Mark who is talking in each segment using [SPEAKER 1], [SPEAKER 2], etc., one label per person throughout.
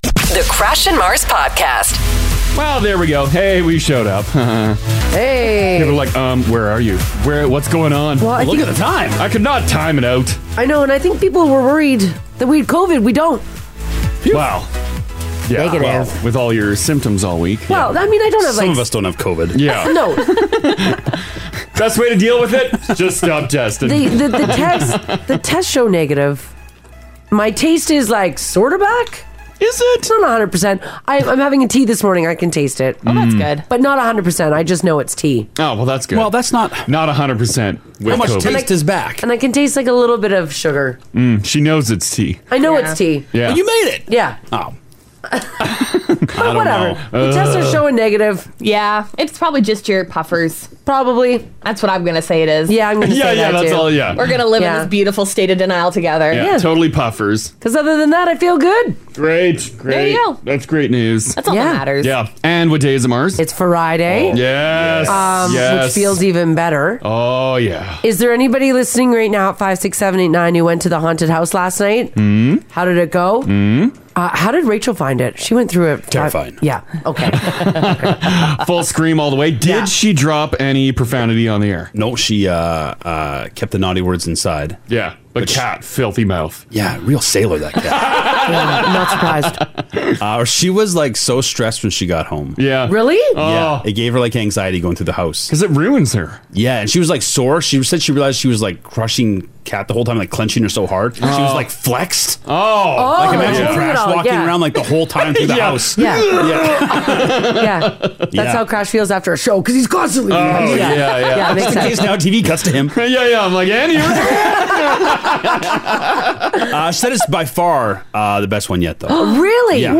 [SPEAKER 1] The Crash and Mars Podcast.
[SPEAKER 2] Well, there we go. Hey, we showed up. hey. People are like, um, where are you? Where? What's going on?
[SPEAKER 3] Well, I
[SPEAKER 2] Look
[SPEAKER 3] think-
[SPEAKER 2] at the time. I could not time it out.
[SPEAKER 3] I know, and I think people were worried that we had COVID. We don't.
[SPEAKER 2] Wow. Yeah.
[SPEAKER 3] Negative.
[SPEAKER 2] well, with all your symptoms all week.
[SPEAKER 3] Well, I mean, I don't have like.
[SPEAKER 2] us don't have COVID. Yeah.
[SPEAKER 3] No,
[SPEAKER 2] Best way to deal with it? Just stop testing.
[SPEAKER 3] the, the, the test the test show negative. My taste is like sort of back.
[SPEAKER 2] Is it? It's
[SPEAKER 3] not 100. percent I'm having a tea this morning. I can taste it. Oh,
[SPEAKER 2] that's Mm.
[SPEAKER 3] good. But not 100. percent I just know it's tea.
[SPEAKER 2] Oh, well, that's good.
[SPEAKER 3] Well,
[SPEAKER 2] that's not. Not 100%. With
[SPEAKER 3] How much
[SPEAKER 2] COVID.
[SPEAKER 3] taste is
[SPEAKER 4] back?
[SPEAKER 3] And I can taste like a little bit of sugar.
[SPEAKER 2] Mm, she knows it's tea.
[SPEAKER 3] I know it's tea.
[SPEAKER 2] Yeah. Well, you
[SPEAKER 4] made it.
[SPEAKER 3] Yeah.
[SPEAKER 2] Oh.
[SPEAKER 3] But whatever. The tests
[SPEAKER 2] Uh.
[SPEAKER 3] are showing negative.
[SPEAKER 5] Yeah, it's probably just your puffers.
[SPEAKER 3] Probably.
[SPEAKER 5] That's what I'm gonna say it is.
[SPEAKER 3] Yeah, I'm
[SPEAKER 2] gonna Yeah, say yeah, that, that's too. all, yeah.
[SPEAKER 5] We're gonna live
[SPEAKER 2] Yeah.
[SPEAKER 5] in this beautiful state of denial together.
[SPEAKER 2] Yeah, totally puffers.
[SPEAKER 3] Because other than that, I feel good.
[SPEAKER 2] Great, great.
[SPEAKER 5] There you go.
[SPEAKER 2] That's great news.
[SPEAKER 5] That's all that Yeah. matters.
[SPEAKER 2] Yeah. And what day is it, Mars? Oh.
[SPEAKER 3] It's Friday.
[SPEAKER 2] Yes.
[SPEAKER 3] Um,
[SPEAKER 2] yes.
[SPEAKER 3] Which feels even better.
[SPEAKER 2] Oh yeah.
[SPEAKER 3] Is there anybody listening right now at 56789 who went to the haunted house last night?
[SPEAKER 2] Hmm.
[SPEAKER 3] How did it go?
[SPEAKER 2] Hmm.
[SPEAKER 3] Uh, how did Rachel find it? She went through it. Terrifying. yeah. Oh, Okay.
[SPEAKER 2] Full scream all the way. Did she drop any profanity on the air?
[SPEAKER 4] No, she uh, uh, kept the naughty words inside.
[SPEAKER 2] Yeah, the cat, filthy mouth.
[SPEAKER 4] Yeah, real sailor that cat.
[SPEAKER 3] not surprised.
[SPEAKER 4] Uh, she was like so stressed when she got home.
[SPEAKER 2] Yeah. Oh.
[SPEAKER 3] Really?
[SPEAKER 4] Yeah. It gave her like anxiety going through the house because
[SPEAKER 2] it ruins her.
[SPEAKER 4] Yeah, and she was like sore. She said she realized she was like crushing cat the whole time, like clenching her so hard. She was
[SPEAKER 2] Oh.
[SPEAKER 4] like flexed.
[SPEAKER 2] Oh, like
[SPEAKER 4] like imagine Crash walking around like the whole time through the
[SPEAKER 2] Yeah.
[SPEAKER 4] house.
[SPEAKER 3] Yeah.
[SPEAKER 4] yeah.
[SPEAKER 3] yeah. That's
[SPEAKER 4] Yeah.
[SPEAKER 3] how Crash feels after a show because he's constantly.
[SPEAKER 2] Oh yeah, yeah.
[SPEAKER 3] Yeah, it makes
[SPEAKER 4] Just in
[SPEAKER 3] sense.
[SPEAKER 4] case now TV cuts to him.
[SPEAKER 2] yeah, yeah. I'm like, Annie, you're-
[SPEAKER 4] Uh, she said it's by far uh, the best one yet, though.
[SPEAKER 3] really?
[SPEAKER 4] Yeah.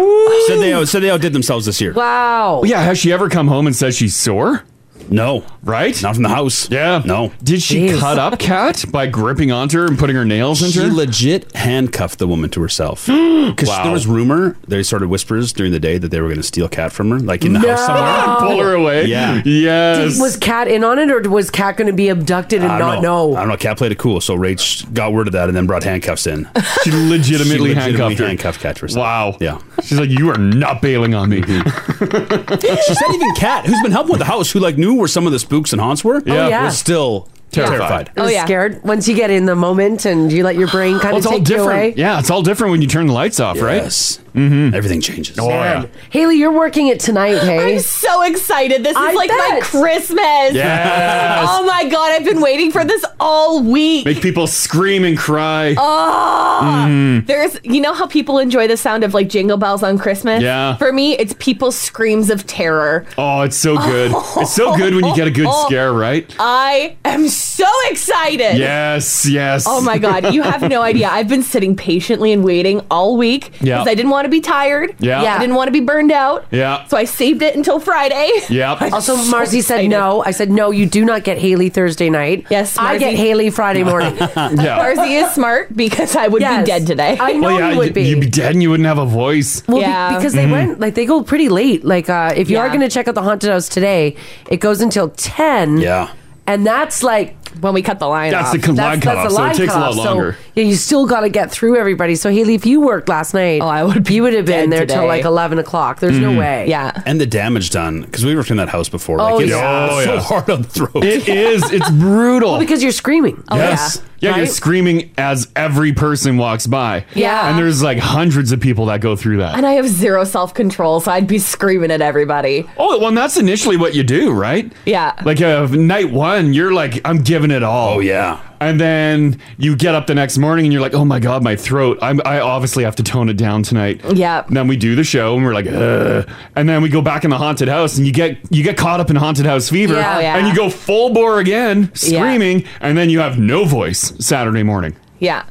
[SPEAKER 4] Said they out- said they outdid themselves this year.
[SPEAKER 3] Wow.
[SPEAKER 2] Oh, yeah. Has she ever come home and said she's sore?
[SPEAKER 4] No.
[SPEAKER 2] Right?
[SPEAKER 4] Not from the house.
[SPEAKER 2] Yeah.
[SPEAKER 4] No.
[SPEAKER 2] Did she
[SPEAKER 4] Jeez.
[SPEAKER 2] cut up cat by gripping onto her and putting her nails into
[SPEAKER 4] She
[SPEAKER 2] her?
[SPEAKER 4] legit handcuffed the woman to herself because
[SPEAKER 2] Wow.
[SPEAKER 4] there was rumor. They started whispers during the day that they were going to steal cat from her, like in the house somewhere.
[SPEAKER 3] No. Pull her
[SPEAKER 2] away.
[SPEAKER 4] Yeah.
[SPEAKER 2] Yes. Uh,
[SPEAKER 3] Did- was Kat in on it or was Kat going to be abducted and
[SPEAKER 4] I
[SPEAKER 3] not
[SPEAKER 4] don't
[SPEAKER 3] know?
[SPEAKER 4] know. I don't know. Cat played it cool, so Rach got word of that and then brought handcuffs in.
[SPEAKER 2] She
[SPEAKER 4] She
[SPEAKER 2] legitimately,
[SPEAKER 4] legitimately
[SPEAKER 2] handcuffed her.
[SPEAKER 4] handcuffed Kat to herself.
[SPEAKER 2] Wow.
[SPEAKER 4] Yeah.
[SPEAKER 2] She's like, you are not bailing on me.
[SPEAKER 4] she said even Cat, who's been helping with the house, who like knew where some of the spooks and haunts were,
[SPEAKER 3] Yeah. Oh, yeah. Oh,
[SPEAKER 4] was still terrified.
[SPEAKER 3] I was
[SPEAKER 5] Oh,
[SPEAKER 3] scared once you get in the moment and you let your brain kind
[SPEAKER 2] Well,
[SPEAKER 3] of
[SPEAKER 2] Oh, it's all
[SPEAKER 3] take you away.
[SPEAKER 2] different. Yeah, it's all different when you turn the lights off, right?
[SPEAKER 4] Yes.
[SPEAKER 2] Mm-hmm.
[SPEAKER 4] Everything changes.
[SPEAKER 2] Oh, yeah.
[SPEAKER 3] Haley, you're working it tonight, hey? I'm
[SPEAKER 5] so excited. This is like my Christmas.
[SPEAKER 2] Yes.
[SPEAKER 5] Oh my god, I've been waiting for this all week.
[SPEAKER 2] Make people scream and cry.
[SPEAKER 5] Oh,
[SPEAKER 2] Mhm.
[SPEAKER 5] there's you know how people enjoy the sound of like jingle bells on Christmas.
[SPEAKER 2] Yeah.
[SPEAKER 5] for me, it's people's screams of terror.
[SPEAKER 2] Oh, it's so good. It's so good when you get a good scare, right?
[SPEAKER 5] I am so excited.
[SPEAKER 2] Yes, yes.
[SPEAKER 5] Oh my god, you have no idea. I've been sitting patiently and waiting all week because
[SPEAKER 2] Yeah.
[SPEAKER 5] I didn't want to be tired.
[SPEAKER 2] Yeah. Yeah.
[SPEAKER 5] I didn't want to be burned out.
[SPEAKER 2] Yeah.
[SPEAKER 5] So I saved it until Friday.
[SPEAKER 2] Yep.
[SPEAKER 3] Also, Marcy said no. I said no. You do not get Haley Thursday night. Yes, I get
[SPEAKER 5] Marcy.
[SPEAKER 3] Haley Friday morning.
[SPEAKER 2] yeah.
[SPEAKER 5] Marcy is smart because I would
[SPEAKER 3] Yes.
[SPEAKER 5] be dead today.
[SPEAKER 3] I know you would be.
[SPEAKER 2] You'd be dead and you wouldn't have a voice.
[SPEAKER 3] Well, be- because they
[SPEAKER 2] Mhm.
[SPEAKER 3] went like they go pretty late. Like uh, if you are
[SPEAKER 5] Yeah.
[SPEAKER 3] going to check out the haunted house today, it goes until ten.
[SPEAKER 4] Yeah.
[SPEAKER 3] and that's like
[SPEAKER 5] when we cut the line.
[SPEAKER 2] That's off. the con- line cutoff, so it takes a lot longer.
[SPEAKER 3] yeah, you still got to get through everybody. So Haley, if you worked last night, oh, I would. You would have been
[SPEAKER 5] dead
[SPEAKER 3] there till
[SPEAKER 5] today.
[SPEAKER 3] like eleven o'clock. There's no
[SPEAKER 2] Mm-hmm.
[SPEAKER 4] Mm.
[SPEAKER 3] way. Yeah,
[SPEAKER 4] And the damage done because we worked in that house before.
[SPEAKER 3] Oh,
[SPEAKER 4] like, it's
[SPEAKER 3] yeah.
[SPEAKER 2] Oh,
[SPEAKER 4] so
[SPEAKER 2] yeah.
[SPEAKER 4] hard on the throat.
[SPEAKER 2] It is. It's brutal.
[SPEAKER 3] well, because you're screaming.
[SPEAKER 2] yes. Oh, Yeah, you're
[SPEAKER 3] oh, Right?
[SPEAKER 2] screaming as every person walks by.
[SPEAKER 5] Yeah.
[SPEAKER 2] And there's like hundreds of people that go through that.
[SPEAKER 5] and I have zero self control, so I'd be screaming at everybody.
[SPEAKER 2] Oh, well, and that's initially what you do, right?
[SPEAKER 5] Yeah.
[SPEAKER 2] Like uh, night one, you're like, I'm giving it all. Oh
[SPEAKER 4] yeah.
[SPEAKER 2] And then you get up the next morning and you're like, oh my god, my throat. I'm, I obviously have to tone it down tonight.
[SPEAKER 5] Yeah.
[SPEAKER 2] And then we do the show and we're like, Ugh. and then we go back in the haunted house and you get you get caught up in haunted house fever
[SPEAKER 5] Yeah. Oh, yeah.
[SPEAKER 2] and you go full bore again,
[SPEAKER 5] Yeah.
[SPEAKER 2] screaming, and then you have no voice Saturday morning
[SPEAKER 5] Yeah.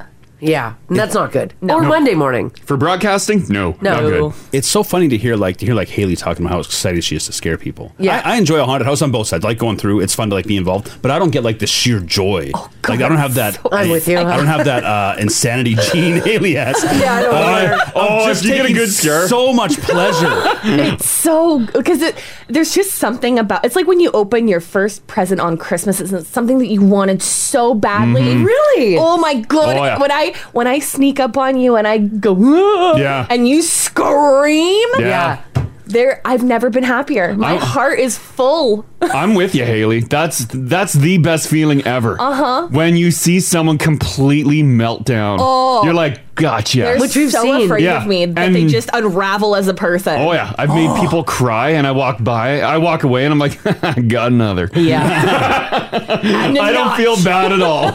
[SPEAKER 3] Yeah. And that's not good. Or
[SPEAKER 2] No.
[SPEAKER 3] Monday morning.
[SPEAKER 2] for broadcasting. No,
[SPEAKER 3] No.
[SPEAKER 2] not good.
[SPEAKER 4] It's so funny to hear like to hear like Haley talking about how excited she is to scare people.
[SPEAKER 3] Yeah.
[SPEAKER 4] I, I enjoy a haunted house on both sides. I like going through, it's fun to like be involved, but I don't get like the sheer joy. like I don't have that.
[SPEAKER 3] Oh, I'm with you.
[SPEAKER 4] I don't have that uh, insanity gene Haley has.
[SPEAKER 5] Yeah, I don't either.
[SPEAKER 4] oh,
[SPEAKER 2] Oh,
[SPEAKER 4] just
[SPEAKER 2] if you get a
[SPEAKER 4] taking
[SPEAKER 2] good scare.
[SPEAKER 4] so much pleasure.
[SPEAKER 5] It's so because it, there's just something about it's like when you open your first present on Christmas. It's something that you wanted so badly.
[SPEAKER 2] Mhm.
[SPEAKER 5] Really? Mm-hmm. Oh my god!
[SPEAKER 2] Oh, yeah.
[SPEAKER 5] When I I when I sneak up on you and I go "Whoa,"
[SPEAKER 2] Yeah.
[SPEAKER 5] and you scream
[SPEAKER 2] Yeah.
[SPEAKER 5] there I've never been happier. My
[SPEAKER 2] I'm-
[SPEAKER 5] heart is full.
[SPEAKER 2] I'm with you, Haley. That's that's the best feeling ever.
[SPEAKER 5] Uh-huh.
[SPEAKER 2] When you see someone completely meltdown,
[SPEAKER 5] Oh.
[SPEAKER 2] you're like, gotcha.
[SPEAKER 5] They're so afraid of me that they
[SPEAKER 2] And-
[SPEAKER 5] just unravel as a person.
[SPEAKER 2] Oh yeah, I've made people cry, and I walk by, I walk away, and I'm like, got another.
[SPEAKER 3] Yeah.
[SPEAKER 2] I don't feel bad at all.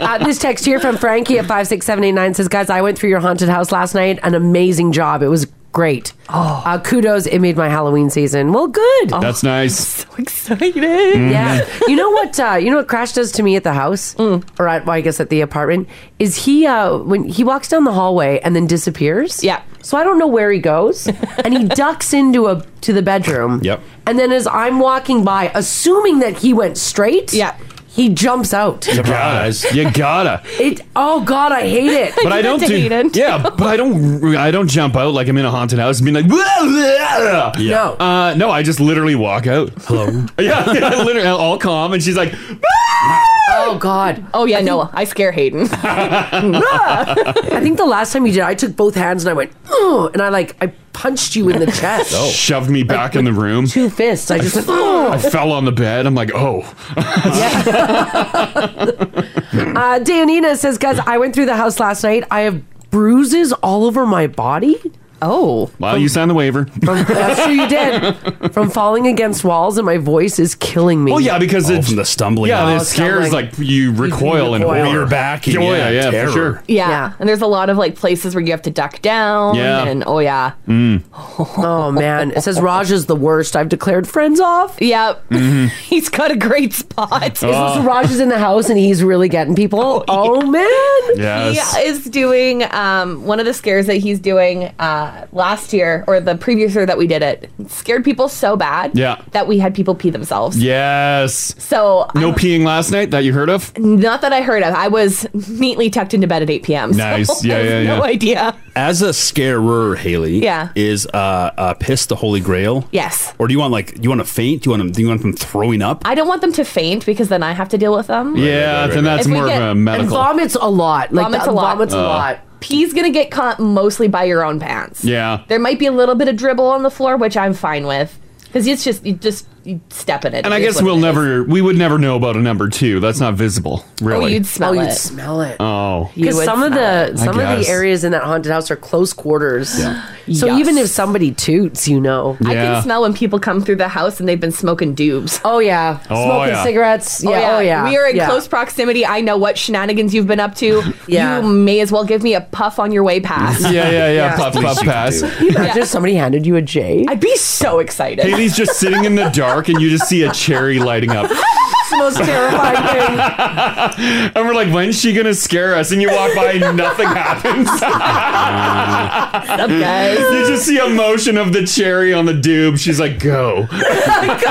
[SPEAKER 3] uh, this text here from Frankie at 56789 says, Guys, I went through your haunted house last night. An amazing job. It was great. Oh. Uh, kudos. It made my Halloween season. Well, good.
[SPEAKER 2] That's nice.
[SPEAKER 5] excited.
[SPEAKER 2] Mm-hmm.
[SPEAKER 3] Yeah. you know what? Uh, you know what Crash does to me at the house,
[SPEAKER 5] Mm.
[SPEAKER 3] or at, well, I guess at the apartment, is he uh, when he walks down the hallway and then disappears. Yeah. So I don't know where he goes, and he ducks into a to the bedroom. Yep. And then as I'm walking by, assuming that he went straight. Yeah. He jumps out.
[SPEAKER 2] You gotta. You gotta.
[SPEAKER 3] It. Oh God, I hate it.
[SPEAKER 2] But I, don't do. Yeah, but I don't. I don't jump out like I'm in a haunted house and be like. No. Uh, no, I just literally walk out. Hello. yeah, yeah, literally all calm, and she's like,
[SPEAKER 3] Oh God.
[SPEAKER 5] Oh yeah, no, I scare Hayden.
[SPEAKER 3] I think the last time you did, I took both hands and I went, oh, and I like I punched you in the chest.
[SPEAKER 2] shoved me back in the room.
[SPEAKER 3] Two fists. I just went, "Oh."
[SPEAKER 2] I fell on the bed. I'm like, oh,
[SPEAKER 3] Uh, Danina says, guys, I went through the house last night. I have bruises all over my body. Oh.
[SPEAKER 2] well, you signed the waiver.
[SPEAKER 3] That's true, you did. From falling against walls, and my voice is killing me.
[SPEAKER 2] Well, yeah, because it's
[SPEAKER 4] from the stumbling.
[SPEAKER 2] Yeah,
[SPEAKER 3] Oh,
[SPEAKER 2] it scares
[SPEAKER 3] stumbling.
[SPEAKER 2] like you recoil and
[SPEAKER 4] recoil.
[SPEAKER 2] horror.
[SPEAKER 4] Rear back and,
[SPEAKER 2] Yeah,
[SPEAKER 4] yeah,
[SPEAKER 2] yeah,
[SPEAKER 4] terror.
[SPEAKER 2] for sure.
[SPEAKER 5] Yeah. And there's a lot of like places where you have to duck down
[SPEAKER 3] Yeah.
[SPEAKER 5] and oh yeah.
[SPEAKER 2] Mm.
[SPEAKER 3] Oh, man. It says Raj is the worst. I've declared friends off.
[SPEAKER 5] Yep.
[SPEAKER 2] Mm-hmm.
[SPEAKER 5] He's got a great spot.
[SPEAKER 3] So
[SPEAKER 2] Ah.
[SPEAKER 3] Raj is in the house and he's really getting people. Oh, man.
[SPEAKER 5] He is doing um, one of the scares that he's doing uh, last year or the previous year that we did it. Scared people so bad
[SPEAKER 2] Yeah.
[SPEAKER 5] that we had people pee themselves.
[SPEAKER 2] Yes.
[SPEAKER 5] So
[SPEAKER 3] um,
[SPEAKER 2] No peeing last night that you heard of?
[SPEAKER 5] Not that I heard of. I was neatly tucked into bed at 8 p.m. so
[SPEAKER 2] Nice.
[SPEAKER 5] I
[SPEAKER 2] Yeah,
[SPEAKER 5] have
[SPEAKER 2] yeah, yeah.
[SPEAKER 5] No idea.
[SPEAKER 4] As a scarer, Haley.
[SPEAKER 5] Yeah.
[SPEAKER 4] Is uh, uh piss the holy grail?
[SPEAKER 5] Yes.
[SPEAKER 4] Or do you want like you want to faint? Do you want them? Do you want them throwing up?
[SPEAKER 5] I don't want them to faint because then I have to deal with them.
[SPEAKER 2] Yeah, then that's
[SPEAKER 5] If we
[SPEAKER 2] more
[SPEAKER 5] get-
[SPEAKER 2] of a
[SPEAKER 5] and
[SPEAKER 2] medical. Uh.
[SPEAKER 3] Vomits a lot. Like,
[SPEAKER 5] vomits
[SPEAKER 3] the-
[SPEAKER 5] a lot.
[SPEAKER 3] Vomits a lot.
[SPEAKER 5] Pee's gonna get caught mostly by your own pants.
[SPEAKER 2] Yeah.
[SPEAKER 5] There might be a little bit of dribble on the floor, which I'm fine with, because it's just you just you step in it.
[SPEAKER 2] And I
[SPEAKER 5] It is
[SPEAKER 2] guess
[SPEAKER 5] what
[SPEAKER 2] we'll
[SPEAKER 5] it is.
[SPEAKER 2] never, we would never know about a number two. That's not visible, really.
[SPEAKER 5] Oh, you'd smell
[SPEAKER 3] oh,
[SPEAKER 5] it.
[SPEAKER 3] you'd smell it.
[SPEAKER 2] Oh.
[SPEAKER 3] Because some of the
[SPEAKER 2] I
[SPEAKER 3] some of the
[SPEAKER 2] guess.
[SPEAKER 3] areas in that haunted house are close quarters. So
[SPEAKER 5] Yes.
[SPEAKER 3] even if somebody toots, you know.
[SPEAKER 5] I can smell when people come through the house and they've been smoking dubes.
[SPEAKER 3] Oh yeah,
[SPEAKER 5] Oh,
[SPEAKER 3] smoking
[SPEAKER 5] yeah.
[SPEAKER 3] cigarettes. Yeah, oh yeah.
[SPEAKER 5] We are in
[SPEAKER 3] yeah.
[SPEAKER 5] close proximity. I know what shenanigans you've been up to.
[SPEAKER 3] Yeah.
[SPEAKER 5] You may as well give me a puff on your way past.
[SPEAKER 2] Yeah, yeah, yeah. Puff, puff, pass.
[SPEAKER 3] Can you imagine if somebody handed you a J?
[SPEAKER 5] I'd be so excited.
[SPEAKER 2] Haley's just sitting in the dark and you just see a cherry lighting up.
[SPEAKER 3] It's the most terrifying thing.
[SPEAKER 2] And we're like, when's she going to scare us? And you walk by and nothing happens.
[SPEAKER 5] guys?
[SPEAKER 2] You just see a motion of the cherry on the dube. She's like, go.
[SPEAKER 5] That's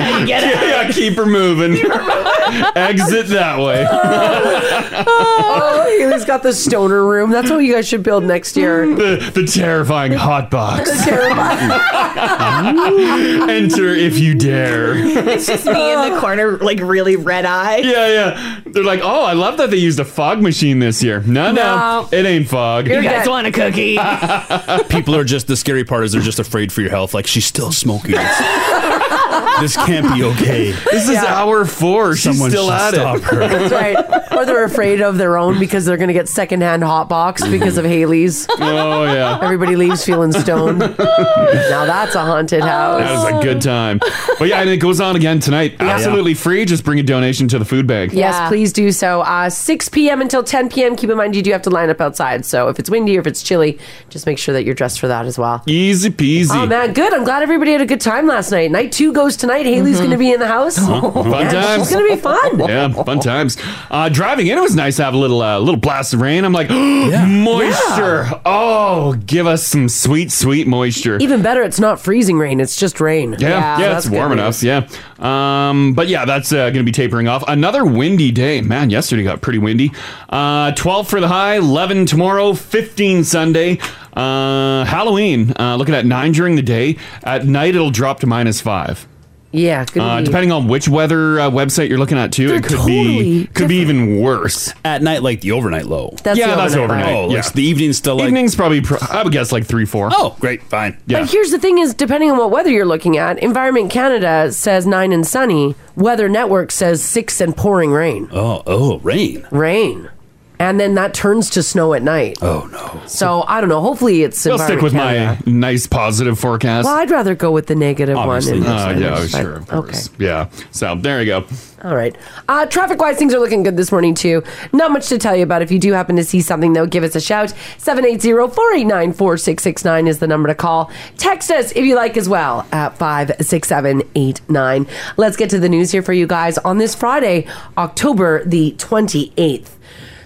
[SPEAKER 5] how you get it.
[SPEAKER 2] Yeah, yeah, keep her moving. Exit that way.
[SPEAKER 3] Oh, Haley's got the stoner room. That's what you guys should build next year.
[SPEAKER 2] The, the terrifying hot box.
[SPEAKER 3] terrifying.
[SPEAKER 2] Enter if you dare.
[SPEAKER 5] It's just me in the corner, like really red eye.
[SPEAKER 2] Yeah, yeah. They're like, oh, I love that they used a fog machine this year. No, no,
[SPEAKER 5] No.
[SPEAKER 2] it ain't fog. Oh,
[SPEAKER 5] guys want a cookie?
[SPEAKER 4] People are just the scary part is they're just afraid for your health. Like she's still smoking. this can't be okay.
[SPEAKER 2] This is hour four. She's
[SPEAKER 4] Someone
[SPEAKER 2] still
[SPEAKER 4] should
[SPEAKER 2] at
[SPEAKER 4] stop
[SPEAKER 2] it.
[SPEAKER 4] her.
[SPEAKER 3] That's right. Or they're afraid of their own because they're going to get secondhand hot box because of Haley's.
[SPEAKER 2] Oh yeah.
[SPEAKER 3] Everybody leaves feeling stoned. now that's a haunted house.
[SPEAKER 2] That was a good time. But yeah, and it goes on again tonight. Absolutely free. Just bring a donation to the food bank.
[SPEAKER 3] Yes, please do so. Uh, 6 p.m. until 10 p.m. Keep in mind, you do have to line up outside. So if it's windy or if it's chilly, just make sure that you're dressed for that as well.
[SPEAKER 2] Easy peasy.
[SPEAKER 3] Oh, man, good. I'm glad everybody had a good time last night. Night two goes tonight. Haley's going to be in the house.
[SPEAKER 2] Fun times.
[SPEAKER 3] It's going to be fun.
[SPEAKER 2] Yeah, fun times. Uh, driving in, it was nice to have a little uh, little blast of rain. I'm like, moisture. Oh, give us some sweet, sweet moisture.
[SPEAKER 3] Even better, it's not freezing rain. It's just rain.
[SPEAKER 2] yeah, yeah, it's warm enough. Yeah, um, but yeah, that's uh, going to be tapering off. Another windy day, man. Yesterday got pretty windy. Uh, Twelve for the high, eleven tomorrow, fifteen Sunday. Uh, Halloween, uh, looking at nine during the day. At night, it'll drop to minus five.
[SPEAKER 3] Yeah, could
[SPEAKER 2] Uh,
[SPEAKER 3] be.
[SPEAKER 2] depending on which weather uh, website you're looking at, too, it could be could be even worse
[SPEAKER 4] at night, like the overnight low.
[SPEAKER 3] That's
[SPEAKER 2] yeah,
[SPEAKER 3] the
[SPEAKER 2] that's
[SPEAKER 3] overnight
[SPEAKER 2] overnight.
[SPEAKER 3] low. Oh, like,
[SPEAKER 2] yeah.
[SPEAKER 4] the evening's still like
[SPEAKER 2] evening's probably pro- I would guess like three four.
[SPEAKER 4] Oh, great, fine.
[SPEAKER 2] Yeah,
[SPEAKER 3] But here's the thing: is depending on what weather you're looking at, Environment Canada says nine and sunny. Weather Network says six and pouring rain.
[SPEAKER 4] Oh, oh, rain,
[SPEAKER 3] rain, and then that turns to snow at night. Oh
[SPEAKER 4] no!
[SPEAKER 3] So I don't know. Hopefully, it's.
[SPEAKER 2] I'll stick
[SPEAKER 3] Environment
[SPEAKER 2] with
[SPEAKER 3] Canada.
[SPEAKER 2] my nice positive forecast.
[SPEAKER 3] Well, I'd rather go with the negative
[SPEAKER 2] Obviously,
[SPEAKER 3] one. in
[SPEAKER 2] uh,
[SPEAKER 3] percentage,
[SPEAKER 2] yeah,
[SPEAKER 3] but-
[SPEAKER 2] sure, of course. Yeah, so there you go.
[SPEAKER 3] All right. Uh, traffic wise, things are looking good this morning, too. Not much to tell you about. If you do happen to see something, though, give us a shout. 780 489 4669 is the number to call. Text us if you like as well at 56789. Let's get to the news here for you guys on this Friday, October the 28th.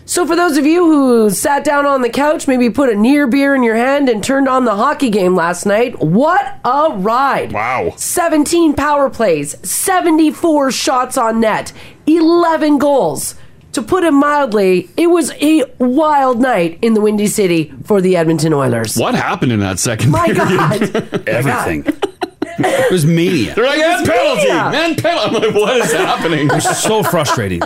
[SPEAKER 3] So, for those of you who sat down on the couch, maybe put a near beer in your hand and turned on the hockey game last night, what a ride! Wow. 17 power plays, 74 shots on net, 11 goals. To put it mildly, it was a wild night in the Windy City for the Edmonton Oilers.
[SPEAKER 2] What happened in that second?
[SPEAKER 3] My God.
[SPEAKER 4] everything. it was mania.
[SPEAKER 2] They're like, and penalty,
[SPEAKER 3] mania.
[SPEAKER 2] and penalty. I'm like, what is happening?
[SPEAKER 4] It was so frustrating.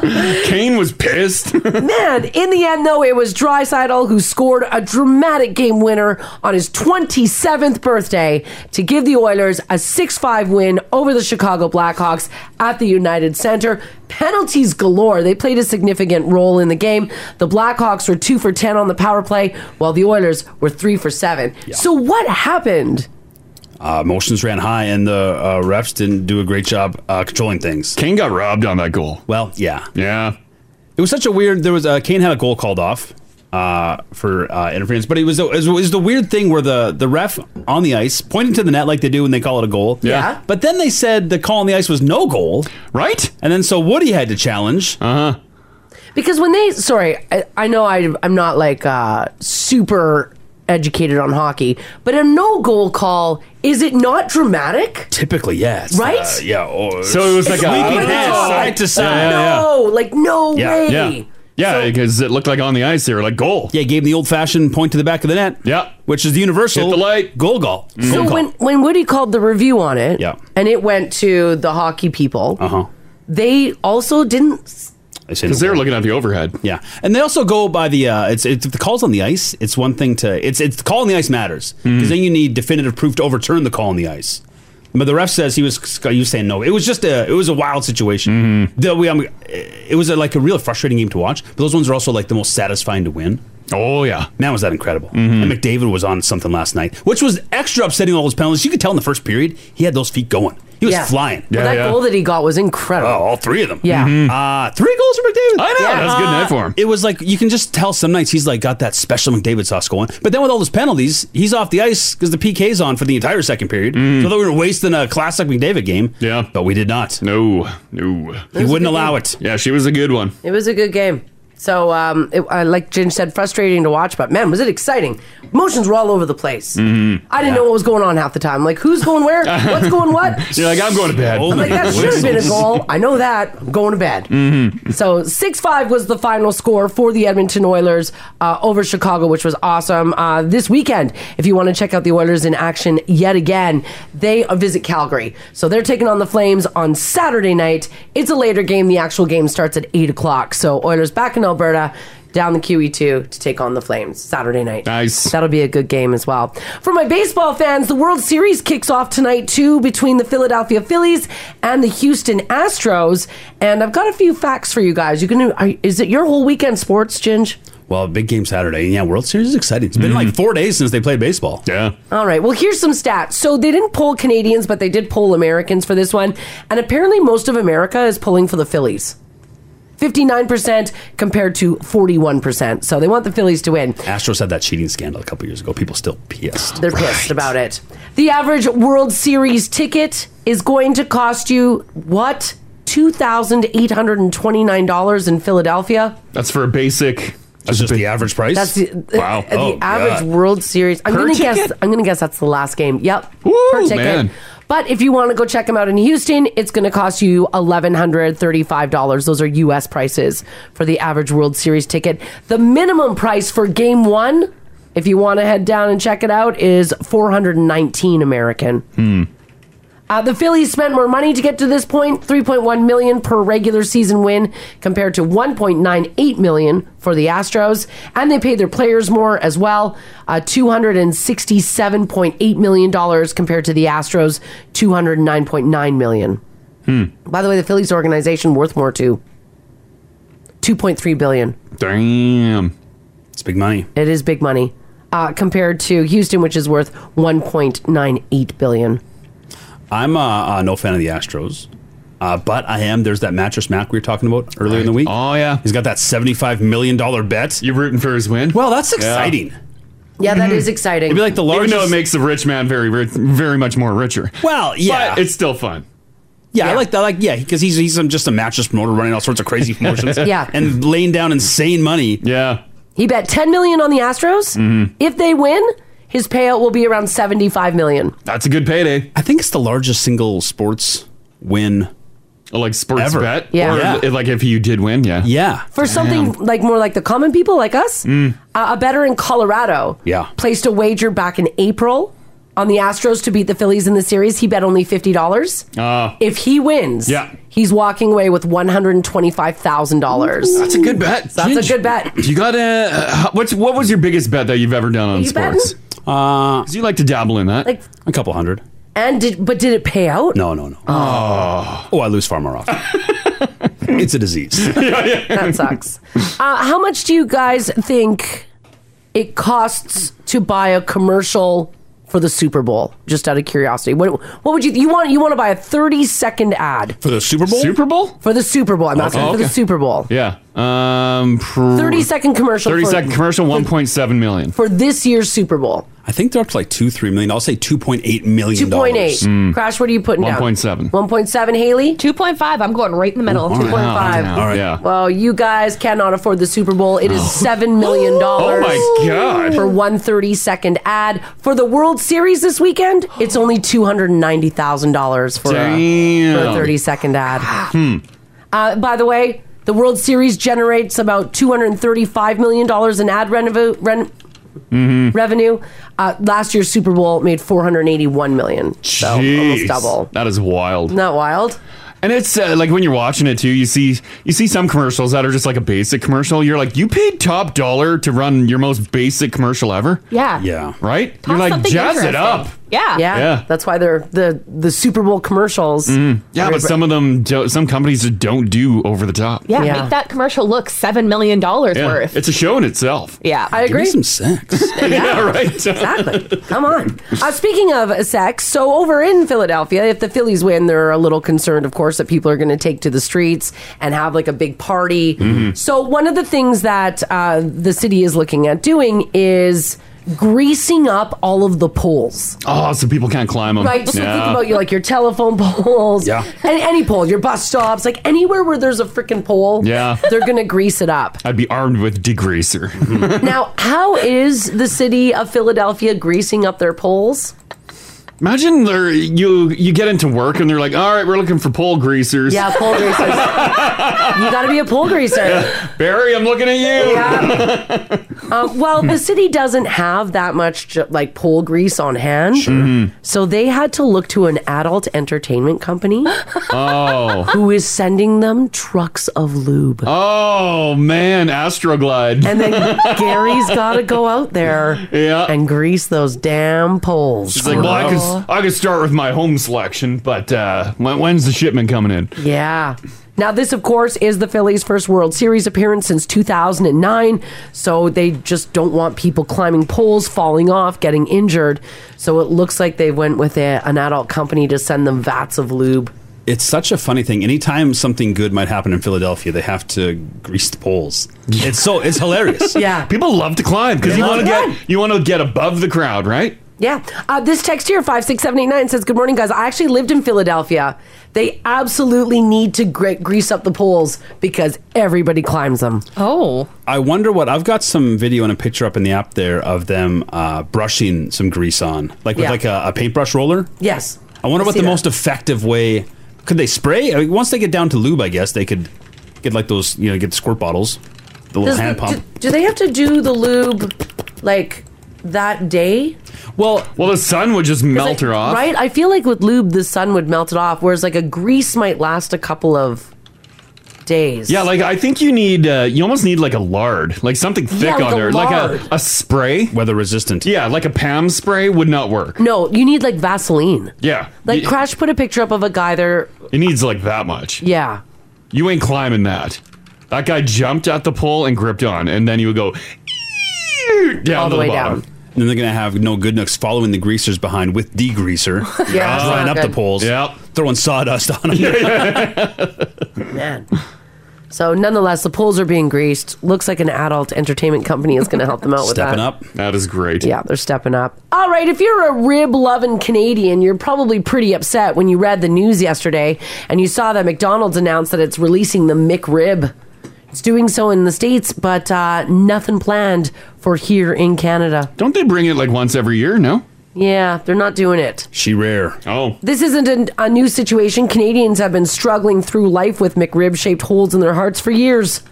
[SPEAKER 2] Kane was pissed.
[SPEAKER 3] Man, in the end, though, it was Drysidel who scored a dramatic game winner on his 27th birthday to give the Oilers a 6 5 win over the Chicago Blackhawks at the United Center. Penalties galore. They played a significant role in the game. The Blackhawks were 2 for 10 on the power play, while the Oilers were 3 for 7. So, what happened?
[SPEAKER 4] Uh, emotions ran high, and the uh, refs didn't do a great job uh, controlling things.
[SPEAKER 2] Kane got robbed on that goal.
[SPEAKER 4] Well, yeah,
[SPEAKER 2] yeah.
[SPEAKER 4] It was such a weird. There was uh, Kane had a goal called off uh, for uh, interference, but it was, it was it was the weird thing where the the ref on the ice pointed to the net like they do when they call it a goal.
[SPEAKER 2] Yeah.
[SPEAKER 4] But then they said the call on the ice was no goal.
[SPEAKER 2] Right.
[SPEAKER 4] And then so Woody had to challenge.
[SPEAKER 2] Uh huh.
[SPEAKER 3] Because when they, sorry, I, I know I, I'm not like uh, super educated on hockey, but a no goal call, is it not dramatic?
[SPEAKER 4] Typically, yes.
[SPEAKER 3] Right?
[SPEAKER 4] Uh, yeah. Or,
[SPEAKER 2] So it was like a-
[SPEAKER 4] sweeping
[SPEAKER 2] Oh.
[SPEAKER 4] pass side to side.
[SPEAKER 2] Yeah, yeah, yeah.
[SPEAKER 3] No, like no
[SPEAKER 4] Yeah,
[SPEAKER 3] way.
[SPEAKER 2] Yeah. Yeah, because it looked like on the ice they were like goal.
[SPEAKER 4] Yeah, gave him the old-fashioned point to the back of the net.
[SPEAKER 2] Yeah.
[SPEAKER 4] which is the universal
[SPEAKER 2] Hit the light.
[SPEAKER 4] goal goal.
[SPEAKER 3] So
[SPEAKER 4] Goal call.
[SPEAKER 3] when, when Woody called the review on it,
[SPEAKER 4] Yeah.
[SPEAKER 3] and it went to the hockey people,
[SPEAKER 4] uh-huh.
[SPEAKER 3] they also didn't.
[SPEAKER 4] I say no
[SPEAKER 2] Because they
[SPEAKER 4] goal.
[SPEAKER 2] were looking at the overhead.
[SPEAKER 4] Yeah, and they also go by the uh, it's it's if the calls on the ice. It's one thing to it's it's the call on the ice matters
[SPEAKER 2] Mm-hmm.
[SPEAKER 4] because then you need definitive proof to overturn the call on the ice. But the ref says he was he was saying no. It was just a it was a wild situation.
[SPEAKER 2] Mm-hmm.
[SPEAKER 4] The- we, um, it was a, like a real frustrating game to watch. But those ones are also like the most satisfying to win.
[SPEAKER 2] Oh yeah. Mm-hmm.
[SPEAKER 4] Man, was that incredible! And McDavid was on something last night, which was extra upsetting. All those penalties, you could tell in the first period he had those feet going. He was
[SPEAKER 3] Yeah.
[SPEAKER 4] flying.
[SPEAKER 3] Well,
[SPEAKER 2] Yeah,
[SPEAKER 3] that
[SPEAKER 2] yeah. Mm-hmm.
[SPEAKER 3] goal that he got was incredible.
[SPEAKER 4] Oh, all three of them.
[SPEAKER 3] Yeah.
[SPEAKER 4] Uh, three goals for McDavid.
[SPEAKER 2] I know, that's a good night for him.
[SPEAKER 4] It was like you can just tell some nights he's like got that special McDavid sauce going. But then with all those penalties, he's off the ice because the PK's on for the entire second period. So I thought we were wasting a classic McDavid game.
[SPEAKER 2] Mm. Yeah.
[SPEAKER 4] But we did not.
[SPEAKER 2] No. No.
[SPEAKER 4] He wouldn't allow it.
[SPEAKER 2] Yeah, she was a good one.
[SPEAKER 3] It was a good game. So, um, it, uh, like Ginge said, frustrating to watch, but man, was it exciting! Emotions were all over the place. I didn't know what was going on half the time. Like, who's going where? What's going what?
[SPEAKER 2] You're like, I'm going to bed.
[SPEAKER 4] Oh,
[SPEAKER 3] I'm like, that should have been a goal. I know that. I'm going to bed.
[SPEAKER 2] Mm-hmm.
[SPEAKER 3] So 6 5 was the final score for the Edmonton Oilers uh, over Chicago, which was awesome. Uh, this weekend, if you want to check out the Oilers in action yet again, they uh, visit Calgary. So they're taking on the Flames on Saturday night. It's a later game. The actual game starts at 8 o'clock. So Oilers back in Alberta. Down the QE2 to take on the Flames Saturday night.
[SPEAKER 2] Nice.
[SPEAKER 3] That'll be a good game as well. For my baseball fans, the World Series kicks off tonight, too, between the Philadelphia Phillies and the Houston Astros. And I've got a few facts for you guys. You can, are, is it your whole weekend sports, Ginge?
[SPEAKER 4] Well, big game Saturday. Yeah, World Series is exciting. It's been like four days since they played baseball.
[SPEAKER 2] Mm-hmm. Yeah.
[SPEAKER 3] All right. Well, here's some stats. So they didn't poll Canadians, but they did poll Americans for this one. And apparently, most of America is pulling for the Phillies. 59% compared to 41%. So they want the Phillies to win.
[SPEAKER 4] Astros had that cheating scandal a couple years ago. People still pissed.
[SPEAKER 3] They're pissed about it. The average World Series ticket is going to cost you what? $2,829 in Philadelphia.
[SPEAKER 2] That's for a basic.
[SPEAKER 4] That's just the average price.
[SPEAKER 3] That's the,
[SPEAKER 2] Wow.
[SPEAKER 3] the
[SPEAKER 4] Oh,
[SPEAKER 3] average
[SPEAKER 4] God.
[SPEAKER 3] World Series. I'm
[SPEAKER 2] Per
[SPEAKER 3] gonna guess.
[SPEAKER 2] ticket?
[SPEAKER 3] I'm gonna guess that's the last game. Yep,
[SPEAKER 2] Ooh,
[SPEAKER 3] per ticket.
[SPEAKER 2] man.
[SPEAKER 3] But if you want to go check them out in Houston, it's gonna cost you eleven hundred thirty-five dollars. Those are U.S. prices for the average World Series ticket. The minimum price for Game One,
[SPEAKER 2] Hmm.
[SPEAKER 3] if you want to head down and check it out, is four hundred nineteen American. Uh, the Phillies spent more money to get to this point, 3.1 million per regular season win compared to 1.98 million for the Astros, and they paid their players more as well, uh, 267.8 million dollars compared to the Astros 209.9 million.
[SPEAKER 2] Hmm.
[SPEAKER 3] By the way, the Phillies organization worth more too. 2.3 billion.
[SPEAKER 2] Damn.
[SPEAKER 4] It's big money.
[SPEAKER 3] It is big money. Uh, compared to Houston, which is worth 1.98 billion.
[SPEAKER 4] I'm uh, uh, no fan of the Astros, uh, but I am. There's that mattress Mac we were talking about earlier in the week. Oh
[SPEAKER 2] yeah,
[SPEAKER 4] he's got that seventy-five million dollar bet.
[SPEAKER 2] You're rooting for his win.
[SPEAKER 4] Well, that's
[SPEAKER 2] Yeah.
[SPEAKER 4] exciting.
[SPEAKER 3] Yeah, that is exciting.
[SPEAKER 2] It'd be like the largest. Even though it
[SPEAKER 4] largest-
[SPEAKER 2] makes the rich man very, rich, very much more richer.
[SPEAKER 4] Well, yeah.
[SPEAKER 2] but it's still fun.
[SPEAKER 4] Yeah, I like that. Like, yeah, because he's he's just a mattress promoter running all sorts of crazy promotions.
[SPEAKER 3] Yeah.
[SPEAKER 4] and laying down insane money.
[SPEAKER 2] Yeah,
[SPEAKER 3] He bet 10 million on the Astros.
[SPEAKER 4] Mhm.
[SPEAKER 3] If they win, his payout will be around 75 million.
[SPEAKER 2] that's a good payday.
[SPEAKER 4] I think it's the largest single sports win,
[SPEAKER 2] Oh, like sports
[SPEAKER 4] ever.
[SPEAKER 2] bet.
[SPEAKER 3] Yeah.
[SPEAKER 2] Or
[SPEAKER 3] Yeah.
[SPEAKER 2] if- like if you did win, yeah.
[SPEAKER 4] Yeah.
[SPEAKER 3] For something like more like the common people like us,
[SPEAKER 2] Mm.
[SPEAKER 3] uh, a better in Colorado
[SPEAKER 4] Yeah.
[SPEAKER 3] placed a wager back in April on the Astros to beat the Phillies in the series. He bet only $50. if he wins,
[SPEAKER 2] Yeah.
[SPEAKER 3] he's walking away with $125,000.
[SPEAKER 2] That's a good bet.
[SPEAKER 3] That's a good bet.
[SPEAKER 2] You got to. Uh, what's what was your biggest bet that you've ever done on
[SPEAKER 3] You betting?
[SPEAKER 2] sports?
[SPEAKER 4] Uh,
[SPEAKER 2] you like to dabble in that.
[SPEAKER 3] Like-
[SPEAKER 4] a couple hundred.
[SPEAKER 3] And did but did it pay out?
[SPEAKER 4] No, no, no. Oh, I lose far more often. it's a disease.
[SPEAKER 3] That sucks. Uh, how much do you guys think it costs to buy a commercial for the Super Bowl? Just out of curiosity, what what would you you want you want to buy a thirty second ad
[SPEAKER 4] for the Super Bowl?
[SPEAKER 2] Super Bowl
[SPEAKER 3] for the Super Bowl? I'm asking
[SPEAKER 2] Oh,
[SPEAKER 3] for the
[SPEAKER 2] okay.
[SPEAKER 3] Super Bowl.
[SPEAKER 2] Yeah. Um. Pr-
[SPEAKER 3] 30 second commercial
[SPEAKER 2] Thirty
[SPEAKER 3] for-
[SPEAKER 2] second commercial. One point seven million.
[SPEAKER 3] For this year's Super Bowl,
[SPEAKER 4] I think they're up to like two, three million. I'll say two point eight
[SPEAKER 3] two
[SPEAKER 4] million.
[SPEAKER 3] point eight.
[SPEAKER 4] Mm.
[SPEAKER 3] Crash, what are you putting down?
[SPEAKER 4] 1.7.
[SPEAKER 3] One point seven. Haley,
[SPEAKER 5] two point five. I'm going right in the middle.
[SPEAKER 2] Oh,
[SPEAKER 4] Ooh,
[SPEAKER 3] Two point five.
[SPEAKER 4] All right. Yeah.
[SPEAKER 3] Well, you guys cannot afford the Super Bowl. It is seven million dollars.
[SPEAKER 2] Oh my God.
[SPEAKER 3] For one thirty second ad for the World Series this weekend, it's only two hundred ninety thousand dollars for a,
[SPEAKER 2] Damn.
[SPEAKER 3] for a thirty second ad.
[SPEAKER 2] Hmm.
[SPEAKER 3] Uh, by the way, the World Series generates about two hundred thirty five million dollars in ad revenue. Ren-
[SPEAKER 2] Mm-hmm.
[SPEAKER 3] Revenue uh, last year's Super Bowl made 481 million, so almost
[SPEAKER 2] Jeez.
[SPEAKER 3] double.
[SPEAKER 2] That is wild.
[SPEAKER 3] Not wild.
[SPEAKER 2] And it's uh, like when you're watching it too, you see you see some commercials that are just like a basic commercial. You're like, you paid top dollar to run your most basic commercial ever.
[SPEAKER 5] Yeah.
[SPEAKER 4] Yeah.
[SPEAKER 2] Right?
[SPEAKER 3] Toss
[SPEAKER 2] you're like,
[SPEAKER 3] something
[SPEAKER 2] jazz it
[SPEAKER 3] interesting.
[SPEAKER 2] up.
[SPEAKER 5] Yeah.
[SPEAKER 3] yeah,
[SPEAKER 2] Yeah.
[SPEAKER 3] That's why they're the the Super Bowl commercials.
[SPEAKER 2] Mm. Yeah,
[SPEAKER 3] are-
[SPEAKER 2] but some of them, do, some companies just don't do over the top.
[SPEAKER 5] Yeah, make that commercial look seven million dollars
[SPEAKER 2] Yeah.
[SPEAKER 5] worth.
[SPEAKER 2] It's a show in itself.
[SPEAKER 5] yeah,
[SPEAKER 3] I agree.
[SPEAKER 4] sex.
[SPEAKER 2] yeah, right.
[SPEAKER 3] exactly. Come on. Uh, speaking of sex, so over in Philadelphia, if the Phillies win, they're a little concerned, of course, that people are going to take to the streets and have like a big party.
[SPEAKER 2] Mm-hmm.
[SPEAKER 6] Mhm.
[SPEAKER 3] So one of the things that uh, the city is looking at doing is greasing up all of the poles.
[SPEAKER 2] Oh, so people can't climb them.
[SPEAKER 3] Right, so
[SPEAKER 2] yeah.
[SPEAKER 3] think about you like your telephone poles,
[SPEAKER 2] Yeah.
[SPEAKER 3] and any pole, your bus stops, like anywhere where there's a freaking pole,
[SPEAKER 2] Yeah.
[SPEAKER 3] they're gonna grease it up.
[SPEAKER 2] I'd be armed with degreaser.
[SPEAKER 3] now, how is the city of Philadelphia greasing up their poles?
[SPEAKER 2] Imagine they're, you you get into work and they're like, all right, we're looking for pole greasers.
[SPEAKER 3] Yeah, pole greasers. you got to be a pole greaser.
[SPEAKER 2] Barry, I'm looking at you.
[SPEAKER 3] Uh, well, the city doesn't have that much ju- like pole grease on hand,
[SPEAKER 2] Mhm.
[SPEAKER 3] so they had to look to an adult entertainment company
[SPEAKER 2] Oh.
[SPEAKER 3] who is sending them trucks of lube.
[SPEAKER 2] Oh man, Astroglide.
[SPEAKER 3] And then Gary's got to go out there and grease those damn poles.
[SPEAKER 2] She's like, well, I could, I could start with my home selection, but uh, when, when's the shipment coming in?
[SPEAKER 3] Yeah. Now, this, of course, is the Phillies' first World Series appearance since 2009, so they just don't want people climbing poles, falling off, getting injured. So it looks like they went with a, an adult company to send them vats of lube.
[SPEAKER 4] It's such a funny thing. Anytime something good might happen in Philadelphia, they have to grease the poles. It's so it's hilarious.
[SPEAKER 3] Yeah.
[SPEAKER 2] People love to climb because
[SPEAKER 4] They
[SPEAKER 2] you
[SPEAKER 4] love
[SPEAKER 2] want to
[SPEAKER 4] to
[SPEAKER 2] get you want to get above the crowd, right?
[SPEAKER 3] Yeah. Uh, this text here, 56789, says, Good morning, guys. I actually lived in Philadelphia. They absolutely need to gre- grease up the poles because everybody climbs them.
[SPEAKER 5] Oh.
[SPEAKER 4] I wonder what I've got some video and a picture up in the app there of them uh, brushing some grease on, like with
[SPEAKER 3] Yeah.
[SPEAKER 4] like a, a paintbrush roller.
[SPEAKER 3] Yes.
[SPEAKER 4] I wonder
[SPEAKER 3] I
[SPEAKER 4] what
[SPEAKER 3] see
[SPEAKER 4] the
[SPEAKER 3] that.
[SPEAKER 4] most effective way could they spray? I mean, once they get down to lube, I guess they could get like those you know get squirt bottles, the little
[SPEAKER 3] Does the-
[SPEAKER 4] hand pump.
[SPEAKER 3] Do, do they have to do the lube like that day?
[SPEAKER 4] Well,
[SPEAKER 2] well, the sun would just melt her off.
[SPEAKER 3] Right? I feel like with lube, the sun would melt it off, whereas like a grease might last a couple of days.
[SPEAKER 2] Yeah, like I think you need, uh, you almost need like a lard, like something thick
[SPEAKER 3] like
[SPEAKER 2] on
[SPEAKER 3] a
[SPEAKER 2] there,
[SPEAKER 3] lard.
[SPEAKER 2] like a, a spray,
[SPEAKER 4] weather resistant.
[SPEAKER 2] Yeah, like a Pam spray would not work.
[SPEAKER 3] No, you need like Vaseline.
[SPEAKER 2] Yeah,
[SPEAKER 3] Like
[SPEAKER 2] it,
[SPEAKER 3] Crash put a picture up of a guy there.
[SPEAKER 2] it needs like that much.
[SPEAKER 3] Yeah.
[SPEAKER 2] You ain't climbing that. That guy jumped at the pole and gripped on, and then he would go down to the bottom.
[SPEAKER 4] Then they're gonna have no good nooks following the greasers behind with degreaser.
[SPEAKER 2] Yeah, that's
[SPEAKER 4] Flying
[SPEAKER 2] not
[SPEAKER 4] up
[SPEAKER 2] good.
[SPEAKER 4] the poles. Yep. Throwing sawdust on them.
[SPEAKER 3] Man. So nonetheless, the poles are being greased. Looks like an adult entertainment company is going to help them out with that.
[SPEAKER 2] That is great.
[SPEAKER 3] Yeah, they're stepping up. All right, if you're a rib loving Canadian, you're probably pretty upset when you read the news yesterday and you saw that McDonald's announced that it's releasing the McRib. It's doing so in the States, but uh, nothing planned for here in Canada.
[SPEAKER 2] Don't they bring it like once every year? No.
[SPEAKER 3] Yeah, they're not doing it.
[SPEAKER 2] She rare. Oh.
[SPEAKER 3] This isn't an, a new situation. Canadians have been struggling through life with McRib shaped holes in their hearts for years.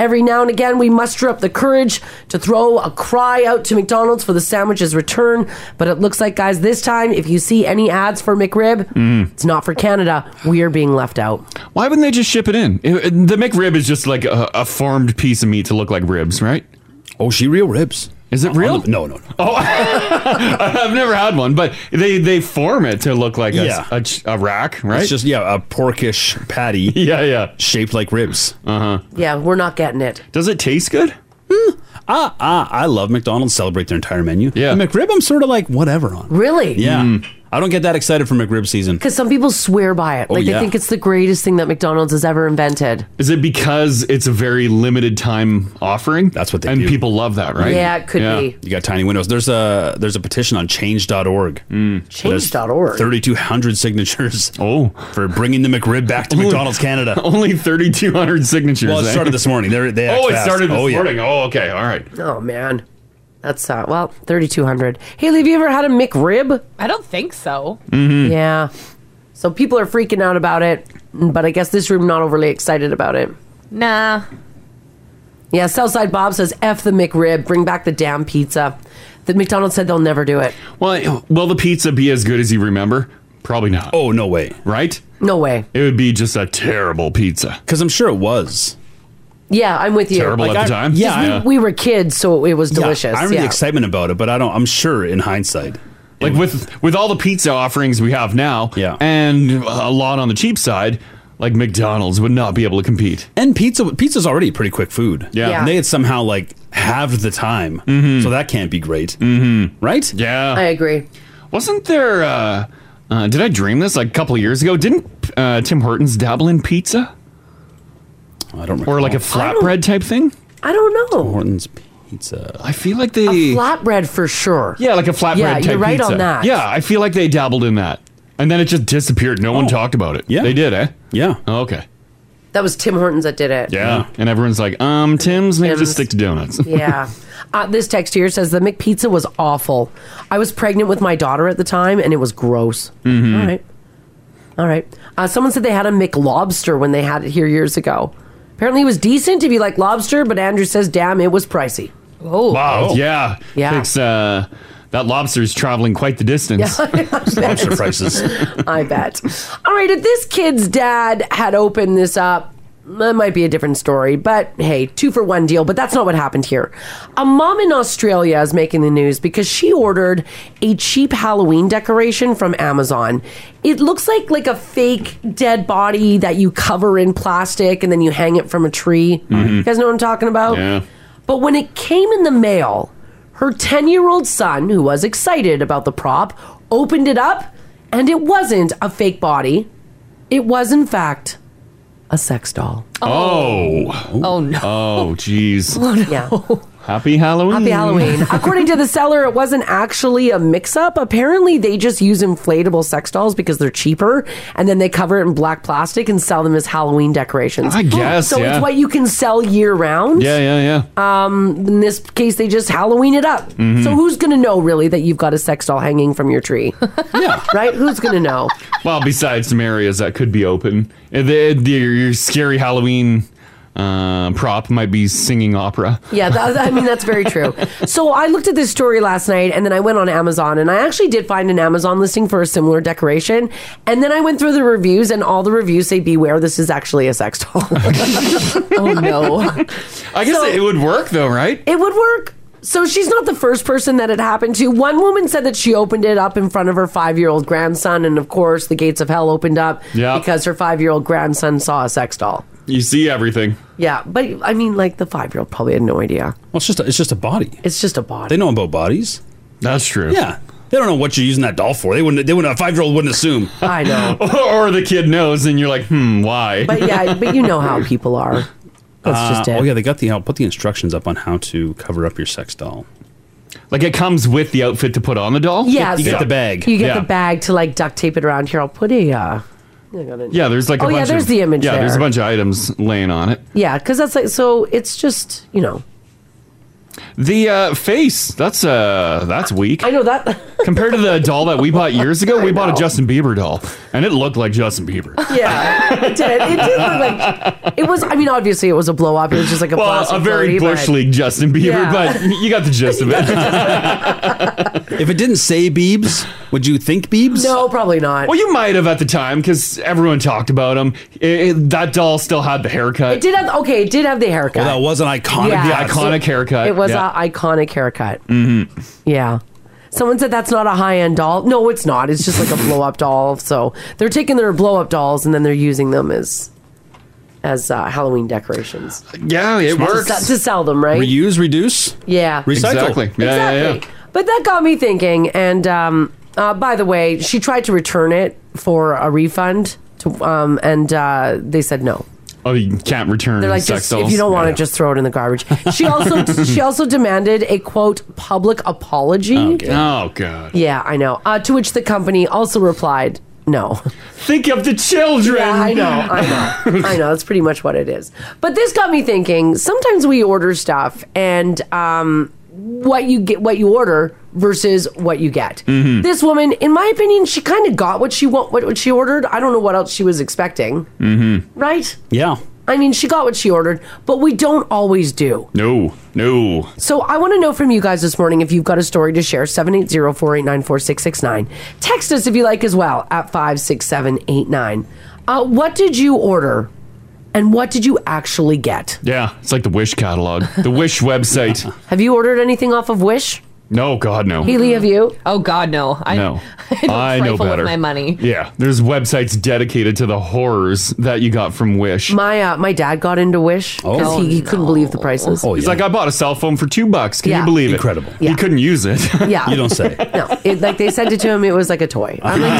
[SPEAKER 3] Every now and again, we muster up the courage to throw a cry out to McDonald's for the sandwich's return. But it looks like, guys, this time, if you see any ads for McRib,
[SPEAKER 2] Mm-hmm.
[SPEAKER 3] it's not for Canada. We are being left out.
[SPEAKER 2] Why wouldn't they just ship it in? It- it- The McRib is just like a, a formed piece of meat to look like ribs, right?
[SPEAKER 4] Oh, she real ribs.
[SPEAKER 2] Is it real?
[SPEAKER 4] no, no, no.
[SPEAKER 2] Oh, I've never had one, but they they form it to look like a,
[SPEAKER 4] Yeah.
[SPEAKER 2] a ch- a rack, right?
[SPEAKER 4] It's just yeah, a porkish patty.
[SPEAKER 2] yeah, yeah.
[SPEAKER 4] Shaped like ribs.
[SPEAKER 2] Uh huh.
[SPEAKER 3] Yeah, we're not getting it.
[SPEAKER 2] Does it taste good?
[SPEAKER 4] Ah, ah, I love McDonald's. Celebrate their entire menu. Yeah, the McRib. I'm sort of like whatever on.
[SPEAKER 3] Really?
[SPEAKER 4] Yeah, I don't get that excited for McRib season.
[SPEAKER 3] Because some people swear by it.
[SPEAKER 2] Oh,
[SPEAKER 3] Like, they
[SPEAKER 2] yeah.
[SPEAKER 3] think it's the greatest thing that McDonald's has ever invented.
[SPEAKER 2] Is it because it's a very limited time offering? That's what they and people love that, right?
[SPEAKER 3] Yeah, it could Yeah. be.
[SPEAKER 4] You got tiny windows. There's a there's a petition on change.org. Mm.
[SPEAKER 3] Change.org.
[SPEAKER 4] 3200 signatures.
[SPEAKER 2] Oh,
[SPEAKER 4] for bringing the McRib back to McDonald's Canada.
[SPEAKER 2] Only 3,200 signatures.
[SPEAKER 4] Well, it
[SPEAKER 2] eh?
[SPEAKER 4] started this morning. They're, they act
[SPEAKER 2] oh, it
[SPEAKER 4] fast.
[SPEAKER 2] started this
[SPEAKER 4] Oh, yeah.
[SPEAKER 2] morning. Oh, okay. All right.
[SPEAKER 3] Oh, man. That's, uh, well, 3,200. Haley, have you ever had a McRib?
[SPEAKER 5] I don't think so.
[SPEAKER 2] Mm-hmm.
[SPEAKER 3] Yeah. So people are freaking out about it, but I guess this room not overly excited about it.
[SPEAKER 5] Nah.
[SPEAKER 3] Yeah, Southside Bob says F the McRib, bring back the damn pizza. The McDonald's said they'll never do it.
[SPEAKER 2] Well, will the pizza be as good as you remember? Probably not.
[SPEAKER 4] Oh, no way.
[SPEAKER 2] Right?
[SPEAKER 3] No way.
[SPEAKER 2] It would be just a terrible pizza.
[SPEAKER 4] Because I'm sure it was.
[SPEAKER 3] Yeah, I'm with you.
[SPEAKER 2] Terrible Like, at the I- time?
[SPEAKER 3] Just
[SPEAKER 4] yeah,
[SPEAKER 3] we,
[SPEAKER 4] yeah.
[SPEAKER 3] we were kids, so it was
[SPEAKER 4] Yeah,
[SPEAKER 3] delicious.
[SPEAKER 4] I
[SPEAKER 3] Yeah,
[SPEAKER 4] remember the excitement about it, but I don't. I'm sure in hindsight.
[SPEAKER 2] Like with with all the pizza offerings we have now, yeah. and a lot on the cheap side, like McDonald's would not be able to compete.
[SPEAKER 4] And pizza pizza's already pretty quick food.
[SPEAKER 2] Yeah. Yeah.
[SPEAKER 4] And they had somehow like halved the time. So that can't be great. Mm-hmm. Right?
[SPEAKER 2] Yeah.
[SPEAKER 3] I agree.
[SPEAKER 2] Wasn't there? Uh, uh, did I dream this? Like a couple of years ago? Didn't uh, Tim Hortons dabble in pizza?
[SPEAKER 4] I don't.
[SPEAKER 2] Or like a flatbread type thing?
[SPEAKER 3] I don't know.
[SPEAKER 4] Hortons pizza.
[SPEAKER 2] I feel like they
[SPEAKER 3] flatbread for sure.
[SPEAKER 2] Yeah, like a flatbread.
[SPEAKER 3] Yeah,
[SPEAKER 2] type
[SPEAKER 3] you're right
[SPEAKER 2] pizza.
[SPEAKER 3] on that.
[SPEAKER 2] Yeah, I feel like they dabbled in that, and then it just disappeared. No one talked about it. Oh. Yeah, they did, eh?
[SPEAKER 4] Yeah.
[SPEAKER 2] Okay.
[SPEAKER 3] That was Tim Hortons that did it.
[SPEAKER 2] Yeah, and everyone's like, um, Tim's maybe
[SPEAKER 3] Tim's.
[SPEAKER 2] just stick to donuts.
[SPEAKER 3] yeah. Uh, this text here says the McPizza was awful. I was pregnant with my daughter at the time, and it was gross.
[SPEAKER 2] Mhm.
[SPEAKER 3] All right. All right. Uh, someone said they had a McLobster when they had it here years ago. Apparently, it was decent if you like lobster, but Andrew says, damn, it was pricey.
[SPEAKER 5] Oh.
[SPEAKER 2] Wow. Yeah.
[SPEAKER 3] Yeah.
[SPEAKER 2] Takes, uh, that lobster's traveling quite the distance.
[SPEAKER 3] Lobster
[SPEAKER 2] prices.
[SPEAKER 3] I bet. All right, if this kid's dad had opened this up, that might be a different story, but hey, two for one deal. But that's not what happened here. A mom in Australia is making the news because she ordered a cheap Halloween decoration from Amazon. It looks like like a fake dead body that you cover in plastic and then you hang it from a tree.
[SPEAKER 6] Mhm.
[SPEAKER 3] You guys know what I'm talking about?
[SPEAKER 6] Yeah.
[SPEAKER 3] But when it came in the mail, her 10 year old son, who was excited about the prop, opened it up and it wasn't a fake body. It was, in fact, a sex doll.
[SPEAKER 2] Oh.
[SPEAKER 3] Oh, no.
[SPEAKER 2] Oh, jeez.
[SPEAKER 3] Yeah.
[SPEAKER 2] Happy Halloween.
[SPEAKER 3] Happy Halloween. According to the seller, it wasn't actually a mix up. Apparently, they just use inflatable sex dolls because they're cheaper and then they cover it in black plastic and sell them as Halloween decorations. I
[SPEAKER 2] guess,
[SPEAKER 3] So
[SPEAKER 2] yeah.
[SPEAKER 3] it's what you can sell year round.
[SPEAKER 2] yeah, yeah, yeah.
[SPEAKER 3] Um, in this case, they just Halloween it up.
[SPEAKER 2] Mhm.
[SPEAKER 3] So who's gonna know really that you've got a sex doll hanging from your tree? yeah, right. Who's gonna know?
[SPEAKER 2] uh, Well, besides some areas that could be open, the, the, your scary Halloween uh, prop might be singing opera.
[SPEAKER 3] Yeah, that, I mean that's very true. So I looked at this story last night, and then I went on Amazon, and I actually did find an Amazon listing for a similar decoration. And then I went through the reviews, and all the reviews say, "Beware, this is actually a sex doll." oh no!
[SPEAKER 2] I guess it would work though, right?
[SPEAKER 3] It would work. So she's not the first person that it happened to. One woman said that she opened it up in front of her five year old grandson, and of course, the gates of hell opened up
[SPEAKER 2] Yeah.
[SPEAKER 3] because her five year old grandson saw a sex doll.
[SPEAKER 2] You see everything.
[SPEAKER 3] Yeah, but I mean, like the five year old probably had no idea.
[SPEAKER 4] Well, it's just a, it's just a body.
[SPEAKER 3] It's just a body.
[SPEAKER 4] They know about bodies.
[SPEAKER 2] That's true.
[SPEAKER 4] Yeah, they don't know what you're using that doll for. They wouldn't. They wouldn't. A five year old wouldn't assume.
[SPEAKER 3] I know.
[SPEAKER 2] or, or the kid knows, and you're like, hmm, why?
[SPEAKER 3] But yeah, but you know how people are. That's
[SPEAKER 4] Uh,
[SPEAKER 3] just it.
[SPEAKER 4] Oh yeah, they got the. I'll put the instructions up on how to cover up your sex doll.
[SPEAKER 2] Like it comes with the outfit to put on the doll.
[SPEAKER 3] Yeah, so- You get
[SPEAKER 2] yeah.
[SPEAKER 3] the bag to like duct tape it around. Here, I'll put a. Uh,
[SPEAKER 2] Yeah, there's like a
[SPEAKER 3] Oh, yeah,
[SPEAKER 2] bunch
[SPEAKER 3] there's
[SPEAKER 2] of,
[SPEAKER 3] the image
[SPEAKER 2] Yeah, there's a
[SPEAKER 3] there.
[SPEAKER 2] bunch of items laying on it.
[SPEAKER 3] yeah, because that's like so. It's just you know.
[SPEAKER 2] The uh, face, that's uh that's weak. I
[SPEAKER 3] know that
[SPEAKER 2] compared to the doll that we bought years ago, we bought a Justin Bieber doll and it looked like Justin Bieber.
[SPEAKER 3] Yeah, it did. It did look like it was. I mean, obviously, it was a blow up. It was just like a
[SPEAKER 2] well,
[SPEAKER 3] plastic
[SPEAKER 2] a very
[SPEAKER 3] floaty, but-
[SPEAKER 2] bush league Justin Bieber,
[SPEAKER 3] Yeah.
[SPEAKER 2] but you got the gist of it.
[SPEAKER 4] if it didn't say Biebs, would you think Biebs?
[SPEAKER 3] No, probably not.
[SPEAKER 2] Well, you might have at the time because everyone talked about him. It- it- that doll still had the haircut.
[SPEAKER 3] It did have okay. It did have the haircut.
[SPEAKER 2] Well, that was an iconic- the iconic haircut,
[SPEAKER 3] It was
[SPEAKER 2] yeah.
[SPEAKER 3] an iconic haircut.
[SPEAKER 2] Mm-hmm.
[SPEAKER 3] Yeah. Someone said that's not a high end doll. No, it's not. It's just like a blow up doll. So they're taking their blow up dolls and then they're using them as as uh, Halloween decorations.
[SPEAKER 2] Yeah, it
[SPEAKER 3] To
[SPEAKER 2] works.
[SPEAKER 3] se- to sell them, right?
[SPEAKER 4] Reuse, reduce.
[SPEAKER 3] Yeah.
[SPEAKER 4] Recycle.
[SPEAKER 2] Exactly. Yeah, yeah, yeah.
[SPEAKER 3] Exactly. But that got me thinking. And um, uh, by the way, she tried to return it for a refund, to, um, and uh, they said no.
[SPEAKER 2] Oh, you can't return
[SPEAKER 3] They're like,
[SPEAKER 2] Mm, sex
[SPEAKER 3] just,
[SPEAKER 2] dolls.
[SPEAKER 3] if you don't want it, just throw it in the garbage. She also she also demanded a quote public apology.
[SPEAKER 2] Oh god.
[SPEAKER 3] Yeah, I know. Uh, to which the company also replied, "No."
[SPEAKER 2] Think of the children.
[SPEAKER 3] Yeah, I know, I know, I know. That's pretty much what it is. But this got me thinking. Sometimes we order stuff, and um, what you get, what you order versus what you get.
[SPEAKER 2] Mm-hmm.
[SPEAKER 6] Mhm.
[SPEAKER 3] This woman, in my opinion, she kind of got what she want, what, what she ordered. I don't know what else she was expecting,
[SPEAKER 2] Mm-hmm.
[SPEAKER 3] right?
[SPEAKER 4] Yeah.
[SPEAKER 3] I mean, she got what she ordered, but we don't always do.
[SPEAKER 2] No, no.
[SPEAKER 3] So I want to know from you guys this morning if you've got a story to share 780-489-4669. Text us if you like as well at 56789. Uh, what did you order and what did you actually get?
[SPEAKER 2] Yeah, it's like the Wish catalog, the Wish website.
[SPEAKER 3] Have you ordered anything off of Wish?
[SPEAKER 2] No, God, no.
[SPEAKER 3] Healy, have you?
[SPEAKER 5] Oh God, no. I
[SPEAKER 2] no,
[SPEAKER 5] don't
[SPEAKER 2] I know
[SPEAKER 5] trifle with
[SPEAKER 2] better.
[SPEAKER 5] my money.
[SPEAKER 2] Yeah, there's websites dedicated to the horrors that you got from Wish.
[SPEAKER 3] My uh, my dad got into Wish because
[SPEAKER 2] Oh.
[SPEAKER 3] he, he couldn't believe the prices.
[SPEAKER 2] He's like, I bought a cell phone for two bucks. Can
[SPEAKER 3] Oh, Yeah.
[SPEAKER 2] you believe it?
[SPEAKER 4] Incredible.
[SPEAKER 2] He couldn't use it.
[SPEAKER 3] Yeah. You don't
[SPEAKER 4] say.
[SPEAKER 3] no, it, like they sent it to him, it was like a toy. I'm like,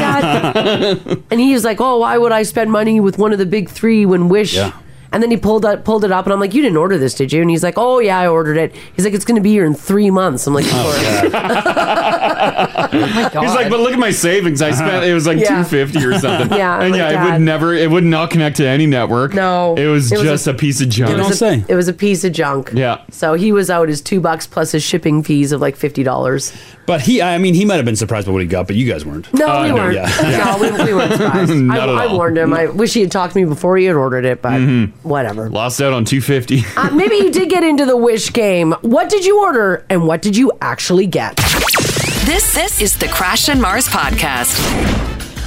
[SPEAKER 3] Dad, and he was like, Oh, why would I spend money with one of the big three when Wish?
[SPEAKER 4] Yeah.
[SPEAKER 3] And then he pulled up, pulled it up, and I'm like, "You didn't order this, did you?" And he's like, "Oh yeah, I ordered it." He's like, "It's going to be here in three months." I'm like,
[SPEAKER 4] Oh,
[SPEAKER 2] He's like, but look at my savings. I spent it was like
[SPEAKER 3] Yeah.
[SPEAKER 2] two fifty or something.
[SPEAKER 3] Yeah,
[SPEAKER 2] and
[SPEAKER 3] like
[SPEAKER 2] yeah, it
[SPEAKER 3] that.
[SPEAKER 2] would never, it would not connect to any network. No, it was,
[SPEAKER 3] It was
[SPEAKER 2] just a, piece of junk.
[SPEAKER 3] it, was a, it was a piece of junk."
[SPEAKER 2] Yeah.
[SPEAKER 3] So he was out his two bucks plus his shipping fees of like fifty dollars.
[SPEAKER 4] But he, I mean, he might have been surprised by what he got, but you guys weren't.
[SPEAKER 3] No, we weren't. No, we, we weren't surprised. I,
[SPEAKER 4] Uh, Not at
[SPEAKER 3] I
[SPEAKER 4] all. Mm-hmm.
[SPEAKER 3] warned him. I wish he had talked to me before he had ordered it, but
[SPEAKER 2] Hmm.
[SPEAKER 3] whatever.
[SPEAKER 2] Lost out on two fifty.
[SPEAKER 3] Uh, maybe you did get into the wish game. What did you order and what did you actually get?
[SPEAKER 1] This this is the Crash and Mars podcast.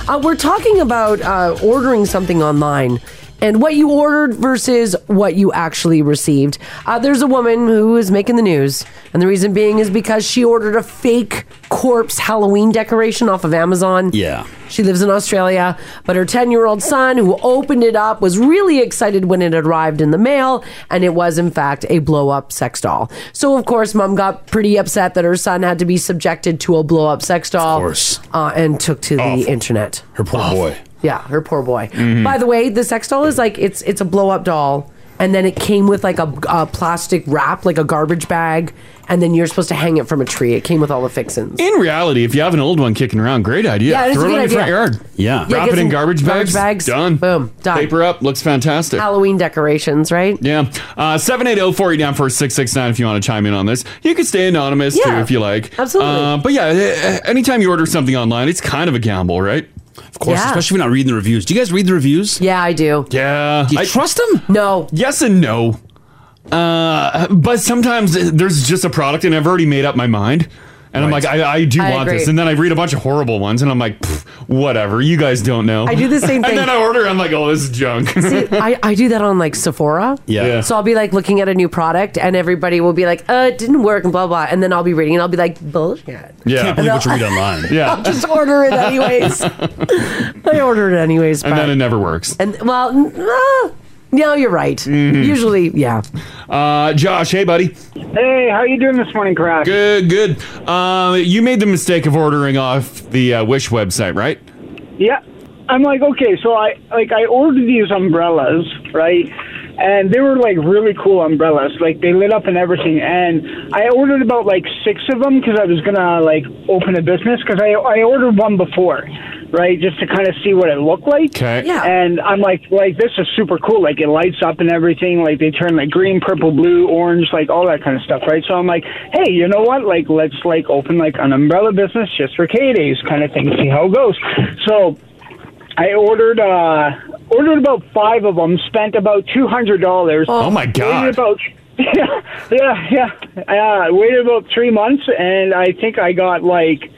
[SPEAKER 3] Uh, we're talking about uh, ordering something online and what you ordered versus what you actually received. Uh, there's a woman who is making the news, and the reason being is because she ordered a fake corpse Halloween decoration off of Amazon.
[SPEAKER 4] Yeah.
[SPEAKER 3] She lives in Australia, but her 10 year old son, who opened it up, was really excited when it arrived in the mail, and it was, in fact, a blow up sex doll. So, of course, mom got pretty upset that her son had to be subjected to a blow up sex doll. Of course. Uh, and took to the internet.
[SPEAKER 4] Her poor boy.
[SPEAKER 3] Yeah, her poor boy.
[SPEAKER 2] Mm-hmm.
[SPEAKER 7] Hmm.
[SPEAKER 4] Mhm.
[SPEAKER 3] By the way, the sex doll is like it's it's a blow up doll, and then it came with like a, a plastic wrap, like a garbage bag, and then you're supposed to hang it from a tree. It came with all the fixins.
[SPEAKER 2] In reality, if you have an old one kicking around, great idea.
[SPEAKER 3] Yeah, that's
[SPEAKER 2] Throw
[SPEAKER 3] a
[SPEAKER 2] it in
[SPEAKER 3] good
[SPEAKER 2] your front
[SPEAKER 3] idea.
[SPEAKER 2] yard.
[SPEAKER 4] Yeah.
[SPEAKER 3] Yeah,
[SPEAKER 2] Wrap it in
[SPEAKER 3] get some
[SPEAKER 2] garbage bags.
[SPEAKER 3] garbage bags.
[SPEAKER 2] Done.
[SPEAKER 3] Boom. Done.
[SPEAKER 2] Paper up. Looks fantastic.
[SPEAKER 3] Halloween decorations, right?
[SPEAKER 2] Yeah. Uh, 780-489-4669 if you want to chime in on this. You can stay anonymous too
[SPEAKER 3] Yeah.
[SPEAKER 2] if you like.
[SPEAKER 3] Absolutely.
[SPEAKER 2] Uh, but yeah, eh, eh, anytime you order something online, it's kind of a gamble, right?
[SPEAKER 4] Of course,
[SPEAKER 3] Yeah.
[SPEAKER 4] especially if you're not reading the reviews. Do you guys read the reviews?
[SPEAKER 3] Yeah, I do.
[SPEAKER 2] Yeah. Do
[SPEAKER 4] you trust them?
[SPEAKER 3] No.
[SPEAKER 2] Yes and no. Uh, but sometimes there's just a product, and I've already made up my mind. And I'm like, I, I do
[SPEAKER 3] I
[SPEAKER 2] want this.
[SPEAKER 3] agree.
[SPEAKER 2] And then I read a bunch of horrible ones, and I'm like, "Pff, whatever. You guys don't know.
[SPEAKER 3] I do the same thing.
[SPEAKER 2] and then I order, I'm like, oh, this is junk.
[SPEAKER 3] See, I, I do that on like Sephora.
[SPEAKER 2] Yeah. Yeah.
[SPEAKER 3] So I'll be like looking at a new product and everybody will be like, uh, it didn't work and blah, blah. And then I'll be reading and I'll be like, bullshit.
[SPEAKER 2] yeah.
[SPEAKER 4] Can't believe what you read online.
[SPEAKER 3] I'll just order it anyways. I ordered it anyways.
[SPEAKER 2] And
[SPEAKER 3] but-
[SPEAKER 2] then it never works. Mm-hmm.
[SPEAKER 3] And well, n- ah, no, you're right.
[SPEAKER 6] Mm-hmm.
[SPEAKER 3] Usually, yeah.
[SPEAKER 2] Uh, Josh, hey, buddy.
[SPEAKER 6] Hey, how you doing this morning, Crash?
[SPEAKER 2] Good, good. Uh, you made the mistake of ordering off the uh, Wish website, right?
[SPEAKER 6] Yeah. I'm like, okay, so I like I ordered these umbrellas, right? And they were like really cool umbrellas. Like they lit up and everything. And I ordered about like six of them because I was gonna like open a business because I I ordered one before, right? Just to kind of see what it looked like.
[SPEAKER 2] Okay. Yeah.
[SPEAKER 6] And I'm like, like this is super cool. Like it lights up and everything. Like they turn like green, purple, blue, orange, like all that kind of stuff, right? So I'm like, hey, you know what? Like let's like open like an umbrella business just for K days kind of thing. See how it goes. So I ordered uh ordered about five of them. Spent about two hundred dollars.
[SPEAKER 2] Oh, my God.
[SPEAKER 6] Waited about yeah yeah yeah. Uh, I waited about three months, and I think I got like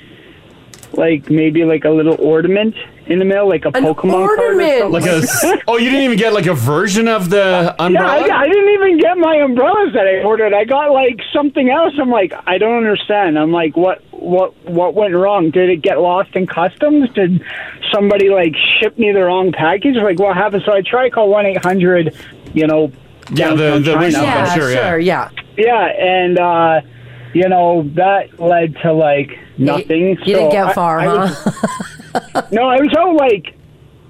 [SPEAKER 6] like maybe like a little ornament in the mail, like a Pokemon
[SPEAKER 3] ornament?
[SPEAKER 6] card or
[SPEAKER 2] Like a s-
[SPEAKER 6] something.
[SPEAKER 2] oh, you didn't even get like a version of the
[SPEAKER 6] Yeah,
[SPEAKER 2] umbrella.
[SPEAKER 6] I, I didn't even get my umbrellas that I ordered. I got like something else. I'm like, I don't understand. I'm like, what, what, what went wrong? Did it get lost in customs? Did somebody like ship me the wrong package? Like, what happened? So I try to call one eight hundred. You know,
[SPEAKER 2] Yeah, the-
[SPEAKER 6] downtown
[SPEAKER 2] the
[SPEAKER 6] China.
[SPEAKER 2] reason- Yeah, sure, yeah. sure,
[SPEAKER 3] yeah.
[SPEAKER 6] yeah, and uh, you know that led to like nothing.
[SPEAKER 3] You didn't
[SPEAKER 6] So
[SPEAKER 3] get
[SPEAKER 6] I-
[SPEAKER 3] far,
[SPEAKER 6] I
[SPEAKER 3] huh?
[SPEAKER 6] was- no, I was out like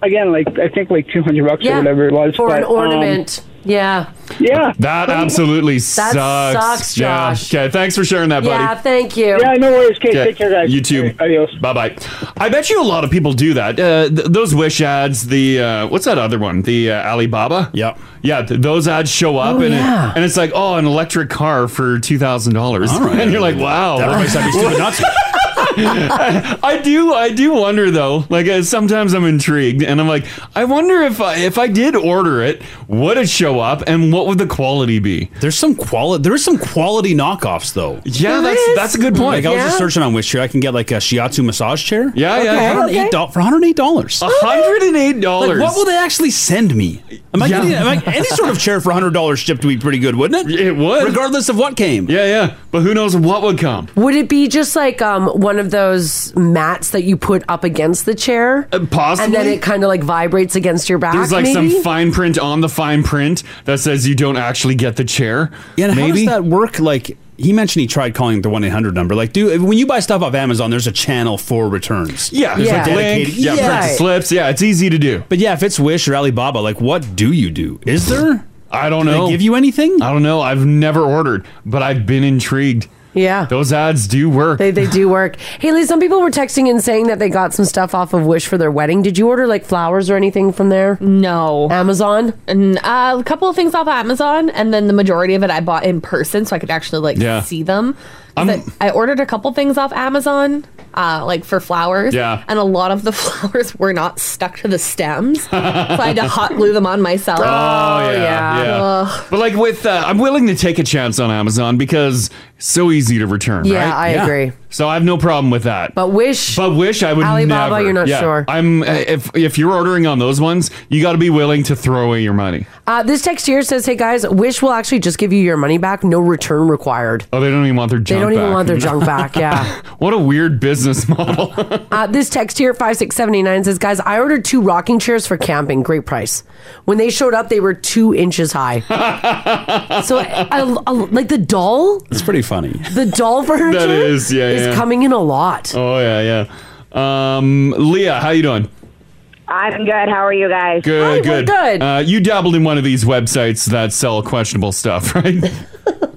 [SPEAKER 6] again, like I think like two hundred bucks
[SPEAKER 3] Yeah,
[SPEAKER 6] or whatever it was
[SPEAKER 3] for an
[SPEAKER 6] but, um,
[SPEAKER 3] ornament. yeah.
[SPEAKER 6] Yeah.
[SPEAKER 2] That absolutely sucks.
[SPEAKER 3] sucks, Josh.
[SPEAKER 2] Yeah. Okay, thanks for sharing that, buddy.
[SPEAKER 3] Yeah, thank you.
[SPEAKER 6] Yeah, no worries, Kate.
[SPEAKER 2] Okay,
[SPEAKER 6] Take care, guys.
[SPEAKER 2] You too.
[SPEAKER 6] Adios.
[SPEAKER 2] Bye bye. I bet you a lot of people do that. Uh, th- those Wish ads, the uh, what's that other one? The uh, Alibaba. Yep. Yeah, th- those ads show up,
[SPEAKER 4] Oh,
[SPEAKER 2] and it-
[SPEAKER 4] yeah.
[SPEAKER 2] and it's like, oh, an electric car for two thousand dollars,
[SPEAKER 4] All right.
[SPEAKER 2] and you're like, wow,
[SPEAKER 4] That price I'd be stupid not to.
[SPEAKER 2] I, I do, I do wonder though. Like uh, sometimes I'm intrigued, and I'm like, I wonder if I, if I did order it, would it show up, and what would the quality be?
[SPEAKER 4] There's some quality. There is some quality knockoffs though.
[SPEAKER 2] Yeah, There that's- is? that's a good point.
[SPEAKER 4] Like I was just
[SPEAKER 2] Yeah.
[SPEAKER 4] searching on Wish here. I can get like a Shiatsu massage chair.
[SPEAKER 2] Yeah, yeah. Okay,
[SPEAKER 4] $108 for $108.
[SPEAKER 2] $108.
[SPEAKER 4] Like, what will they actually send me? Am I
[SPEAKER 2] Yeah.
[SPEAKER 4] getting am I- any sort of chair for $100 shipped would be pretty good, wouldn't it?
[SPEAKER 2] It would.
[SPEAKER 4] Regardless of what came.
[SPEAKER 2] Yeah, yeah. But who knows what would come?
[SPEAKER 3] Would it be just like um, one of those mats that you put up against the chair?
[SPEAKER 2] Uh, possibly.
[SPEAKER 3] And then it kind of like vibrates against your back.
[SPEAKER 2] There's like
[SPEAKER 3] maybe?
[SPEAKER 2] some fine print on the fine print that says you don't actually get the chair.
[SPEAKER 4] Yeah, and
[SPEAKER 2] maybe.
[SPEAKER 4] how does that work? Like he mentioned, he tried calling the one eight hundred number. Like, do when you buy stuff off Amazon, there's a channel for returns.
[SPEAKER 2] yeah,
[SPEAKER 4] there's
[SPEAKER 2] there's like
[SPEAKER 4] a
[SPEAKER 2] link,
[SPEAKER 4] dedicated.
[SPEAKER 2] yeah, print the slips. Yeah, it's easy to do.
[SPEAKER 4] But yeah, if it's Wish or Alibaba, like, what do you do? Is there?
[SPEAKER 2] I don't
[SPEAKER 4] Do they
[SPEAKER 2] know.
[SPEAKER 4] give you anything?
[SPEAKER 2] I don't know. I've never ordered, but I've been intrigued.
[SPEAKER 3] Yeah.
[SPEAKER 2] Those ads do work.
[SPEAKER 3] They, they do work. Haley, some people were texting and saying that they got some stuff off of Wish for their wedding. Did you order like flowers or anything from there?
[SPEAKER 5] No.
[SPEAKER 3] Amazon?
[SPEAKER 5] And, uh, a couple of things off Amazon, and then the majority of it I bought in person, so I could actually like
[SPEAKER 2] Yeah.
[SPEAKER 5] see them. 'Cause
[SPEAKER 2] I'm-
[SPEAKER 5] I, I ordered a couple things off Amazon, uh, like for flowers.
[SPEAKER 2] Yeah.
[SPEAKER 5] And a lot of the flowers were not stuck to the stems, so I had to hot glue them on myself.
[SPEAKER 2] Oh, yeah, yeah.
[SPEAKER 5] Ugh.
[SPEAKER 2] But like with, uh, I'm willing to take a chance on Amazon because it's so easy to return.
[SPEAKER 3] Yeah,
[SPEAKER 2] right?
[SPEAKER 3] I agree.
[SPEAKER 2] So I have no problem with that.
[SPEAKER 3] But wish,
[SPEAKER 2] but wish I would
[SPEAKER 3] Alibaba,
[SPEAKER 2] never.
[SPEAKER 3] you're not
[SPEAKER 2] Yeah.
[SPEAKER 3] sure.
[SPEAKER 2] I'm uh, if if you're ordering on those ones, you got to be willing to throw away your money.
[SPEAKER 3] Uh, this text here says, "Hey guys, Wish will actually just give you your money back, no return required."
[SPEAKER 2] Oh, they don't even want their
[SPEAKER 3] They
[SPEAKER 2] junk.
[SPEAKER 3] don't even
[SPEAKER 2] back.
[SPEAKER 3] want their junk back, yeah.
[SPEAKER 2] what a weird business model.
[SPEAKER 3] Uh, this text here five six seventy nine says, "Guys, I ordered two rocking chairs for camping, great price. When they showed up, they were two inches high. so, I, I- I- like the doll,
[SPEAKER 4] It's pretty funny.
[SPEAKER 3] the doll furniture
[SPEAKER 2] that is, yeah,
[SPEAKER 3] is
[SPEAKER 2] yeah.
[SPEAKER 3] coming in a lot.
[SPEAKER 2] Oh yeah, yeah. Um, Leah, how you doing?
[SPEAKER 8] I'm good. How are you guys?
[SPEAKER 2] Good, good, Uh, you dabbled in one of these websites that sell questionable stuff, right?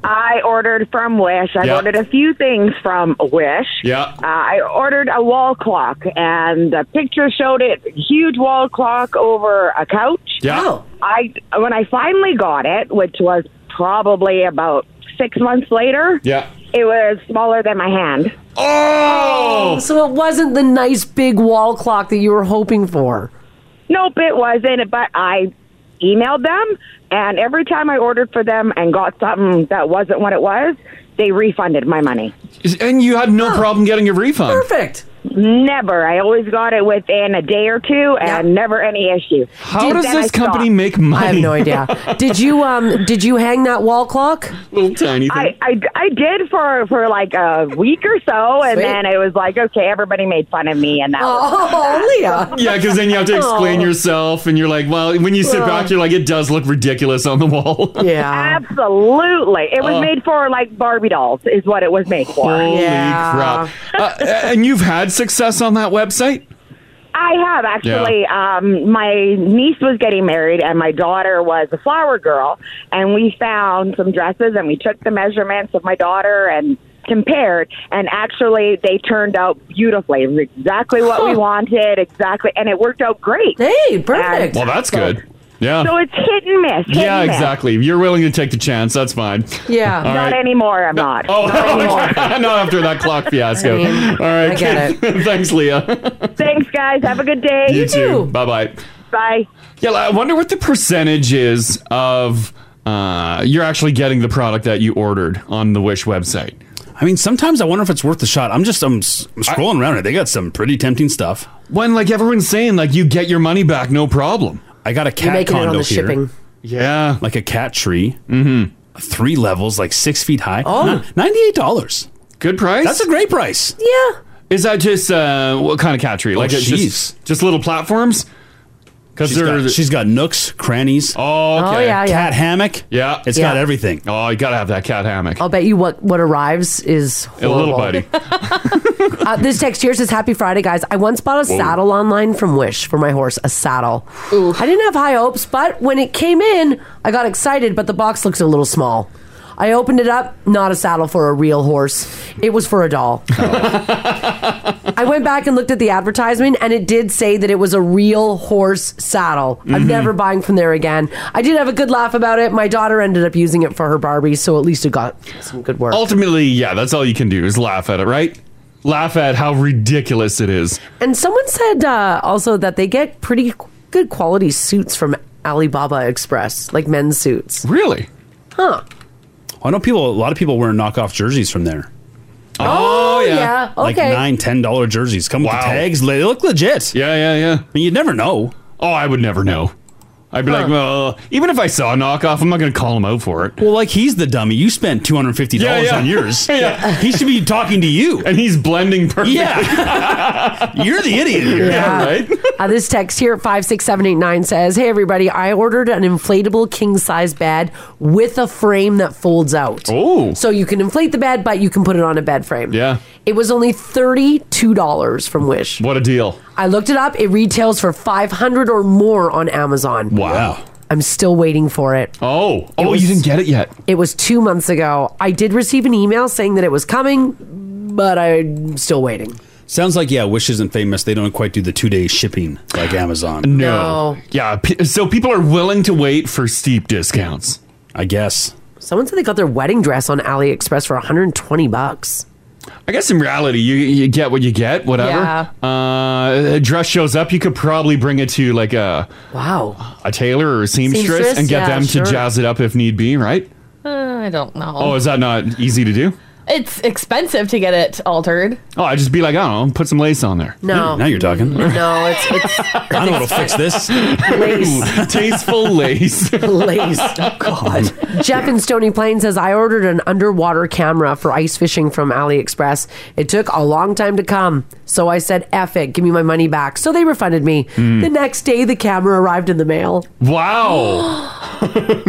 [SPEAKER 8] I ordered from Wish. I
[SPEAKER 2] Yeah.
[SPEAKER 8] ordered a few things from Wish.
[SPEAKER 2] yeah.
[SPEAKER 8] Uh, I ordered a wall clock, and the picture showed it huge wall clock over a couch.
[SPEAKER 2] Yeah. Oh.
[SPEAKER 8] I when I finally got it, which was probably about six months later.
[SPEAKER 2] Yeah.
[SPEAKER 8] It was smaller than my hand.
[SPEAKER 2] Oh,
[SPEAKER 3] So it wasn't the nice big wall clock that you were hoping for.
[SPEAKER 8] Nope, it wasn't. But I emailed them, and every time I ordered for them and got something that wasn't what it was, they refunded my money.
[SPEAKER 2] And you had no problem getting your refund.
[SPEAKER 3] Perfect.
[SPEAKER 8] Never. I always got it within a day or two, and never any issue.
[SPEAKER 2] How does this company make money?
[SPEAKER 3] I have no idea. did you um did you hang that wall clock?
[SPEAKER 2] Little tiny
[SPEAKER 8] I, I, I did for, for like a week or so, and
[SPEAKER 3] Sweet.
[SPEAKER 8] then it was like, okay, everybody made fun of me, and that
[SPEAKER 3] was Oh, Leah.
[SPEAKER 2] Yeah, because then you have to explain
[SPEAKER 8] Oh.
[SPEAKER 2] yourself, and you're like, well, when you sit
[SPEAKER 8] Well.
[SPEAKER 2] back, you're like, it does look ridiculous on the wall.
[SPEAKER 8] Absolutely. It was
[SPEAKER 2] Oh.
[SPEAKER 8] made for like Barbie dolls, is what it was made for.
[SPEAKER 2] Holy crap. Uh, and you've had success on that website?
[SPEAKER 8] I have actually. Um, my niece was getting married, and my daughter was a flower girl. And we found some dresses, and we took the measurements of my daughter and compared. And actually, they turned out beautifully. It was Exactly what we wanted. Exactly, and it worked out great.
[SPEAKER 3] Hey,
[SPEAKER 8] perfect.
[SPEAKER 2] Well, that's good. Yeah.
[SPEAKER 8] So it's hit and miss. hit
[SPEAKER 2] yeah,
[SPEAKER 8] and miss.
[SPEAKER 2] exactly. You're willing to take the chance. That's fine.
[SPEAKER 8] Yeah.
[SPEAKER 2] All
[SPEAKER 8] Not
[SPEAKER 2] right.
[SPEAKER 8] anymore. I'm not.
[SPEAKER 2] Oh,
[SPEAKER 8] Not anymore.
[SPEAKER 2] not after that clock fiasco.
[SPEAKER 8] I mean,
[SPEAKER 2] All right.
[SPEAKER 8] I get
[SPEAKER 2] Thanks, Leah.
[SPEAKER 8] Thanks, guys. Have a good day.
[SPEAKER 2] Bye bye.
[SPEAKER 8] Bye.
[SPEAKER 2] Yeah, I wonder what the percentage is of uh, you're actually getting the product that you ordered on the Wish website.
[SPEAKER 4] I mean, sometimes I wonder if it's worth the shot. I'm just I'm, s- I'm scrolling around it. They got some pretty tempting stuff.
[SPEAKER 2] When like everyone's saying like you get your money back, no problem.
[SPEAKER 4] I got a cat
[SPEAKER 3] making it on
[SPEAKER 4] condo
[SPEAKER 3] the
[SPEAKER 4] here.
[SPEAKER 3] shipping.
[SPEAKER 2] Yeah,
[SPEAKER 4] like a cat tree. Mm-hmm. Three levels, like six feet high.
[SPEAKER 2] Oh.
[SPEAKER 4] ninety-eight dollars.
[SPEAKER 2] Good price.
[SPEAKER 4] That's a great price.
[SPEAKER 3] Yeah.
[SPEAKER 2] Is that just uh, what kind of cat tree?
[SPEAKER 4] Oh,
[SPEAKER 2] Like it's
[SPEAKER 4] she's-
[SPEAKER 2] just just little platforms? Because
[SPEAKER 4] She's got- she's got nooks, crannies.
[SPEAKER 2] Oh, okay.
[SPEAKER 3] Oh, yeah, yeah.
[SPEAKER 4] Cat hammock.
[SPEAKER 2] Yeah,
[SPEAKER 4] It's
[SPEAKER 3] Yeah.
[SPEAKER 4] got everything.
[SPEAKER 2] Oh, you gotta have that cat hammock.
[SPEAKER 3] I'll bet you what what arrives is
[SPEAKER 2] A
[SPEAKER 3] horrible.
[SPEAKER 2] little buddy.
[SPEAKER 3] uh, this text here says, "Happy Friday, guys! I once bought a
[SPEAKER 2] Whoa.
[SPEAKER 3] saddle online from Wish for my horse. A saddle. I didn't have high hopes, but when it came in, I got excited. But the box looked a little small. I opened it up, not a saddle for a real horse. It was for a doll. I went back and looked at the advertisement, and it did say that it was a real horse saddle. I'm
[SPEAKER 9] Mhm.
[SPEAKER 3] never buying from there again. I did have a good laugh about it. My daughter ended up using it for her Barbie, so at least it got some good work.
[SPEAKER 2] Ultimately, yeah, that's all you can do is laugh at it, right? Laugh at how ridiculous it is.
[SPEAKER 3] And someone said uh, also that they get pretty qu- good quality suits from Alibaba Express, like men's suits.
[SPEAKER 2] Really?
[SPEAKER 3] Huh.
[SPEAKER 4] I know people. A lot of people wearing knockoff jerseys from there.
[SPEAKER 2] Oh, yeah. yeah.
[SPEAKER 4] Like
[SPEAKER 2] Okay.
[SPEAKER 4] nine, ten dollar jerseys. Come with the tags. They look legit.
[SPEAKER 2] Yeah, yeah, yeah. I
[SPEAKER 4] mean, you'd never know.
[SPEAKER 2] Oh, I would never know. I'd be like, well, even if I saw a knockoff, I'm not going to call him out for it.
[SPEAKER 4] Well, like he's the dummy. You spent two hundred fifty dollars
[SPEAKER 2] Yeah, yeah.
[SPEAKER 4] on yours.
[SPEAKER 2] Yeah.
[SPEAKER 4] he should be talking to you.
[SPEAKER 2] And he's blending perfectly.
[SPEAKER 4] Yeah, you're the idiot here.
[SPEAKER 3] uh, this text here, 56789, says Hey, everybody, I ordered an inflatable king size bed with a frame that folds out.
[SPEAKER 2] Oh.
[SPEAKER 3] So you can inflate the bed, but you can put it on a bed frame.
[SPEAKER 2] Yeah.
[SPEAKER 3] It was only $32 from Wish.
[SPEAKER 2] What a deal.
[SPEAKER 3] I looked it up. It retails for 500 or more on Amazon.
[SPEAKER 2] Wow.
[SPEAKER 3] I'm still waiting for it.
[SPEAKER 2] Oh. oh, you didn't get it yet.
[SPEAKER 3] It was two months ago. I did receive an email saying that it was coming, but I'm still waiting.
[SPEAKER 4] Sounds like yeah. Wish isn't famous. They don't quite do the two day shipping like Amazon.
[SPEAKER 2] No. Yeah. P- so people are willing to wait for steep discounts.
[SPEAKER 4] I guess.
[SPEAKER 3] Someone said they got their wedding dress on AliExpress for 120 bucks.
[SPEAKER 2] I guess in reality, you you get what you get, whatever.
[SPEAKER 3] Yeah.
[SPEAKER 2] Uh, a dress shows up. You could probably bring it to like a
[SPEAKER 3] wow
[SPEAKER 2] a tailor or a seamstress,
[SPEAKER 5] Seamstress,
[SPEAKER 2] and get
[SPEAKER 5] yeah,
[SPEAKER 2] them
[SPEAKER 5] sure.
[SPEAKER 2] to jazz it up if need be, right?
[SPEAKER 5] Uh, I don't know.
[SPEAKER 2] Oh, is that not easy to do?
[SPEAKER 5] it's expensive to get it altered.
[SPEAKER 2] Oh, I just be like, I don't know, put some lace on there.
[SPEAKER 5] No.
[SPEAKER 4] Now you're talking.
[SPEAKER 3] No, it's it's. I
[SPEAKER 4] don't know what'll fix this.
[SPEAKER 2] Ooh, Tasteful lace.
[SPEAKER 3] lace. Oh, God. Jeff in Stony Plain says I ordered an underwater camera for ice fishing from AliExpress. It took a long time to come, so I said, "F it, give me my money back." So they refunded me.
[SPEAKER 2] Hmm.
[SPEAKER 3] The next day, the camera arrived in the mail.
[SPEAKER 2] Wow.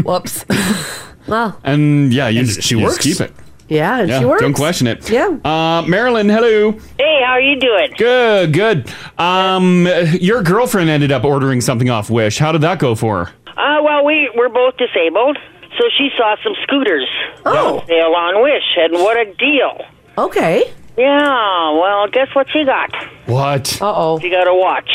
[SPEAKER 5] Whoops.
[SPEAKER 3] well,
[SPEAKER 2] And yeah, you just,
[SPEAKER 4] she
[SPEAKER 2] you
[SPEAKER 4] works?
[SPEAKER 2] just keep it.
[SPEAKER 3] yeah, and
[SPEAKER 2] yeah,
[SPEAKER 3] she works.
[SPEAKER 2] Don't question it.
[SPEAKER 3] Yeah.
[SPEAKER 2] Uh, Marilyn, hello.
[SPEAKER 10] Hey, how are you doing?
[SPEAKER 2] Good, good. Um, your girlfriend ended up ordering something off Wish. How did that go for her?
[SPEAKER 10] Uh, well, we we're both disabled, so she saw some scooters. Oh, sale on Wish, and what a deal!
[SPEAKER 3] Okay.
[SPEAKER 10] Yeah. Well, guess what she got?
[SPEAKER 2] What?
[SPEAKER 3] Uh oh.
[SPEAKER 10] She got a watch.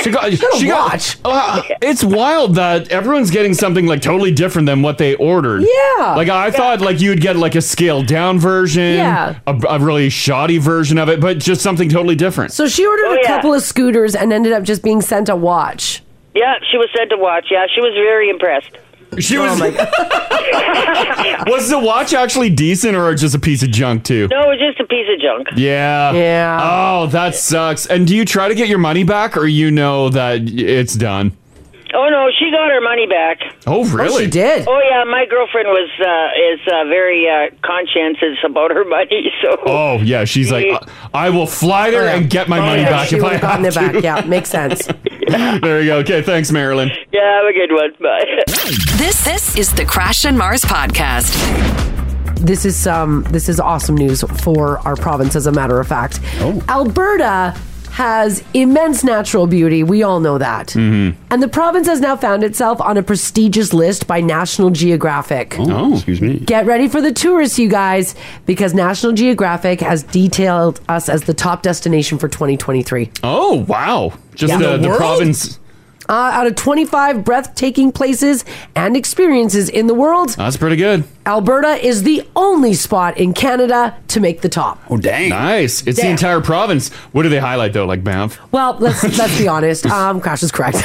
[SPEAKER 2] She got. She got. Uh, it's wild that everyone's getting something like totally different than what they ordered.
[SPEAKER 3] Yeah.
[SPEAKER 2] Like I thought, like you'd get like a scaled down version.
[SPEAKER 3] Yeah.
[SPEAKER 2] A, a really shoddy version of it, but just something totally different.
[SPEAKER 3] So she ordered
[SPEAKER 10] Oh,
[SPEAKER 3] a
[SPEAKER 10] yeah.
[SPEAKER 3] couple of scooters and ended up just being sent a watch.
[SPEAKER 10] Yeah, she was sent to watch. Yeah, she was very impressed.
[SPEAKER 2] She
[SPEAKER 3] Oh
[SPEAKER 2] was. was the watch actually decent or just a piece of junk too?
[SPEAKER 10] no, it was just a piece of junk.
[SPEAKER 2] Yeah.
[SPEAKER 3] Yeah.
[SPEAKER 2] Oh, that sucks. And do you try to get your money back, or you know that it's done?
[SPEAKER 10] Oh no, she got her money back.
[SPEAKER 2] Oh, really?
[SPEAKER 10] Oh yeah, my girlfriend was uh, is uh, very uh, conscientious about her money. So
[SPEAKER 2] Oh yeah, she's like, I I will fly there and get my
[SPEAKER 10] Oh,
[SPEAKER 2] money
[SPEAKER 10] yeah,
[SPEAKER 2] back
[SPEAKER 10] she
[SPEAKER 2] if I
[SPEAKER 10] would've
[SPEAKER 2] have
[SPEAKER 10] gotten it
[SPEAKER 2] to.
[SPEAKER 10] back. Yeah,
[SPEAKER 3] makes sense.
[SPEAKER 2] there you go. Okay, thanks, Marilyn.
[SPEAKER 10] yeah, have a good one. Bye.
[SPEAKER 1] This this is the Crash and Mars podcast.
[SPEAKER 3] This is um this is awesome news for our province as a matter of fact.
[SPEAKER 2] Oh.
[SPEAKER 3] Alberta has immense natural beauty. We all know that.
[SPEAKER 2] Hmm. Mm-hmm.
[SPEAKER 3] And the province has now found itself on a prestigious list by National Geographic.
[SPEAKER 4] Oh, excuse me.
[SPEAKER 3] Get ready for the tourists, you guys, because National Geographic has detailed us as the top destination for 2023.
[SPEAKER 2] Oh wow, just
[SPEAKER 3] Yeah.
[SPEAKER 2] the, the,
[SPEAKER 3] In the world?
[SPEAKER 2] province.
[SPEAKER 3] Uh, out of 25 breathtaking places and experiences in the world,
[SPEAKER 2] That's pretty good.
[SPEAKER 3] Alberta is the only spot in Canada to make the top.
[SPEAKER 2] Oh dang! Nice. It's the
[SPEAKER 3] Damn.
[SPEAKER 2] entire province. What do they highlight though? Like Banff.
[SPEAKER 3] Well, let's let's be honest. Um, Crash is correct.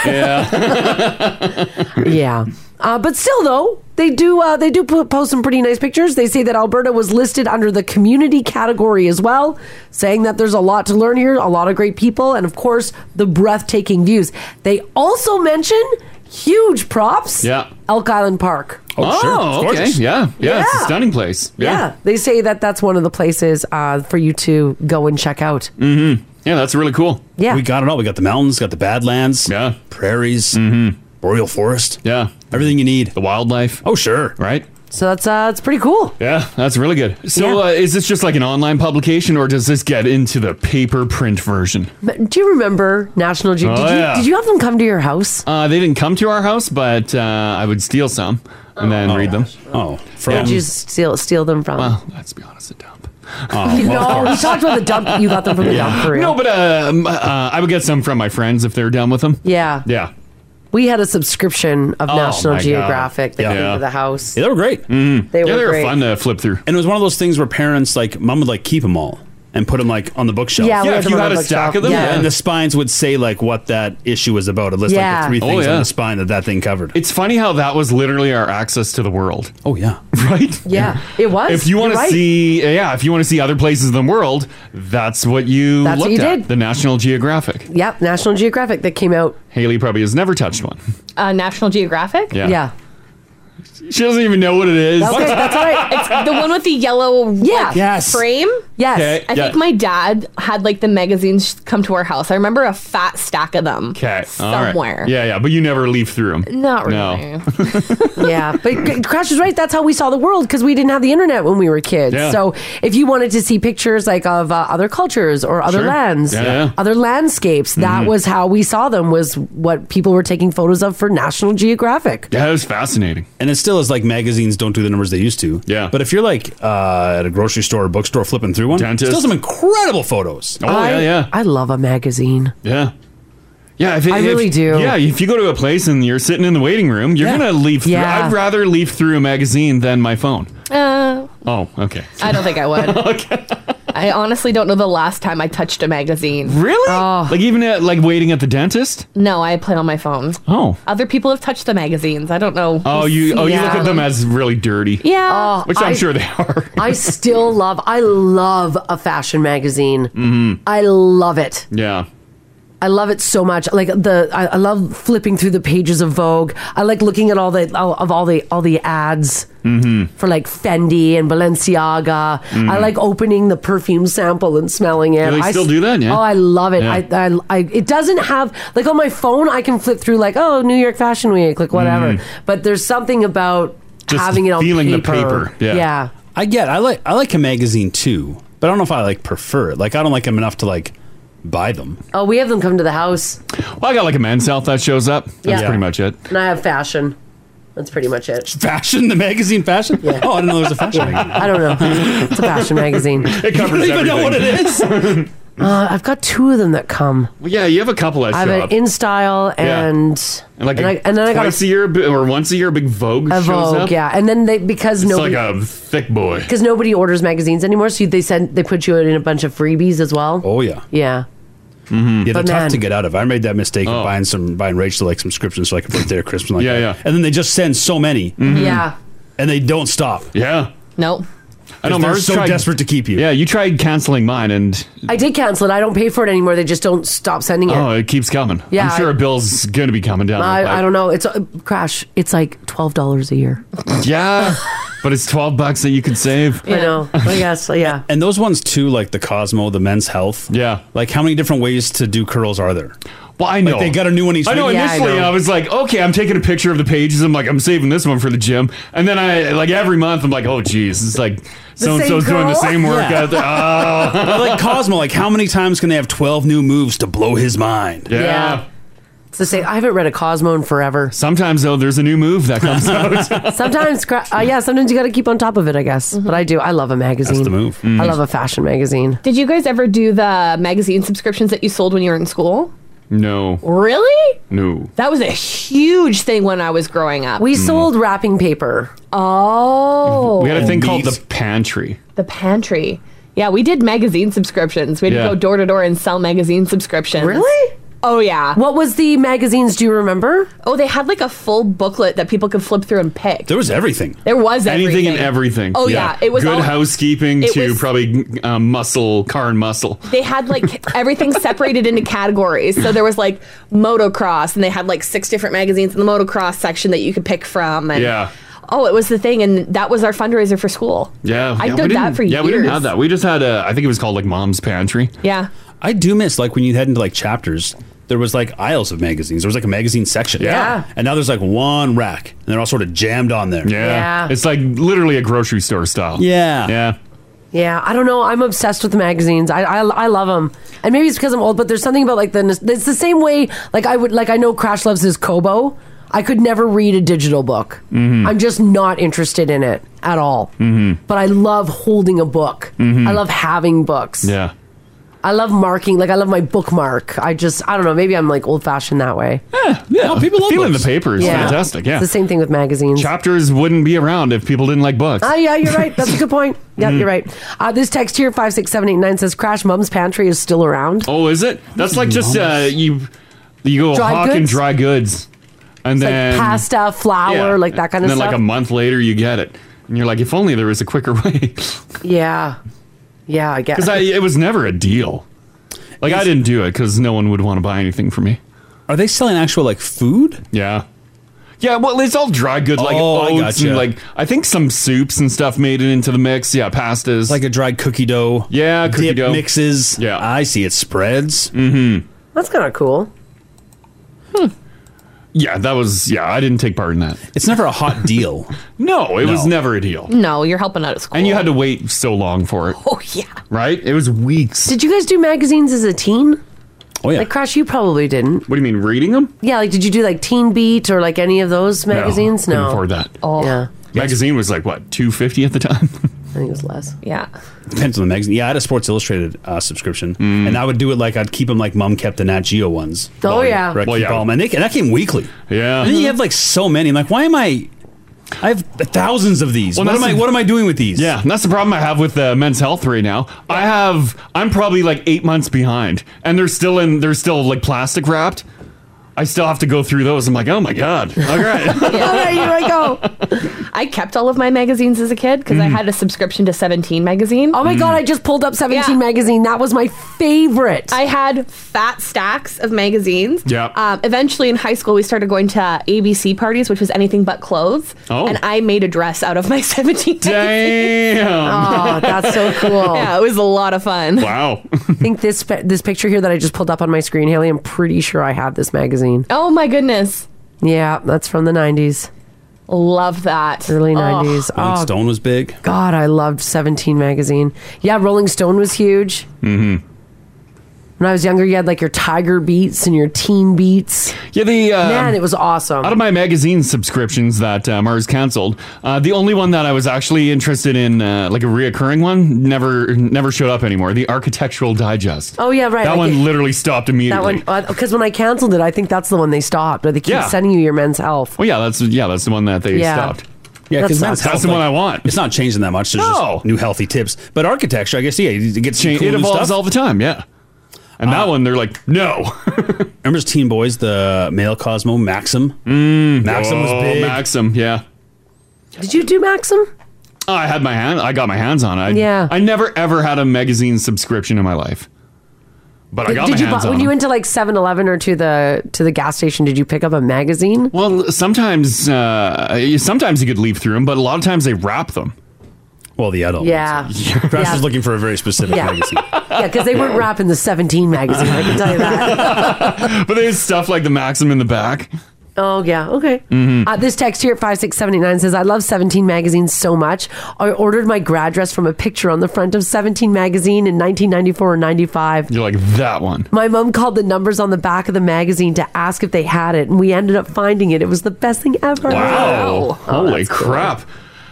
[SPEAKER 3] yeah. Uh, but still, though, they do uh, they do po- post some pretty nice pictures. They say that Alberta was listed under the community category as well, saying that there's a lot to learn here, a lot of great people, and of course the breathtaking views. They also mention huge props.
[SPEAKER 2] Yeah. Oh,
[SPEAKER 3] Elk Island Park.
[SPEAKER 2] okay. Yeah, yeah, It's a
[SPEAKER 3] Yeah.
[SPEAKER 2] stunning place.
[SPEAKER 3] Yeah. they say that that's one of the places uh, for you to go and check out.
[SPEAKER 4] Mm-hmm.
[SPEAKER 2] Yeah, that's really cool.
[SPEAKER 3] Yeah.
[SPEAKER 4] We got it all. We got the mountains, got the badlands, yeah, prairies, mm-hmm. boreal forest,
[SPEAKER 2] yeah,
[SPEAKER 4] everything you need.
[SPEAKER 2] The wildlife.
[SPEAKER 4] Oh sure,
[SPEAKER 2] right.
[SPEAKER 3] So that's uh, it's pretty cool.
[SPEAKER 2] Yeah, that's really good. So, uh, is this just like an online publication, or does this get into the paper print version?
[SPEAKER 3] But do you remember National Ge-
[SPEAKER 2] Oh,
[SPEAKER 3] did, you,
[SPEAKER 2] yeah.
[SPEAKER 3] did you have them come to your house?
[SPEAKER 2] Uh, they didn't come to our house, but uh, I would steal some and then read them. Oh,
[SPEAKER 3] Where did you steal steal them from?
[SPEAKER 2] Well, let's be honest, a dump. Oh,
[SPEAKER 3] no, we talked about the dump. You got them from the dump for real.
[SPEAKER 2] No, but um, uh, I would get some from my friends if they're done with them.
[SPEAKER 3] Yeah.
[SPEAKER 2] Yeah.
[SPEAKER 3] We had a subscription of
[SPEAKER 2] Oh,
[SPEAKER 3] National
[SPEAKER 2] my God.
[SPEAKER 3] Geographic that
[SPEAKER 2] Yeah. Mm-hmm.
[SPEAKER 3] came to the house.
[SPEAKER 4] Yeah, they were great.
[SPEAKER 3] They Yeah, were they were great. fun
[SPEAKER 2] to flip through.
[SPEAKER 4] And it was one of those things where parents, like mom, would like keep them all and put them like on the bookshelf.
[SPEAKER 3] Yeah, we Yeah, had if them you on had the a stack bookshelf. of them, Yeah. yeah.
[SPEAKER 4] and the spines would say like what that issue was about. It lists like
[SPEAKER 3] Yeah.
[SPEAKER 4] the three
[SPEAKER 2] Oh,
[SPEAKER 4] things
[SPEAKER 2] yeah.
[SPEAKER 4] on the spine that that thing covered.
[SPEAKER 2] It's funny how that was literally our access to the world.
[SPEAKER 4] Oh yeah.
[SPEAKER 3] Yeah, it was.
[SPEAKER 2] If you want to
[SPEAKER 3] You're right.
[SPEAKER 2] see, yeah, if you want to see other places in the world, that's what you
[SPEAKER 3] That's what
[SPEAKER 2] looked
[SPEAKER 3] you
[SPEAKER 2] at.
[SPEAKER 3] did.
[SPEAKER 2] The National Geographic.
[SPEAKER 3] Yep, National Geographic that came out.
[SPEAKER 2] Haley probably has never touched one.
[SPEAKER 5] Uh, National Geographic.
[SPEAKER 2] Yeah. Yeah. She doesn't even know what it is.
[SPEAKER 3] all right.
[SPEAKER 5] It's the one with the yellow yeah.
[SPEAKER 2] Yes.
[SPEAKER 5] frame.
[SPEAKER 3] Yes.
[SPEAKER 2] Okay,
[SPEAKER 5] I
[SPEAKER 2] yeah.
[SPEAKER 5] think my dad had like the magazines come to our house. I remember a fat stack of them.
[SPEAKER 2] Okay.
[SPEAKER 5] Somewhere.
[SPEAKER 2] Yeah, yeah, but you never leaf through them.
[SPEAKER 5] Not
[SPEAKER 2] No.
[SPEAKER 3] yeah, but C- Crash is right. That's how we saw the world because we didn't have the internet when we were kids.
[SPEAKER 2] Yeah.
[SPEAKER 3] So if you wanted to see pictures like of uh, other cultures or other
[SPEAKER 2] Sure.
[SPEAKER 3] lands,
[SPEAKER 2] Yeah, yeah.
[SPEAKER 3] other landscapes, that
[SPEAKER 2] Mhm.
[SPEAKER 3] was how we saw them. Was what people were taking photos of for National Geographic.
[SPEAKER 2] Yeah, it was fascinating.
[SPEAKER 4] And it still is like magazines don't do the numbers they used to. Yeah. But if you're like uh, at a grocery store or bookstore flipping through one,
[SPEAKER 2] Dentist.
[SPEAKER 4] still some incredible photos.
[SPEAKER 3] I, I love a magazine.
[SPEAKER 2] Oh, Yeah. Yeah, if it,
[SPEAKER 3] I
[SPEAKER 2] if-
[SPEAKER 3] really do.
[SPEAKER 2] Yeah, if you go to a place and you're sitting in the waiting room, you're gonna leaf. Through,
[SPEAKER 5] Yeah.
[SPEAKER 2] I'd rather leaf through a magazine than my phone.
[SPEAKER 5] Uh,
[SPEAKER 2] Oh, okay.
[SPEAKER 5] I don't think I would. I honestly don't know the last time I touched a magazine.
[SPEAKER 2] Really?
[SPEAKER 3] Oh.
[SPEAKER 2] Like even at like waiting at the dentist.
[SPEAKER 5] No, I play on my phone.
[SPEAKER 2] Oh.
[SPEAKER 5] Other people have touched the magazines. I don't know.
[SPEAKER 2] Oh, you. Oh, you look
[SPEAKER 5] Yeah.
[SPEAKER 2] at them as really dirty.
[SPEAKER 5] Yeah.
[SPEAKER 3] Oh,
[SPEAKER 2] Which I'm
[SPEAKER 3] I-
[SPEAKER 2] sure they are.
[SPEAKER 3] I still love. I love a fashion magazine. Mm-hmm. I love it.
[SPEAKER 2] Yeah.
[SPEAKER 3] I love it so much. Like the, I, I love flipping through the pages of Vogue. I like looking at all the all, of all the all the ads
[SPEAKER 2] Mm-hmm.
[SPEAKER 3] for like Fendi and Balenciaga.
[SPEAKER 2] Mhm.
[SPEAKER 3] I like opening the perfume sample and smelling it.
[SPEAKER 2] Do they
[SPEAKER 3] I
[SPEAKER 2] still
[SPEAKER 3] s-
[SPEAKER 2] do that? Yeah.
[SPEAKER 3] Oh, I love it.
[SPEAKER 2] Yeah.
[SPEAKER 3] I, I, I, it doesn't have like on my phone. I can flip through like oh New York Fashion Week, like whatever.
[SPEAKER 2] Mm.
[SPEAKER 4] Mhm.
[SPEAKER 3] But there's something about having it on paper. yeah.
[SPEAKER 4] I get. I like. I like a magazine too, but I don't know if I like prefer it. Like I don't like them enough to like buy them.
[SPEAKER 3] Oh, we have them come to the house,
[SPEAKER 2] Well, I got like a man's health that shows up. That's
[SPEAKER 3] Yeah.
[SPEAKER 2] pretty much it.
[SPEAKER 3] and I have fashion. That's pretty much it.
[SPEAKER 4] Fashion, the magazine, fashion. Yeah. Oh, I didn't know there was a fashion.
[SPEAKER 3] I don't know. It's a fashion magazine.
[SPEAKER 4] It covers You don't even know everything. what it is?
[SPEAKER 3] Uh, I've got two of them that come.
[SPEAKER 2] Well, yeah, you have a couple that
[SPEAKER 3] I have
[SPEAKER 2] show
[SPEAKER 3] an
[SPEAKER 2] up.
[SPEAKER 3] in style
[SPEAKER 2] Yeah.
[SPEAKER 3] and
[SPEAKER 2] and like
[SPEAKER 3] and,
[SPEAKER 2] a-
[SPEAKER 3] I, and then I got
[SPEAKER 2] twice a year b- or once a year, a big Vogue
[SPEAKER 3] a
[SPEAKER 2] shows
[SPEAKER 3] Vogue,
[SPEAKER 2] up.
[SPEAKER 3] yeah, and then they because
[SPEAKER 2] it's
[SPEAKER 3] nobody
[SPEAKER 2] like a thick boy.
[SPEAKER 3] because nobody orders magazines anymore, so they send they put you in a bunch of freebies as well.
[SPEAKER 4] Oh yeah,
[SPEAKER 3] yeah.
[SPEAKER 2] Mm-hmm.
[SPEAKER 4] Yeah, they're
[SPEAKER 3] But
[SPEAKER 4] tough
[SPEAKER 3] man-
[SPEAKER 4] to get out of. I made that mistake of buying some buying Rachel like some subscriptions so I could put their Christmas. Like
[SPEAKER 2] Oh. Yeah,
[SPEAKER 4] that.
[SPEAKER 2] yeah. Mm-hmm.
[SPEAKER 4] And then they just send so many.
[SPEAKER 3] Yeah.
[SPEAKER 4] And they don't stop.
[SPEAKER 2] Yeah.
[SPEAKER 5] Nope.
[SPEAKER 4] I know they're
[SPEAKER 2] Mars
[SPEAKER 4] so
[SPEAKER 2] tried-
[SPEAKER 4] desperate to keep you.
[SPEAKER 2] Yeah, you tried canceling mine, and
[SPEAKER 3] I did cancel it. I don't pay for it anymore. They just don't stop sending it.
[SPEAKER 2] oh, it keeps coming.
[SPEAKER 3] Yeah,
[SPEAKER 2] I'm sure
[SPEAKER 3] I-
[SPEAKER 2] a bill's going to be coming down. the pipe.
[SPEAKER 3] I, I don't know. It's uh, crash. It's like twelve dollars a year.
[SPEAKER 2] Yeah, but it's twelve bucks that you could save.
[SPEAKER 3] I know. I guess. Yeah.
[SPEAKER 4] And those ones too, like the Cosmo, the Men's Health.
[SPEAKER 2] Yeah.
[SPEAKER 4] Like how many different ways to do curls are there?
[SPEAKER 2] Well, I
[SPEAKER 4] Like they got a new one each.
[SPEAKER 2] I know
[SPEAKER 4] week.
[SPEAKER 2] initially I, was like, okay, I'm taking a picture of the pages. I'm like, I'm saving this one for the gym. And then I like every month I'm like, oh geez, it's like so and so's doing the Oh. same workout.
[SPEAKER 4] But, like Cosmo, like how many times can they have twelve new moves to blow his mind?
[SPEAKER 2] Yeah.
[SPEAKER 3] It's the same. I haven't read a Cosmo in forever.
[SPEAKER 2] Sometimes though, there's a new move that comes out.
[SPEAKER 3] sometimes, cra- uh, yeah. Sometimes you got to keep on top of it. I guess. But I do. I love a magazine.
[SPEAKER 2] the move. Mm.
[SPEAKER 3] I love a fashion magazine.
[SPEAKER 5] Did you guys ever do the magazine subscriptions that you sold when you were in school?
[SPEAKER 2] No,
[SPEAKER 5] Really?
[SPEAKER 2] no.
[SPEAKER 5] That was a huge thing when I was growing up.
[SPEAKER 3] We sold wrapping paper.
[SPEAKER 5] Oh.
[SPEAKER 2] We had a thing called the pantry.
[SPEAKER 5] the pantry. Yeah, we did magazine subscriptions. We had
[SPEAKER 2] Yeah.
[SPEAKER 5] to go door to door and sell magazine subscriptions.
[SPEAKER 3] Really?
[SPEAKER 5] Oh yeah.
[SPEAKER 3] What was the magazines? Do you remember?
[SPEAKER 5] Oh, they had like a full booklet that people could flip through and pick.
[SPEAKER 4] There was everything.
[SPEAKER 5] There was everything.
[SPEAKER 2] Anything and everything.
[SPEAKER 5] Oh yeah, it was
[SPEAKER 2] good
[SPEAKER 5] all-
[SPEAKER 2] housekeeping
[SPEAKER 5] it
[SPEAKER 2] to
[SPEAKER 5] was-
[SPEAKER 2] probably um, muscle car and muscle.
[SPEAKER 5] They had like everything separated into categories. So there was like motocross, and they had like six different magazines in the motocross section that you could pick from. And
[SPEAKER 2] Yeah.
[SPEAKER 5] Oh, it was the thing, and that was our fundraiser for school.
[SPEAKER 2] Yeah,
[SPEAKER 5] I
[SPEAKER 2] yeah, we
[SPEAKER 5] did
[SPEAKER 2] didn't-
[SPEAKER 5] that for
[SPEAKER 2] yeah,
[SPEAKER 5] years.
[SPEAKER 2] we didn't have that. We just had a. I think it was called like Mom's Pantry.
[SPEAKER 5] Yeah.
[SPEAKER 4] I do miss like when you head into like chapters. There was like aisles of magazines. There was like a magazine section.
[SPEAKER 2] Yeah.
[SPEAKER 4] And now there's like one rack, and they're all sort of jammed on there.
[SPEAKER 2] Yeah. It's like literally a grocery store style.
[SPEAKER 4] Yeah.
[SPEAKER 2] Yeah.
[SPEAKER 3] Yeah, I don't know. I'm obsessed with magazines. I, I, I love them, and maybe it's because I'm old. But there's something about like the it's the same way. Like I would like I know Crash loves his Kobo. I could never read a digital book.
[SPEAKER 2] Mm-hmm.
[SPEAKER 9] Mhm.
[SPEAKER 3] I'm just not interested in it at all.
[SPEAKER 9] Mm-hmm.
[SPEAKER 3] But I love holding a book.
[SPEAKER 9] Mhm.
[SPEAKER 3] I love having books.
[SPEAKER 2] Mm-hmm. Yeah.
[SPEAKER 3] I love marking. Like I love my bookmark. I just I don't know. Maybe I'm like old fashioned that way.
[SPEAKER 2] Yeah. people love Feeling the paper is fantastic. Yeah.
[SPEAKER 3] it's the same thing with magazines.
[SPEAKER 2] Chapters wouldn't be around if people didn't like books.
[SPEAKER 3] Ah, yeah, you're right. That's a good point. Yeah,
[SPEAKER 2] Mm-hmm.
[SPEAKER 3] you're right. Uh, this text here, 56789, says Crash Mum's Pantry is still around.
[SPEAKER 2] oh, is it? That's like just uh, you you go
[SPEAKER 3] Dry
[SPEAKER 2] hawk and
[SPEAKER 3] goods?
[SPEAKER 2] dry goods. And
[SPEAKER 3] It's
[SPEAKER 2] then
[SPEAKER 3] like pasta, flour,
[SPEAKER 2] Yeah.
[SPEAKER 3] like that kind
[SPEAKER 2] and
[SPEAKER 3] of
[SPEAKER 2] then
[SPEAKER 3] stuff.
[SPEAKER 2] like a month later you get it. And you're like, if only there was a quicker way.
[SPEAKER 3] yeah. Yeah, I guess.
[SPEAKER 2] Because it was never a deal. Like I didn't do it because no one would want to buy anything from me.
[SPEAKER 4] Are they selling actual like food?
[SPEAKER 2] Yeah. Yeah, well, it's all dry goods like
[SPEAKER 4] Oh, I
[SPEAKER 2] oats
[SPEAKER 4] gotcha.
[SPEAKER 2] and like I think some soups and stuff made it into the mix. Yeah, pastas,
[SPEAKER 4] Like a dried cookie dough.
[SPEAKER 2] yeah, cookie
[SPEAKER 4] dip
[SPEAKER 2] dough
[SPEAKER 4] mixes.
[SPEAKER 2] Yeah,
[SPEAKER 4] I see it spreads.
[SPEAKER 2] Mm-hmm.
[SPEAKER 3] That's kind of cool.
[SPEAKER 2] Yeah, that was yeah. I didn't take part in that.
[SPEAKER 4] It's never a hot deal.
[SPEAKER 2] no, it was
[SPEAKER 4] No.
[SPEAKER 2] never a deal,
[SPEAKER 5] No, you're helping out at school.
[SPEAKER 2] and you had to wait so long for it.
[SPEAKER 5] Oh yeah.
[SPEAKER 2] Right? It was weeks.
[SPEAKER 3] Did you guys do magazines as a teen?
[SPEAKER 4] Oh yeah.
[SPEAKER 3] Like Crash, you probably didn't.
[SPEAKER 2] What do you mean reading them?
[SPEAKER 3] Yeah, like did you do like Teen Beat or like any of those magazines?
[SPEAKER 2] couldn't
[SPEAKER 3] No.
[SPEAKER 2] afford that.
[SPEAKER 3] Oh. Yeah.
[SPEAKER 2] Magazine was like what two fifty at the time.
[SPEAKER 3] I think it was less.
[SPEAKER 5] Yeah.
[SPEAKER 4] Depends on the magazine. Yeah, I had a Sports Illustrated uh, subscription,
[SPEAKER 2] Mm.
[SPEAKER 4] and I would do it like I'd keep them like Mom kept the Nat Geo ones.
[SPEAKER 3] Oh,
[SPEAKER 4] Like,
[SPEAKER 3] yeah.
[SPEAKER 4] where I'd
[SPEAKER 2] Well,
[SPEAKER 4] keep
[SPEAKER 2] yeah.
[SPEAKER 4] all 'em, and, they, and that came weekly.
[SPEAKER 2] Yeah,
[SPEAKER 4] And then you have like so many. I'm like, why am I? I have thousands of these.
[SPEAKER 2] Well,
[SPEAKER 4] what
[SPEAKER 2] that's
[SPEAKER 4] am I?
[SPEAKER 2] the-
[SPEAKER 4] What am I doing with these?
[SPEAKER 2] Yeah, and that's the problem I have with uh, men's health right now. I have I'm probably like eight months behind, and they're still in they're still like plastic wrapped. I still have to go through those. I'm like, oh my god, all right.
[SPEAKER 5] Yeah.
[SPEAKER 3] All right, here I Oh, go.
[SPEAKER 5] I kept all of my magazines as a kid because
[SPEAKER 2] Mm.
[SPEAKER 5] I had a subscription to 17 magazine.
[SPEAKER 3] Oh my god, I just pulled up 17 magazine. That was my favorite.
[SPEAKER 5] I had fat stacks of magazines.
[SPEAKER 3] Yeah.
[SPEAKER 5] Um, eventually, in high school, we started going to ABC parties, which was anything but clothes.
[SPEAKER 3] Oh.
[SPEAKER 5] And I made a dress out of my 17.
[SPEAKER 2] Damn.
[SPEAKER 3] Oh, that's so cool.
[SPEAKER 5] Yeah, it was a lot of fun.
[SPEAKER 2] Wow.
[SPEAKER 3] I think this pe- this picture here that I just pulled up on my screen, Haley, I'm pretty sure I had this magazine.
[SPEAKER 5] Oh my goodness.
[SPEAKER 3] Yeah, that's from the 90s.
[SPEAKER 5] Love that.
[SPEAKER 3] Early
[SPEAKER 5] Oh.
[SPEAKER 3] 90s.
[SPEAKER 4] Rolling
[SPEAKER 3] Oh,
[SPEAKER 4] Stone was big.
[SPEAKER 3] God, I loved 17 magazine. Yeah, Rolling Stone was huge.
[SPEAKER 2] Mm-hmm.
[SPEAKER 3] When I was younger, you had like your tiger beats and your teen beats.
[SPEAKER 2] Yeah, the uh,
[SPEAKER 3] man, it was awesome.
[SPEAKER 2] Out of my magazine subscriptions that uh, Mars canceled, uh, the only one that I was actually interested in, uh, like a reoccurring one, never never showed up anymore. The Architectural Digest.
[SPEAKER 3] Oh yeah, right.
[SPEAKER 2] that
[SPEAKER 3] like
[SPEAKER 2] one
[SPEAKER 3] it-
[SPEAKER 2] literally stopped immediately.
[SPEAKER 3] That one, because when I canceled it, I think that's the one they stopped. But they keep
[SPEAKER 2] Yeah.
[SPEAKER 3] sending you your men's health.
[SPEAKER 2] Well, yeah, that's yeah, that's the one that they
[SPEAKER 3] Yeah.
[SPEAKER 2] stopped.
[SPEAKER 4] Yeah,
[SPEAKER 3] That
[SPEAKER 4] because
[SPEAKER 3] sucks.
[SPEAKER 4] that's,
[SPEAKER 3] That's the one
[SPEAKER 4] I
[SPEAKER 2] want.
[SPEAKER 4] It's not changing that much. There's
[SPEAKER 2] No.
[SPEAKER 4] just new healthy tips. But architecture, I guess, yeah, it gets some
[SPEAKER 2] Change-
[SPEAKER 4] cool
[SPEAKER 2] it
[SPEAKER 4] new
[SPEAKER 2] evolves
[SPEAKER 4] stuff. Uh,
[SPEAKER 2] all the time. Yeah, and that one they're like, no.
[SPEAKER 4] Remember his Teen Boys, the male Cosmo Maxim. Maxim was
[SPEAKER 2] Oh,
[SPEAKER 4] big.
[SPEAKER 2] Maxim, yeah.
[SPEAKER 3] Did you do Maxim?
[SPEAKER 2] oh, I had my hand. I got my hands on it. I,
[SPEAKER 3] Yeah.
[SPEAKER 2] I never ever had a magazine subscription in my life, but I got
[SPEAKER 3] did
[SPEAKER 2] my
[SPEAKER 3] you
[SPEAKER 2] hands on
[SPEAKER 3] buy, when
[SPEAKER 2] them.
[SPEAKER 3] you went to like 7-Eleven or to the to the gas station? Did you pick up a magazine?
[SPEAKER 2] Well, sometimes uh, you- sometimes you could leaf through them, but a lot of times they wrap them.
[SPEAKER 4] Well, the adult.
[SPEAKER 3] Yeah,
[SPEAKER 4] Crash
[SPEAKER 3] Yeah.
[SPEAKER 4] was looking for a very specific
[SPEAKER 3] Yeah.
[SPEAKER 4] magazine.
[SPEAKER 3] yeah, because they weren't wrapping the seventeen magazine. I can tell you that.
[SPEAKER 2] but there's stuff like the Maxim in the back.
[SPEAKER 3] Oh yeah, okay.
[SPEAKER 2] Mhm.
[SPEAKER 3] Uh, this text here at five six seventy nine says, "I love Seventeen magazine so much. I ordered my grad dress from a picture on the front of Seventeen magazine in nineteen ninety four or ninety five.
[SPEAKER 2] You're like that one.
[SPEAKER 3] My mom called the numbers on the back of the magazine to ask if they had it, and we ended up finding it. It was the best thing ever.
[SPEAKER 2] Wow! Holy crap!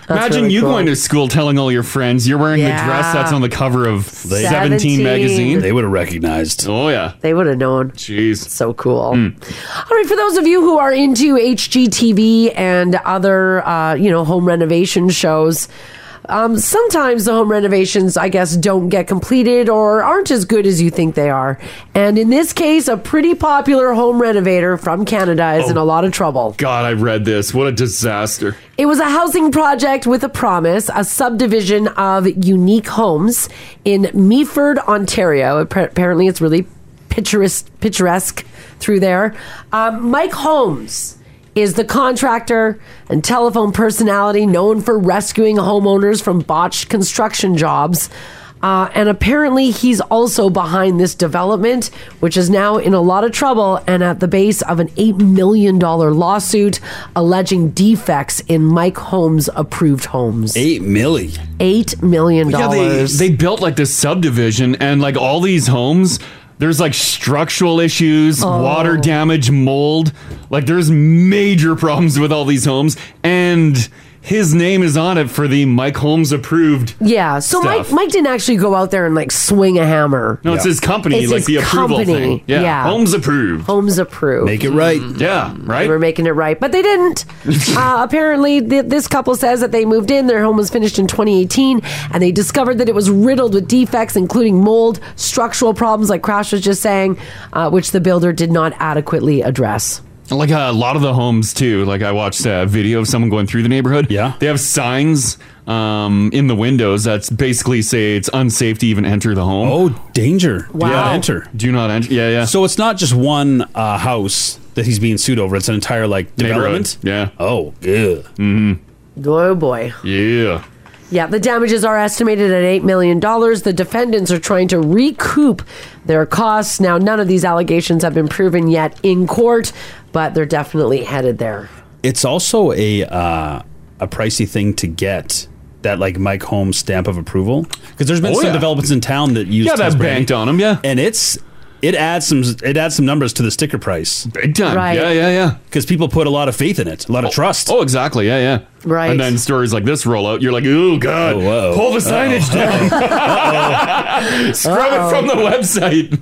[SPEAKER 2] Imagine you going to school telling all your friends you're wearing the dress
[SPEAKER 3] Yeah.
[SPEAKER 2] that's on the cover of
[SPEAKER 3] They-
[SPEAKER 2] 17,
[SPEAKER 3] 17.
[SPEAKER 2] magazine.
[SPEAKER 3] They
[SPEAKER 4] would have recognized.
[SPEAKER 2] Oh yeah,
[SPEAKER 3] they would have known.
[SPEAKER 2] Jeez, Mm.
[SPEAKER 3] so cool. All right, for those of you who are into HGTV and other, uh, you know, home renovation shows, um, sometimes the home renovations, I guess, don't get completed or aren't as good as you think they are. And in this case, a pretty popular home renovator from Canada is in a lot of trouble.
[SPEAKER 2] God, I read this. What a disaster!
[SPEAKER 3] It was a housing project with a promise, a subdivision of unique homes in Meaford, Ontario. Appa- Apparently, it's really picturesque, picturesque through there. Um, Mike Holmes is the contractor and telephone personality known for rescuing homeowners from botched construction jobs. Uh, and apparently, he's also behind this development, which is now in a lot of trouble and at the base of an $8 million lawsuit alleging defects in Mike Holmes' approved homes.
[SPEAKER 4] Eight milli.
[SPEAKER 3] $8 million.
[SPEAKER 2] Yeah, they, they built like this subdivision and like all these homes. There's like structural issues, water damage, mold. Like there's major problems with all these homes, and his name is on it for the Mike Holmes approved.
[SPEAKER 3] Yeah, so Mike,
[SPEAKER 2] Stuff.
[SPEAKER 3] Mike didn't actually go out there and like swing a hammer.
[SPEAKER 2] No, it's his company,
[SPEAKER 3] It's
[SPEAKER 2] like
[SPEAKER 3] his
[SPEAKER 2] the approval
[SPEAKER 3] company.
[SPEAKER 2] thing. Yeah. Holmes approved.
[SPEAKER 3] Homes approved.
[SPEAKER 4] Make it right.
[SPEAKER 2] Mm-hmm. Yeah, right.
[SPEAKER 3] We're making it right, but they didn't. uh, apparently, th- this couple says that they moved in. Their home was finished in 2018, and they discovered that it was riddled with defects, including mold, structural problems, like Crash was just saying, uh, which the builder did not adequately address.
[SPEAKER 2] Like uh, a lot of the homes too. Like I watched a video of someone going through the neighborhood. Yeah, they have signs um, in the windows that's basically say it's unsafe to even enter the home.
[SPEAKER 4] Oh, danger!
[SPEAKER 2] Wow.
[SPEAKER 4] Do not enter.
[SPEAKER 2] Do not enter. Yeah, yeah.
[SPEAKER 4] So it's not just one uh, house that he's being sued over. It's an entire like
[SPEAKER 2] Neighborhood,
[SPEAKER 4] development.
[SPEAKER 2] Yeah.
[SPEAKER 4] Oh, yeah.
[SPEAKER 2] Mm-hmm.
[SPEAKER 3] Oh boy.
[SPEAKER 2] Yeah.
[SPEAKER 3] Yeah, the damages are estimated at $8 million. The defendants are trying to recoup their costs. Now, none of these allegations have been proven yet in court, but they're definitely headed there.
[SPEAKER 4] It's also a uh, a pricey thing to get that like Mike Holmes stamp of approval because there's been
[SPEAKER 2] Oh,
[SPEAKER 4] some
[SPEAKER 2] yeah.
[SPEAKER 4] developments in town that use
[SPEAKER 2] Yeah, that
[SPEAKER 4] test branding.
[SPEAKER 2] banked on them. Yeah,
[SPEAKER 4] and it's it adds some it adds some numbers to the sticker price.
[SPEAKER 2] Big time. Right. Yeah, yeah, yeah.
[SPEAKER 4] Because people put a lot of faith in it, a lot of trust.
[SPEAKER 2] Oh, exactly. Yeah, yeah.
[SPEAKER 4] Right.
[SPEAKER 2] And then stories like this roll out. You're like, oh god, pull the signage down, scrub
[SPEAKER 4] Uh-oh.
[SPEAKER 2] it from the website.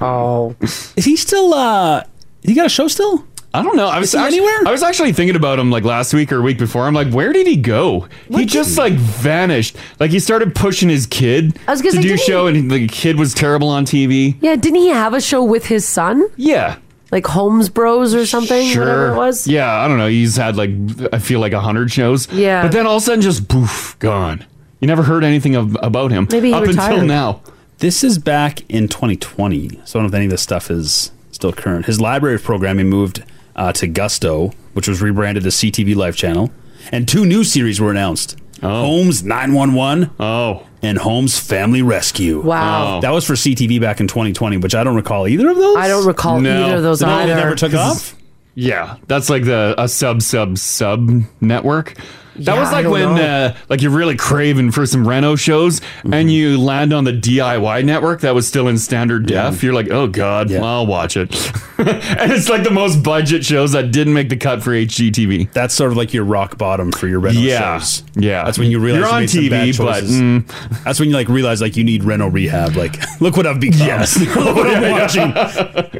[SPEAKER 3] oh,
[SPEAKER 4] is he still? uh He got a show still?
[SPEAKER 2] I don't know. I was
[SPEAKER 4] he
[SPEAKER 2] actually,
[SPEAKER 4] anywhere?
[SPEAKER 2] I was actually thinking about him like last week or week before. I'm like, where did he go? he just like vanished. Like he started pushing his kid
[SPEAKER 3] I was
[SPEAKER 2] to
[SPEAKER 3] gonna say,
[SPEAKER 2] do
[SPEAKER 3] didn't
[SPEAKER 2] show, and the kid was terrible on TV.
[SPEAKER 3] Yeah, didn't he have a show with his son?
[SPEAKER 2] Yeah.
[SPEAKER 3] Like Holmes Bros or something? Whatever it was?
[SPEAKER 2] Yeah, I don't know. He's had like I feel like a hundred shows.
[SPEAKER 3] Yeah.
[SPEAKER 2] But then all of a sudden, just poof, gone. You never heard anything of, about him up until now.
[SPEAKER 4] This is back in 2020, so I don't know if any of this stuff is still current. His library programming moved uh, to Gusto, which was rebranded to CTV Live Channel, and two new series were announced: Holmes 911,
[SPEAKER 2] oh,
[SPEAKER 4] and Holmes Family Rescue.
[SPEAKER 3] Wow. Oh.
[SPEAKER 4] that was for CTV back in 2020, which I don't recall either of those.
[SPEAKER 3] I don't recall
[SPEAKER 2] No.
[SPEAKER 3] either of those
[SPEAKER 2] No, they
[SPEAKER 3] either.
[SPEAKER 2] never took off? Yeah, that's like the a sub sub sub network. That
[SPEAKER 3] Yeah,
[SPEAKER 2] was
[SPEAKER 3] I
[SPEAKER 2] like
[SPEAKER 3] don't
[SPEAKER 2] when
[SPEAKER 3] know.
[SPEAKER 2] uh, like you're really craving for some reno shows and you land on the DIY network that was still in standard def. You're like, oh god, I'll watch it. and it's like the most budget shows that didn't make the cut for HGTV.
[SPEAKER 4] That's sort of like your rock bottom for your reno
[SPEAKER 2] yeah.
[SPEAKER 4] shows.
[SPEAKER 2] Yeah.
[SPEAKER 4] That's when you realize
[SPEAKER 2] You're
[SPEAKER 4] you
[SPEAKER 2] on
[SPEAKER 4] made some bad
[SPEAKER 2] TV, but
[SPEAKER 4] choices.
[SPEAKER 2] mm,
[SPEAKER 4] That's when you like realize like you need reno rehab. Like, look what I've become. Yes. look what I'm watching.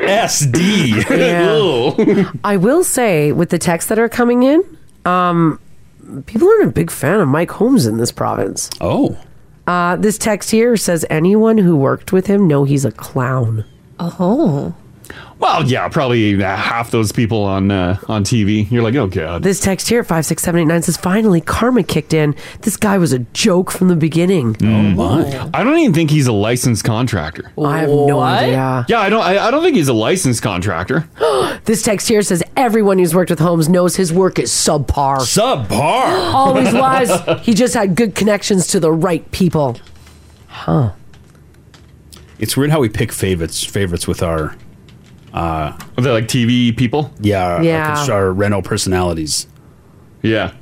[SPEAKER 4] SD.
[SPEAKER 3] Yeah. I will say, with the texts that are coming in, um, people aren't a big fan of Mike Holmes in this province.
[SPEAKER 4] Oh.
[SPEAKER 3] Uh, this text here says anyone who worked with him know he's a clown. Oh.
[SPEAKER 2] well, yeah, probably uh, half those people on uh, on TV. You're like, oh god.
[SPEAKER 3] This text here, 56789, says finally karma kicked in. This guy was a joke from the beginning.
[SPEAKER 2] my. I don't even think he's a licensed contractor.
[SPEAKER 3] I have no What? idea.
[SPEAKER 2] Yeah, I don't I, I don't think he's a licensed contractor.
[SPEAKER 3] this text here says everyone who's worked with Holmes knows his work is subpar.
[SPEAKER 4] Subpar.
[SPEAKER 3] Always was. He just had good connections to the right people. Huh.
[SPEAKER 4] It's weird how we pick favorites favorites with our uh
[SPEAKER 2] Are they like TV people?
[SPEAKER 4] Yeah, our-
[SPEAKER 3] Yeah.
[SPEAKER 4] Our, our Renault personalities.
[SPEAKER 2] Yeah.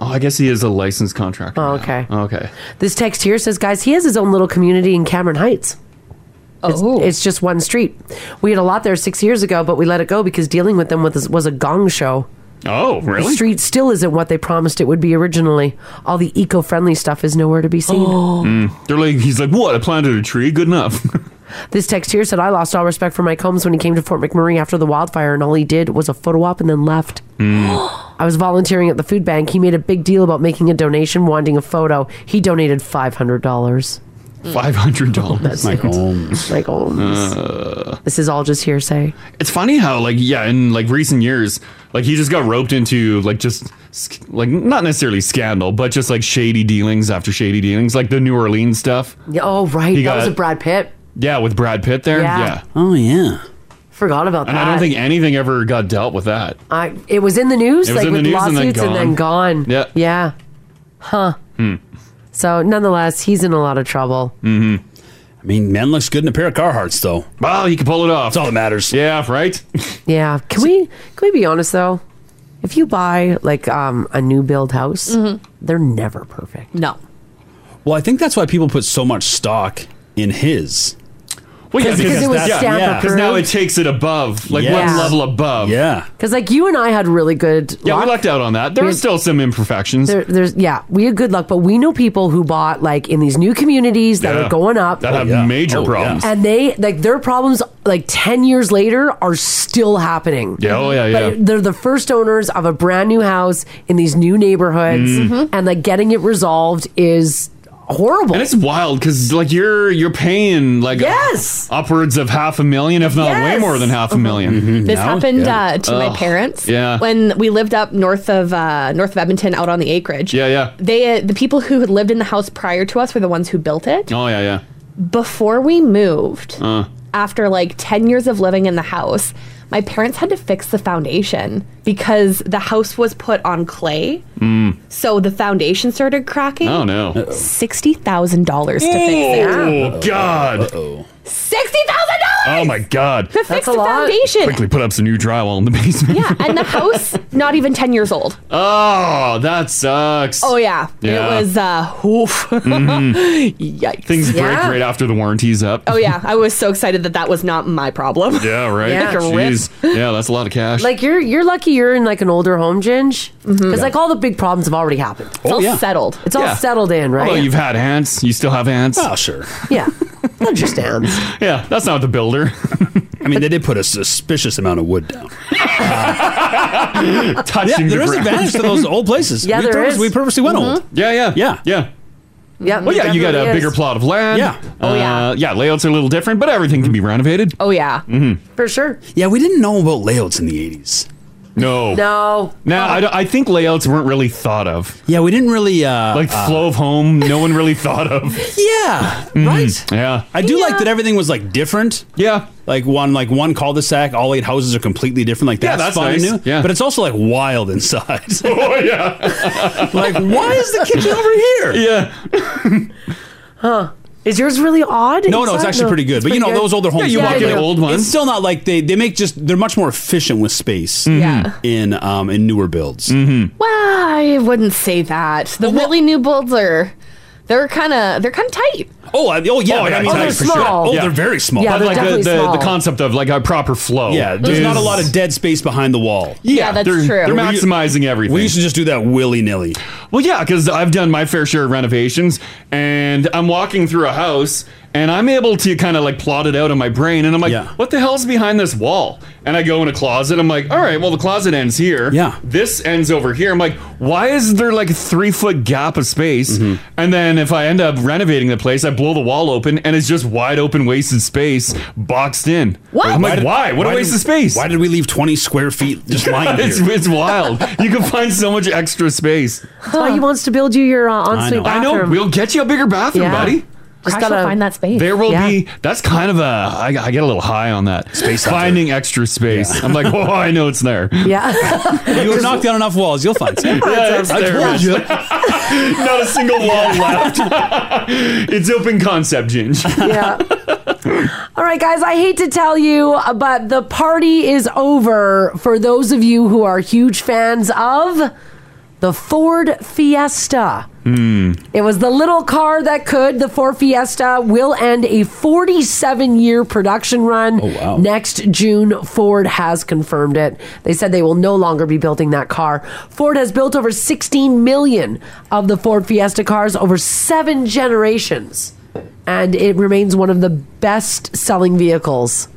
[SPEAKER 2] Oh, I guess he is a licensed contractor.
[SPEAKER 3] Oh, okay.
[SPEAKER 2] Okay.
[SPEAKER 3] This text here says, guys, he has his own little community in Cameron Heights. Oh. It's, it's just one street. We had a lot there six years ago, but we let it go because dealing with them was, was a gong show.
[SPEAKER 2] Oh,
[SPEAKER 3] The
[SPEAKER 2] really?
[SPEAKER 3] street still isn't what they promised it would be originally. All the eco friendly stuff is nowhere to be seen.
[SPEAKER 2] Mm. They're like, he's like, what? I planted a tree. Good enough.
[SPEAKER 3] This text here said, I lost all respect for Mike Holmes when he came to Fort McMurray after the wildfire, and all he did was a photo op and then left.
[SPEAKER 2] Hmm.
[SPEAKER 3] I was volunteering at the food bank. He made a big deal about making a donation, wanting a photo. He donated $500.
[SPEAKER 2] Five hundred dollars.
[SPEAKER 3] That's Mike
[SPEAKER 4] Holmes.
[SPEAKER 3] Mike
[SPEAKER 2] Uh.
[SPEAKER 3] Holmes. this is all just hearsay.
[SPEAKER 2] It's funny how, like, yeah, in like recent years, like he just got roped into like just sc- like not necessarily scandal, but just like shady dealings after shady dealings, like the New Orleans stuff.
[SPEAKER 3] Yeah, oh, right.
[SPEAKER 2] He
[SPEAKER 3] that was
[SPEAKER 2] got-
[SPEAKER 3] a Brad Pitt.
[SPEAKER 2] Yeah, with Brad Pitt there.
[SPEAKER 3] Yeah.
[SPEAKER 4] Oh yeah.
[SPEAKER 3] Forgot about that.
[SPEAKER 2] And I don't think anything ever got dealt with that.
[SPEAKER 3] I, it was in the news,
[SPEAKER 2] It was
[SPEAKER 3] like
[SPEAKER 2] in the
[SPEAKER 3] with
[SPEAKER 2] news and then
[SPEAKER 3] lawsuits, and then gone.
[SPEAKER 2] Yeah.
[SPEAKER 3] Yeah. Huh.
[SPEAKER 4] Hmm.
[SPEAKER 3] So, nonetheless, he's in a lot of trouble.
[SPEAKER 4] Mm-hmm. I mean, man looks good in a pair of Carhartts, though.
[SPEAKER 2] Wow, you can pull it off. That's
[SPEAKER 4] all that matters.
[SPEAKER 2] Yeah, right.
[SPEAKER 3] Yeah. Can we can we be honest though? If you buy like um, a new build house, they're never perfect.
[SPEAKER 5] No.
[SPEAKER 4] Well, I think that's why people put so much stock in his.
[SPEAKER 2] Well, yeah,
[SPEAKER 3] 'Cause- 'cause it was
[SPEAKER 4] that-
[SPEAKER 3] stamp
[SPEAKER 4] yeah.
[SPEAKER 2] Because now it takes it above, like
[SPEAKER 4] Yes.
[SPEAKER 2] one level above.
[SPEAKER 4] Yeah.
[SPEAKER 3] Because like you and I had really good
[SPEAKER 2] Yeah,
[SPEAKER 3] luck.
[SPEAKER 2] we lucked out on that. There are
[SPEAKER 3] We-
[SPEAKER 2] still some imperfections.
[SPEAKER 3] There, there's yeah, we had good luck, but we know people who bought like in these new communities that
[SPEAKER 2] Yeah.
[SPEAKER 3] are going up
[SPEAKER 2] That have Oh, yeah. major Oh, problems. yeah.
[SPEAKER 3] and they like their problems like ten years later are still happening.
[SPEAKER 2] Yeah, oh, yeah,
[SPEAKER 3] But
[SPEAKER 2] yeah.
[SPEAKER 3] it- they're the first owners of a brand new house in these new neighborhoods, Mm-hmm.
[SPEAKER 2] Mm. Mhm.
[SPEAKER 3] and like getting it resolved is horrible.
[SPEAKER 2] And it's wild because like you're you're paying like
[SPEAKER 3] Yes!
[SPEAKER 2] upwards of half a million, if not way
[SPEAKER 5] Yes!
[SPEAKER 2] more than half a 1000000
[SPEAKER 5] This happened uh, to my
[SPEAKER 2] Ugh,
[SPEAKER 5] parents
[SPEAKER 2] Yeah.
[SPEAKER 5] when we lived up north of uh, north of Edmonton, out on the acreage.
[SPEAKER 2] yeah, yeah.
[SPEAKER 5] They uh, the people who had lived in the house prior to us were the ones who built it.
[SPEAKER 2] Oh yeah,
[SPEAKER 5] Before we moved, yeah.
[SPEAKER 2] Uh,
[SPEAKER 5] after like 10 years of living in the house, my parents had to fix the foundation because the house was put on clay.
[SPEAKER 4] Hmm.
[SPEAKER 2] mm.
[SPEAKER 5] So the foundation started cracking.
[SPEAKER 2] Oh, no. Uh-oh.
[SPEAKER 5] $60,000 to fix it.
[SPEAKER 2] Oh God! oh
[SPEAKER 5] $60,000
[SPEAKER 2] Oh my God!
[SPEAKER 5] to fix the foundation.
[SPEAKER 2] Quickly put up some new drywall in the basement.
[SPEAKER 5] Yeah, and the house, not even 10 years old.
[SPEAKER 2] Oh, that sucks.
[SPEAKER 5] Oh, yeah.
[SPEAKER 2] Yeah.
[SPEAKER 5] It was, uh, oof.
[SPEAKER 2] Mhm.
[SPEAKER 5] Yikes.
[SPEAKER 2] Things break
[SPEAKER 5] Yeah.
[SPEAKER 2] right after the warranty's up.
[SPEAKER 5] Oh, yeah. I was so excited that that was not my problem.
[SPEAKER 2] Yeah, right.
[SPEAKER 3] Yeah. Like a rip.
[SPEAKER 2] Jeez. Yeah, that's a lot of cash.
[SPEAKER 3] Like you're you're lucky you're in like an older home, Ginge, because
[SPEAKER 2] Mm-hmm. Yeah.
[SPEAKER 3] like all the big problems have already happened. It's
[SPEAKER 2] Oh, all yeah.
[SPEAKER 5] settled.
[SPEAKER 3] It's all
[SPEAKER 2] Yeah.
[SPEAKER 3] settled in, right?
[SPEAKER 2] Although you've had ants, you still have ants.
[SPEAKER 4] Oh, sure.
[SPEAKER 3] yeah, understand.
[SPEAKER 2] Yeah, that's not the builder.
[SPEAKER 4] I mean, they did put a suspicious amount of wood down.
[SPEAKER 2] Touching
[SPEAKER 4] yeah,
[SPEAKER 2] the
[SPEAKER 4] there is
[SPEAKER 2] ground.
[SPEAKER 4] advantage to those old places.
[SPEAKER 2] Yeah,
[SPEAKER 4] we
[SPEAKER 2] there
[SPEAKER 4] purpose-
[SPEAKER 2] is.
[SPEAKER 4] We purposely went old.
[SPEAKER 2] Mm-hmm. Yeah, yeah, yeah, yeah.
[SPEAKER 3] Yeah.
[SPEAKER 2] Well, yeah, you got a
[SPEAKER 5] definitely
[SPEAKER 2] bigger
[SPEAKER 5] is.
[SPEAKER 2] plot of land.
[SPEAKER 5] Yeah. Oh, yeah.
[SPEAKER 2] Uh, yeah, layouts are a little different, but everything
[SPEAKER 4] Mm-hmm.
[SPEAKER 2] can be renovated.
[SPEAKER 5] Oh, yeah.
[SPEAKER 2] Mm-hmm.
[SPEAKER 3] For sure.
[SPEAKER 4] Yeah, we didn't know about layouts in the 80s.
[SPEAKER 2] No.
[SPEAKER 3] No.
[SPEAKER 2] Now, I, don't- I think layouts weren't really thought of.
[SPEAKER 4] Yeah, we didn't really. Uh,
[SPEAKER 2] like
[SPEAKER 4] uh,
[SPEAKER 2] flow of home, no one really thought of. Mm.
[SPEAKER 4] Yeah, right.
[SPEAKER 2] Yeah,
[SPEAKER 4] I do like that everything was like different.
[SPEAKER 2] Yeah,
[SPEAKER 4] like one like one cul-de-sac, all eight houses are completely different. Like
[SPEAKER 2] Yeah,
[SPEAKER 4] that's,
[SPEAKER 2] that's
[SPEAKER 4] fun and
[SPEAKER 2] nice.
[SPEAKER 4] new.
[SPEAKER 2] Yeah.
[SPEAKER 4] but it's also like wild inside.
[SPEAKER 2] oh, yeah.
[SPEAKER 4] like why is the kitchen over here?
[SPEAKER 2] Yeah.
[SPEAKER 3] Huh. Is yours really odd?
[SPEAKER 4] No, no, it's
[SPEAKER 3] inside?
[SPEAKER 4] actually pretty good. But you know, those older homes,
[SPEAKER 3] Yeah,
[SPEAKER 4] still
[SPEAKER 3] I
[SPEAKER 4] like-
[SPEAKER 3] know.
[SPEAKER 4] It's still not like they they make just they're much more efficient with space.
[SPEAKER 2] Mm-hmm.
[SPEAKER 5] Yeah.
[SPEAKER 4] in um in newer builds.
[SPEAKER 5] Well, I wouldn't say that. The really new builds are they're kind of they're kind of tight.
[SPEAKER 4] Oh, I, oh yeah,
[SPEAKER 2] Oh,
[SPEAKER 4] but
[SPEAKER 2] yeah,
[SPEAKER 4] I mean,
[SPEAKER 2] they're
[SPEAKER 4] like, for sure.
[SPEAKER 2] small.
[SPEAKER 4] Oh,
[SPEAKER 2] Yeah.
[SPEAKER 4] they're very small.
[SPEAKER 2] Yeah, But, they're like, the- definitely the- the small.
[SPEAKER 4] concept of like a proper flow. Yeah, there's not a
[SPEAKER 2] is-
[SPEAKER 4] lot of dead space behind the wall.
[SPEAKER 2] Yeah, Yeah, that's they're- true. they're maximizing everything.
[SPEAKER 4] We used to just do that willy nilly.
[SPEAKER 2] Well, yeah, because I've done my fair share of renovations, and I'm walking through a house, and I'm able to kind of like plot it out in my brain, and I'm like, what the hell's behind this wall? And I go in a closet, I'm like, all right, well, the closet ends here. Yeah. This ends over here. I'm like, why is there like a three foot gap of space?
[SPEAKER 4] Mm-hmm.
[SPEAKER 2] And then if I end up renovating the place, I blow the wall open, and it's just wide open, wasted space, boxed in. I'm like,
[SPEAKER 4] did-
[SPEAKER 2] why? What a waste
[SPEAKER 4] did-
[SPEAKER 2] of space.
[SPEAKER 4] Why did we leave 20 square feet just lying there?
[SPEAKER 2] it's, it's wild. You can find so much extra space.
[SPEAKER 3] That's why oh, he wants to build you your uh, ensuite
[SPEAKER 2] I know.
[SPEAKER 3] bathroom.
[SPEAKER 2] We'll get you a bigger bathroom,
[SPEAKER 3] Yeah.
[SPEAKER 2] buddy.
[SPEAKER 3] Just gotta find that space.
[SPEAKER 2] There will be. That's kind of a. I, I get a little high on that space. Finding extra space. I'm like, oh, I know it's there.
[SPEAKER 3] Yeah.
[SPEAKER 4] you knock down enough walls, you'll find some.
[SPEAKER 2] Yeah, it's
[SPEAKER 4] I
[SPEAKER 2] there.
[SPEAKER 4] told you.
[SPEAKER 2] Not a single wall left. it's open concept, Ginge.
[SPEAKER 3] Yeah. All right, guys, I hate to tell you, uh, but the party is over for those of you who are huge fans of the Ford Fiesta. It was the little car that could. The Ford Fiesta will end a 47 year production run.
[SPEAKER 4] Oh,
[SPEAKER 3] Next June, Ford has confirmed it. They said they will no longer be building that car. Ford has built over 16 million of the Ford Fiesta cars over seven generations, and it remains one of the best selling vehicles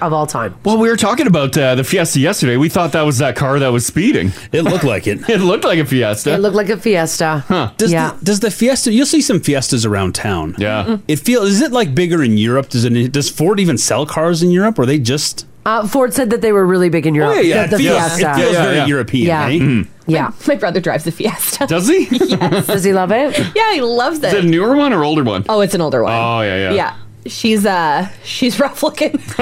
[SPEAKER 3] of all time.
[SPEAKER 2] Well, we were talking about uh, the Fiesta yesterday. We thought that was that car that was speeding.
[SPEAKER 4] It looked like it.
[SPEAKER 2] it looked like a Fiesta.
[SPEAKER 3] It looked like a Fiesta. Huh.
[SPEAKER 4] Does
[SPEAKER 3] yeah.
[SPEAKER 4] the, does the Fiesta? You'll see some Fiestas around town.
[SPEAKER 2] Yeah,
[SPEAKER 4] it feels. Is it like bigger in Europe? Does it? Does Ford even sell cars in Europe? Or are they just?
[SPEAKER 3] uh, Ford said that they were really big in
[SPEAKER 2] Oh,
[SPEAKER 3] Europe.
[SPEAKER 4] yeah,
[SPEAKER 3] the, the
[SPEAKER 4] it feels-
[SPEAKER 3] Fiesta.
[SPEAKER 4] it feels Yeah, very yeah. European,
[SPEAKER 3] Yeah.
[SPEAKER 4] eh?
[SPEAKER 3] Yeah.
[SPEAKER 5] My brother drives a Fiesta.
[SPEAKER 2] Does he?
[SPEAKER 3] Does he love it?
[SPEAKER 5] yeah, he loves
[SPEAKER 2] Is it a
[SPEAKER 5] it.
[SPEAKER 2] newer one or older one?
[SPEAKER 5] Oh, it's an older one.
[SPEAKER 2] Oh yeah, yeah.
[SPEAKER 5] yeah. She's uh she's rough looking.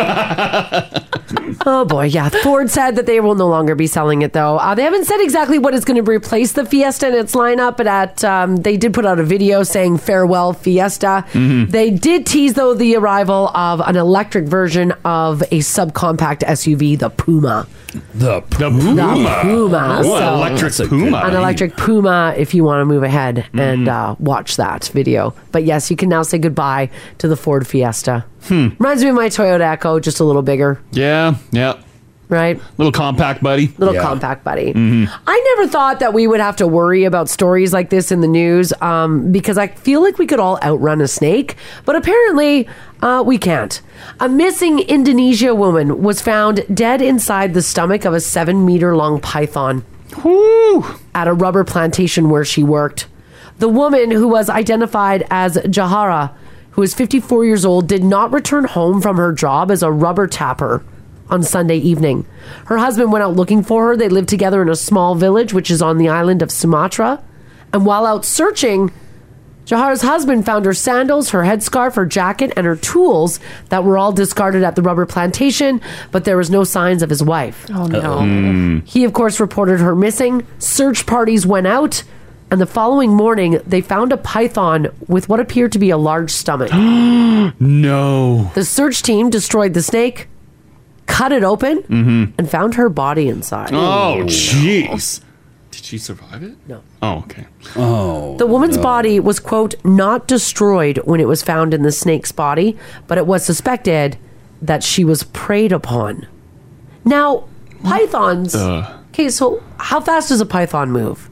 [SPEAKER 3] Oh boy, yeah. Ford said that they will no longer be selling it though. Uh, they haven't said exactly what is going to replace the Fiesta in its lineup, but at um, they did put out a video saying farewell Fiesta.
[SPEAKER 2] Mm-hmm.
[SPEAKER 9] Mhm.
[SPEAKER 3] They did tease though the arrival of an electric version of a subcompact SUV, the Puma.
[SPEAKER 4] The Puma.
[SPEAKER 3] The Puma.
[SPEAKER 2] Oh, an
[SPEAKER 3] So-
[SPEAKER 2] electric Puma.
[SPEAKER 3] An electric Puma if you want to move ahead and uh, watch that video. But yes, you can now say goodbye to the Ford Fiesta. Reminds me of my Toyota Echo, just a little bigger,
[SPEAKER 2] Yeah, yeah.
[SPEAKER 3] right?
[SPEAKER 2] Little compact buddy.
[SPEAKER 3] Little compact buddy.
[SPEAKER 2] Mhm.
[SPEAKER 3] I never thought that we would have to worry about stories like this in the news um, because I feel like we could all outrun a snake, but apparently uh, we can't. A missing Indonesia woman was found dead inside the stomach of a seven meter long python at a rubber plantation where she worked. The woman who was identified as Jahara, who is 54 years old, did not return home from her job as a rubber tapper on Sunday evening. Her husband went out looking for her. They lived together in a small village, which is on the island of Sumatra. And while out searching, Jahara's husband found her sandals, her headscarf, her jacket, and her tools that were all discarded at the rubber plantation, but there was no signs of his wife. Oh,
[SPEAKER 2] Mm.
[SPEAKER 3] he, of course, reported her missing. Search parties went out, and the following morning, they found a python with what appeared to be a large stomach.
[SPEAKER 2] no.
[SPEAKER 3] The search team destroyed the snake, cut it open,
[SPEAKER 2] Mm-hmm.
[SPEAKER 3] and found her body inside.
[SPEAKER 2] Oh, jeez. Did she survive it? No. Oh, okay.
[SPEAKER 4] Oh.
[SPEAKER 3] The woman's body was, quote, not destroyed when it was found in the snake's body, but it was suspected that she was preyed upon. Now, pythons.
[SPEAKER 2] Uh.
[SPEAKER 3] Okay, so how fast does a python move?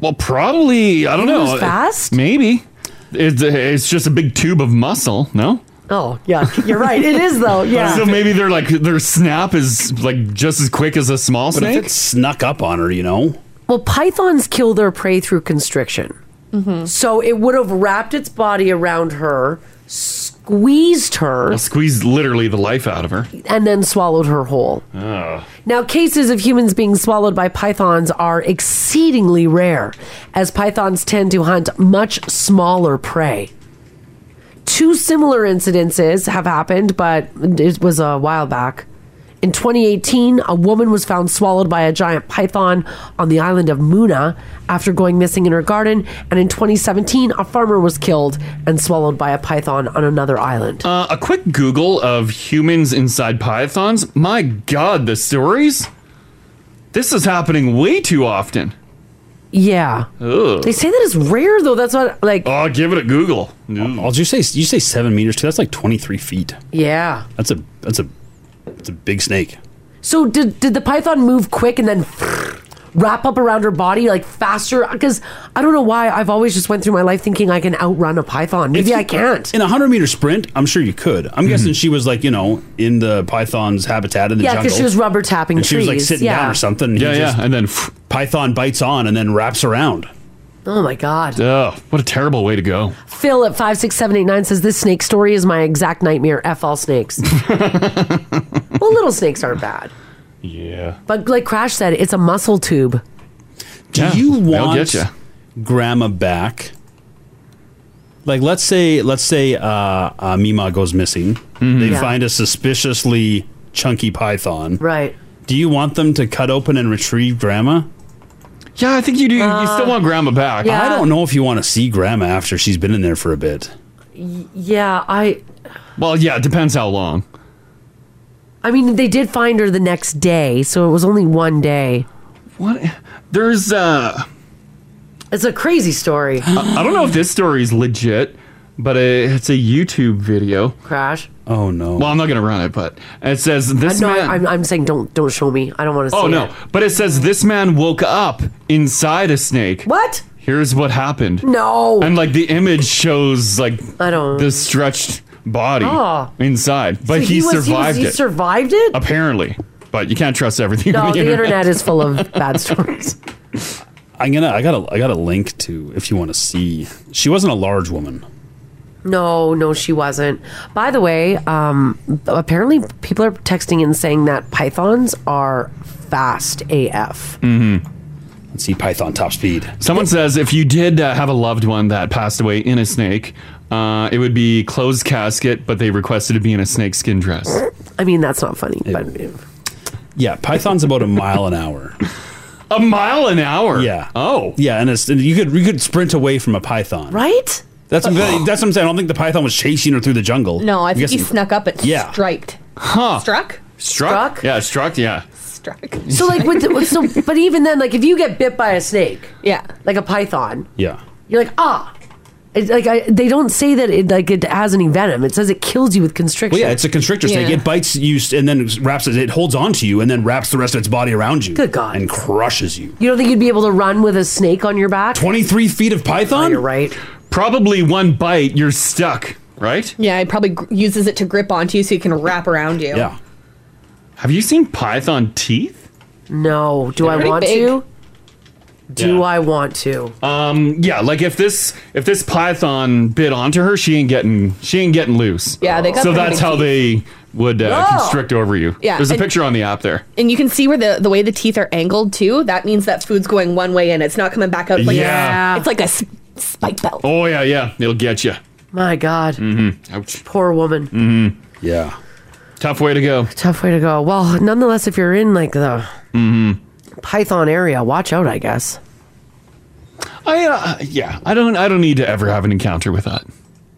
[SPEAKER 2] Well, probably. I don't
[SPEAKER 3] It
[SPEAKER 2] know. Uh,
[SPEAKER 3] moves fast?
[SPEAKER 2] Maybe. It's, it's just a big tube of muscle. No.
[SPEAKER 3] Oh, yeah, you're right. It is, though. Oh, Yeah.
[SPEAKER 2] So maybe they're like their snap is like just as quick as a small
[SPEAKER 4] But
[SPEAKER 2] snake.
[SPEAKER 4] if it snuck up on her, you know.
[SPEAKER 3] Well, pythons kill their prey through constriction. So it would have wrapped its body around her, squeezed her,
[SPEAKER 2] Well, squeezed literally the life out of her.
[SPEAKER 3] and then swallowed her whole.
[SPEAKER 2] Oh.
[SPEAKER 3] Now, cases of humans being swallowed by pythons are exceedingly rare, as pythons tend to hunt much smaller prey. Two similar incidences have happened, but it was a while back. In 2018, a woman was found swallowed by a giant python on the island of Muna after going missing in her garden. And in 2017, a farmer was killed and swallowed by a python on another island.
[SPEAKER 2] Uh, a quick Google of humans inside pythons. My God, the stories. This is happening way too often.
[SPEAKER 3] Yeah.
[SPEAKER 2] Ugh.
[SPEAKER 3] They say that it's rare, though. That's what, like,
[SPEAKER 2] Oh, give it a Google. I'll
[SPEAKER 4] just say you say seven meters too. That's like twenty three feet.
[SPEAKER 3] yeah.
[SPEAKER 4] That's a that's a that's a big snake.
[SPEAKER 3] So did did the python move quick and then wrap up around her body like faster? Because I don't know why I've always just went through my life thinking I can outrun a python. Maybe
[SPEAKER 4] If
[SPEAKER 3] I
[SPEAKER 4] you-
[SPEAKER 3] can't.
[SPEAKER 4] In a hundred meter sprint, I'm sure you could.
[SPEAKER 2] Mm-hmm.
[SPEAKER 4] I'm guessing she was like you know in the python's habitat in the
[SPEAKER 3] Yeah,
[SPEAKER 4] jungle.
[SPEAKER 3] because she was rubber tapping
[SPEAKER 4] and she
[SPEAKER 3] trees.
[SPEAKER 4] was like sitting
[SPEAKER 3] yeah.
[SPEAKER 4] down or something.
[SPEAKER 2] Yeah, yeah,
[SPEAKER 4] and then python bites on and then wraps around.
[SPEAKER 3] Oh my god.
[SPEAKER 2] Oh, what a terrible way to go.
[SPEAKER 3] Phil at five six seven eight nine says this snake story is my exact nightmare. F all snakes. well, little snakes aren't bad,
[SPEAKER 2] Yeah.
[SPEAKER 3] but like Crash said, it's a muscle tube.
[SPEAKER 4] Do
[SPEAKER 3] Yeah,
[SPEAKER 4] you
[SPEAKER 3] they'll
[SPEAKER 4] want
[SPEAKER 3] get ya.
[SPEAKER 4] grandma back? Like let's say let's say uh, uh, Mima goes missing.
[SPEAKER 2] Mm-hmm.
[SPEAKER 4] They
[SPEAKER 3] Yeah.
[SPEAKER 4] find a suspiciously chunky python.
[SPEAKER 3] Right.
[SPEAKER 4] Do you want them to cut open and retrieve grandma?
[SPEAKER 2] Yeah, I think you do.
[SPEAKER 3] Uh,
[SPEAKER 2] you still want grandma back.
[SPEAKER 3] yeah.
[SPEAKER 4] I don't know if you want to see grandma after she's been in there for a bit.
[SPEAKER 3] Yeah, I.
[SPEAKER 2] Well, yeah, it depends how long.
[SPEAKER 3] I mean, they did find her the next day, so it was only one day.
[SPEAKER 2] What? There's uh
[SPEAKER 3] It's a crazy story.
[SPEAKER 2] I don't know if this story is legit, but uh it's a YouTube video.
[SPEAKER 3] Crash.
[SPEAKER 4] Oh no.
[SPEAKER 2] Well, I'm not gonna run it, but it says this
[SPEAKER 3] Uh, no,
[SPEAKER 2] man.
[SPEAKER 3] I, am I'm saying don't don't show me. I don't want to.
[SPEAKER 2] oh
[SPEAKER 3] see
[SPEAKER 2] no!
[SPEAKER 3] it.
[SPEAKER 2] But it says this man woke up inside a snake.
[SPEAKER 3] What?
[SPEAKER 2] Here's what happened.
[SPEAKER 3] No.
[SPEAKER 2] And like the image shows like
[SPEAKER 3] I don't.
[SPEAKER 2] the stretched body
[SPEAKER 3] Oh.
[SPEAKER 2] inside, but
[SPEAKER 3] So
[SPEAKER 2] he,
[SPEAKER 3] was-
[SPEAKER 2] survived
[SPEAKER 3] he was-
[SPEAKER 2] it.
[SPEAKER 3] he survived it.
[SPEAKER 2] apparently, but you can't trust everything.
[SPEAKER 3] No,
[SPEAKER 2] on
[SPEAKER 3] the internet is full of bad stories.
[SPEAKER 4] I'm gonna I got to I got a link to if you want to see. She wasn't a large woman.
[SPEAKER 3] No, no, she wasn't. By the way, um, apparently people are texting and saying that pythons are fast AF.
[SPEAKER 2] Mm-hmm.
[SPEAKER 4] Let's see Python top speed.
[SPEAKER 2] Someone says if you did uh, have a loved one that passed away in a snake, uh, it would be closed casket, but they requested to be in a snake skin dress.
[SPEAKER 3] I mean, that's not funny, but
[SPEAKER 4] Yeah, Python's about a mile an hour.
[SPEAKER 2] A mile an hour.
[SPEAKER 4] Yeah.
[SPEAKER 2] Oh.
[SPEAKER 4] Yeah, and, it's, and you could you could sprint away from a python.
[SPEAKER 3] right?
[SPEAKER 4] That's what, I'm- that's what I'm saying. I don't think the python was chasing her through the jungle.
[SPEAKER 5] No, I
[SPEAKER 4] I'm
[SPEAKER 5] think he
[SPEAKER 4] guessing-
[SPEAKER 5] snuck up and
[SPEAKER 4] Yeah.
[SPEAKER 5] striked.
[SPEAKER 2] Huh.
[SPEAKER 5] Struck?
[SPEAKER 2] Struck? Yeah, struck. Yeah.
[SPEAKER 3] so like with the, so, but even then, like if you get bit by a snake, yeah, like a python,
[SPEAKER 4] Yeah.
[SPEAKER 3] you're like ah. It's like I, they don't say that it like it has any venom. It says it kills you with constriction.
[SPEAKER 4] Well, yeah, it's a constrictor snake. It bites you s- and then wraps it. It holds onto you and then wraps the rest of its body around you. Good God. And crushes you.
[SPEAKER 3] You don't think you'd be able to run with a snake on your back?
[SPEAKER 4] 23 feet of python?
[SPEAKER 3] you're right.
[SPEAKER 2] Probably one bite, you're stuck, right?
[SPEAKER 5] Yeah, he probably gr- uses it to grip onto you so you can wrap around you.
[SPEAKER 2] Yeah. Have you seen python teeth?
[SPEAKER 3] No. Do I
[SPEAKER 5] pretty
[SPEAKER 3] want
[SPEAKER 5] big.
[SPEAKER 3] to? Do I want to?
[SPEAKER 2] Um. Yeah. Like if this if this python bit onto her, she ain't getting she ain't getting loose.
[SPEAKER 5] Yeah, they got
[SPEAKER 2] So
[SPEAKER 5] pretty
[SPEAKER 2] that's
[SPEAKER 5] big
[SPEAKER 2] how they would uh,
[SPEAKER 5] Whoa.
[SPEAKER 2] constrict over you.
[SPEAKER 5] Yeah,
[SPEAKER 2] There's a
[SPEAKER 5] and-
[SPEAKER 2] picture on the app there.
[SPEAKER 5] And you can see where the, the way the teeth are angled too. That means that food's going one way and it's not coming back out. Like
[SPEAKER 2] Yeah.
[SPEAKER 5] It's like a s- spike belt.
[SPEAKER 2] Oh yeah, yeah. It'll get you.
[SPEAKER 3] My God.
[SPEAKER 2] Mm-hmm. Ouch.
[SPEAKER 3] Poor woman.
[SPEAKER 2] Mm-hmm.
[SPEAKER 4] Yeah.
[SPEAKER 2] Tough way to go.
[SPEAKER 3] Tough way to go. Well, nonetheless, if you're in like the
[SPEAKER 2] Mm-hmm.
[SPEAKER 3] Python area, watch out. I guess.
[SPEAKER 2] I uh, yeah. I don't I don't need to ever have an encounter with that.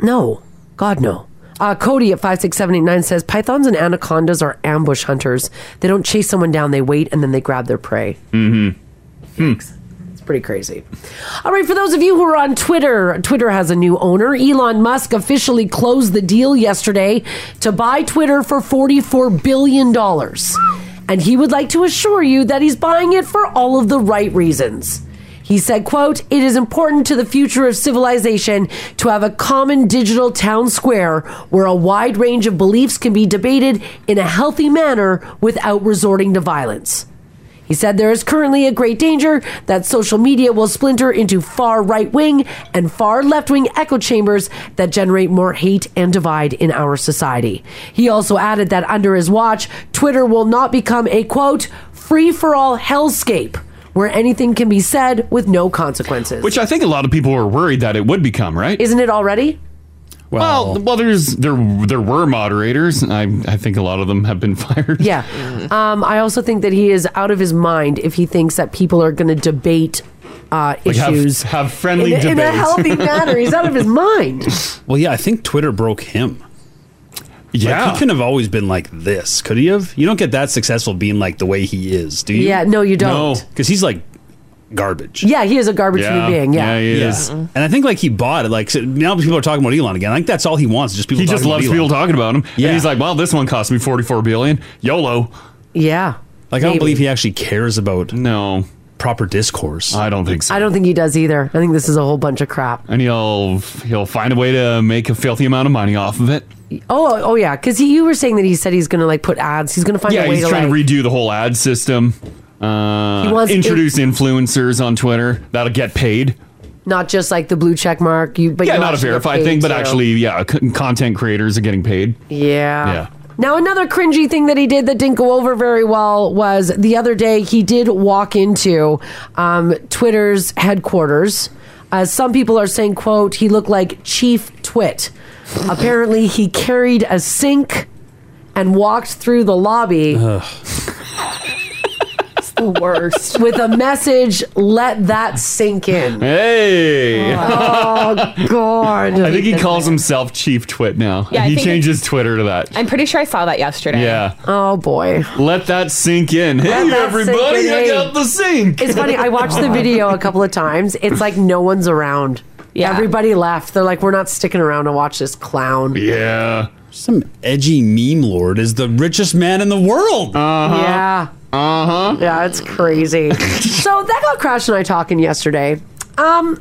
[SPEAKER 3] No, God no. Uh, Cody at five six seven eight nine says pythons and anacondas are ambush hunters. They don't chase someone down. They wait and then they grab their prey.
[SPEAKER 2] Mm-hmm.
[SPEAKER 3] It's pretty crazy. All right, for those of you who are on Twitter, Twitter has a new owner. Elon Musk officially closed the deal yesterday to buy Twitter for $44 billion. And he would like to assure you that he's buying it for all of the right reasons. He said, quote, it is important to the future of civilization to have a common digital town square where a wide range of beliefs can be debated in a healthy manner without resorting to violence. He said there is currently a great danger that social media will splinter into far right wing and far left wing echo chambers that generate more hate and divide in our society. He also added that under his watch, Twitter will not become a quote, free for all hellscape where anything can be said with no consequences.
[SPEAKER 2] Which I think a lot of people were worried that it would become, right?
[SPEAKER 3] Isn't it already?
[SPEAKER 2] Well, well, there's there there were moderators. I I think a lot of them have been fired.
[SPEAKER 3] Yeah. Um, I also think that he is out of his mind if he thinks that people are going to debate uh,
[SPEAKER 2] Like have-
[SPEAKER 3] issues.
[SPEAKER 2] have friendly
[SPEAKER 3] in, a- in a
[SPEAKER 2] debates.
[SPEAKER 3] healthy manner. He's out of his mind.
[SPEAKER 4] Well, yeah, I think Twitter broke him.
[SPEAKER 2] Yeah.
[SPEAKER 4] he couldn't have always been like this, could he have? You don't get that successful being like the way he is, do you?
[SPEAKER 3] Yeah, no, you don't. No.
[SPEAKER 4] because he's like garbage.
[SPEAKER 3] Yeah, he is a garbage human being. Yeah.
[SPEAKER 4] And I think like he bought it. Like so now people are talking about Elon again. I think that's all he wants. is Just people.
[SPEAKER 2] He just
[SPEAKER 4] talking about
[SPEAKER 2] loves
[SPEAKER 4] Elon.
[SPEAKER 2] people talking about him.
[SPEAKER 4] Yeah.
[SPEAKER 2] And he's like, well, this one cost me 44 billion. YOLO.
[SPEAKER 3] Yeah.
[SPEAKER 4] Like I don't believe he actually cares about
[SPEAKER 2] no
[SPEAKER 4] proper discourse.
[SPEAKER 2] I don't think so.
[SPEAKER 3] I don't think he does either. I think this is a whole bunch of crap.
[SPEAKER 2] And he'll he'll find a way to make a filthy amount of money off of it.
[SPEAKER 3] Oh, oh yeah, because you were saying that he said he's going to like put ads. He's going to find
[SPEAKER 2] yeah,
[SPEAKER 3] a way
[SPEAKER 2] he's
[SPEAKER 3] to
[SPEAKER 2] trying
[SPEAKER 3] like.
[SPEAKER 2] to redo the whole ad system. Uh,
[SPEAKER 3] He wants-
[SPEAKER 2] introduce influencers on Twitter that'll get paid.
[SPEAKER 3] not just like the blue check mark, you but
[SPEAKER 2] yeah,
[SPEAKER 3] you
[SPEAKER 2] not a
[SPEAKER 3] actually get
[SPEAKER 2] verified
[SPEAKER 3] paid,
[SPEAKER 2] thing, but
[SPEAKER 3] too.
[SPEAKER 2] actually, yeah, c- content creators are getting paid.
[SPEAKER 3] Yeah.
[SPEAKER 2] Yeah.
[SPEAKER 3] Now, another cringy thing that he did that didn't go over very well was the other day he did walk into um, Twitter's headquarters. Uh, some people are saying, "quote He looked like Chief Twit." Apparently, he carried a sink and walked through the lobby. it's
[SPEAKER 5] the worst.
[SPEAKER 3] With a message, "Let that sink in."
[SPEAKER 2] Hey!
[SPEAKER 3] Oh, God.
[SPEAKER 2] I think he calls himself Chief Twit now.
[SPEAKER 5] Yeah, I
[SPEAKER 2] he
[SPEAKER 5] think
[SPEAKER 2] changes Twitter to that.
[SPEAKER 5] I'm pretty sure I saw that yesterday.
[SPEAKER 2] Yeah.
[SPEAKER 3] Oh boy.
[SPEAKER 2] Let that sink in.
[SPEAKER 3] Let
[SPEAKER 2] Hey,
[SPEAKER 3] that
[SPEAKER 2] everybody!
[SPEAKER 3] sink in,
[SPEAKER 2] I
[SPEAKER 3] hey.
[SPEAKER 2] got the sink.
[SPEAKER 3] It's funny. I watched the video a couple of times. It's like no one's around. Yeah. Everybody left. They're like, we're not sticking around to watch this clown.
[SPEAKER 2] Yeah.
[SPEAKER 4] Some edgy meme lord is the richest man in the world.
[SPEAKER 2] Uh-huh.
[SPEAKER 4] Uh
[SPEAKER 3] Yeah.
[SPEAKER 2] Uh huh.
[SPEAKER 3] Yeah, it's crazy. so that got Crash and I talking yesterday. Um,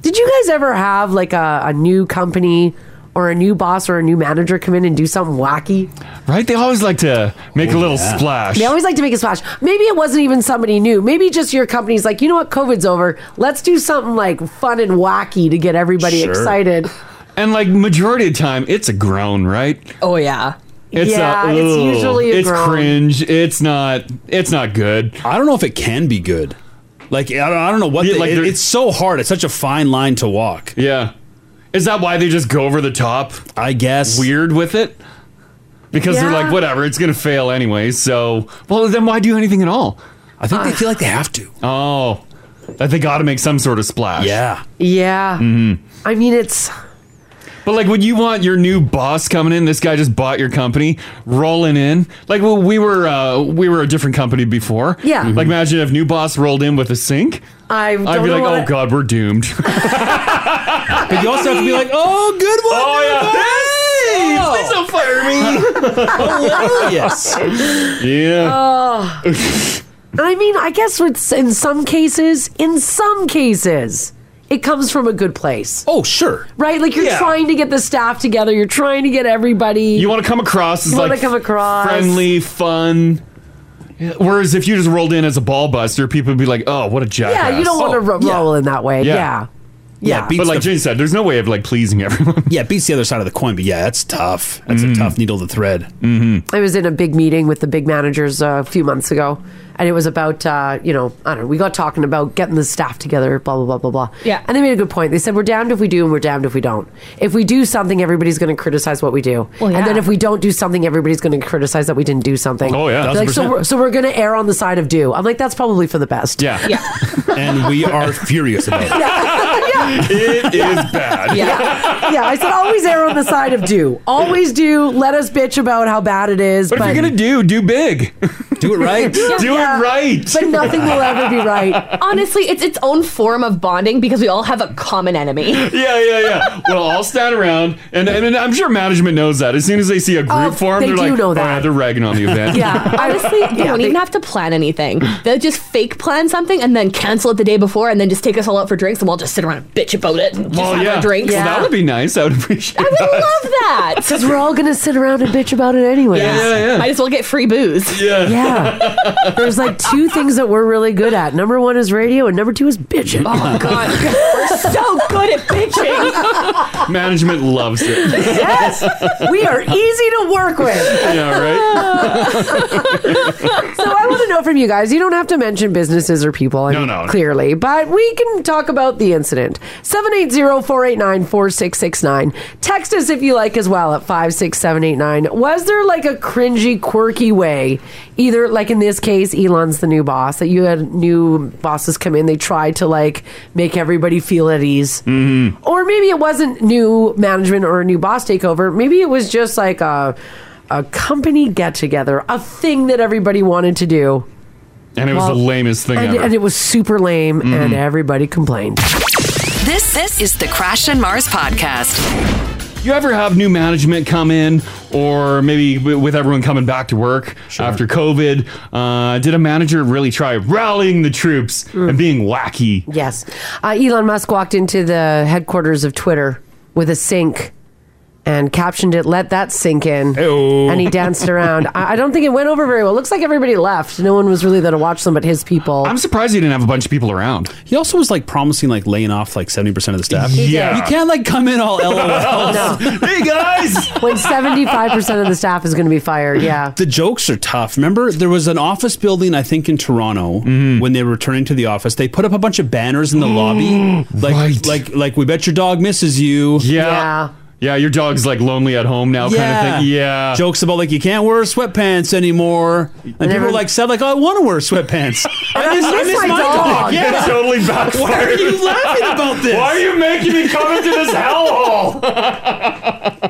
[SPEAKER 3] did you guys ever have like a, a new company or a new boss or a new manager come in and do something wacky?
[SPEAKER 2] Right? They always like to make a little
[SPEAKER 3] yeah.
[SPEAKER 2] splash.
[SPEAKER 3] They always like to make a splash. Maybe it wasn't even somebody new. Maybe just your company's like, you know what, COVID's over. Let's do something like fun and wacky to get everybody
[SPEAKER 2] Sure.
[SPEAKER 3] excited.
[SPEAKER 2] And like majority of the time, it's a groan, right?
[SPEAKER 5] Oh yeah.
[SPEAKER 2] It's
[SPEAKER 3] Yeah,
[SPEAKER 2] a,
[SPEAKER 3] it's
[SPEAKER 2] ugh,
[SPEAKER 3] usually a
[SPEAKER 2] it's
[SPEAKER 3] groan.
[SPEAKER 2] cringe. It's not. It's not good.
[SPEAKER 4] I don't know if it can be good. Like I don't, I don't know what. the-
[SPEAKER 2] like
[SPEAKER 4] it-
[SPEAKER 2] they're-
[SPEAKER 4] it's so hard. It's such a fine line to walk.
[SPEAKER 2] Yeah. Is that why they just go over the top?
[SPEAKER 4] I guess
[SPEAKER 2] weird with it because they're
[SPEAKER 4] Yeah.
[SPEAKER 2] like, whatever, it's gonna fail anyway. So, well, then why do anything at all?
[SPEAKER 4] I think
[SPEAKER 3] Uh.
[SPEAKER 4] they feel like they have to.
[SPEAKER 2] Oh, that they got to make some sort of splash.
[SPEAKER 4] Yeah.
[SPEAKER 3] Yeah.
[SPEAKER 2] hmm
[SPEAKER 3] I mean, it's.
[SPEAKER 2] But like when you want your new boss coming in, this guy just bought your company, rolling in. Like well, we were uh, we were a different company before.
[SPEAKER 3] Yeah. Mhm.
[SPEAKER 2] Like imagine if new boss rolled in with a sink.
[SPEAKER 3] I don't
[SPEAKER 2] I'd be
[SPEAKER 3] know
[SPEAKER 2] like,
[SPEAKER 3] what
[SPEAKER 2] oh god, we're doomed. but you also have to be like, oh, good one.
[SPEAKER 9] Please
[SPEAKER 2] don't fire me.
[SPEAKER 9] Hilarious.
[SPEAKER 2] Yeah.
[SPEAKER 3] Oh. I mean, I guess it's in some cases, in some cases, it comes from a good place.
[SPEAKER 4] Oh, sure.
[SPEAKER 3] Right? Like you're
[SPEAKER 2] Yeah.
[SPEAKER 3] trying to get the staff together, you're trying to get everybody.
[SPEAKER 2] You want to come across as
[SPEAKER 3] You wanna
[SPEAKER 2] like
[SPEAKER 3] come across.
[SPEAKER 2] friendly, fun. Whereas if you just rolled in as a ball buster, people would be like, "Oh, what a jackass!" Oh,
[SPEAKER 3] Yeah, you don't want to ro- roll in that way. Yeah.
[SPEAKER 4] Yeah,
[SPEAKER 2] but like Jane said, there's no way of like pleasing everyone.
[SPEAKER 4] Yeah, beats the other side of the coin. But yeah, that's tough. That's a tough needle to thread. Mm-hmm.
[SPEAKER 3] I was in a big meeting with the big managers uh, a few months ago, and it was about, uh, you know, I don't know, we got talking about getting the staff together, blah, blah, blah, blah, blah. Yeah. And they made a good point. They said, we're damned if we do and we're damned if we don't. If we do something, everybody's going to criticize what we do.
[SPEAKER 11] Well,
[SPEAKER 3] And then
[SPEAKER 11] yeah.
[SPEAKER 3] if we don't do something, everybody's going to criticize that we didn't do something.
[SPEAKER 4] Oh, yeah.
[SPEAKER 3] They're Like, so
[SPEAKER 4] 1000%.
[SPEAKER 3] we're, so we're going to err on the side of do. I'm like, that's probably for the best.
[SPEAKER 2] Yeah.
[SPEAKER 3] Yeah.
[SPEAKER 4] and we are furious about it.
[SPEAKER 2] It is bad.
[SPEAKER 3] Yeah. yeah. I said, always err on the side of do. Always do. Let us bitch about how bad it is.
[SPEAKER 2] But if you're gonna do, do big.
[SPEAKER 4] Do it right.
[SPEAKER 2] do
[SPEAKER 5] Yeah.
[SPEAKER 2] it right.
[SPEAKER 5] But nothing
[SPEAKER 3] will ever be right.
[SPEAKER 5] Honestly, it's its own form of bonding because we all have a common enemy.
[SPEAKER 2] Yeah, yeah, yeah. We'll all stand around, and, and, and I'm sure management knows that. As soon as they see a group
[SPEAKER 5] Oh,
[SPEAKER 2] form,
[SPEAKER 5] they
[SPEAKER 2] they're
[SPEAKER 5] do
[SPEAKER 2] like,
[SPEAKER 5] know
[SPEAKER 2] "Oh, yeah, they're ragging on the event."
[SPEAKER 5] Yeah. Honestly, they don't even have to plan anything. They'll just fake plan something and then cancel it the day before and then just take us all out for drinks and we'll all just sit around and bitch about it. And just
[SPEAKER 2] Well,
[SPEAKER 5] have
[SPEAKER 2] yeah.
[SPEAKER 5] our drinks.
[SPEAKER 2] Well, that would be nice. I would appreciate. I would
[SPEAKER 5] love that.
[SPEAKER 3] Because we're all going to sit around and bitch about it anyway.
[SPEAKER 5] Might as well get free booze.
[SPEAKER 2] Yeah.
[SPEAKER 3] Yeah. There's like two things that we're really good at. Number one is radio, and number two is bitching. Oh,
[SPEAKER 5] God. We're so good at bitching.
[SPEAKER 2] Management loves it.
[SPEAKER 3] Yes. We are easy to work with.
[SPEAKER 2] Yeah, right?
[SPEAKER 3] so I want to note from you guys. You don't have to mention businesses or people. I
[SPEAKER 2] No,
[SPEAKER 3] mean,
[SPEAKER 2] no, no.
[SPEAKER 3] Clearly, but we can talk about the incident. 780-489-4669. Text us if you like as well at 56789. Was there like a cringy, quirky way, either like in this case, Elon's the new boss, that you had new bosses come in, they tried to like make everybody feel at ease.
[SPEAKER 9] Mm-hmm.
[SPEAKER 3] Or maybe it wasn't new management or a new boss takeover. Maybe it was just like a a company get together, a thing that everybody wanted to do.
[SPEAKER 2] And it was
[SPEAKER 3] Well,
[SPEAKER 2] the lamest thing
[SPEAKER 3] and,
[SPEAKER 2] ever.
[SPEAKER 3] and it was super lame, and
[SPEAKER 2] Mhm.
[SPEAKER 3] everybody complained.
[SPEAKER 1] This this is the Crash and Mars podcast.
[SPEAKER 2] You ever have new management come in, or maybe w- with everyone coming back to work after COVID? Uh, did a manager really try rallying the troops and
[SPEAKER 4] Mm.
[SPEAKER 2] being wacky?
[SPEAKER 3] Yes. Uh, Elon Musk walked into the headquarters of Twitter with a sink and captioned it, let that sink in. And he danced around. I I don't think it went over very well. Looks like everybody left. No one was really there to watch them but his people.
[SPEAKER 2] I'm surprised he didn't have a bunch of people around.
[SPEAKER 4] He also was like promising like laying off like 70% of the staff.
[SPEAKER 2] He did. Yeah.
[SPEAKER 4] You can't like come in all LOL.
[SPEAKER 2] Hey guys!
[SPEAKER 3] when 75% of the staff is going to be fired. Yeah.
[SPEAKER 4] The jokes are tough. Remember, there was an office building, I think, in Toronto
[SPEAKER 2] Mm-hmm.
[SPEAKER 4] when they were returning to the office. They put up a bunch of banners in the lobby, like, like, like, we bet your dog misses you.
[SPEAKER 2] Mm. Yeah. yeah. your dog's like lonely at home now, kind of thing. Yeah.
[SPEAKER 4] Jokes about like you can't wear sweatpants anymore, and people were like said like oh, I want to wear sweatpants. I miss, I miss my, dog.
[SPEAKER 2] Yeah, totally backfired.
[SPEAKER 4] Why are you laughing about this?
[SPEAKER 2] Why are you making me come into this hellhole?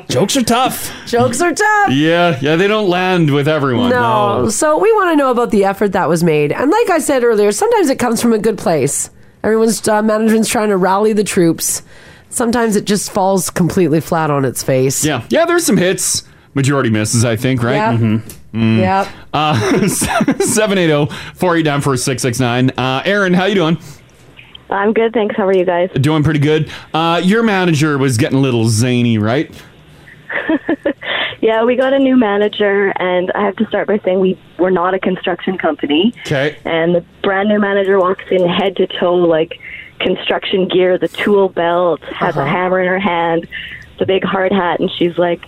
[SPEAKER 4] Jokes are tough.
[SPEAKER 3] Jokes are tough.
[SPEAKER 2] Yeah, yeah, they don't land with everyone.
[SPEAKER 3] No. So we want to know about the effort that was made. And like I said earlier, sometimes it comes from a good place. Everyone's uh, management's trying to rally the troops. Sometimes it just falls completely flat on its face.
[SPEAKER 2] Yeah, yeah. There's some hits. Majority misses, I think. Right.
[SPEAKER 3] Yeah.
[SPEAKER 2] Mm-hmm. Mm.
[SPEAKER 3] Yep.
[SPEAKER 2] Uh, seven eight zero four eight nine four six six nine. Uh, Aaron, how you doing?
[SPEAKER 11] I'm good, thanks. How are you guys?
[SPEAKER 2] Doing pretty good. Uh, your manager was getting a little zany, right?
[SPEAKER 11] Yeah, we got a new manager, and I have to start by saying we we're not a construction company.
[SPEAKER 2] Okay.
[SPEAKER 11] And the brand new manager walks in head to toe, like construction gear, the tool belt, has
[SPEAKER 2] Uh-huh.
[SPEAKER 11] a hammer in her hand, the big hard hat, and she's like,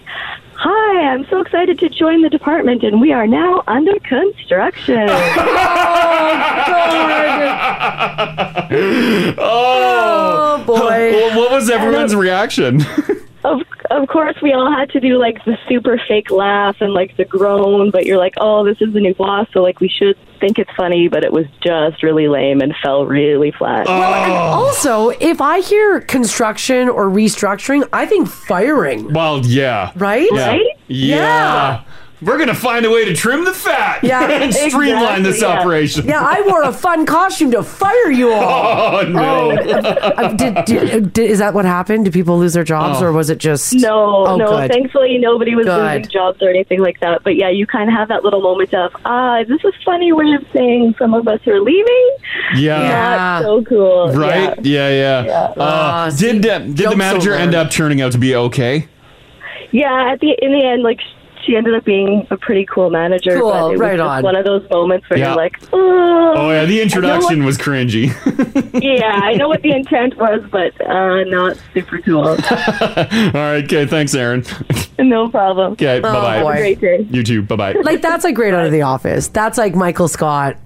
[SPEAKER 11] "Hi, I'm so excited to join the department, and we are now under construction."
[SPEAKER 2] Oh,
[SPEAKER 3] Oh,
[SPEAKER 2] boy. What, was everyone's reaction?
[SPEAKER 11] Of of course, we all had to do like the super fake laugh and like the groan, but you're like, oh, this is the new boss, so like we should think it's funny, but it was just really lame and fell really flat.
[SPEAKER 2] Oh.
[SPEAKER 3] Also, if I hear construction or restructuring, I think firing.
[SPEAKER 2] Well, yeah.
[SPEAKER 3] Right?
[SPEAKER 2] Yeah.
[SPEAKER 3] Right?
[SPEAKER 2] Yeah.
[SPEAKER 3] Yeah.
[SPEAKER 2] We're gonna find a way to trim the fat.
[SPEAKER 3] Yeah,
[SPEAKER 2] and streamline
[SPEAKER 3] exactly,
[SPEAKER 2] this
[SPEAKER 3] yeah.
[SPEAKER 2] operation.
[SPEAKER 3] Yeah, I wore a fun costume to fire you all.
[SPEAKER 2] Oh, no.
[SPEAKER 3] Oh, uh, did, did, did- is that what happened? Did people lose their jobs,
[SPEAKER 11] Oh.
[SPEAKER 3] or was it just
[SPEAKER 11] No,
[SPEAKER 3] Oh,
[SPEAKER 11] no.
[SPEAKER 3] good.
[SPEAKER 11] Thankfully, nobody was losing
[SPEAKER 3] Good.
[SPEAKER 11] jobs or anything like that. But yeah, you kind of have that little moment of, ah, this is funny way of saying some of us are leaving.
[SPEAKER 2] Yeah.
[SPEAKER 11] Not so
[SPEAKER 3] Oh,
[SPEAKER 11] cool.
[SPEAKER 2] Right? Yeah, yeah. Uh, did uh, did the
[SPEAKER 11] jokes
[SPEAKER 2] manager
[SPEAKER 11] over.
[SPEAKER 2] end up turning out to be
[SPEAKER 3] Uh,
[SPEAKER 2] okay?
[SPEAKER 11] Yeah, at the in the end, like she ended up being a pretty cool manager.
[SPEAKER 3] Cool,
[SPEAKER 11] but it
[SPEAKER 3] right
[SPEAKER 11] was just
[SPEAKER 3] on.
[SPEAKER 11] One of those moments where
[SPEAKER 2] Yeah.
[SPEAKER 11] you're like, oh,
[SPEAKER 2] Oh yeah, the introduction
[SPEAKER 11] I
[SPEAKER 2] was cringy.
[SPEAKER 11] know what- yeah, I know what the intent was, but uh, not super cool.
[SPEAKER 2] All right, okay, thanks, Aaron.
[SPEAKER 11] no problem.
[SPEAKER 2] Okay, bye bye.
[SPEAKER 3] Oh, boy. Have a great day.
[SPEAKER 2] You too. Bye bye.
[SPEAKER 3] like that's like right out of the office? That's like Michael Scott.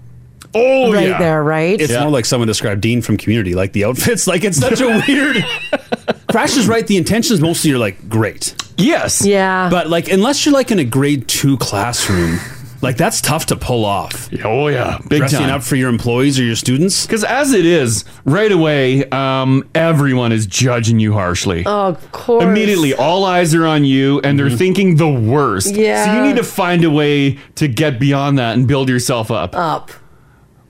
[SPEAKER 2] Oh,
[SPEAKER 3] right
[SPEAKER 4] yeah.
[SPEAKER 3] there, right?
[SPEAKER 4] It's more like someone described Dean from Community, like the outfits. Like it's such a weird. Crash is right. The intentions mostly are like great.
[SPEAKER 2] Yes.
[SPEAKER 3] Yeah.
[SPEAKER 4] But like, unless you're like in a grade two classroom, like that's tough to pull off.
[SPEAKER 2] Oh yeah, big
[SPEAKER 4] Dressing
[SPEAKER 2] time.
[SPEAKER 4] up for your employees or your students.
[SPEAKER 2] Because as it is, right away, um, everyone is judging you harshly.
[SPEAKER 3] Oh, of course.
[SPEAKER 2] Immediately, all eyes are on you, and
[SPEAKER 4] Mm-hmm.
[SPEAKER 2] they're thinking the worst. So
[SPEAKER 3] Yeah.
[SPEAKER 2] you need to find a way to get beyond that and build yourself up.
[SPEAKER 3] Up.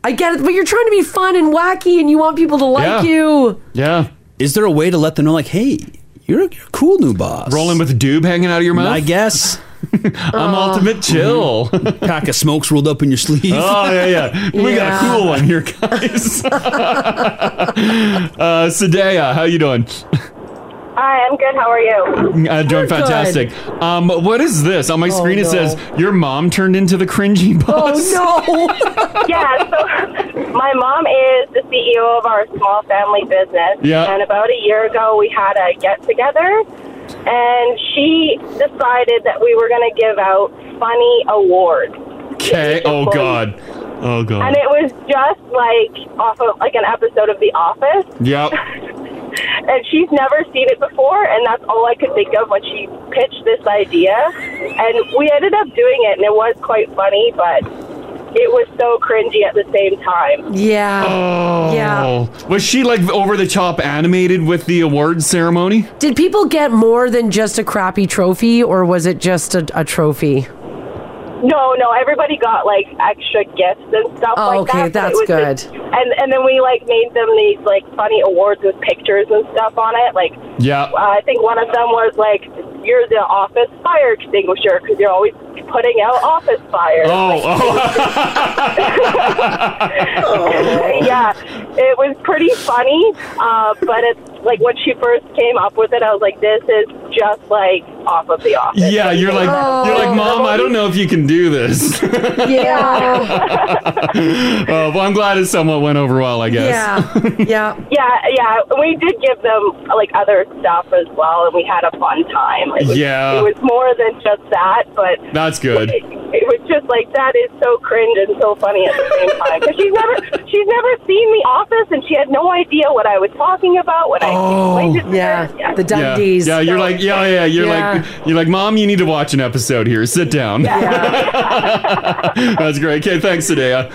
[SPEAKER 3] I get it, but you're trying to be fun and wacky, and you want people to like
[SPEAKER 2] Yeah.
[SPEAKER 3] you.
[SPEAKER 2] Yeah.
[SPEAKER 4] Is there a way to let them know, like, hey, you're a, you're a cool new boss? Rolling
[SPEAKER 2] with a dube hanging out of your mouth?
[SPEAKER 4] I guess. Mm-hmm.
[SPEAKER 2] I'm ultimate chill.
[SPEAKER 4] Pack of smokes rolled up in your sleeve.
[SPEAKER 2] Oh yeah, yeah. We got a cool one here, guys. uh, Sadea, how you doing?
[SPEAKER 7] Hi, I'm good. How are you?
[SPEAKER 2] Uh, doing fantastic. Um, what is this on my
[SPEAKER 7] Oh,
[SPEAKER 2] screen? It
[SPEAKER 7] no.
[SPEAKER 2] says your mom turned into the cringy boss.
[SPEAKER 7] no! yeah, so my mom is the CEO of our small family business.
[SPEAKER 2] Yeah.
[SPEAKER 7] And about a year ago, we had a get together, and she decided that we were going to give out funny awards.
[SPEAKER 2] Okay. Oh God. Oh
[SPEAKER 7] And
[SPEAKER 2] God.
[SPEAKER 7] it was just like off of like an episode of The Office.
[SPEAKER 2] Yep.
[SPEAKER 7] And she's never seen it before, and that's all I could think of when she pitched this idea. And we ended up doing it, and it was quite funny, but it was so cringy at the same time.
[SPEAKER 3] Yeah.
[SPEAKER 2] Oh. Was she like over the top animated with the awards ceremony?
[SPEAKER 3] Did people get more than just a crappy trophy, or was it just a, a trophy?
[SPEAKER 7] No, no, everybody got like extra gifts and stuff
[SPEAKER 3] Oh,
[SPEAKER 7] like
[SPEAKER 3] okay,
[SPEAKER 7] that. but
[SPEAKER 3] that's
[SPEAKER 7] it was
[SPEAKER 3] good.
[SPEAKER 7] just- and and then we like made them these like funny awards with pictures and stuff on it, like
[SPEAKER 2] Yeah.
[SPEAKER 7] Uh, I think one of them was like, "You're the office fire extinguisher because you're always putting out office fires."
[SPEAKER 2] Oh,
[SPEAKER 7] yeah, it was pretty funny. Uh, but it's like when she first came up with it, I was like, "This is just like off of the office."
[SPEAKER 2] Yeah, you're like you're like mom. I don't know if you can do this. uh,
[SPEAKER 7] Yeah.
[SPEAKER 2] well, I'm glad it somewhat went over well. I guess.
[SPEAKER 3] yeah,
[SPEAKER 7] yeah, yeah. We did give them like other stuff as well, and we had a fun time. It was,
[SPEAKER 2] Yeah.
[SPEAKER 7] it was more than just that, but
[SPEAKER 2] That's good.
[SPEAKER 7] it was just like that is so cringe and so funny at the same time because she's never she's never seen the office and she had no idea what I was talking about when
[SPEAKER 4] Oh,
[SPEAKER 7] I explained it to
[SPEAKER 3] yeah,
[SPEAKER 7] her.
[SPEAKER 3] the
[SPEAKER 2] Yeah.
[SPEAKER 3] Dundies.
[SPEAKER 2] Yeah, you're like, yeah, yeah. You're
[SPEAKER 3] Yeah.
[SPEAKER 2] like, you're like, mom. You need to watch an episode here. Sit down. That's great. Okay, thanks, Sadea.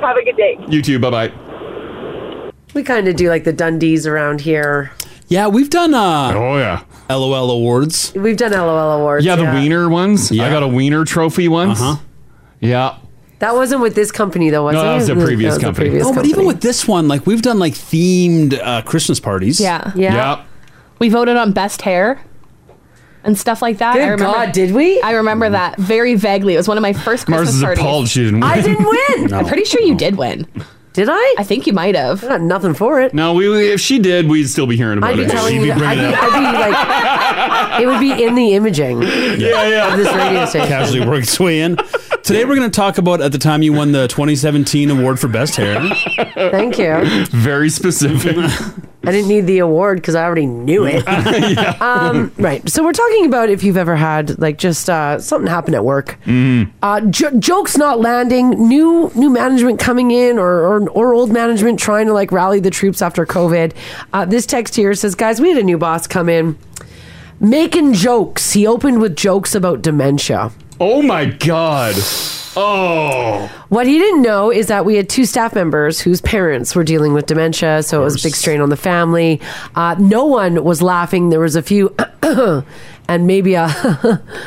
[SPEAKER 7] Have a good day.
[SPEAKER 2] You too. Bye bye.
[SPEAKER 3] We kind of do like the Dundies around here.
[SPEAKER 4] Yeah, we've done. Uh,
[SPEAKER 2] oh yeah.
[SPEAKER 4] LOL awards.
[SPEAKER 3] We've done LOL awards.
[SPEAKER 2] Yeah, the wiener ones. I got a wiener trophy once.
[SPEAKER 4] Uh-huh.
[SPEAKER 2] Uh huh. Yeah.
[SPEAKER 3] That wasn't with this company though, was
[SPEAKER 2] No,
[SPEAKER 3] it?
[SPEAKER 2] that was a
[SPEAKER 3] It
[SPEAKER 2] previous
[SPEAKER 3] that was a
[SPEAKER 2] company.
[SPEAKER 3] previous
[SPEAKER 4] No, Oh, but
[SPEAKER 3] company.
[SPEAKER 4] even with this one, like we've done like themed uh, Christmas parties.
[SPEAKER 5] Yeah. Yeah. Yeah. We voted on best hair and stuff like that.
[SPEAKER 3] Good God, did we?
[SPEAKER 5] I remember that very vaguely. It was one of my first Christmas
[SPEAKER 2] Mars is
[SPEAKER 5] parties.
[SPEAKER 2] appalled she didn't win.
[SPEAKER 5] I didn't
[SPEAKER 3] win.
[SPEAKER 2] No.
[SPEAKER 5] I'm pretty sure you did win.
[SPEAKER 3] Did I?
[SPEAKER 5] I think you might have.
[SPEAKER 3] got nothing for it.
[SPEAKER 2] No, we, we- if she did, we'd still be hearing about
[SPEAKER 3] I'd be
[SPEAKER 2] it.
[SPEAKER 3] telling
[SPEAKER 2] She'd
[SPEAKER 3] you, I'd be,
[SPEAKER 2] bringing it up.
[SPEAKER 3] I'd be like, it would be in the imaging.
[SPEAKER 2] Yeah, yeah.
[SPEAKER 3] Of this radio station.
[SPEAKER 4] Casually worked its way in. Today we're going to talk about at the time you won the 2017 award for best hair.
[SPEAKER 3] Thank you.
[SPEAKER 2] Very specific.
[SPEAKER 3] I didn't need the award because I already knew it. um, right. So we're talking about if you've ever had like just uh, something happen at work, uh, jo- jokes not landing, new new management coming in, or, or or old management trying to like rally the troops after COVID. Uh, this text here says, guys, we had a new boss come in making jokes. He opened with jokes about dementia.
[SPEAKER 2] Oh my god. Oh.
[SPEAKER 3] What he didn't know is that we had two staff members whose parents were dealing with dementia, so it was a big strain on the family. Uh, no one was laughing. There was a few, and maybe a.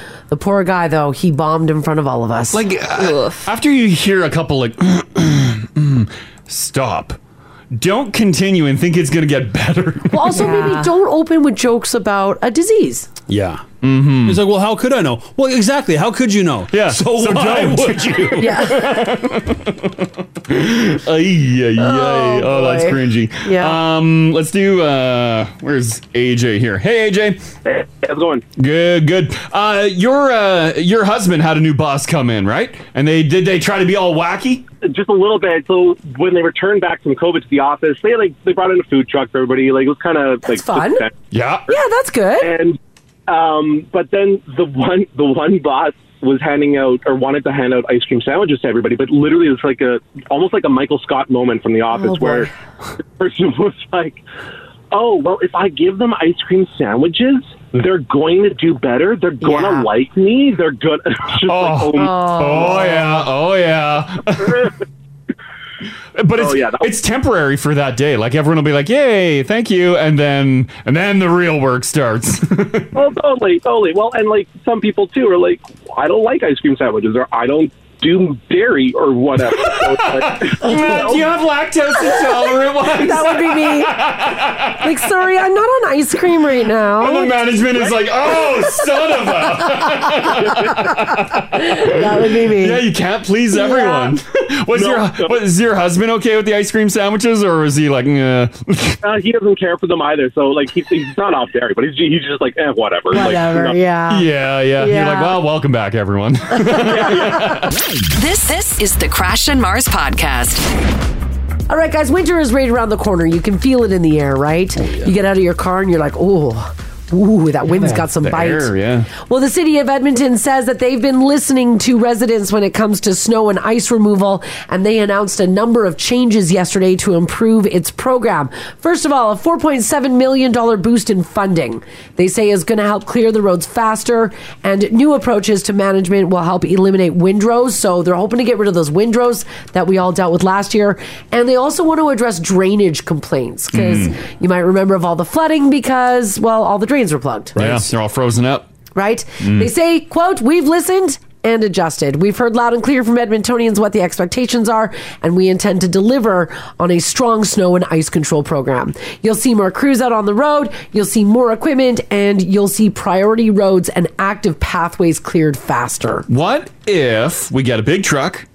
[SPEAKER 3] the poor guy, though, he bombed in front of all of us.
[SPEAKER 2] Like uh, after you hear a couple like mm, stop. Don't continue and think it's going to get better.
[SPEAKER 3] well, also maybe don't open with jokes about a disease.
[SPEAKER 4] Yeah. Mm-hmm. He's like, well, how could I know? Well, exactly. How could you know? Yeah. So,
[SPEAKER 2] so
[SPEAKER 4] why
[SPEAKER 2] don't.
[SPEAKER 4] would you?
[SPEAKER 3] Yeah.
[SPEAKER 2] Ay, ay, ay. Oh, that's
[SPEAKER 3] boy.
[SPEAKER 2] cringy.
[SPEAKER 3] Yeah.
[SPEAKER 2] Um, let's do. Uh, where's AJ here? Hey, AJ. Hey,
[SPEAKER 12] how's it going?
[SPEAKER 2] Good, good. Uh, your uh, your husband had a new boss come in, right? And they did they try to be all wacky?
[SPEAKER 12] Just a little bit. So when they returned back from COVID to the office, they like they brought in a food truck for everybody. Like it was kind of like
[SPEAKER 3] fun.
[SPEAKER 2] Yeah,
[SPEAKER 3] yeah, that's good.
[SPEAKER 12] And um, but then the one the one boss was handing out or wanted to hand out ice cream sandwiches to everybody, but literally it's like a almost like a Michael Scott moment from The Office
[SPEAKER 13] boy.
[SPEAKER 12] where the person was like, "Oh well, if I give them ice cream sandwiches." They're going to do better. They're gonna
[SPEAKER 2] Yeah.
[SPEAKER 12] like me. They're gonna. Just like,
[SPEAKER 2] Oh,
[SPEAKER 12] oh.
[SPEAKER 2] oh yeah, oh yeah. but
[SPEAKER 12] Oh,
[SPEAKER 2] it's it's temporary for that day. Like everyone will be like, "Yay, thank you," and then and then the real work starts.
[SPEAKER 12] Well, totally, totally. Well, and like some people too are like, I don't like ice cream sandwiches, or I don't do dairy, or whatever. So it's like-
[SPEAKER 2] Do you have lactose intolerant ones?
[SPEAKER 3] that would be me. Like, sorry, I'm not on ice cream right now.
[SPEAKER 2] And the management is like, "Oh, son of a!"
[SPEAKER 3] that would be me.
[SPEAKER 2] Yeah, you can't please everyone. was
[SPEAKER 12] No,
[SPEAKER 2] your was your husband okay with the ice cream sandwiches, or was he like, "Nah."
[SPEAKER 12] uh, he doesn't care for them either. So like, he, he's not off dairy, but he's, he's just like, eh, whatever.
[SPEAKER 3] Whatever,
[SPEAKER 12] Like,
[SPEAKER 3] yeah.
[SPEAKER 2] yeah, yeah, You're like,
[SPEAKER 1] Yeah.
[SPEAKER 2] "Well, welcome back, everyone."
[SPEAKER 1] This this is the Crash and Mars podcast.
[SPEAKER 3] All right, guys, winter is right around the corner. You can feel it in the air, right? You get out of your car and you're like, oh, Ooh, that wind's got some
[SPEAKER 2] The
[SPEAKER 3] bite.
[SPEAKER 2] air, yeah.
[SPEAKER 3] Well, the city of Edmonton says that they've been listening to residents when it comes to snow and ice removal, and they announced a number of changes yesterday to improve its program. First of all, a $4.7 million boost in funding they say is going to help clear the roads faster, and new approaches to management will help eliminate windrows. So they're hoping to get rid of those windrows that we all dealt with last year. And they also want to address drainage complaints because
[SPEAKER 2] Mm.
[SPEAKER 3] you might remember of all the flooding because, well, all the drains were plugged
[SPEAKER 2] Yeah, they're all frozen up.
[SPEAKER 3] right?
[SPEAKER 2] Mm.
[SPEAKER 3] They say, quote, we've listened and adjusted. We've heard loud and clear from Edmontonians what the expectations are, and we intend to deliver on a strong snow and ice control program. You'll see more crews out on the road, you'll see more equipment, and you'll see priority roads and active pathways cleared faster.
[SPEAKER 2] What if we get a big truck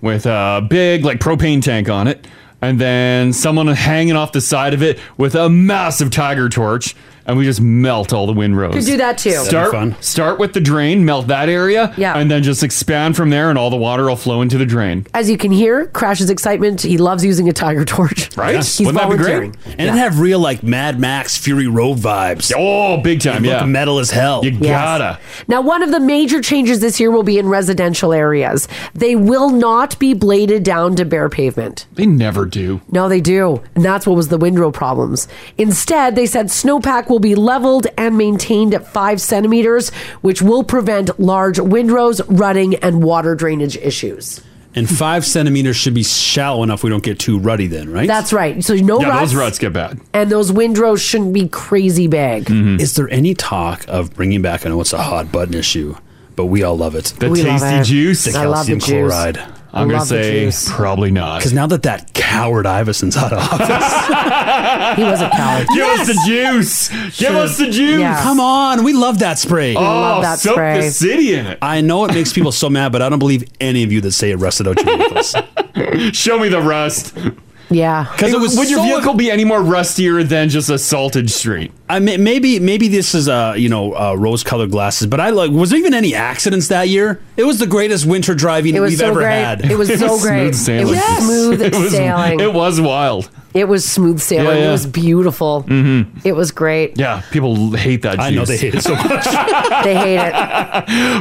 [SPEAKER 2] with a big like propane tank on it, and then someone hanging off the side of it with a massive tiger torch, and we just melt all the windrows?
[SPEAKER 3] Could do that too. That'd be
[SPEAKER 2] Start
[SPEAKER 3] fun.
[SPEAKER 2] start with the drain, melt that area, yeah, and then just expand from there, and all the water will flow into the drain.
[SPEAKER 3] As you can hear, Crash's excitement, he loves using a tiger torch.
[SPEAKER 2] Right?
[SPEAKER 3] He's volunteering.
[SPEAKER 4] And it'd have real like Mad Max Fury Road vibes.
[SPEAKER 2] Oh, big time!
[SPEAKER 4] yeah, metal as hell. You
[SPEAKER 3] gotta. Now, one of the major changes this year will be in residential areas. They will not be bladed down to bare pavement.
[SPEAKER 2] They never do.
[SPEAKER 3] No, they do. And that's what was the windrow problems. Instead, they said snowpack will be leveled and maintained at five centimeters, which will prevent large windrows, rutting, and water drainage issues.
[SPEAKER 4] And five centimeters should be shallow enough we don't get too ruddy then, right?
[SPEAKER 3] That's right. So no
[SPEAKER 4] yeah,
[SPEAKER 3] ruts,
[SPEAKER 4] those ruts get bad.
[SPEAKER 3] and those windrows shouldn't be crazy big.
[SPEAKER 4] Is there any talk of bringing back? I know it's a hot button issue, but we all love it.
[SPEAKER 2] The We love tasty it. juice.
[SPEAKER 4] the
[SPEAKER 2] I
[SPEAKER 4] calcium
[SPEAKER 2] love the juice.
[SPEAKER 4] chloride.
[SPEAKER 2] I'm I gonna love the say juice. probably not.
[SPEAKER 4] Because now that that coward Iverson's out of office,
[SPEAKER 3] he was a coward.
[SPEAKER 2] Give us the juice. Give us the juice.
[SPEAKER 4] Come on, we love that spray.
[SPEAKER 2] We love Oh, that soak the spray. city in it.
[SPEAKER 4] I know it makes people so mad, but I don't believe any of you that say it rusted out your vehicles.
[SPEAKER 2] Show me the rust.
[SPEAKER 3] Yeah,
[SPEAKER 4] Because it was
[SPEAKER 2] would your
[SPEAKER 4] so-
[SPEAKER 2] vehicle be any more rustier than just a salted street?
[SPEAKER 4] I mean, maybe maybe this is uh you know uh, rose colored glasses, but I like was there even any accidents that year? It was the greatest winter driving
[SPEAKER 3] It was
[SPEAKER 4] we've
[SPEAKER 3] so
[SPEAKER 4] ever
[SPEAKER 3] great.
[SPEAKER 4] had.
[SPEAKER 3] It was It so was great. smooth sailing. It was smooth
[SPEAKER 2] It was-
[SPEAKER 3] sailing.
[SPEAKER 2] It was wild.
[SPEAKER 3] It was smooth sailing.
[SPEAKER 2] Yeah, yeah.
[SPEAKER 3] It was beautiful.
[SPEAKER 2] Mm-hmm.
[SPEAKER 3] It was great.
[SPEAKER 2] Yeah, people hate that. Juice.
[SPEAKER 4] I know they hate it so much.
[SPEAKER 3] they hate it.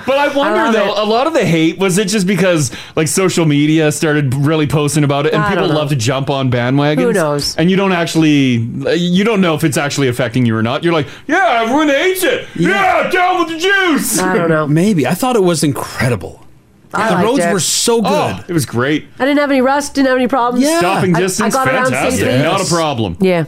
[SPEAKER 2] But I wonder
[SPEAKER 3] love
[SPEAKER 2] though,
[SPEAKER 3] it.
[SPEAKER 2] a lot of the hate was it just because like social media started really posting about it, and
[SPEAKER 3] I
[SPEAKER 2] people
[SPEAKER 3] don't know.
[SPEAKER 2] love to jump on bandwagons.
[SPEAKER 3] Who knows?
[SPEAKER 2] And you don't actually, you don't know if it's actually affecting you or not. You're like, yeah, everyone hates it. Yeah, down with the juice.
[SPEAKER 3] I don't know.
[SPEAKER 4] Maybe I thought it was incredible.
[SPEAKER 3] I
[SPEAKER 4] the
[SPEAKER 3] liked
[SPEAKER 4] roads
[SPEAKER 3] it.
[SPEAKER 4] were so good.
[SPEAKER 3] Oh,
[SPEAKER 2] it was great.
[SPEAKER 3] I didn't have any rust. Didn't have any problems.
[SPEAKER 2] Stopping
[SPEAKER 3] I-
[SPEAKER 2] distance,
[SPEAKER 3] I, got around
[SPEAKER 2] fantastic.
[SPEAKER 3] safely.
[SPEAKER 2] Not a problem.
[SPEAKER 3] Yeah.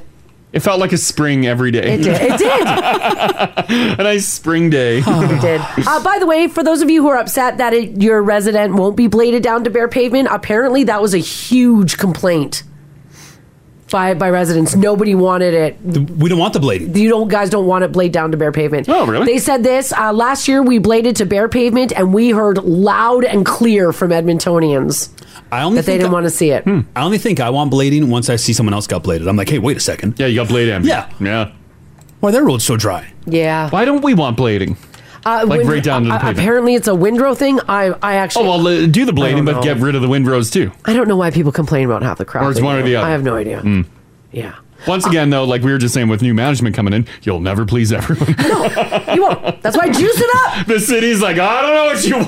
[SPEAKER 2] It felt like a spring every day.
[SPEAKER 3] It did. It did.
[SPEAKER 2] a nice spring day.
[SPEAKER 3] it did. Uh, by the way, for those of you who are upset that it, your resident won't be bladed down to bare pavement, apparently that was a huge complaint by by residents. Nobody wanted it.
[SPEAKER 4] We don't want the blading.
[SPEAKER 3] You don't guys don't want it blade down to bare pavement.
[SPEAKER 4] Oh, really?
[SPEAKER 3] They said this uh, last year. We bladed to bare pavement, and we heard loud and clear from Edmontonians
[SPEAKER 4] I only
[SPEAKER 3] that they
[SPEAKER 4] think
[SPEAKER 3] didn't
[SPEAKER 4] I-
[SPEAKER 3] want to see it.
[SPEAKER 4] I only think I want blading once I see someone else got bladed. I'm like, hey, wait a second.
[SPEAKER 2] Yeah, you got blade envy.
[SPEAKER 4] Yeah.
[SPEAKER 2] Yeah.
[SPEAKER 4] Why their roads so dry?
[SPEAKER 3] Yeah.
[SPEAKER 2] Why don't we want blading?
[SPEAKER 3] Uh,
[SPEAKER 2] Like right down to the
[SPEAKER 3] uh,
[SPEAKER 2] pavement.
[SPEAKER 3] Apparently, it's a windrow thing. I I
[SPEAKER 2] Oh
[SPEAKER 3] actually.
[SPEAKER 2] well, uh, do the
[SPEAKER 3] I don't
[SPEAKER 2] blading, but
[SPEAKER 3] know.
[SPEAKER 2] get rid of the windrows too.
[SPEAKER 3] I don't know why people complain about half the crowd.
[SPEAKER 2] Or it's one or the other.
[SPEAKER 3] I have no idea.
[SPEAKER 2] Mm.
[SPEAKER 3] Yeah.
[SPEAKER 2] Once again, though, like we were just saying, with new management coming in, you'll never please everyone.
[SPEAKER 3] That's why juice it up.
[SPEAKER 2] the city's like, I don't know what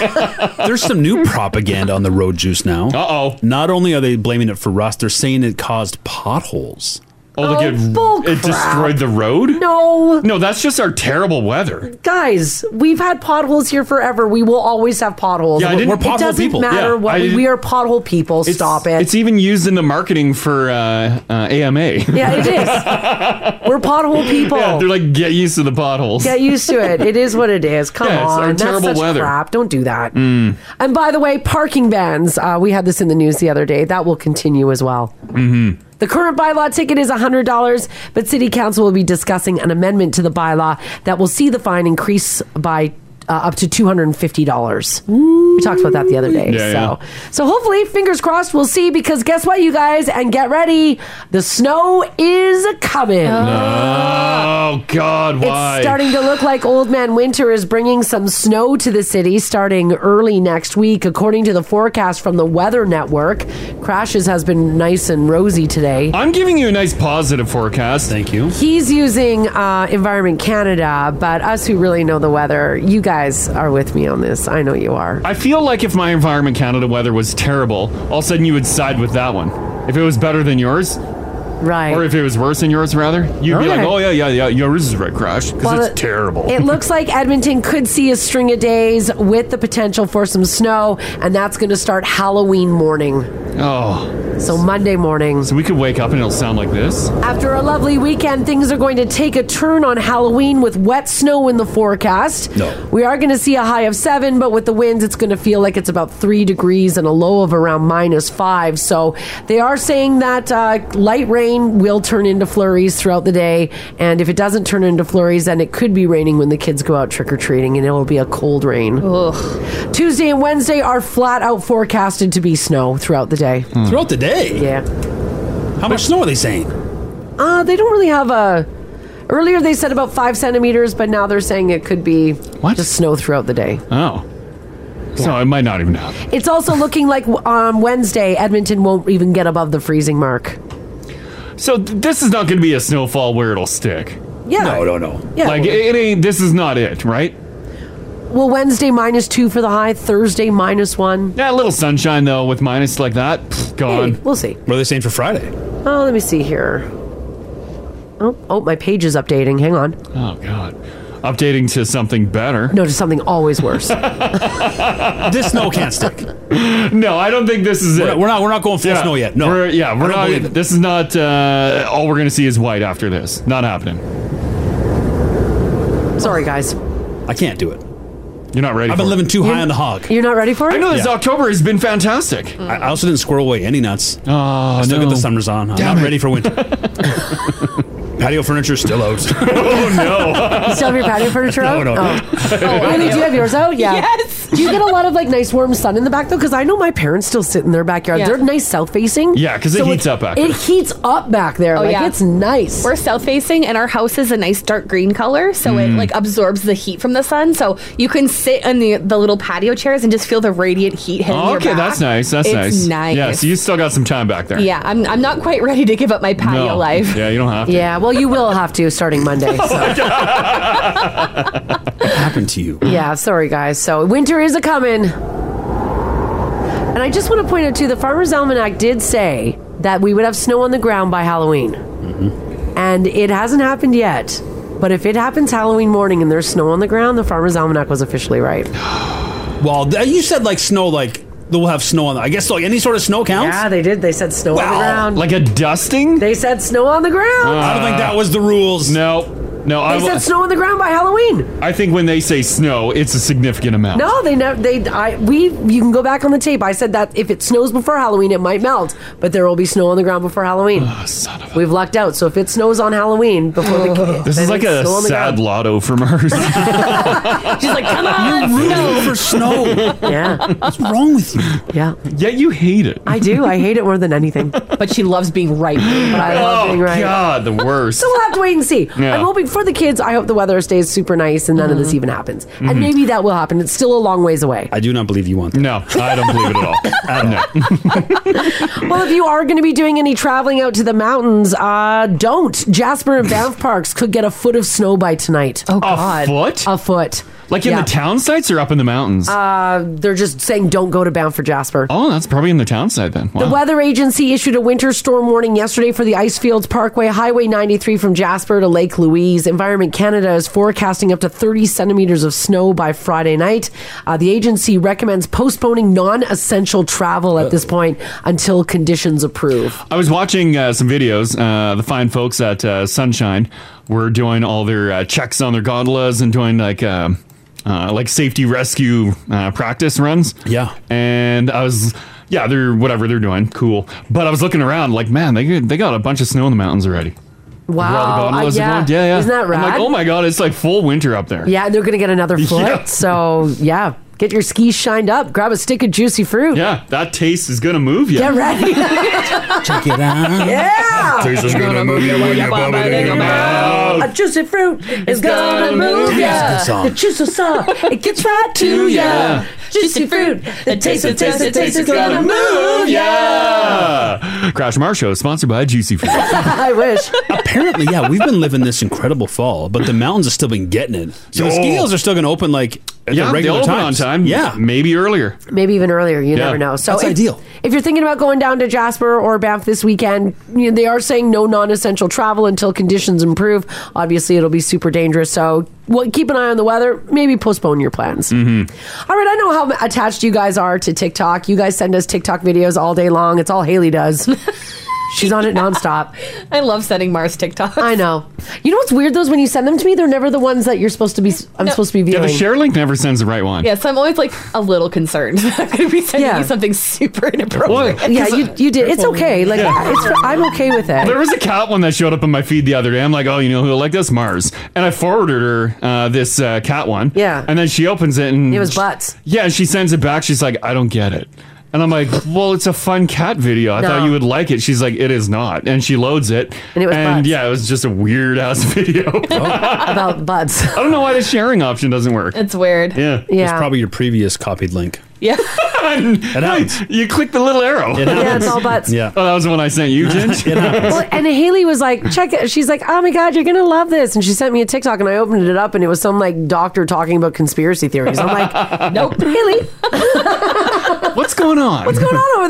[SPEAKER 2] you want.
[SPEAKER 4] There's some new propaganda on the road juice now. Uh
[SPEAKER 2] oh.
[SPEAKER 4] Not only are they blaming it for rust, they're saying it caused potholes.
[SPEAKER 2] Oh, look at it destroyed the road.
[SPEAKER 3] No,
[SPEAKER 2] no, that's just our terrible weather.
[SPEAKER 3] Guys, we've had potholes here forever. We will always have potholes.
[SPEAKER 2] Yeah, I didn't- We're pothole
[SPEAKER 3] it doesn't
[SPEAKER 2] people.
[SPEAKER 3] matter
[SPEAKER 2] Yeah,
[SPEAKER 3] what
[SPEAKER 2] I
[SPEAKER 3] we,
[SPEAKER 2] didn't-
[SPEAKER 3] we are pothole people. Stop it.
[SPEAKER 2] It's even used in the marketing for uh, uh, AMA.
[SPEAKER 3] Yeah, it is. We're pothole people.
[SPEAKER 2] Yeah, they're like, get used to the potholes.
[SPEAKER 3] Get used to it. It is what it is. Come
[SPEAKER 2] Yeah, it's
[SPEAKER 3] on,
[SPEAKER 2] our
[SPEAKER 3] That's
[SPEAKER 2] terrible
[SPEAKER 3] such
[SPEAKER 2] weather.
[SPEAKER 3] crap. Don't do that.
[SPEAKER 2] Mm.
[SPEAKER 3] And by the way, parking bans. Uh, we had this in the news the other day. That will continue as well.
[SPEAKER 2] Mm-hmm.
[SPEAKER 3] The current bylaw ticket is $100, but City Council will be discussing an amendment to the bylaw that will see the fine increase by uh, up to $250. We talked about that the other day.
[SPEAKER 9] Yeah,
[SPEAKER 3] so. so hopefully, fingers crossed, we'll see because guess what, you guys? And get ready. The snow is coming.
[SPEAKER 2] Oh. Oh God, why?
[SPEAKER 3] Ah. It's starting to look like Old Man Winter is bringing some snow to the city starting early next week, according to the forecast from the Weather Network. Crashes has been nice and rosy today.
[SPEAKER 2] I'm giving you a nice positive forecast. Thank you.
[SPEAKER 3] He's using uh, Environment Canada, but us who really know the weather, you guys are with me on this. I know you are.
[SPEAKER 2] I feel like if my Environment Canada weather was terrible, all of a sudden you would side with that one. If it was better than yours,
[SPEAKER 3] right?
[SPEAKER 2] Or if it was worse than yours, rather, you'd be
[SPEAKER 3] Okay.
[SPEAKER 2] like, "Oh yeah, yeah, yeah, yours is right, Crash, because
[SPEAKER 3] Well,
[SPEAKER 2] it's
[SPEAKER 3] it-
[SPEAKER 2] terrible."
[SPEAKER 3] It looks like Edmonton could see a string of days with the potential for some snow, and that's going to start Halloween morning.
[SPEAKER 2] oh,
[SPEAKER 3] so Monday morning.
[SPEAKER 2] So we could wake up and it'll sound like this.
[SPEAKER 3] After a lovely weekend, things are going to take a turn on Halloween with wet snow in the forecast.
[SPEAKER 2] No.
[SPEAKER 3] We are going to see a high of seven, but with the winds, it's going to feel like it's about three degrees and a low of around minus five. So they are saying that uh, light rain will turn into flurries throughout the day. And if it doesn't turn into flurries, then it could be raining when the kids go out trick or treating, and it will be a cold rain. Tuesday and Wednesday are flat out forecasted to be snow throughout the day.
[SPEAKER 4] Throughout the day?
[SPEAKER 3] Yeah.
[SPEAKER 4] How much snow are they saying?
[SPEAKER 3] Uh, they don't really have a. Earlier they said about five centimeters, but now they're saying it could be just snow throughout the day.
[SPEAKER 2] Oh, so it might not even happen.
[SPEAKER 3] It's also looking like on Wednesday, Edmonton won't even get above the freezing mark.
[SPEAKER 2] So th- this is not going to be a snowfall where it'll stick.
[SPEAKER 3] Yeah. No,
[SPEAKER 2] no, no.
[SPEAKER 3] Yeah.
[SPEAKER 2] like it, it ain't. This is not it, right?
[SPEAKER 3] Well, Wednesday minus two for the high, Thursday minus one.
[SPEAKER 2] Yeah, a little sunshine though with minus like that. Pfft, gone.
[SPEAKER 3] we'll see.
[SPEAKER 2] What are they saying for Friday?
[SPEAKER 3] Oh, let me see here. Oh, oh, my page is updating. Hang on.
[SPEAKER 2] Oh God, updating to something better.
[SPEAKER 3] No, to something always worse.
[SPEAKER 2] this snow can't stick. No, I don't think this is
[SPEAKER 4] We're
[SPEAKER 2] it.
[SPEAKER 4] not- we're not- we're not going full
[SPEAKER 2] yeah.
[SPEAKER 4] snow yet. No.
[SPEAKER 2] we're, yeah,
[SPEAKER 4] I
[SPEAKER 2] we're
[SPEAKER 4] don't believe
[SPEAKER 2] not.
[SPEAKER 4] it.
[SPEAKER 2] This is not. Uh, all we're gonna see is white after this. Not happening.
[SPEAKER 3] oh, Sorry, guys.
[SPEAKER 2] I can't do it. You're not ready.
[SPEAKER 4] I've been living too high on the hog.
[SPEAKER 3] You're not ready for it?
[SPEAKER 2] I know this October has been fantastic.
[SPEAKER 4] I, I also didn't squirrel away any nuts.
[SPEAKER 2] Oh, I
[SPEAKER 4] still
[SPEAKER 2] no.
[SPEAKER 4] got the summers on. I'm
[SPEAKER 2] Damn
[SPEAKER 4] not
[SPEAKER 2] it.
[SPEAKER 4] ready for winter. Patio furniture still out.
[SPEAKER 2] Oh,
[SPEAKER 3] You still have your patio furniture
[SPEAKER 4] No,
[SPEAKER 3] out?
[SPEAKER 4] no.
[SPEAKER 3] Oh. Amy, do you have yours out? Yeah. Yes. Do you get a lot of like nice warm sun in the back though? Because I know my parents still sit in their backyard.
[SPEAKER 5] Yeah.
[SPEAKER 3] They're nice south facing.
[SPEAKER 2] Yeah, 'cause it heats
[SPEAKER 3] it's-
[SPEAKER 2] up back
[SPEAKER 3] It
[SPEAKER 2] there.
[SPEAKER 3] heats up back there. like it's nice.
[SPEAKER 5] Oh, We're south facing, and our house is a nice dark green color, so it
[SPEAKER 3] Mm.
[SPEAKER 5] like absorbs the heat from the sun. So you can sit on the the little patio chairs and just feel the radiant heat hitting
[SPEAKER 2] Oh,
[SPEAKER 5] your
[SPEAKER 2] okay,
[SPEAKER 5] back.
[SPEAKER 2] that's nice. That's
[SPEAKER 5] It's
[SPEAKER 2] nice.
[SPEAKER 5] nice.
[SPEAKER 2] Yeah, so you still got some time back there.
[SPEAKER 5] Yeah, I'm I'm not quite ready to give up my patio
[SPEAKER 2] No.
[SPEAKER 5] life.
[SPEAKER 2] Yeah, you don't have to.
[SPEAKER 3] yeah, well, you will have to starting Monday. So.
[SPEAKER 4] What happened to you?
[SPEAKER 3] yeah, sorry guys. So winter is a coming, and I just want to point out too, the Farmer's Almanac did say that we would have snow on the ground by Halloween,
[SPEAKER 2] Mm-hmm.
[SPEAKER 3] and it hasn't happened yet. But if it happens Halloween morning and there's snow on the ground, the Farmer's Almanac was officially right.
[SPEAKER 4] Well, th- you said like snow, like they'll have snow on. I guess like any sort of snow counts.
[SPEAKER 3] Yeah, they did. They said snow on the ground.
[SPEAKER 2] Like a dusting?
[SPEAKER 3] They said snow on the ground.
[SPEAKER 4] I don't think that was the rules.
[SPEAKER 2] No, no. I,
[SPEAKER 3] They
[SPEAKER 2] w-
[SPEAKER 3] said snow on the ground by Halloween.
[SPEAKER 2] I think when they say snow, it's a significant amount.
[SPEAKER 3] No, they never. They I we you can go back on the tape. I said that if it snows before Halloween, it might melt, but there will be snow on the ground before Halloween.
[SPEAKER 4] Ah,
[SPEAKER 2] son of
[SPEAKER 3] We've lucked out. So if it snows on Halloween before the kids,
[SPEAKER 2] This is like a sad lotto from ours.
[SPEAKER 5] She's like, come on, snow
[SPEAKER 4] for snow.
[SPEAKER 3] Yeah.
[SPEAKER 4] What's wrong with you?
[SPEAKER 3] Yeah.
[SPEAKER 2] Yet you hate it.
[SPEAKER 3] I do. I hate it more than anything.
[SPEAKER 5] But she loves being right. But
[SPEAKER 3] I love
[SPEAKER 2] oh
[SPEAKER 3] being right.
[SPEAKER 2] God, the worst.
[SPEAKER 3] So uh, we'll have to wait and see.
[SPEAKER 2] Yeah.
[SPEAKER 3] I'm hoping for the kids. I hope the weather stays super nice and none of this even happens.
[SPEAKER 4] Mhm.
[SPEAKER 3] And maybe that will happen. It's still a long ways away.
[SPEAKER 4] I do not believe you want that.
[SPEAKER 2] No, I don't believe it at all.
[SPEAKER 3] well, if you are going to be doing any traveling out to the mountains, uh, don't. Jasper and Banff Parks could get a foot of snow by tonight. Oh,
[SPEAKER 2] A foot?
[SPEAKER 3] A foot.
[SPEAKER 2] Like in
[SPEAKER 3] Yeah.
[SPEAKER 2] the town sites or up in the mountains?
[SPEAKER 3] Uh, they're just saying don't go to Banff for Jasper.
[SPEAKER 2] oh, that's probably in the town site then. Wow.
[SPEAKER 3] The weather agency issued a winter storm warning yesterday for the Icefields Parkway, Highway 93 from Jasper to Lake Louise. Environment Canada is forecasting up to 30 centimeters of snow by Friday night. Uh, the agency recommends postponing non essential travel at this point until conditions approve.
[SPEAKER 2] I was watching uh, some videos. Uh, the fine folks at uh, Sunshine were doing all their uh, checks on their gondolas and doing like um uh, like safety rescue uh, practice runs. Yeah, and I was yeah they're whatever they're doing cool. But I was looking around like man they they got a bunch of snow in the mountains already. Where all the
[SPEAKER 3] Wow. Uh,
[SPEAKER 2] gondolas are
[SPEAKER 3] yeah.
[SPEAKER 2] going. yeah, yeah.
[SPEAKER 3] Isn't that
[SPEAKER 2] I'm like
[SPEAKER 3] rad?
[SPEAKER 2] oh my god, it's like full winter up there.
[SPEAKER 3] Yeah, and they're going to get another foot.
[SPEAKER 2] Yeah.
[SPEAKER 3] So, yeah, Get your skis shined up. Grab a stick of juicy fruit.
[SPEAKER 2] Yeah, that taste is gonna move you.
[SPEAKER 3] Get ready.
[SPEAKER 2] Check it out.
[SPEAKER 3] Yeah.
[SPEAKER 2] Taste is gonna move you when you bump it in your mouth.
[SPEAKER 3] A juicy fruit is gonna,
[SPEAKER 9] gonna move
[SPEAKER 3] move
[SPEAKER 9] ya. That's a good
[SPEAKER 3] ya.
[SPEAKER 9] song.
[SPEAKER 3] The juice is soft. It gets right to ya.
[SPEAKER 9] Yeah.
[SPEAKER 3] Juicy fruit. The taste, the taste, the taste is gonna move ya.
[SPEAKER 2] Yeah. Crash Mar Show is sponsored by Juicy Fruit.
[SPEAKER 3] I wish.
[SPEAKER 4] Apparently, yeah, we've been living this incredible fall, but the mountains have still been getting it. So the
[SPEAKER 2] Yo.
[SPEAKER 4] ski hills are still going to open like at
[SPEAKER 2] Yeah,
[SPEAKER 4] the
[SPEAKER 2] they
[SPEAKER 4] regular
[SPEAKER 2] open
[SPEAKER 4] times.
[SPEAKER 2] on time.
[SPEAKER 4] Yeah,
[SPEAKER 2] maybe earlier.
[SPEAKER 3] Maybe even earlier. You
[SPEAKER 4] Yeah.
[SPEAKER 3] never know. So
[SPEAKER 4] That's
[SPEAKER 3] if,
[SPEAKER 4] ideal.
[SPEAKER 3] If you're thinking about going down to Jasper or Banff this weekend, you know, they are saying no non-essential travel until conditions improve. Obviously, it'll be super dangerous. So well, keep an eye on the weather. Maybe postpone your plans.
[SPEAKER 2] Mm-hmm.
[SPEAKER 3] All right, I know how attached you guys are to TikTok. You guys send us TikTok videos all day long. It's all Haley does. She's on it nonstop.
[SPEAKER 5] I love sending Mars TikToks.
[SPEAKER 3] I know. You know what's weird? Those when you send them to me, they're never the ones that you're supposed to be. I'm
[SPEAKER 5] No.
[SPEAKER 3] supposed to be
[SPEAKER 2] Yeah,
[SPEAKER 3] viewing.
[SPEAKER 2] the share link never sends the right one.
[SPEAKER 5] Yeah, so I'm always like a little concerned. I'm going to be sending
[SPEAKER 3] Yeah.
[SPEAKER 5] you something super
[SPEAKER 2] Well,
[SPEAKER 5] inappropriate.
[SPEAKER 3] yeah, you you did. It's okay. Like
[SPEAKER 2] Yeah.
[SPEAKER 3] it's, I'm okay with it.
[SPEAKER 2] There was a cat one that showed up in my feed the other day. I'm like, oh, you know who'll like this? Mars. And I forwarded her uh, this uh, cat one. Yeah. And then she opens it and. It was
[SPEAKER 3] butts.
[SPEAKER 2] yeah, and she sends it back. She's like, I don't get it. And I'm like, well, it's a fun cat video. I
[SPEAKER 3] No.
[SPEAKER 2] thought you would like it. She's like, it is not. And she loads it.
[SPEAKER 3] And it was butts.
[SPEAKER 2] yeah, it was just a weird ass video.
[SPEAKER 4] Oh.
[SPEAKER 3] About buds. I
[SPEAKER 2] don't know why the sharing option doesn't work.
[SPEAKER 5] It's weird.
[SPEAKER 2] Yeah.
[SPEAKER 3] Yeah. It's
[SPEAKER 4] probably your previous copied link.
[SPEAKER 5] Yeah.
[SPEAKER 2] You click the little arrow.
[SPEAKER 4] It
[SPEAKER 3] Yeah, it's all butts.
[SPEAKER 2] Yeah. Oh, that was the one I sent you, Ginge?
[SPEAKER 3] well, and Haley was like, check it. She's like, oh my God, you're going to love this. And she sent me a TikTok and I opened it up and it was some like doctor talking about conspiracy theories. I'm like, nope, Haley.
[SPEAKER 2] What's going on? What's
[SPEAKER 3] going on over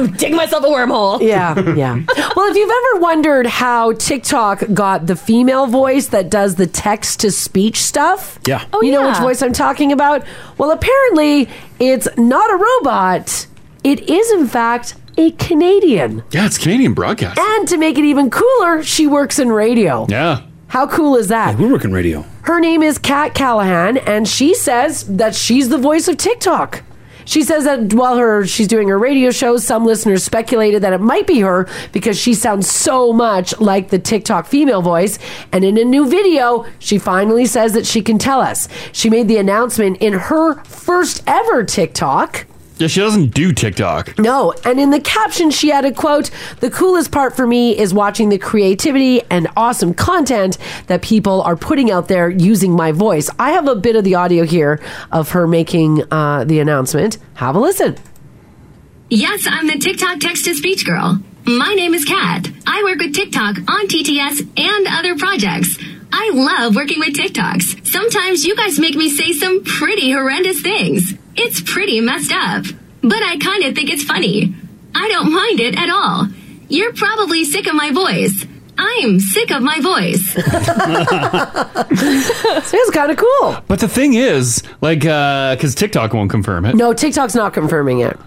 [SPEAKER 3] there?
[SPEAKER 5] Dig myself a wormhole.
[SPEAKER 3] Yeah, yeah. well, if you've ever wondered how TikTok got the female voice that does the text to speech stuff,
[SPEAKER 4] Yeah.
[SPEAKER 5] Oh,
[SPEAKER 3] you know which
[SPEAKER 5] yeah.
[SPEAKER 3] voice I'm talking about? Well, apparently it's not a robot, it is, in fact, a Canadian.
[SPEAKER 2] Yeah, it's Canadian broadcast.
[SPEAKER 3] And to make it even cooler, she works in radio.
[SPEAKER 2] Yeah.
[SPEAKER 3] How cool is that?
[SPEAKER 4] we're working radio.
[SPEAKER 3] Her name is Kat Callahan, and she says that she's the voice of TikTok. She says that while her she's doing her radio show, some listeners speculated that it might be her because she sounds so much like the TikTok female voice. And in a new video, she finally says that she can tell us. She made the announcement in her first ever TikTok.
[SPEAKER 2] Yeah, she doesn't do TikTok.
[SPEAKER 3] No, and in the caption she added, quote, the coolest part for me is watching the creativity and awesome content that people are putting out there using my voice. I have a bit of the audio here of her making uh, the announcement. Have a listen.
[SPEAKER 13] Yes, I'm the TikTok text to speech girl. My name is Kat. I work with TikTok on TTS and other projects. I love working with TikToks. Sometimes you guys make me say some pretty horrendous things. It's pretty messed up. But I kinda think it's funny. I don't mind it at all. You're probably sick of my voice. I'm sick of my voice.
[SPEAKER 3] It's kind of cool.
[SPEAKER 2] But the thing is, like, because TikTok won't confirm it.
[SPEAKER 3] No, TikTok's not confirming it.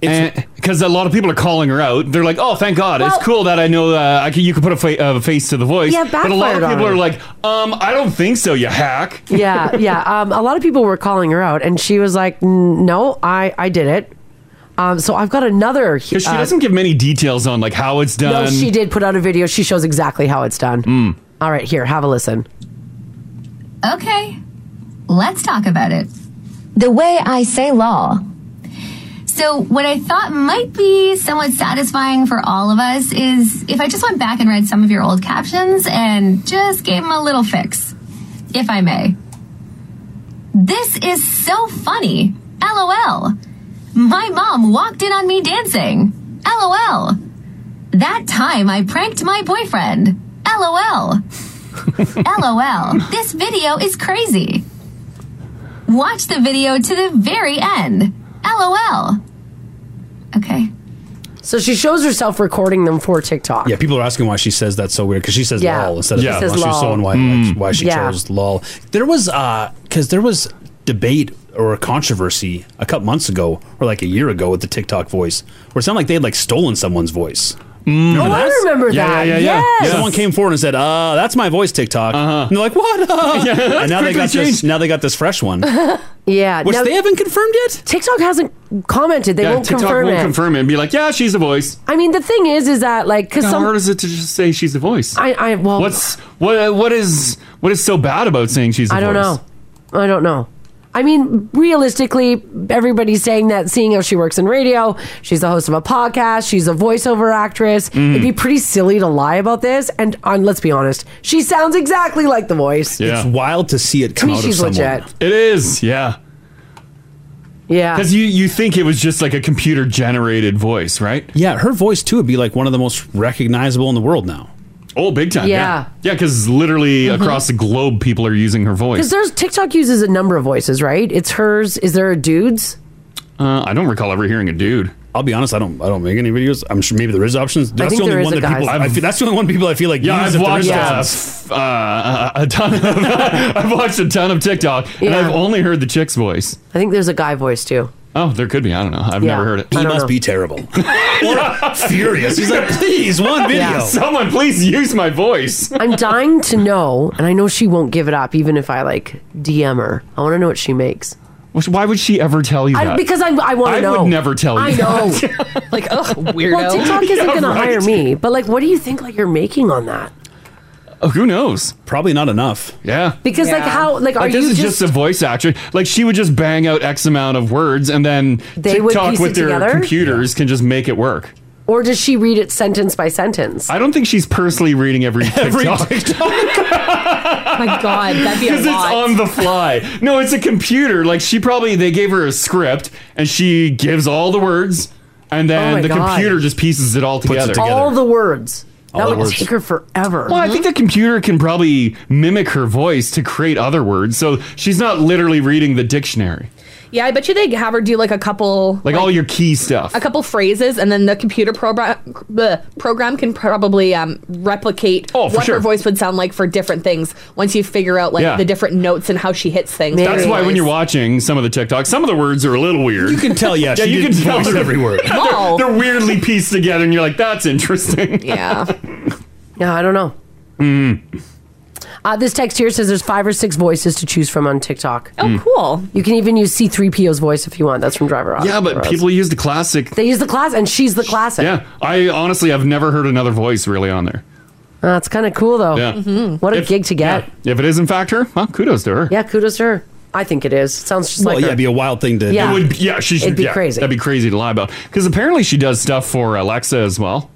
[SPEAKER 2] Because a lot of people are calling her out. They're like, "Oh, thank God!
[SPEAKER 3] Well-
[SPEAKER 2] it's cool that I know uh, I can, you can put a fa- uh, face to the voice."
[SPEAKER 3] Yeah,
[SPEAKER 2] but a lot
[SPEAKER 3] backfired
[SPEAKER 2] of
[SPEAKER 3] on
[SPEAKER 2] people
[SPEAKER 3] her.
[SPEAKER 2] are like, "Um, I don't think so, you hack."
[SPEAKER 3] Yeah, yeah. Um, a lot of people were calling her out, and she was like, "N- no, I, I did it. Um, so I've got another.
[SPEAKER 2] Because she
[SPEAKER 3] uh,
[SPEAKER 2] doesn't give many details on like how it's done. Mm.
[SPEAKER 3] No, she did put out a video. She shows exactly how it's done. All right, here, have a listen.
[SPEAKER 13] Okay, let's talk about it. The way I say lol. So, what I thought might be somewhat satisfying for all of us is if I just went back and read some of your old captions and just gave them a little fix, if I may. This is so funny. LOL. My mom walked in on me dancing. LOL. That time I pranked my boyfriend. LOL. LOL, Oh, this video is crazy. Watch the video to the very end. LOL. Okay.
[SPEAKER 3] So she shows herself recording them for TikTok.
[SPEAKER 4] Yeah, people are asking why she says that so weird because she says
[SPEAKER 3] Yeah.
[SPEAKER 4] lol instead of
[SPEAKER 3] Yeah. She says
[SPEAKER 4] lol. She's so
[SPEAKER 3] lol.
[SPEAKER 4] why why she
[SPEAKER 3] Yeah.
[SPEAKER 4] chose lol. There was because there was debate or a controversy a couple months ago or like a year ago with the TikTok voice where it sounded like they had like stolen someone's voice.
[SPEAKER 3] Oh, I remember
[SPEAKER 4] Yeah,
[SPEAKER 3] that.
[SPEAKER 4] yeah, yeah, yeah.
[SPEAKER 3] Yes.
[SPEAKER 4] Someone came forward and said, "Uh, that's my voice, TikTok." Uh-huh. And they're like, "What?" and now
[SPEAKER 3] Yeah, that's
[SPEAKER 4] they got
[SPEAKER 3] quickly
[SPEAKER 4] this. Now they got this fresh one.
[SPEAKER 3] yeah.
[SPEAKER 4] Which they haven't confirmed yet?
[SPEAKER 3] TikTok hasn't commented. They
[SPEAKER 2] yeah,
[SPEAKER 3] won't
[SPEAKER 2] TikTok
[SPEAKER 3] confirm
[SPEAKER 2] won't
[SPEAKER 3] it.
[SPEAKER 2] confirm it and be like, "Yeah, she's a voice."
[SPEAKER 3] I mean, the thing is, is that like, because
[SPEAKER 2] How
[SPEAKER 3] some.
[SPEAKER 2] hard is it to just say she's a voice?
[SPEAKER 3] I, I, well,
[SPEAKER 2] What's what? What is what is so bad about saying she's? a
[SPEAKER 3] I don't
[SPEAKER 2] voice?
[SPEAKER 3] know. I don't know. I mean, realistically, everybody's saying that seeing how she works in radio, she's the host of a podcast, she's a voiceover actress.
[SPEAKER 9] Mm.
[SPEAKER 3] It'd be pretty silly to lie about this. And on, let's be honest, she sounds exactly like the voice.
[SPEAKER 4] It's wild to see it
[SPEAKER 3] To
[SPEAKER 4] come
[SPEAKER 3] me,
[SPEAKER 4] out
[SPEAKER 3] she's
[SPEAKER 4] of someone.
[SPEAKER 3] legit.
[SPEAKER 2] It is, yeah.
[SPEAKER 3] Yeah.
[SPEAKER 2] Because you, you think it was just like a computer generated voice, right?
[SPEAKER 4] Yeah, her voice too would be like one of the most recognizable in the world now.
[SPEAKER 2] Oh, big time.
[SPEAKER 3] Yeah.
[SPEAKER 2] Yeah, because literally uh,
[SPEAKER 3] Mhm.
[SPEAKER 2] Mm-hmm. across the globe, people are using her
[SPEAKER 3] Because
[SPEAKER 2] voice.
[SPEAKER 3] there's TikTok uses a number of voices, right? It's hers. Is there a dude's?
[SPEAKER 2] Uh, I don't recall ever hearing a dude.
[SPEAKER 4] I'll be honest, I don't I don't make any videos. I'm sure maybe there is options. That's
[SPEAKER 2] think
[SPEAKER 4] the
[SPEAKER 2] there
[SPEAKER 4] only
[SPEAKER 2] is
[SPEAKER 4] one
[SPEAKER 2] a
[SPEAKER 4] that people
[SPEAKER 2] guy's.
[SPEAKER 4] I feel, that's the only one people I feel like
[SPEAKER 2] Yeah,
[SPEAKER 4] use
[SPEAKER 2] I've
[SPEAKER 4] if there
[SPEAKER 2] watched
[SPEAKER 4] is
[SPEAKER 2] a,
[SPEAKER 4] options.
[SPEAKER 2] f- uh, a ton of I've watched a ton of TikTok, and
[SPEAKER 3] Yeah.
[SPEAKER 2] I've only heard the chick's voice.
[SPEAKER 3] I think there's a guy voice too.
[SPEAKER 2] Oh, there could be. I don't know. I've
[SPEAKER 3] Yeah.
[SPEAKER 2] never heard it.
[SPEAKER 3] He I don't must know. be
[SPEAKER 4] terrible. furious. He's like, please, one video.
[SPEAKER 3] Yeah.
[SPEAKER 2] Someone please use my voice.
[SPEAKER 3] I'm dying to know, and I know she won't give it up, even if I like DM her. I want to know what she makes.
[SPEAKER 2] Why would she ever tell you
[SPEAKER 3] I,
[SPEAKER 2] that?
[SPEAKER 3] because I, I want
[SPEAKER 2] I
[SPEAKER 3] to know.
[SPEAKER 2] would never tell you.
[SPEAKER 3] I know.
[SPEAKER 2] that.
[SPEAKER 3] like, ugh, weirdo.
[SPEAKER 5] weirdo.
[SPEAKER 3] Well, TikTok isn't
[SPEAKER 5] Yeah,
[SPEAKER 3] going to
[SPEAKER 5] right.
[SPEAKER 3] hire me, but like, what do you think like you're making on that?
[SPEAKER 2] Oh, Who knows?
[SPEAKER 4] Probably not enough.
[SPEAKER 2] Yeah.
[SPEAKER 3] Because, like, Yeah. how- like, are
[SPEAKER 2] this
[SPEAKER 3] you
[SPEAKER 2] is
[SPEAKER 3] just-
[SPEAKER 2] just a voice actor? Like she would just bang out X amount of words, and then
[SPEAKER 3] They would
[SPEAKER 2] TikTok
[SPEAKER 3] piece
[SPEAKER 2] with
[SPEAKER 3] it
[SPEAKER 2] their
[SPEAKER 3] together?
[SPEAKER 2] computers can just make it work.
[SPEAKER 3] Or does she read it sentence by sentence?
[SPEAKER 2] I don't think she's personally reading every
[SPEAKER 3] Every
[SPEAKER 2] TikTok.
[SPEAKER 5] Oh my god, that'd be a
[SPEAKER 2] Because it's
[SPEAKER 5] lot.
[SPEAKER 2] on the fly. No, it's a computer. Like she probably they gave her a script and she gives all the words and
[SPEAKER 3] Oh
[SPEAKER 2] then
[SPEAKER 3] my
[SPEAKER 2] the
[SPEAKER 3] God.
[SPEAKER 2] computer just pieces it all together.
[SPEAKER 3] All the words.
[SPEAKER 2] All
[SPEAKER 3] that
[SPEAKER 2] the
[SPEAKER 3] would
[SPEAKER 2] words.
[SPEAKER 3] take her forever.
[SPEAKER 2] well, I think the computer can probably mimic her voice to create other words. So she's not literally reading the dictionary.
[SPEAKER 5] yeah, I bet you they have her do like a couple
[SPEAKER 2] Like, all your key stuff.
[SPEAKER 5] a couple phrases, and then the computer program the program can probably um, replicate
[SPEAKER 2] Oh, for
[SPEAKER 5] what
[SPEAKER 2] sure.
[SPEAKER 5] her voice would sound like for different things. Once you figure out like
[SPEAKER 2] Yeah.
[SPEAKER 5] the different notes and how she hits things,
[SPEAKER 2] That's why when you're watching some of the TikToks, some of the words are a little weird.
[SPEAKER 4] You can tell, yeah,
[SPEAKER 2] yeah,
[SPEAKER 4] she
[SPEAKER 2] you can
[SPEAKER 4] didn't
[SPEAKER 2] tell
[SPEAKER 4] voice
[SPEAKER 2] they're-
[SPEAKER 4] every word.
[SPEAKER 2] They're, they're weirdly pieced together, and you're like, "That's interesting."
[SPEAKER 5] Yeah.
[SPEAKER 3] Yeah, I don't know.
[SPEAKER 2] Mm-hmm.
[SPEAKER 3] Uh, this text here says there's five or six voices to choose from on TikTok.
[SPEAKER 5] Oh, Mm. cool.
[SPEAKER 3] You can even use C3PO's voice if you want. That's from Driver Off.
[SPEAKER 2] Yeah, but people use the classic.
[SPEAKER 3] They use the class, and she's the classic.
[SPEAKER 2] Yeah, I honestly I've never heard another voice really on there.
[SPEAKER 3] Uh, it's kind of cool, though.
[SPEAKER 2] Yeah.
[SPEAKER 5] Mm-hmm.
[SPEAKER 2] Mhm.
[SPEAKER 3] What a gig to get. Yeah.
[SPEAKER 2] If it is in fact her, well, kudos to her.
[SPEAKER 3] kudos to her. I think it is. sounds just
[SPEAKER 2] Well,
[SPEAKER 3] like
[SPEAKER 2] yeah,
[SPEAKER 3] her.
[SPEAKER 2] it'd be
[SPEAKER 4] a wild thing
[SPEAKER 3] to- Yeah.
[SPEAKER 2] it would. Yeah, she should.
[SPEAKER 3] It'd be
[SPEAKER 2] yeah,
[SPEAKER 3] crazy.
[SPEAKER 2] That'd be crazy to lie about. Because apparently she does stuff for Alexa as well.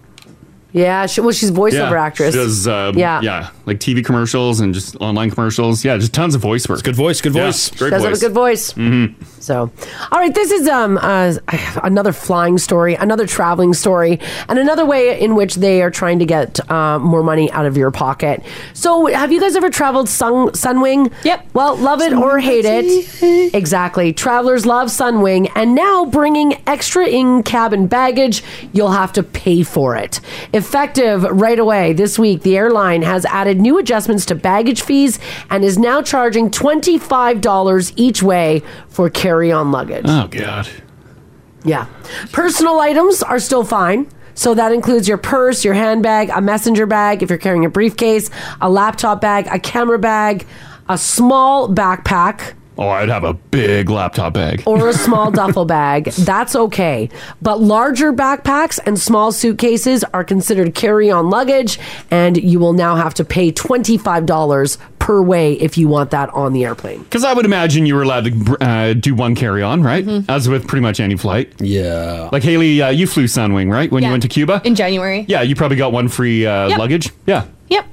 [SPEAKER 3] Yeah, she, well, she's a voiceover
[SPEAKER 2] yeah,
[SPEAKER 3] actress.
[SPEAKER 2] She does. Um, yeah, yeah, like TV commercials and just online commercials. Yeah, just tons of voice work.
[SPEAKER 4] good voice. Good
[SPEAKER 2] voice.
[SPEAKER 3] She
[SPEAKER 2] great
[SPEAKER 3] does
[SPEAKER 2] voice.
[SPEAKER 3] have a good voice.
[SPEAKER 2] Mm-hmm.
[SPEAKER 3] So, all right, this is um uh, another flying story, another traveling story, and another way in which they are trying to get uh, more money out of your pocket. So, have you guys ever traveled sun, Sunwing? Yep. Well, love it or hate it, exactly. Travelers love Sunwing, and now bringing extra in-cabin baggage, you'll have to pay for it. Effective right away this week, the airline has added new adjustments to baggage fees and is now charging $25 each way for carry on luggage.
[SPEAKER 2] Oh God.
[SPEAKER 3] Yeah. Personal items are still fine. So that includes your purse, your handbag, a messenger bag, if you're carrying a briefcase, a laptop bag, a camera bag, a small backpack
[SPEAKER 2] Oh, I'd have a big laptop bag.
[SPEAKER 3] or a small duffel bag. That's okay. But larger backpacks and small suitcases are considered carry on luggage, and you will now have to pay $25 per way if you want that on the airplane.
[SPEAKER 2] Because I would imagine you were allowed to br- uh, do one carry on, right?
[SPEAKER 3] Mm-hmm.
[SPEAKER 2] As with pretty much any flight.
[SPEAKER 4] Yeah.
[SPEAKER 2] Like Haley, uh, you flew Sunwing, right? When you went to Cuba?
[SPEAKER 5] in January.
[SPEAKER 2] Yeah, you probably got one free uh,
[SPEAKER 5] Yep.
[SPEAKER 2] luggage. Yeah.
[SPEAKER 5] Yep.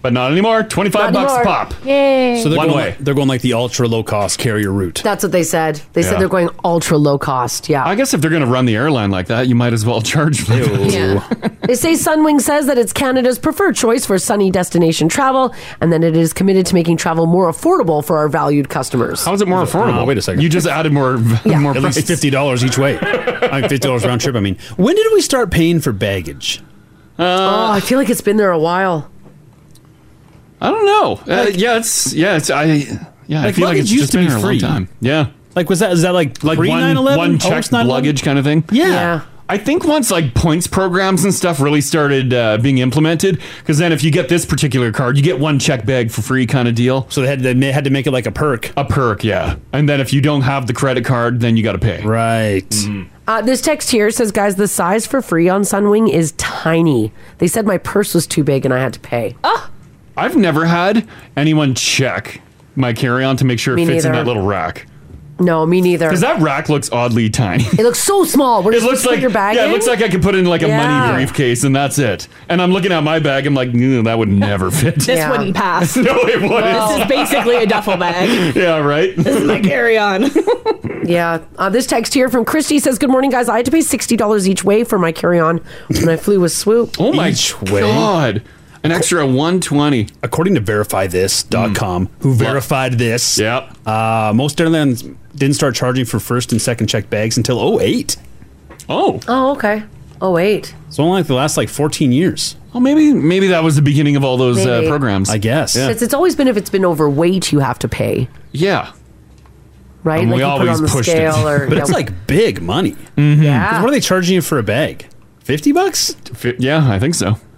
[SPEAKER 2] But not anymore. 25 bucks a pop.
[SPEAKER 5] Yay.
[SPEAKER 4] So they're
[SPEAKER 2] One
[SPEAKER 4] going,
[SPEAKER 2] way.
[SPEAKER 4] They're going like the ultra low cost carrier route.
[SPEAKER 3] That's what they said. They
[SPEAKER 2] Yeah.
[SPEAKER 3] said they're going ultra low cost. Yeah.
[SPEAKER 2] I guess if they're going to run the airline like that, you might as well charge for it.
[SPEAKER 3] Yeah. They say Sunwing says that it's Canada's preferred choice for sunny destination travel and that it is committed to making travel more affordable for our valued customers. Oh,
[SPEAKER 2] How is it more affordable?
[SPEAKER 4] wait a second.
[SPEAKER 2] You just added more, more
[SPEAKER 4] At
[SPEAKER 2] price.
[SPEAKER 4] least fifty dollars each way. I mean, fifty dollars round trip. I mean, when did we start paying for baggage?
[SPEAKER 3] oh, I feel like it's been there a while.
[SPEAKER 2] I don't know. Uh, yeah, it's yeah, it's I yeah. I
[SPEAKER 4] Like,
[SPEAKER 2] feel like
[SPEAKER 4] luggage
[SPEAKER 2] it's
[SPEAKER 4] used
[SPEAKER 2] just
[SPEAKER 4] to
[SPEAKER 2] been
[SPEAKER 4] be
[SPEAKER 2] here a long
[SPEAKER 4] free.
[SPEAKER 2] time. Yeah.
[SPEAKER 4] Like was that is that like
[SPEAKER 2] like
[SPEAKER 4] pre-
[SPEAKER 2] one
[SPEAKER 4] 9/11?
[SPEAKER 2] one
[SPEAKER 4] Post
[SPEAKER 2] checked
[SPEAKER 4] 9/11?
[SPEAKER 2] luggage kind of thing?
[SPEAKER 4] Yeah. Yeah.
[SPEAKER 2] I think once like points programs and stuff really started uh, being implemented, because then if you get this particular card, you get one check bag for free kind of deal.
[SPEAKER 4] So they had they had to make it like a perk.
[SPEAKER 2] A perk, yeah. And then if you don't have the credit card, then you got to pay. Mm-hmm.
[SPEAKER 4] Right.
[SPEAKER 3] Uh, this text here says, guys, the size for free on Sunwing is tiny. They said my purse was too big and I had to pay. Oh,
[SPEAKER 2] I've never had anyone check my carry on to make sure it
[SPEAKER 3] Me
[SPEAKER 2] fits in
[SPEAKER 3] neither.
[SPEAKER 2] that little rack.
[SPEAKER 3] No, me neither.
[SPEAKER 2] Because that rack looks oddly tiny.
[SPEAKER 3] It looks so small. We're
[SPEAKER 2] It
[SPEAKER 3] just
[SPEAKER 2] looks
[SPEAKER 3] gonna put
[SPEAKER 2] like
[SPEAKER 3] your bag.
[SPEAKER 2] yeah, it
[SPEAKER 3] in?
[SPEAKER 2] looks like I could put in like a
[SPEAKER 3] Yeah.
[SPEAKER 2] money briefcase and that's it. And I'm looking at my bag. I'm like, "Mm, that would never fit.
[SPEAKER 5] This wouldn't pass.
[SPEAKER 2] no, it wouldn't.
[SPEAKER 5] This is basically a duffel bag.
[SPEAKER 2] yeah, right.
[SPEAKER 5] This is my carry on.
[SPEAKER 3] Yeah. Uh, this text here from Christy says, "Good morning, guys. I had to pay sixty dollars each way for my carry-on when I flew with Swoop.
[SPEAKER 2] Oh my god. An extra Mm. 120.
[SPEAKER 4] According to verifythis.com, who verified this, yep. uh, most airlines didn't start charging for first and second check bags until 08.
[SPEAKER 2] Oh.
[SPEAKER 3] Oh, okay. Oh wait.
[SPEAKER 4] So only like the last like 14 years.
[SPEAKER 2] Oh, maybe maybe that was the beginning of all those uh,
[SPEAKER 3] Maybe.
[SPEAKER 2] programs.
[SPEAKER 4] I guess.
[SPEAKER 3] Since it's always been if it's been overweight, you have to pay,
[SPEAKER 2] Yeah.
[SPEAKER 3] right?
[SPEAKER 4] And we
[SPEAKER 3] you
[SPEAKER 4] always pushed it.
[SPEAKER 3] or-
[SPEAKER 4] but
[SPEAKER 3] yeah.
[SPEAKER 4] it's like big money.
[SPEAKER 2] Mm-hmm.
[SPEAKER 3] Yeah.
[SPEAKER 4] 'Cause What are they charging you for a bag? 50 bucks?
[SPEAKER 2] Yeah, I think so. Mm-hmm.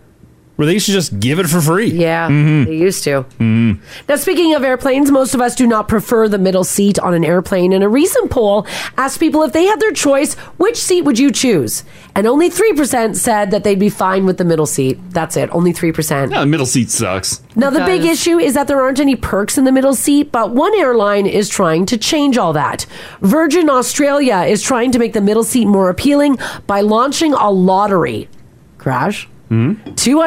[SPEAKER 4] Where they used to just give it for free.
[SPEAKER 3] Yeah, they used to.
[SPEAKER 4] Mm.
[SPEAKER 3] Now, speaking of airplanes, most of us do not prefer the middle seat on an airplane. And a recent poll asked people if they had their choice, which seat would you choose? And only 3% said that they'd be fine with the middle seat. That's it, only 3%.
[SPEAKER 2] Yeah, the middle seat sucks.
[SPEAKER 3] Now, the big issue is that there aren't any perks in the middle seat, but one airline is trying to change all that. Virgin Australia is trying to make the middle seat more appealing by launching a lottery. Crash?
[SPEAKER 2] Hmm?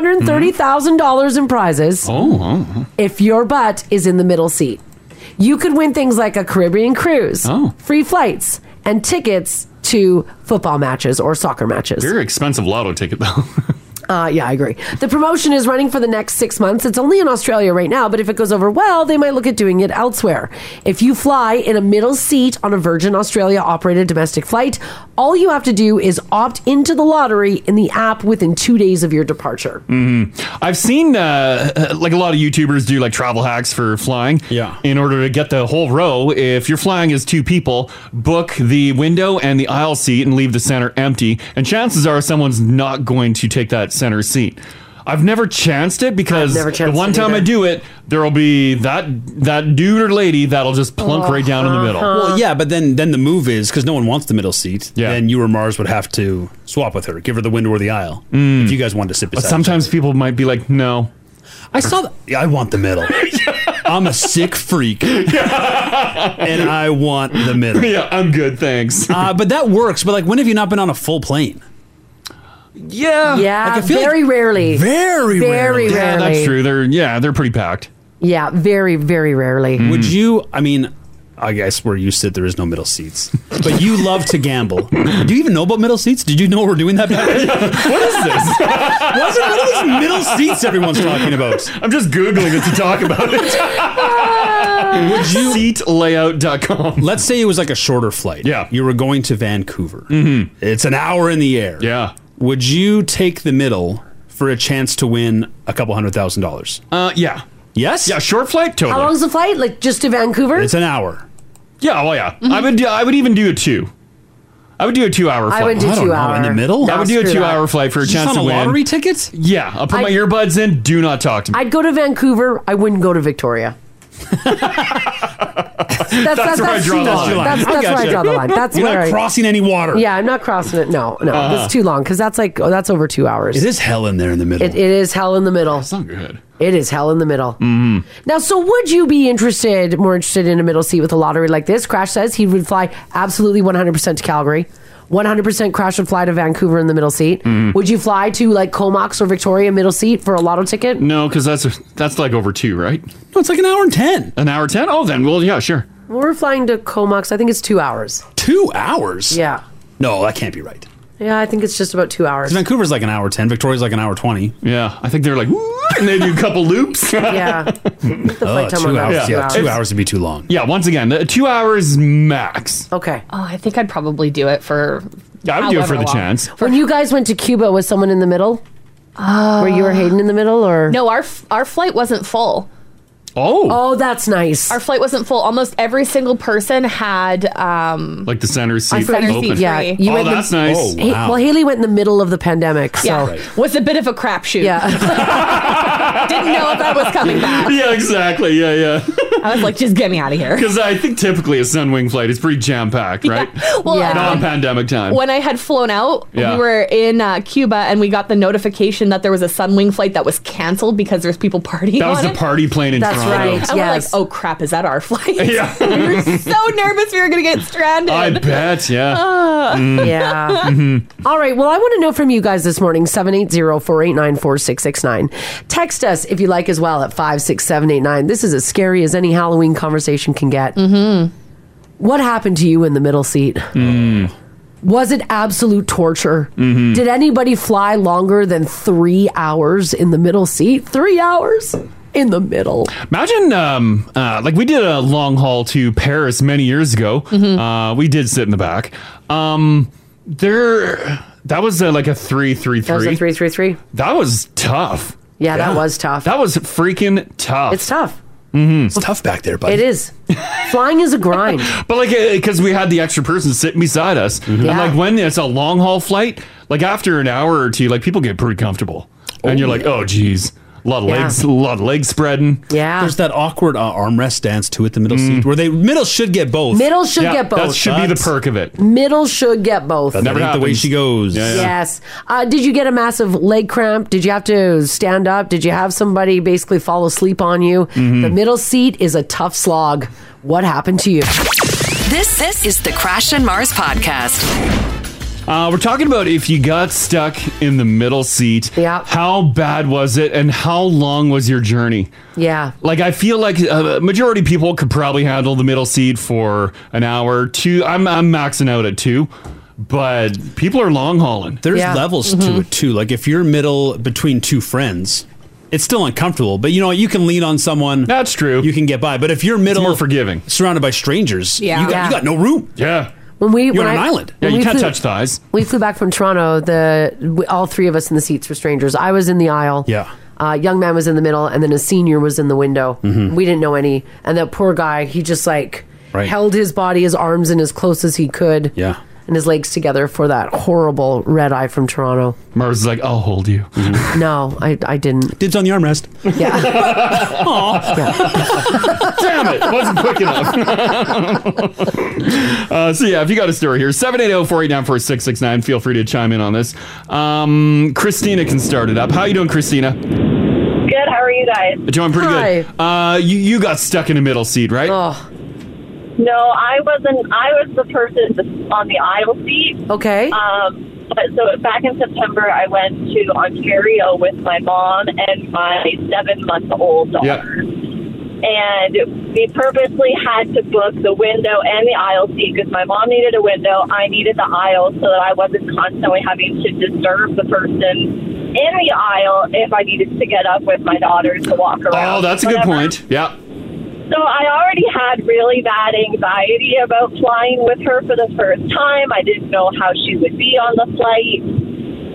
[SPEAKER 3] $230,000 in prizes
[SPEAKER 2] Oh.
[SPEAKER 3] if your butt is in the middle seat. You could win things like a Caribbean cruise,
[SPEAKER 2] Oh.
[SPEAKER 3] free flights, and tickets to football matches or soccer matches.
[SPEAKER 2] Very expensive lotto ticket though.
[SPEAKER 3] Uh, yeah, I agree. The promotion is running for the next six months. It's only in Australia right now, but if it goes over well, they might look at doing it elsewhere. If you fly in a middle seat on a Virgin Australia operated domestic flight, all you have to do is opt into the lottery in the app within two days of your departure.
[SPEAKER 2] hmm I've seen uh, like a lot of YouTubers do like travel hacks for flying. Yeah. In order to get the whole row, if you're flying as two people, book the window and the aisle seat and leave the center empty. And chances are someone's not going to take that center seat. I've never chanced it because
[SPEAKER 3] never
[SPEAKER 2] the
[SPEAKER 3] chanced
[SPEAKER 2] one
[SPEAKER 3] it
[SPEAKER 2] time I
[SPEAKER 3] either.
[SPEAKER 2] do it, there'll be that that dude or lady that'll just plunk right down in the middle.
[SPEAKER 4] Well, yeah, but then then the move is because no one wants the middle seat. Yeah. Then you or Mars would have to swap with her, give her the window or the aisle. If you guys wanted to sit
[SPEAKER 2] Mm. But
[SPEAKER 4] beside.
[SPEAKER 2] sometimes people might be like, no.
[SPEAKER 4] I saw. The, yeah, I want the middle. I'm a sick freak, and I want the middle.
[SPEAKER 2] Yeah, I'm good, thanks.
[SPEAKER 4] Uh, but that works. But like, when have you not been on a full plane?
[SPEAKER 2] Yeah.
[SPEAKER 3] Yeah.
[SPEAKER 4] Like, I feel like-
[SPEAKER 3] very rarely.
[SPEAKER 4] Very,
[SPEAKER 3] Very rarely.
[SPEAKER 2] Yeah, that's true. They're yeah, they're pretty packed.
[SPEAKER 3] Yeah, very, very rarely.
[SPEAKER 2] Hmm. Mm.
[SPEAKER 4] Would you? I mean, I guess where you sit, there is no middle seats. But you love to gamble. Do you even know about middle seats? Did you know we're doing that? Back then? what is this? What's it, what are these middle seats everyone's talking about?
[SPEAKER 2] I'm just googling it to talk about it.
[SPEAKER 4] Would you
[SPEAKER 2] seatlayout.com?
[SPEAKER 4] Let's say it was like a shorter flight. Yeah. You were going to Vancouver. It's an hour in the air.
[SPEAKER 2] Mm-hmm. Yeah.
[SPEAKER 4] Would you take the middle for a chance to win a couple hundred thousand dollars?
[SPEAKER 2] Uh, yeah.
[SPEAKER 4] Yes. Yeah.
[SPEAKER 2] Short flight. Totally.
[SPEAKER 3] How long's the flight? Like just to Vancouver?
[SPEAKER 4] It's an hour.
[SPEAKER 2] Yeah, well, yeah. I would. do- I would even do a two. I would do a two-hour
[SPEAKER 3] I
[SPEAKER 2] flight.
[SPEAKER 3] would do I don't two know, in the hour. middle?
[SPEAKER 2] I
[SPEAKER 3] No,
[SPEAKER 2] would do a
[SPEAKER 3] screw that.
[SPEAKER 2] two-hour flight for a
[SPEAKER 4] Just
[SPEAKER 2] chance
[SPEAKER 4] on
[SPEAKER 2] to
[SPEAKER 4] a
[SPEAKER 2] win.
[SPEAKER 4] lottery tickets?
[SPEAKER 2] Yeah, I'll put my
[SPEAKER 3] I-
[SPEAKER 2] earbuds in. Do not talk to me.
[SPEAKER 3] I'd go to Vancouver. I wouldn't go to Victoria. that's, that's,
[SPEAKER 9] That's
[SPEAKER 3] that's,
[SPEAKER 9] where I draw
[SPEAKER 3] too
[SPEAKER 9] the
[SPEAKER 3] long.
[SPEAKER 9] line.
[SPEAKER 3] That's,
[SPEAKER 9] I
[SPEAKER 3] that's where I
[SPEAKER 9] gotcha.
[SPEAKER 3] draw the line. That's
[SPEAKER 4] You're
[SPEAKER 3] where
[SPEAKER 4] not
[SPEAKER 3] I-
[SPEAKER 4] crossing any water.
[SPEAKER 3] Yeah, I'm not crossing it. No, no,
[SPEAKER 4] Uh-huh.
[SPEAKER 3] it's too long because that's like oh, that's over two hours.
[SPEAKER 4] It is hell in there in the middle.
[SPEAKER 3] It, it is hell in the middle. It's
[SPEAKER 2] not good.
[SPEAKER 3] It is hell in the middle. Mm-hmm. Now, so would you be interested, more interested in a middle seat with a lottery like this? Crash says he would fly absolutely 100% to Calgary. 100% Crash would fly to Vancouver in the middle seat.
[SPEAKER 2] Mhm.
[SPEAKER 3] Would you fly to like Comox or Victoria middle seat for a lotto ticket?
[SPEAKER 2] No, because that's that's like over two, right?
[SPEAKER 4] No, it's like an hour and ten.
[SPEAKER 2] An hour ten? Oh, then well, yeah, sure.
[SPEAKER 3] Well, we're flying to Comox. I think it's two hours.
[SPEAKER 4] Two hours?
[SPEAKER 3] Yeah.
[SPEAKER 4] No, that can't be right.
[SPEAKER 3] Yeah, I think it's just about two hours.
[SPEAKER 4] 'Cause Vancouver's like an hour ten. Victoria's like an hour twenty.
[SPEAKER 2] Yeah, I think they're like, and they do a couple loops.
[SPEAKER 3] yeah.
[SPEAKER 4] Oh,
[SPEAKER 3] flight time
[SPEAKER 4] two
[SPEAKER 3] on that
[SPEAKER 4] hours.
[SPEAKER 2] was two
[SPEAKER 4] yeah,
[SPEAKER 2] hours.
[SPEAKER 4] two hours would be too long.
[SPEAKER 2] Yeah, once again, the two hours max.
[SPEAKER 3] Okay.
[SPEAKER 5] Oh, I think I'd probably do it for.
[SPEAKER 2] Yeah, I would do it
[SPEAKER 5] however
[SPEAKER 2] for the
[SPEAKER 5] long.
[SPEAKER 2] chance.
[SPEAKER 3] When you guys went to Cuba, was someone in the middle? Oh. Were you
[SPEAKER 2] Uh,
[SPEAKER 3] or Hayden in the middle, or
[SPEAKER 5] No, our f- our flight wasn't full.
[SPEAKER 2] Oh.
[SPEAKER 3] Oh, that's nice.
[SPEAKER 5] Our flight wasn't full. Almost every single person had. um
[SPEAKER 2] Like the center seat.
[SPEAKER 5] I said
[SPEAKER 2] open.
[SPEAKER 5] your seat
[SPEAKER 3] Yeah,
[SPEAKER 5] free.
[SPEAKER 3] you
[SPEAKER 2] oh,
[SPEAKER 3] went in-
[SPEAKER 2] that's nice.
[SPEAKER 3] Hey- well, Haley went in the middle of the pandemic, so
[SPEAKER 5] Yeah, was a bit of a crapshoot.
[SPEAKER 3] Yeah.
[SPEAKER 5] Didn't know if that was coming back.
[SPEAKER 2] yeah, exactly. Yeah, yeah.
[SPEAKER 5] I was like, just get me out of here.
[SPEAKER 2] Because I think typically a Sunwing flight is pretty jam packed, right?
[SPEAKER 5] Well, Yeah. I mean-
[SPEAKER 2] non-pandemic time.
[SPEAKER 5] When I had flown out,
[SPEAKER 2] Yeah.
[SPEAKER 5] we were in uh, Cuba and we got the notification that there was a Sunwing flight that was canceled because there's people partying.
[SPEAKER 2] That was
[SPEAKER 5] on
[SPEAKER 2] the
[SPEAKER 5] it.
[SPEAKER 2] party plane in Toronto.
[SPEAKER 5] And we're like, oh crap, is that our flight?
[SPEAKER 2] Yeah.
[SPEAKER 5] we were so nervous we were going to get stranded.
[SPEAKER 2] I bet, yeah.
[SPEAKER 5] Ah.
[SPEAKER 2] Mm.
[SPEAKER 3] Yeah.
[SPEAKER 2] Mhm.
[SPEAKER 3] All right. Well, I want to know from you guys this morning 780 489 4669. Text us if you like as well at 56789. This is as scary as any Halloween conversation can get. Mm-hmm. What happened to you in the middle seat? Was it absolute torture?
[SPEAKER 9] Mhm.
[SPEAKER 3] Did anybody fly longer than three hours in the middle seat? Three hours in the middle.
[SPEAKER 2] Imagine, um, uh, like we did a long haul to Paris many years ago.
[SPEAKER 3] Mm-hmm.
[SPEAKER 2] Uh, we did sit in the back. Um, there, that was uh, like a three, three,
[SPEAKER 3] That was a
[SPEAKER 2] three.
[SPEAKER 3] three, three, three.
[SPEAKER 2] That was tough.
[SPEAKER 3] Yeah, that was tough.
[SPEAKER 2] That was freaking tough. It's
[SPEAKER 3] tough.
[SPEAKER 2] Mm-hmm. It's tough back there, buddy.
[SPEAKER 3] It is. Flying is a grind.
[SPEAKER 2] But like, because we had the extra person sitting beside us, and
[SPEAKER 3] Mm-hmm. Yeah.
[SPEAKER 2] like when it's a long haul flight, like after an hour or two, like people get pretty comfortable, and you're like, oh geez, a lot of
[SPEAKER 4] Yeah.
[SPEAKER 2] legs, a lot of legs spreading. Mm.
[SPEAKER 3] Yeah,
[SPEAKER 4] there's that awkward uh, armrest stance too at the middle seat where they middle should get both.
[SPEAKER 3] Middle should Yeah, get that both. should be the
[SPEAKER 2] perk of it.
[SPEAKER 3] Middle should get both.
[SPEAKER 4] That's never the way she goes.
[SPEAKER 3] Yes. Uh, did you get a massive leg cramp? Did you have to stand up? Did you have somebody basically fall asleep on you?
[SPEAKER 4] Mm-hmm.
[SPEAKER 1] Mhm.
[SPEAKER 3] The middle seat is a tough slog. What happened to you?
[SPEAKER 1] This this is the Crash and Mars podcast.
[SPEAKER 2] Uh, we're talking about if you got stuck in the middle seat. Yeah. How bad was it, and how long was your journey?
[SPEAKER 3] Yeah.
[SPEAKER 2] Like I feel like uh, majority of people could probably handle the middle seat for an hour, two. I'm I'm maxing out at two, but people are long hauling.
[SPEAKER 4] There's levels to it too. Like if you're middle between two friends, it's still uncomfortable. But you know what? You can lean on someone.
[SPEAKER 2] That's true.
[SPEAKER 4] You can get by. But if you're middle,
[SPEAKER 2] more forgiving,
[SPEAKER 4] surrounded by strangers,
[SPEAKER 3] Yeah.
[SPEAKER 4] you got,
[SPEAKER 3] Yeah.
[SPEAKER 4] you got no room.
[SPEAKER 2] Yeah,
[SPEAKER 3] When we
[SPEAKER 4] You're
[SPEAKER 3] when
[SPEAKER 4] on an
[SPEAKER 3] I-
[SPEAKER 4] island.
[SPEAKER 3] when we flew-
[SPEAKER 2] thighs.
[SPEAKER 3] We flew back from Toronto. The we, all three of us in the seats were strangers. I was in the aisle.
[SPEAKER 4] Yeah.
[SPEAKER 3] Uh, young man was in the middle, and then a senior was in the window.
[SPEAKER 4] Mm-hmm.
[SPEAKER 9] Mhm.
[SPEAKER 3] We didn't know any, and that poor guy, he just like
[SPEAKER 9] Right.
[SPEAKER 3] held his body, his arms, in as close as he could.
[SPEAKER 4] Yeah.
[SPEAKER 3] And his legs together for that horrible red eye from Toronto.
[SPEAKER 2] Mars is like, I'll hold you.
[SPEAKER 3] No, I, I didn't.
[SPEAKER 4] Mm-hmm. Dibs on the armrest.
[SPEAKER 2] Damn it. Wasn't quick enough. uh, so, yeah, if you got a story here, 780 489 4669, feel free to chime in on this. Um, Christina can start it up. How you doing, Christina?
[SPEAKER 7] Good. How are you guys?
[SPEAKER 2] Doing pretty good. Uh, you, you got stuck in the middle seat, right?
[SPEAKER 3] Oh.
[SPEAKER 7] No, I wasn't. I was the person on the aisle seat.
[SPEAKER 3] Okay.
[SPEAKER 7] Um, but so back in September, I went to Ontario with my mom and my seven-month-old daughter,
[SPEAKER 9] Yeah.
[SPEAKER 7] and we purposely had to book the window and the aisle seat because my mom needed a window, I needed the aisle, so that I wasn't constantly having to disturb the person in the aisle if I needed to get up with my daughters to walk around.
[SPEAKER 2] Oh, that's a good
[SPEAKER 7] Whatever.
[SPEAKER 2] point. Yeah.
[SPEAKER 7] So I already had really bad anxiety about flying with her for the first time. I didn't know how she would be on the flight.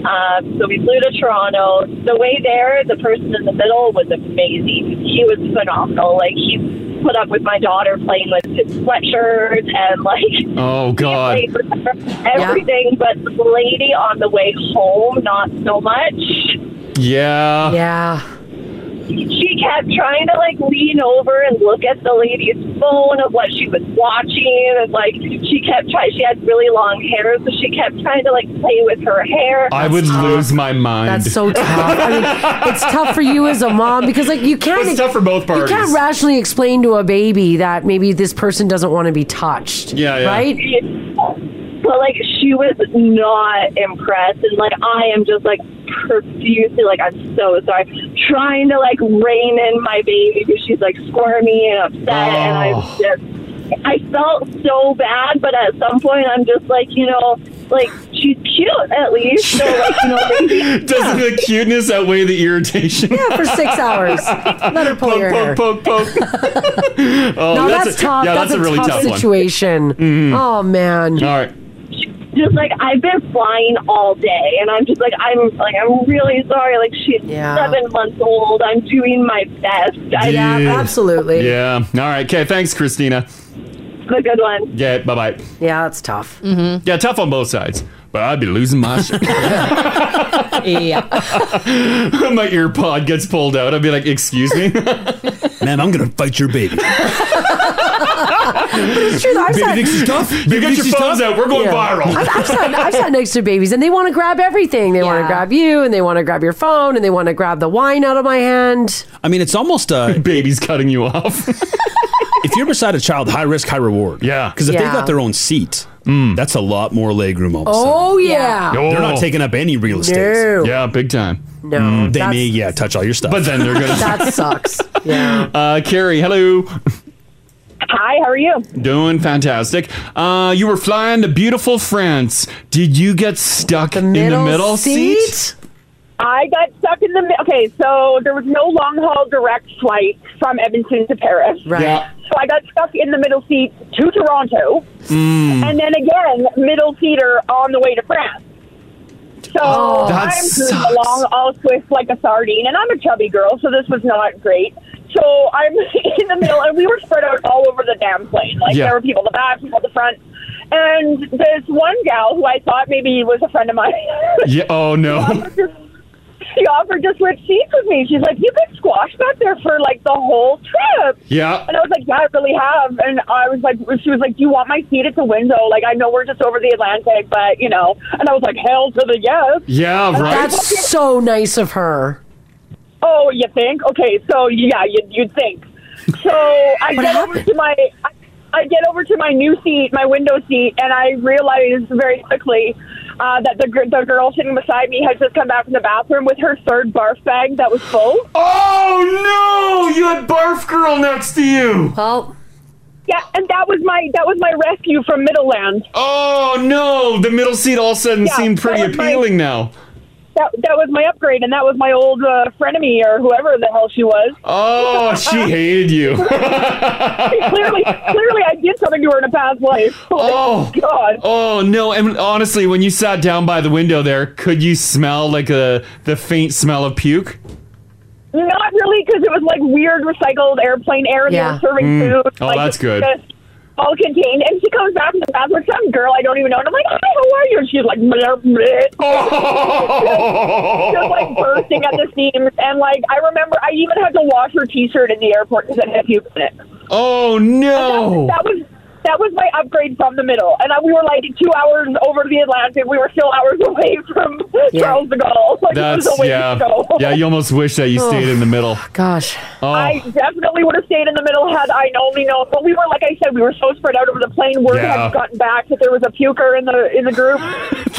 [SPEAKER 7] Um, so we flew to Toronto. The way there, the person in the middle was amazing. He was phenomenal. Like he put up with my daughter playing with his sweatshirt and like
[SPEAKER 2] Oh, God.
[SPEAKER 7] played with her everything. But the lady on the way home, not so much
[SPEAKER 2] Yeah.
[SPEAKER 3] Yeah.
[SPEAKER 7] she kept trying to like lean over and look at the lady's phone of what she was watching and like she kept trying she had really long hair so she kept trying to like play with her hair
[SPEAKER 2] I would lose my mind.
[SPEAKER 3] That's so tough. I mean, it's tough for you as a mom because, like, you can't.
[SPEAKER 2] It's tough for both parties.
[SPEAKER 3] You can't rationally explain to a baby that maybe this person doesn't want to be touched.
[SPEAKER 2] Yeah, yeah.
[SPEAKER 3] Right?
[SPEAKER 7] but like she was not impressed and like i am just like profusely like i'm so sorry trying to like rein in my baby because she's like squirmy and upset and i
[SPEAKER 9] Oh.
[SPEAKER 7] just I felt so bad, but at some point I'm just like, you know, like she's cute at least. So like, you know, maybe-
[SPEAKER 2] Doesn't the cuteness outweigh the irritation?
[SPEAKER 7] Yeah, for six hours.
[SPEAKER 3] Let her pull
[SPEAKER 2] poke,
[SPEAKER 3] your hair.
[SPEAKER 2] poke, poke, poke. oh,
[SPEAKER 3] no, that's,
[SPEAKER 2] a-
[SPEAKER 3] tough.
[SPEAKER 2] Yeah,
[SPEAKER 3] that's,
[SPEAKER 2] that's, a really tough, one. Mm-hmm.
[SPEAKER 3] situation. Oh man.
[SPEAKER 2] All right.
[SPEAKER 7] just like I've been flying all day, and I'm just like I'm like I'm really sorry. Like she's seven months old. I'm doing my best. I
[SPEAKER 2] Yeah. All right. Okay. Thanks, Christina.
[SPEAKER 9] the good one.
[SPEAKER 2] Yeah, bye bye.
[SPEAKER 3] Yeah, that's tough.
[SPEAKER 2] Mm-hmm. Yeah, tough on both sides. But I'd be losing my shit.
[SPEAKER 14] yeah.
[SPEAKER 2] my ear pod gets pulled out. I'd be like, excuse me? Ma'am, I'm going to fight your baby.
[SPEAKER 3] But it's true. Though, I've
[SPEAKER 2] Baby
[SPEAKER 3] sat,
[SPEAKER 2] thinks she's tough? You Baby got thinks your she's phones tough? out. We're going viral.
[SPEAKER 3] I've, I've, sat, I've sat next to babies, and they want to grab everything. They want to grab you, and they want to grab your phone, and they want to grab the wine out of my hand.
[SPEAKER 4] I mean, it's almost uh,
[SPEAKER 2] baby's cutting you off.
[SPEAKER 4] if you're beside a child, high risk, high reward. Yeah, because if they
[SPEAKER 3] Yeah.
[SPEAKER 4] got their own seat,
[SPEAKER 2] Mm.
[SPEAKER 4] that's a lot more leg room. All of a sudden.
[SPEAKER 3] Oh yeah.
[SPEAKER 4] they're not taking up any real estate.
[SPEAKER 2] Yeah, big time. Mm.
[SPEAKER 3] No,
[SPEAKER 4] they
[SPEAKER 2] that's-
[SPEAKER 4] may yeah touch all your stuff,
[SPEAKER 2] But then they're gonna-
[SPEAKER 3] That sucks.
[SPEAKER 2] Uh, Carrie, hello.
[SPEAKER 9] Hi, how are you?
[SPEAKER 2] Doing fantastic. Uh, you were flying to beautiful France. Did you get stuck in the middle seat?
[SPEAKER 9] I got stuck in the mi- okay. So there was no long haul direct flight from Edmonton to Paris.
[SPEAKER 2] Right. Yeah.
[SPEAKER 9] So I got stuck in the middle seat to Toronto,
[SPEAKER 2] Mm.
[SPEAKER 9] and then again middle seater on the way to France. So
[SPEAKER 7] Oh, that
[SPEAKER 9] I'm cruising
[SPEAKER 7] sucks.
[SPEAKER 9] along all swift like a sardine, and I'm a chubby girl, so this was not great. So I'm in the middle, and we were spread out all over the damn plane. Like
[SPEAKER 7] Yeah.
[SPEAKER 9] there were people in the back, people in the front, and this one gal who I thought maybe was a friend of mine.
[SPEAKER 2] Yeah. Oh no.
[SPEAKER 9] she offered to switch seats with me. She's like, you could squash back there for like the whole trip.
[SPEAKER 2] Yeah.
[SPEAKER 9] And I was like, yeah, I really have. And I was like, she was like, do you want my seat at the window? Like, I know we're just over the Atlantic, but you know. And I was like, hell to the yes.
[SPEAKER 2] Yeah,
[SPEAKER 9] And I was like,
[SPEAKER 3] That's so nice of her.
[SPEAKER 9] Oh, you think? Okay, so yeah, you, you'd think. So I get over to my, I, I get over to my new seat, my window seat, and I realize very quickly uh, that the gr- the girl sitting beside me has just come back from the bathroom with her third barf bag that was full.
[SPEAKER 2] Oh no! You had barf girl next to you.
[SPEAKER 3] Well.
[SPEAKER 9] Yeah, and that was my that was my rescue from Middleland.
[SPEAKER 2] Oh no! The middle seat all of a sudden
[SPEAKER 9] Yeah,
[SPEAKER 2] seemed pretty
[SPEAKER 9] that was my-
[SPEAKER 2] appealing now.
[SPEAKER 9] That that was my upgrade, and that was my old uh, frenemy or whoever the hell she was.
[SPEAKER 2] Oh, she hated you.
[SPEAKER 9] Oh, clearly, clearly, I did something to her in a past life.
[SPEAKER 2] Oh
[SPEAKER 9] God!
[SPEAKER 2] Oh no! And honestly, when you sat down by the window there, could you smell like a the faint smell of puke?
[SPEAKER 9] Oh, Not really, because it was like weird recycled airplane air. and They
[SPEAKER 2] Yeah.
[SPEAKER 9] were serving
[SPEAKER 2] Mm.
[SPEAKER 9] food.
[SPEAKER 2] Oh,
[SPEAKER 9] like,
[SPEAKER 2] that's good.
[SPEAKER 9] just All contained, and she comes back from the bathroom. Some girl I don't even know, and I'm like, "Hi, how are you?" And she's like, bleh, bleh.
[SPEAKER 2] Oh.
[SPEAKER 9] just like bursting at the seams. And like, I remember, I even had to wash her T-shirt in the airport because it had puke in it.
[SPEAKER 2] Oh no!
[SPEAKER 9] That was that was my upgrade from the middle, and I, we were like two hours over the Atlantic. We were still hours away from Charles de Gaulle. Like, it was
[SPEAKER 2] That's
[SPEAKER 9] a ways
[SPEAKER 2] yeah.
[SPEAKER 9] to go.
[SPEAKER 2] Yeah, you almost wish that you
[SPEAKER 9] Oh.
[SPEAKER 2] stayed in the middle.
[SPEAKER 3] Gosh.
[SPEAKER 2] Oh.
[SPEAKER 9] I definitely would have stayed in the middle had I only known. But we were, like I said, we were so spread out over the plane. Word
[SPEAKER 2] Yeah.
[SPEAKER 9] hadn't gotten back that there was a puker in the in the group.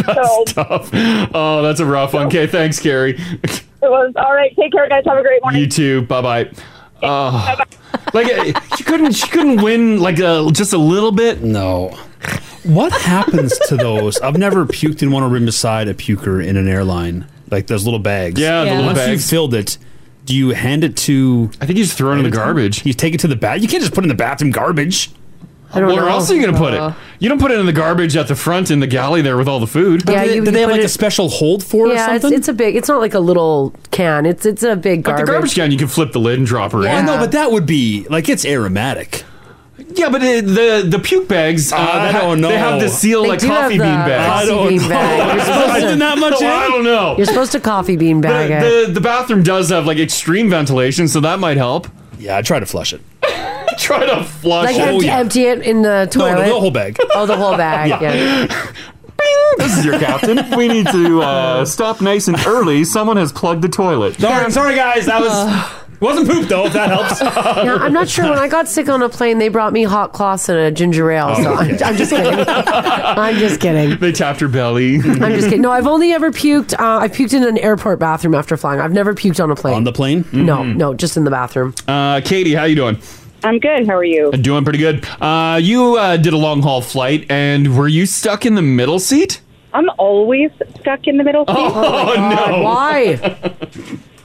[SPEAKER 9] so
[SPEAKER 2] tough. Oh, that's a rough one. Okay, thanks, Carrie.
[SPEAKER 9] it was all right. Take care, guys. Have a great morning.
[SPEAKER 2] You too. Bye bye. Oh. Like uh, she couldn't she couldn't win like uh, just a little bit.
[SPEAKER 4] No. What happens to those? I've never puked in one of them beside a puker in an airline, like those little bags.
[SPEAKER 2] Yeah, the Yeah. little
[SPEAKER 4] Once
[SPEAKER 2] bags.
[SPEAKER 4] you filled it, do you hand it to?
[SPEAKER 2] I think you just throw it in the garbage.
[SPEAKER 4] You take it to the bath. You can't just put it in the bathroom garbage.
[SPEAKER 2] Where else are you gonna put it? You don't put it in the garbage at the front in the galley there with all the food.
[SPEAKER 3] Yeah,
[SPEAKER 4] Did they,
[SPEAKER 3] you-
[SPEAKER 4] did
[SPEAKER 3] you
[SPEAKER 4] they have
[SPEAKER 3] put
[SPEAKER 4] like
[SPEAKER 3] it-
[SPEAKER 4] a special hold for it or
[SPEAKER 3] yeah,
[SPEAKER 4] something?
[SPEAKER 3] it's, it's a big. It's not like a little can. It's it's a big
[SPEAKER 2] Like
[SPEAKER 3] garbage.
[SPEAKER 2] the garbage can, you can flip the lid and drop her
[SPEAKER 3] Yeah.
[SPEAKER 2] in.
[SPEAKER 3] No, but
[SPEAKER 4] that would be like it's aromatic.
[SPEAKER 2] Yeah, but it, the the puke bags. Uh,
[SPEAKER 4] I
[SPEAKER 2] they ha-
[SPEAKER 4] don't know.
[SPEAKER 2] They have the seal
[SPEAKER 4] They
[SPEAKER 2] like
[SPEAKER 4] do have
[SPEAKER 2] coffee bean
[SPEAKER 4] the
[SPEAKER 2] bags.
[SPEAKER 4] coffee I don't bean know. bag. You're supposed to- Isn't that much
[SPEAKER 2] Oh, I
[SPEAKER 4] in?
[SPEAKER 2] don't know.
[SPEAKER 3] You're supposed to coffee bean bag it.
[SPEAKER 2] The, the bathroom does have like extreme ventilation, so that might help.
[SPEAKER 4] Yeah, I try to flush it.
[SPEAKER 2] try to flush
[SPEAKER 3] like
[SPEAKER 2] it.
[SPEAKER 3] empty, empty it in the
[SPEAKER 2] No, no,
[SPEAKER 3] toilet.
[SPEAKER 2] the whole bag.
[SPEAKER 3] Oh, the whole bag. yeah.
[SPEAKER 2] This is your captain. We need to uh, stop nice and early. Someone has plugged the toilet.
[SPEAKER 4] Sorry, sorry guys. That was wasn't poop though. If that helps.
[SPEAKER 3] No, I'm not sure. When I got sick on a plane, they brought me hot cloths and a ginger ale.
[SPEAKER 2] Oh,
[SPEAKER 3] so I'm, I'm just kidding. I'm just kidding.
[SPEAKER 2] They tapped her belly.
[SPEAKER 3] I'm just kidding. No, I've only ever puked. Uh, I puked in an airport bathroom after flying. I've never puked on a plane. On
[SPEAKER 4] the plane?
[SPEAKER 3] No, no,
[SPEAKER 2] Mm.
[SPEAKER 3] just in the bathroom.
[SPEAKER 2] Uh, Katie, how you doing?
[SPEAKER 15] I'm good. How are you?
[SPEAKER 2] Doing pretty good. Uh, you uh, did a long haul flight, and were you stuck in the middle seat?
[SPEAKER 15] I'm always stuck in the middle seat.
[SPEAKER 2] Oh, no.
[SPEAKER 3] Why?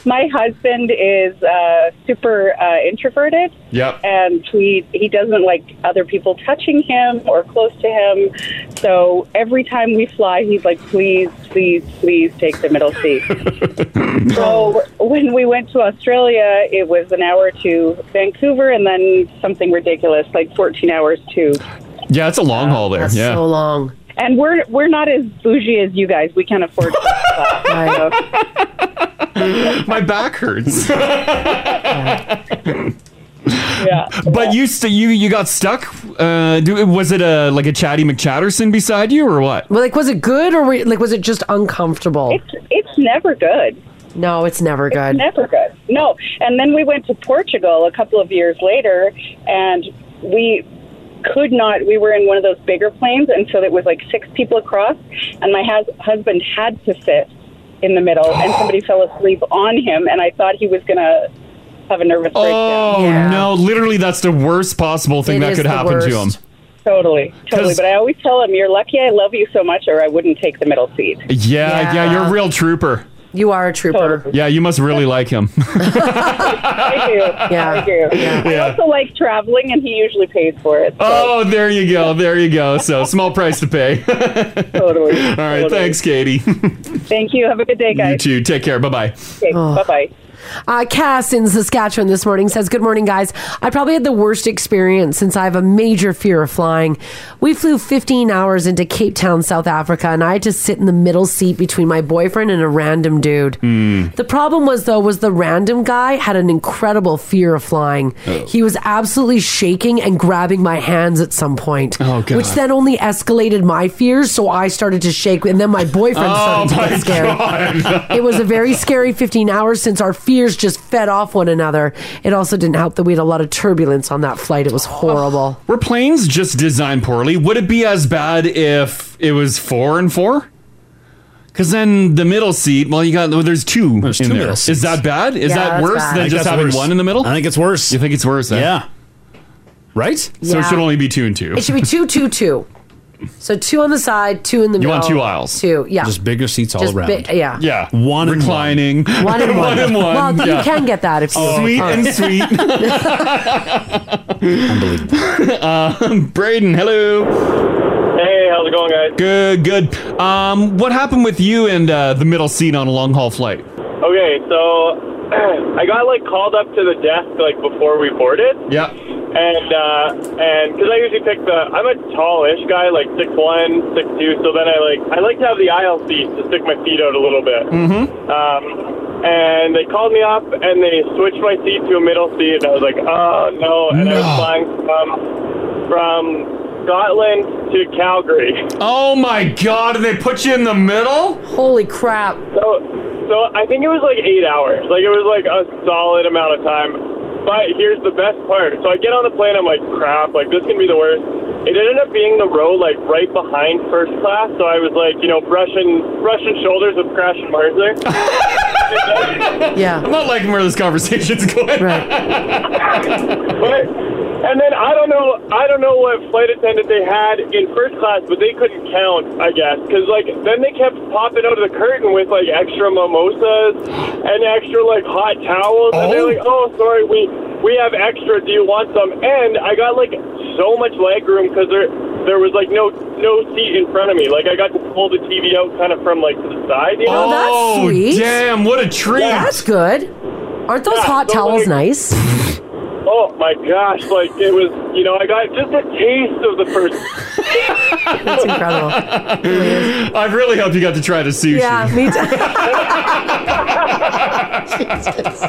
[SPEAKER 15] my husband is uh, super uh, introverted.
[SPEAKER 2] Yep.
[SPEAKER 15] And he he doesn't like other people touching him or close to him. So every time we fly, he's like, "Please, please, please take the middle seat." so when we went to Australia, it was an hour to Vancouver, and then something ridiculous like 14 hours to.
[SPEAKER 2] Yeah, it's a long
[SPEAKER 15] Uh,
[SPEAKER 2] haul there.
[SPEAKER 15] that's
[SPEAKER 2] yeah.
[SPEAKER 15] so
[SPEAKER 3] long.
[SPEAKER 15] And we're we're not as bougie as you guys. We can't afford. so.
[SPEAKER 2] My back hurts.
[SPEAKER 15] yeah.
[SPEAKER 2] But you st- you you got stuck. Uh, do, was it a like a Chatty McChatterson beside you or what?
[SPEAKER 3] Well, like, was it good or were, like was it just uncomfortable? It's
[SPEAKER 15] it's never good.
[SPEAKER 3] No, it's never good.
[SPEAKER 15] Never good. No. And then we went to Portugal a couple of years later, and we could not. We were in one of those bigger planes, and so it was like six people across, and my hus- husband had to sit in the middle, and somebody fell asleep on him, and I thought he was gonna have a nervous
[SPEAKER 2] Oh
[SPEAKER 15] breakdown.
[SPEAKER 2] no! Literally, that's the worst possible thing
[SPEAKER 15] It
[SPEAKER 2] that
[SPEAKER 15] is
[SPEAKER 2] could
[SPEAKER 15] the
[SPEAKER 2] happen to him.
[SPEAKER 15] worst. Totally, totally.
[SPEAKER 2] 'Cause-
[SPEAKER 15] But I always tell him, "You're lucky I love you so much, or I wouldn't take the middle seat."
[SPEAKER 2] Yeah, yeah,
[SPEAKER 15] Yeah.
[SPEAKER 2] you're a real trooper.
[SPEAKER 3] You are a trooper.
[SPEAKER 2] Yeah, you must really like him.
[SPEAKER 15] I do. I do. I also like traveling, and he usually pays for it.
[SPEAKER 2] Oh, there you go, there you go. So small price to pay.
[SPEAKER 15] totally.
[SPEAKER 2] All right,
[SPEAKER 15] totally.
[SPEAKER 2] thanks, Katie.
[SPEAKER 15] Thank you. Have a good day,
[SPEAKER 2] you too. Take care. Bye bye.
[SPEAKER 15] Okay, bye-bye.
[SPEAKER 3] Uh, Cass in Saskatchewan this morning says, Good morning, guys. I probably had the worst experience since I have a major fear of flying. We flew 15 hours into Cape Town, South Africa, and I had to sit in the middle seat between my boyfriend and a random dude.
[SPEAKER 9] Hmm.
[SPEAKER 3] The problem was, though, was the random guy had an incredible fear of flying.
[SPEAKER 9] Oh.
[SPEAKER 3] He was absolutely shaking and grabbing my hands at some point,
[SPEAKER 9] Oh,
[SPEAKER 2] God.
[SPEAKER 3] which then only escalated my fears. So I started to shake, and then my boyfriend
[SPEAKER 9] Oh,
[SPEAKER 3] started to
[SPEAKER 9] my
[SPEAKER 3] get scared.
[SPEAKER 9] God.
[SPEAKER 3] it was a very scary 15 hours since our fears just fed off one another. It also didn't help that we had a lot of turbulence on that flight. It was horrible.
[SPEAKER 2] Were planes just designed poorly? Would it be as bad if it was four and four? Because then the middle seat, well, you got well, there's two in
[SPEAKER 4] two
[SPEAKER 2] there.
[SPEAKER 4] middle
[SPEAKER 2] Is that bad? Is
[SPEAKER 4] Yeah,
[SPEAKER 2] that
[SPEAKER 4] that's
[SPEAKER 2] worse
[SPEAKER 4] bad. I
[SPEAKER 2] than
[SPEAKER 4] think
[SPEAKER 2] just
[SPEAKER 4] that's
[SPEAKER 2] having
[SPEAKER 4] worse.
[SPEAKER 2] one in the middle? I
[SPEAKER 4] think it's worse.
[SPEAKER 2] You think it's worse? eh?
[SPEAKER 4] Yeah. Right? So
[SPEAKER 2] So it
[SPEAKER 3] Yeah.
[SPEAKER 2] should only be two and two.
[SPEAKER 3] It should be two, two, two. So two on the side, two in the
[SPEAKER 2] You
[SPEAKER 3] middle.
[SPEAKER 2] want two aisles.
[SPEAKER 3] Two, yeah.
[SPEAKER 4] Just bigger seats all
[SPEAKER 3] Just
[SPEAKER 4] around.
[SPEAKER 3] bi- yeah.
[SPEAKER 2] Yeah. One reclining.
[SPEAKER 3] One and one.
[SPEAKER 2] and one.
[SPEAKER 3] Well, you
[SPEAKER 2] yeah.
[SPEAKER 3] can get that if you
[SPEAKER 2] Sweet
[SPEAKER 3] are.
[SPEAKER 2] and sweet. um, Braden, hello.
[SPEAKER 16] Hey, how's it going, guys?
[SPEAKER 2] Good, good. Um, what happened with you and uh, the middle seat on a long haul flight?
[SPEAKER 16] Okay, so I got like called up to the desk like before we boarded,
[SPEAKER 2] Yeah.
[SPEAKER 16] and uh, and because I usually pick the I'm a tallish guy, like six one, six two, so then I like I like to have the aisle seat to stick my feet out a little bit.
[SPEAKER 9] Mm-hmm.
[SPEAKER 16] Um, and they called me up and they switched my seat to a middle seat, and I was like, oh no, and I was
[SPEAKER 9] No.
[SPEAKER 16] flying from from Scotland to Calgary.
[SPEAKER 2] Oh my god, they put you in the middle?
[SPEAKER 3] Holy crap.
[SPEAKER 16] So, so I think it was like eight hours. Like it was like a solid amount of time. But here's the best part. So I get on the plane. I'm like, crap. Like this can be the worst. It ended up being the row like right behind first class. So I was like, you know, brushing brushing shoulders with Crash and Mars there.
[SPEAKER 3] yeah.
[SPEAKER 2] I'm not liking where this conversation's going.
[SPEAKER 16] but and then I don't know I don't know what flight attendant they had in first class, but they couldn't count, I guess, because like then they kept popping out of the curtain with like extra mimosas and extra like hot towels, and they're like, oh sorry, we we have extra. Do you want some? And I got like so much leg room because there there was like no no seat in front of me. Like I got to pull the TV out kind of from like to the side. You know?
[SPEAKER 2] oh, damn, what a treat.
[SPEAKER 3] That's good. Aren't those
[SPEAKER 16] Yeah,
[SPEAKER 3] hot
[SPEAKER 16] so,
[SPEAKER 3] towels
[SPEAKER 16] like-
[SPEAKER 3] nice?
[SPEAKER 16] Oh my gosh! Like it was, you know, I got just a taste of the first.
[SPEAKER 3] That's incredible.
[SPEAKER 2] I really hope you got to try the sushi.
[SPEAKER 3] Yeah, me too.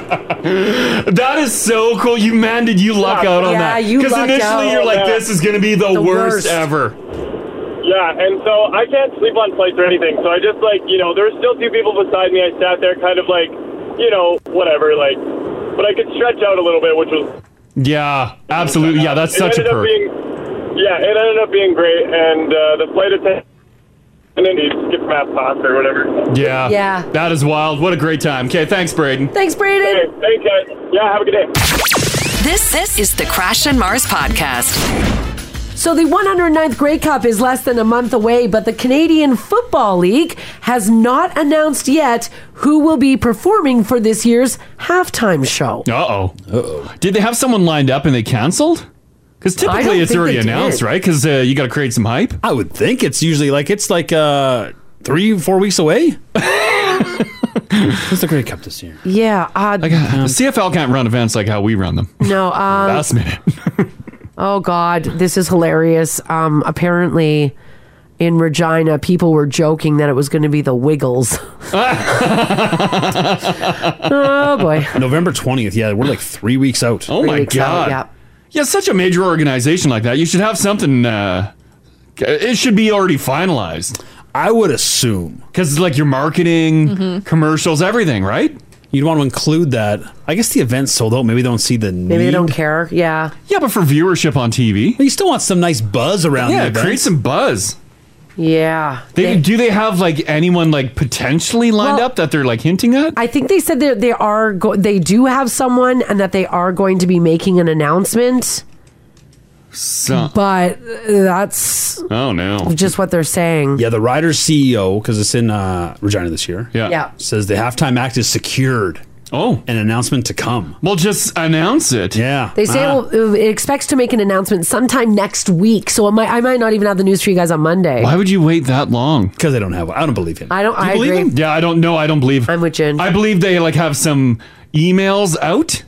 [SPEAKER 2] That is so cool. You man, did you luck out on
[SPEAKER 16] Yeah,
[SPEAKER 2] that?
[SPEAKER 16] you
[SPEAKER 2] Because
[SPEAKER 16] lucked
[SPEAKER 2] initially
[SPEAKER 16] out.
[SPEAKER 2] you're like,
[SPEAKER 16] Yeah.
[SPEAKER 2] this is going to be the,
[SPEAKER 16] The
[SPEAKER 2] worst,
[SPEAKER 16] worst.
[SPEAKER 2] ever.
[SPEAKER 16] Yeah, and so I can't sleep on flights or anything. So I just like, you know, there were still two people beside me. I sat there, kind of like, you know, whatever, like, but I could stretch out a little bit, which was
[SPEAKER 2] Yeah, absolutely. Yeah, that's
[SPEAKER 16] it
[SPEAKER 2] such a
[SPEAKER 16] ended up
[SPEAKER 2] perk.
[SPEAKER 16] being, yeah, it ended up being great, and uh, the flight attendant and then he skipped math class or whatever.
[SPEAKER 2] yeah.
[SPEAKER 3] Yeah.
[SPEAKER 2] That is wild. What a great time. Okay, thanks, Braden.
[SPEAKER 3] Thanks, Braden.
[SPEAKER 16] Thanks, guys. Yeah, have a good day.
[SPEAKER 1] This this is the Crash and Mars podcast.
[SPEAKER 3] So the 109th Grey Cup is less than a month away, but the Canadian Football League has not announced yet who will be performing for this year's halftime show.
[SPEAKER 2] Uh oh. Uh oh. Did they have someone lined up and they canceled? Because
[SPEAKER 3] I don't
[SPEAKER 2] typically it's
[SPEAKER 3] think
[SPEAKER 2] already
[SPEAKER 3] they did.
[SPEAKER 2] announced, right? Because uh, you got to create some hype.
[SPEAKER 4] I would think it's usually like it's like uh three four weeks away. What's the Great Cup this year?
[SPEAKER 3] Yeah. Uh,
[SPEAKER 2] Like, the CFL can't run events like how we run them.
[SPEAKER 3] No. Um,
[SPEAKER 2] Last minute.
[SPEAKER 3] Oh God, this is hilarious. Um, apparently, in Regina, people were joking that it was going to be the Wiggles. oh boy.
[SPEAKER 4] November twentieth. Yeah, we're like three weeks out.
[SPEAKER 2] Oh my god. Yeah, such a major organization like that. You should have something. Uh, it should be already finalized.
[SPEAKER 4] I would assume
[SPEAKER 2] because like your marketing,
[SPEAKER 3] Mm-hmm.
[SPEAKER 4] Mhm.
[SPEAKER 2] commercials, everything, right?
[SPEAKER 4] You'd want to include that. I guess the event's sold out. Maybe they don't see the need.
[SPEAKER 3] Maybe they don't care. Yeah.
[SPEAKER 2] Yeah, but for viewership on TV,
[SPEAKER 4] you still want some nice buzz around.
[SPEAKER 2] Yeah,
[SPEAKER 4] the event.
[SPEAKER 2] create some buzz.
[SPEAKER 3] Yeah.
[SPEAKER 2] They, do they have like anyone like potentially lined up that they're like hinting at?
[SPEAKER 3] I think they said that they are go- they do have someone and that they are going to be making an announcement,
[SPEAKER 2] So,
[SPEAKER 3] but uh, that's
[SPEAKER 2] oh no.
[SPEAKER 3] just what they're saying.
[SPEAKER 4] Yeah, the Riders CEO, because it's in uh, Regina this year.
[SPEAKER 3] Yeah.
[SPEAKER 4] Says the halftime act is secured.
[SPEAKER 2] Oh.
[SPEAKER 4] An announcement to come.
[SPEAKER 2] Well, just announce it.
[SPEAKER 4] Yeah.
[SPEAKER 3] They say
[SPEAKER 4] Ah.
[SPEAKER 3] well, it expects to make an announcement sometime next week, so it might, I might not even have the news for you guys on Monday.
[SPEAKER 2] Why would you wait that long?
[SPEAKER 4] Because I don't have. I don't believe him.
[SPEAKER 3] I don't. I agree.
[SPEAKER 2] Yeah, I don't know. I don't believe. I'm
[SPEAKER 3] with Jen.
[SPEAKER 2] I believe they like have some emails out,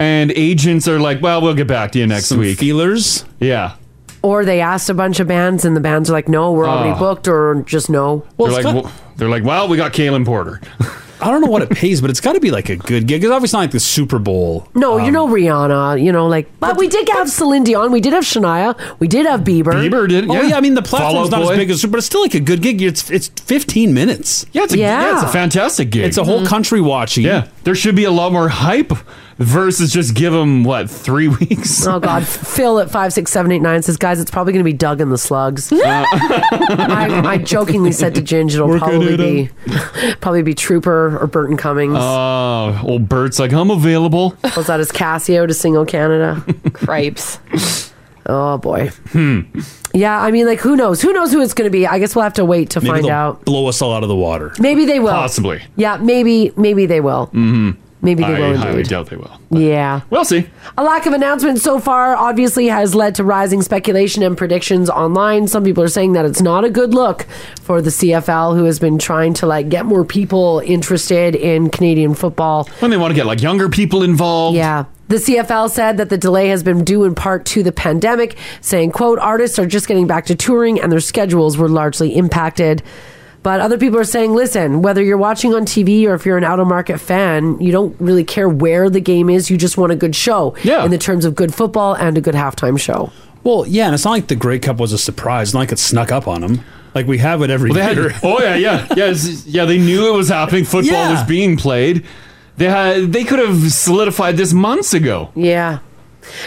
[SPEAKER 2] and agents are like, "Well, we'll get back to you next week."
[SPEAKER 4] Feelers.
[SPEAKER 2] Yeah.
[SPEAKER 3] Or they asked a bunch of bands, and the bands are like, "No, we're already
[SPEAKER 2] Oh.
[SPEAKER 3] booked," or just no.
[SPEAKER 2] they're like, "Well," they're like, "Well, we got Kalen Porter."
[SPEAKER 4] I don't know what it pays, but it's got to be like a good gig. It's obviously not like the Super Bowl.
[SPEAKER 3] no,
[SPEAKER 2] um,
[SPEAKER 3] you know Rihanna, you know, like, but, we did have Celine Dion, we did have Shania, we did have Bieber.
[SPEAKER 2] Bieber did,
[SPEAKER 4] Oh yeah, I mean the platform's not as big as, but it's still like a good gig. It's it's 15 minutes.
[SPEAKER 2] Yeah, it's a, yeah. it's a fantastic gig.
[SPEAKER 4] It's a whole country watching.
[SPEAKER 2] Yeah, there should be a lot more hype versus just give them what three weeks.
[SPEAKER 3] Oh God, Phil at five six seven eight nine says, "Guys, it's probably going to be Doug and the Slugs." I, I jokingly said to Ginge, "It'll
[SPEAKER 2] Working
[SPEAKER 3] probably
[SPEAKER 2] it
[SPEAKER 3] be probably be Trooper or Burton Cummings."
[SPEAKER 2] Oh, old Bert's like, I'm available.
[SPEAKER 3] Was that his Casio to single Canada? Cripes. Oh boy.
[SPEAKER 4] Hmm.
[SPEAKER 3] Yeah, I mean, like, who knows? Who knows who it's going to be? I guess we'll have to wait to
[SPEAKER 4] Maybe
[SPEAKER 3] find
[SPEAKER 4] they'll
[SPEAKER 3] out.
[SPEAKER 4] blow us all out of the water.
[SPEAKER 3] Maybe they will.
[SPEAKER 4] Possibly.
[SPEAKER 3] Yeah, maybe maybe they will.
[SPEAKER 4] Mm-hmm.
[SPEAKER 3] Maybe they will.
[SPEAKER 2] highly
[SPEAKER 3] Indeed.
[SPEAKER 2] doubt they will.
[SPEAKER 3] Yeah.
[SPEAKER 2] We'll see.
[SPEAKER 3] A lack of announcements so far obviously has led to rising speculation and predictions online. Some people are saying that it's not a good look for the CFL, who has been trying to like get more people interested in Canadian football.
[SPEAKER 2] When they want to get like younger people involved.
[SPEAKER 3] Yeah. The CFL said that the delay has been due in part to the pandemic, saying, quote, artists are just getting back to touring and their schedules were largely impacted. But other people are saying, listen, whether you're watching on TV or if you're an out of market fan, you don't really care where the game is. You just want a good show yeah. in the terms of good football and a good halftime show.
[SPEAKER 4] Well, yeah, and it's not like the Grey Cup was a surprise. It's not like it snuck up on them. Like we have it every
[SPEAKER 2] Well, they
[SPEAKER 4] year.
[SPEAKER 2] had, oh yeah, yeah, yeah, it's- yeah. They knew it was happening. Football
[SPEAKER 4] Yeah.
[SPEAKER 2] was being played. They had, they could have solidified this months ago.
[SPEAKER 3] Yeah.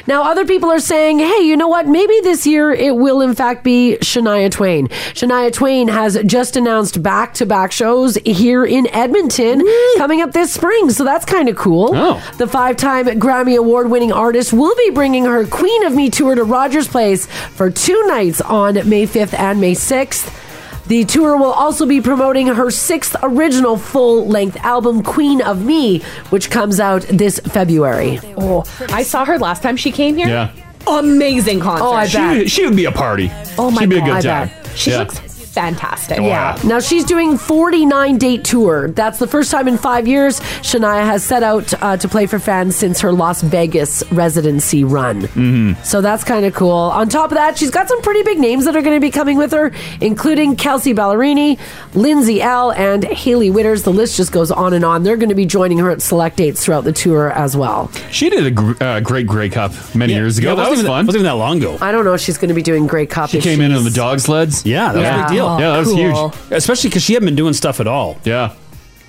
[SPEAKER 3] Now, other people are saying, hey, you know what? Maybe this year it will, in fact, be Shania Twain. Shania Twain has just announced back to back shows here in Edmonton coming up this spring. So that's kind of cool. The five time Grammy Award winning artist will be bringing her Queen of Me tour to Rogers Place for two nights on May 5th and May 6th. The tour will also be promoting her sixth original full length album, Queen of Me, which comes out this February.
[SPEAKER 5] Oh, I saw her last time she came here.
[SPEAKER 2] Yeah.
[SPEAKER 5] Amazing concert. Oh,
[SPEAKER 2] she, she would be a party.
[SPEAKER 5] Oh my
[SPEAKER 2] She'd be a
[SPEAKER 5] God,
[SPEAKER 2] good
[SPEAKER 5] I
[SPEAKER 2] time.
[SPEAKER 5] bet. She looks fantastic.
[SPEAKER 3] Yeah. Now she's doing 49 date tour. That's the first time in five years Shania has set out uh, to play for fans since her Las Vegas residency run. Mm-hmm. So that's kind of cool. On top of that, she's got some pretty big names that are going to be coming with her, including Kelsey Ballerini, Lindsay L, and Haley Witters. The list just goes on and on. They're going to be joining her at select dates throughout the tour as well.
[SPEAKER 2] She did a gr- uh, great Grey Cup many years ago.
[SPEAKER 4] yeah, it
[SPEAKER 2] that
[SPEAKER 4] wasn't
[SPEAKER 2] was
[SPEAKER 4] even-
[SPEAKER 2] fun. Wasn't even that long ago.
[SPEAKER 3] I don't know if she's going to be doing Grey Cup.
[SPEAKER 2] She
[SPEAKER 3] if
[SPEAKER 2] came
[SPEAKER 3] she-
[SPEAKER 2] in on the dog sleds.
[SPEAKER 4] Yeah, that was a big deal.
[SPEAKER 3] Yeah. Yeah, that was Cool.
[SPEAKER 4] huge, especially because she hadn't been doing stuff at all.
[SPEAKER 2] Yeah,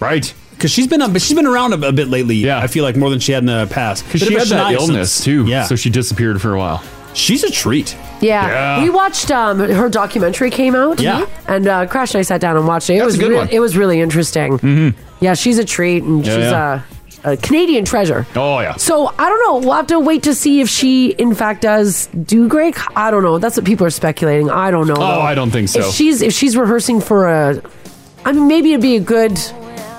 [SPEAKER 2] right.
[SPEAKER 4] Because she's been but she's been around a, a bit lately. Yeah, I feel like more than she had in the past.
[SPEAKER 2] Because
[SPEAKER 4] Bit
[SPEAKER 2] she
[SPEAKER 4] of a
[SPEAKER 2] had that
[SPEAKER 4] Shania
[SPEAKER 2] illness
[SPEAKER 4] since-
[SPEAKER 2] too.
[SPEAKER 4] Yeah,
[SPEAKER 2] So she disappeared for a while.
[SPEAKER 4] she's a treat.
[SPEAKER 3] Yeah.
[SPEAKER 2] Yeah.
[SPEAKER 3] we watched um, her documentary came out.
[SPEAKER 2] Yeah.
[SPEAKER 3] and uh, Crash and I sat down and watched it. It
[SPEAKER 2] That's
[SPEAKER 3] was
[SPEAKER 2] a good
[SPEAKER 3] rea-
[SPEAKER 2] one.
[SPEAKER 3] it was really interesting. Mm-hmm. Yeah, she's a treat, and
[SPEAKER 2] Yeah,
[SPEAKER 3] she's
[SPEAKER 2] yeah.
[SPEAKER 3] A, a Canadian treasure.
[SPEAKER 2] Oh yeah.
[SPEAKER 3] So I don't know. We'll have to wait to see if she, in fact, does do great. I don't know. That's what people are speculating. I don't know.
[SPEAKER 2] Oh, I don't think so.
[SPEAKER 3] If she's if she's rehearsing for a I mean, maybe it'd be a good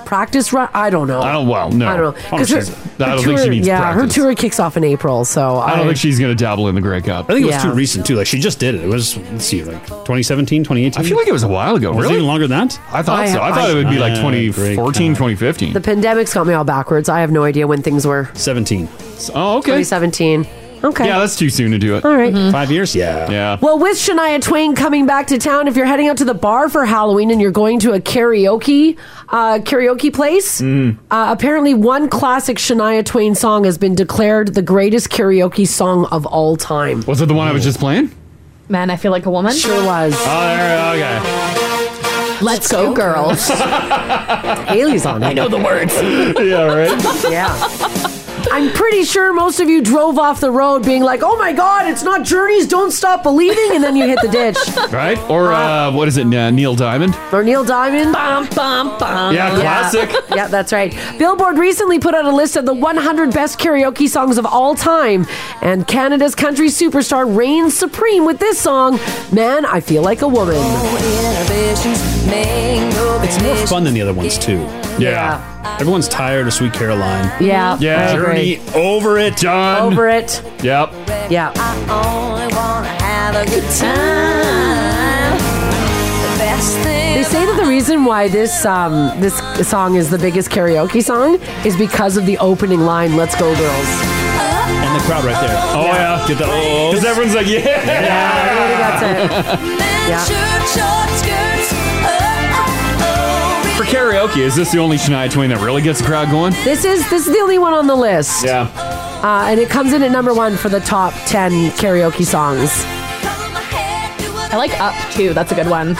[SPEAKER 3] practice run. I don't know.
[SPEAKER 2] I don't. Well, no.
[SPEAKER 3] I don't know.
[SPEAKER 2] I don't,
[SPEAKER 3] 'Cause her-
[SPEAKER 2] she's- I
[SPEAKER 3] her
[SPEAKER 2] don't think she
[SPEAKER 3] tour-
[SPEAKER 2] needs
[SPEAKER 3] Yeah,
[SPEAKER 2] practice.
[SPEAKER 3] her tour kicks off in April, so I,
[SPEAKER 2] I don't think she's going to dabble in the Grey Cup.
[SPEAKER 4] I think it was
[SPEAKER 3] Yeah.
[SPEAKER 4] too recent too. Like she just did it. It was let's see, like 2017, 2018. I feel
[SPEAKER 2] like it was a while ago.
[SPEAKER 4] Was it
[SPEAKER 2] Really?
[SPEAKER 4] even longer than that?
[SPEAKER 2] I thought so. I thought it would be like
[SPEAKER 4] Ah,
[SPEAKER 2] 2014, 2015.
[SPEAKER 3] The pandemic's got me all backwards. I have no idea when things were.
[SPEAKER 4] 17.
[SPEAKER 2] Oh, okay.
[SPEAKER 3] 2017. Okay.
[SPEAKER 2] Yeah, that's Mm-hmm. too soon to do it.
[SPEAKER 3] All right. Mhm.
[SPEAKER 4] Mm-hmm. Five years? Yeah.
[SPEAKER 2] Yeah.
[SPEAKER 3] Well, with Shania Twain coming back to town, if you're heading out to the bar for Halloween and you're going to a karaoke uh, karaoke place,
[SPEAKER 2] Mm-hmm.
[SPEAKER 3] uh, apparently one classic Shania Twain song has been declared the greatest karaoke song of all time.
[SPEAKER 2] Was it the one I was just playing?
[SPEAKER 5] Man, I feel like a woman.
[SPEAKER 3] Sure was.
[SPEAKER 2] Oh, there, okay.
[SPEAKER 5] Let's go, girls.
[SPEAKER 3] Haley's on.
[SPEAKER 5] I know the words.
[SPEAKER 2] yeah, right.
[SPEAKER 3] Yeah. I'm pretty sure most of you drove off the road being like, "Oh my God, it's not Journeys, don't stop believing," and then you hit the ditch.
[SPEAKER 2] Right? Or uh, what is it? Uh, Neil Diamond?
[SPEAKER 3] Or Neil Diamond. Bum, bum, bum.
[SPEAKER 2] Yeah, classic.
[SPEAKER 3] Yeah. yeah, that's right. Billboard recently put out a list of the 100 best karaoke songs of all time, and Canada's country superstar reigns supreme with this song, Man, I Feel Like a Woman.
[SPEAKER 4] It's more fun than the other ones too. Yeah. Everyone's tired of Sweet Caroline.
[SPEAKER 3] Yeah, Yeah. I agree.
[SPEAKER 4] Journey over it. Done.
[SPEAKER 3] Over it.
[SPEAKER 2] Yep.
[SPEAKER 3] Yeah. They say that the reason why this um, this song is the biggest karaoke song is because of the opening line, "Let's go, girls."
[SPEAKER 4] And the crowd right there. Oh yeah. Get the oh.
[SPEAKER 2] Because everyone's like, yeah.
[SPEAKER 4] Yeah.
[SPEAKER 3] Everybody got it. Yeah.
[SPEAKER 2] For karaoke, is this the only Shania Twain that really gets the crowd going?
[SPEAKER 3] This is this is the only one on the list.
[SPEAKER 2] Yeah.
[SPEAKER 3] Uh, and it comes in at number one for the top ten karaoke songs.
[SPEAKER 5] I like Up too. That's a good one.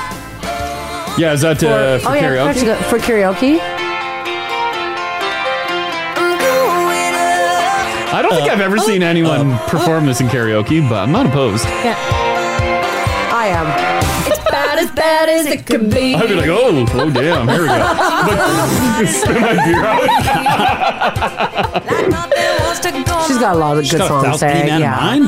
[SPEAKER 2] Yeah, is that uh, for
[SPEAKER 3] oh yeah,
[SPEAKER 2] karaoke?
[SPEAKER 3] for- for karaoke.
[SPEAKER 2] I don't think I've ever seen anyone perform this in karaoke, but I'm not opposed.
[SPEAKER 3] I am.
[SPEAKER 5] It's about as bad as it could be.
[SPEAKER 2] I'd be like, oh, oh damn, here we go. Like, spit my beer out.
[SPEAKER 3] She's got a lot of
[SPEAKER 4] She's
[SPEAKER 3] good
[SPEAKER 4] got
[SPEAKER 3] songs
[SPEAKER 4] Thousand
[SPEAKER 3] there.
[SPEAKER 4] Man of
[SPEAKER 3] Yeah.
[SPEAKER 4] Mine.